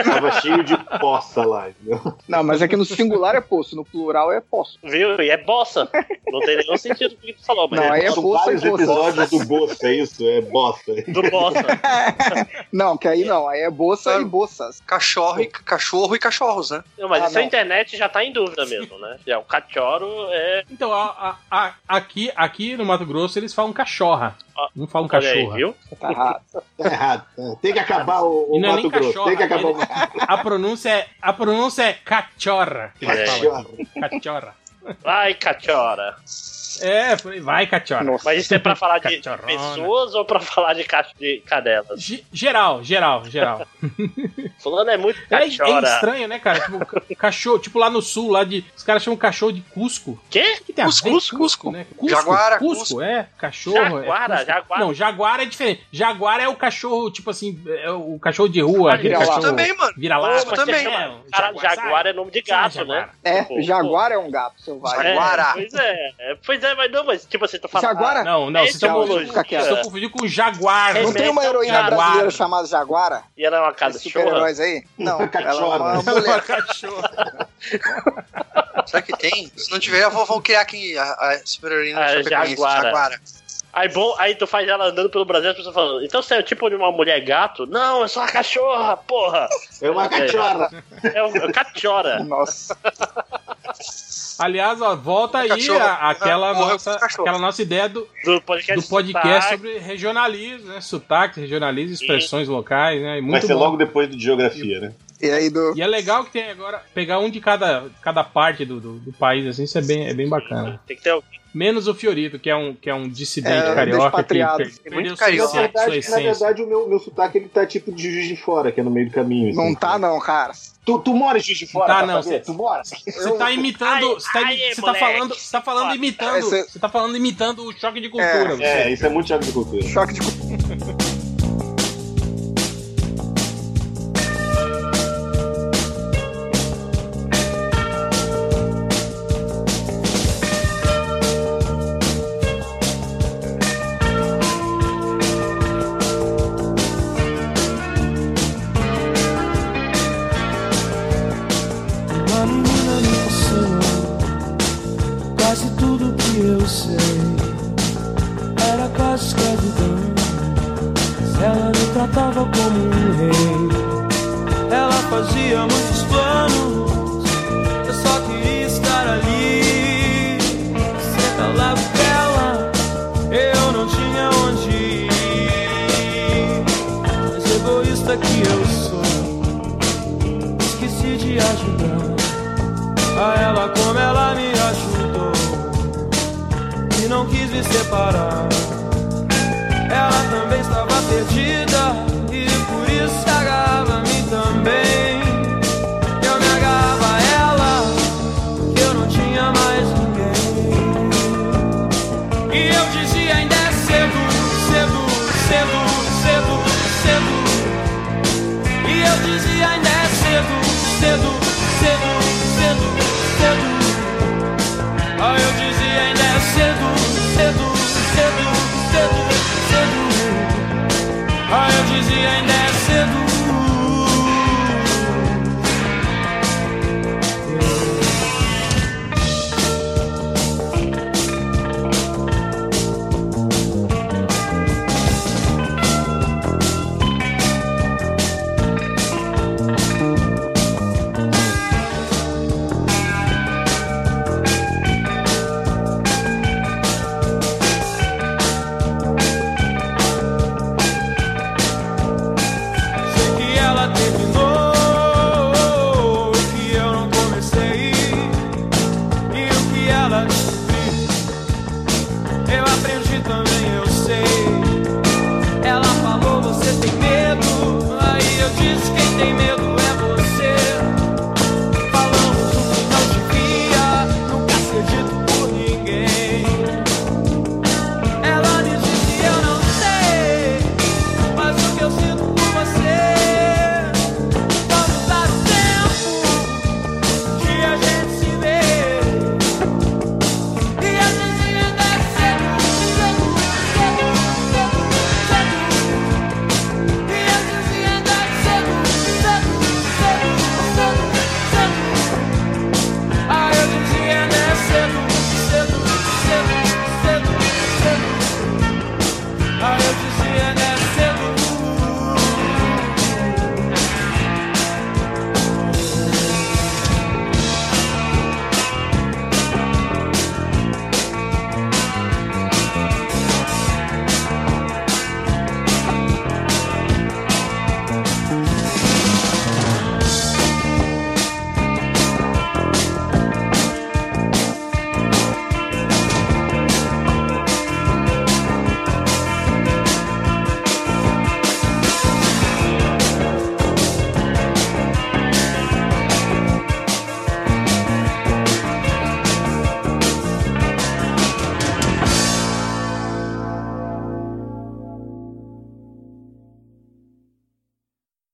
Speaker 5: Tava cheio de poça lá, entendeu?
Speaker 2: Não, mas é que no singular é poço, no plural é poço.
Speaker 6: Viu? E é bossa. Não tem nenhum sentido o que tu falou, mas
Speaker 2: Não,
Speaker 6: é
Speaker 2: aí é
Speaker 5: São
Speaker 2: poça e
Speaker 5: vários
Speaker 2: poça.
Speaker 5: episódios do Bossa, é isso? É bossa.
Speaker 6: do bossa.
Speaker 2: Não, que aí não, aí é bolsa e bolsas.
Speaker 7: Cachorro e, cachorro e cachorros, né?
Speaker 6: Não, mas
Speaker 2: Ah,
Speaker 6: isso a
Speaker 2: não.
Speaker 6: internet já tá em dúvida mesmo, né? Já, o cachorro é.
Speaker 1: Então, a- a- a- aqui, aqui no Mato Grosso eles falam cachorra.
Speaker 6: Ah,
Speaker 1: Não falam
Speaker 6: Olha aí,
Speaker 1: cachorra.
Speaker 6: viu?
Speaker 2: Tá errado.
Speaker 5: Tá errado. tá. Tem que acabar o,
Speaker 1: E
Speaker 5: o
Speaker 1: não é nem né?
Speaker 5: Mato Grosso.
Speaker 1: cachorro,
Speaker 5: Tem que acabar
Speaker 1: ele-
Speaker 5: o Mato
Speaker 1: a pronúncia é a pronúncia é cachorra. que eles falam.
Speaker 5: Grosso.
Speaker 1: Cachorra.
Speaker 6: Ai, cachorra.
Speaker 1: É, por aí vai cachorra.
Speaker 2: Nossa.
Speaker 6: Mas isso é pra falar de
Speaker 1: Cachorrona.
Speaker 6: pessoas ou pra falar de, ca... de cadelas?
Speaker 1: Ge- Geral, geral, geral.
Speaker 6: Fulano é muito
Speaker 1: É, é
Speaker 6: cachorra.
Speaker 1: estranho, né, cara? Tipo, ca- cachorro, tipo lá no sul, lá de. Os caras chamam cachorro de Cusco. O
Speaker 6: Quê?
Speaker 1: que tem a
Speaker 7: Cusco,
Speaker 1: ver?
Speaker 7: Cusco, Cusco.
Speaker 1: né? Cusco,
Speaker 7: Jaguara,
Speaker 1: Cusco,
Speaker 7: Cusco.
Speaker 1: é. Cachorro. é
Speaker 6: Jaguara,
Speaker 1: Cusco.
Speaker 6: jaguara.
Speaker 1: Não, jaguara é diferente. Jaguara é o cachorro, tipo assim, é o cachorro de rua. aquele
Speaker 2: vira-lata.
Speaker 1: cachorro
Speaker 7: Também, mano.
Speaker 1: Vira lá.
Speaker 6: Ah, Mas
Speaker 7: Cusco também.
Speaker 1: um
Speaker 6: Cara, jaguar é nome de gato, né?
Speaker 2: É, jaguar é um gato selvagem.
Speaker 6: É,
Speaker 7: Jaguara.
Speaker 6: pois é. É, Pois é, mas não, mas tipo assim, tu fala.
Speaker 2: Jaguara?
Speaker 1: Não, não,
Speaker 6: É
Speaker 1: vocês estão
Speaker 6: etimologia,
Speaker 1: vocês estão
Speaker 6: cara.
Speaker 1: tá confundindo com jaguar. né?
Speaker 6: É
Speaker 2: Não tem uma heroína
Speaker 1: Jaguara.
Speaker 2: brasileira chamada Jaguara?
Speaker 6: E ela é uma
Speaker 2: Esses
Speaker 6: cachorra.
Speaker 2: super-heróis aí? Não, ela é
Speaker 5: Cachorra.
Speaker 2: uma mulher.
Speaker 7: Será que tem? Se não tiver, eu vou, vou criar aqui a, a super-heroína
Speaker 6: A
Speaker 7: da Chapecoense,
Speaker 6: Jaguara.
Speaker 7: Jaguara.
Speaker 6: Aí, bom, aí tu faz ela andando pelo Brasil e as pessoas falando, então você é tipo de uma mulher gato? Não, eu sou uma cachorra, porra!
Speaker 5: É uma cachorra.
Speaker 6: É um cachorra.
Speaker 2: Nossa.
Speaker 1: Aliás, ó, volta aí
Speaker 7: Cachorro.
Speaker 1: a- aquela,
Speaker 7: Morreu com
Speaker 1: nossa,
Speaker 7: cachorro.
Speaker 1: aquela nossa ideia do,
Speaker 6: Do podcast.
Speaker 1: do podcast é
Speaker 6: Sotaque.
Speaker 1: sobre regionalismo, né? Sotaque, regionalismo, expressões locais, né? E
Speaker 5: Vai
Speaker 1: Muito
Speaker 5: ser
Speaker 1: bom.
Speaker 5: logo depois do Geografia, né?
Speaker 2: E aí do.
Speaker 1: E é legal que tem agora pegar um de cada, cada parte do, do, do país, assim, isso é bem, é bem bacana.
Speaker 6: Tem que ter alguém.
Speaker 1: Menos o Fiorito, que é um, que é um dissidente
Speaker 2: É,
Speaker 1: carioca que
Speaker 2: despatriado.
Speaker 1: per-
Speaker 7: É muito
Speaker 1: perdeu sua,
Speaker 7: carioca.
Speaker 5: Na
Speaker 1: essência- sua
Speaker 7: Sim,
Speaker 5: verdade, na
Speaker 1: essência.
Speaker 5: verdade, o meu, meu sotaque ele tá tipo de Juiz de Fora, que é no meio do caminho. assim.
Speaker 2: Não tá, não, cara.
Speaker 5: Tu, tu mora em Juiz de Fora?
Speaker 1: Tá,
Speaker 5: pra
Speaker 1: não,
Speaker 5: saber?
Speaker 1: cê-
Speaker 5: Tu mora?
Speaker 1: Você tá imitando.
Speaker 6: Ai,
Speaker 1: Você tá, imi-
Speaker 6: ai,
Speaker 1: você tá
Speaker 6: moleque.
Speaker 1: falando. Você tá falando imitando.
Speaker 2: É, cê-
Speaker 1: Você tá falando imitando o choque de cultura. você.
Speaker 5: É, isso é muito chato de cultura.
Speaker 2: Choque de.
Speaker 12: Uma menina me ensinou quase tudo que eu sei. Era quase escravidão. Se ela me tratava como um rei, ela fazia muitos planos. Eu só queria estar ali. Você tá lá dela, eu não tinha onde ir. Mas egoísta que eu sou esqueci de ajudar a ela como ela me ajudou e não quis quis me separar. Ela também estava perdida.
Speaker 1: é Ah, é Ah, é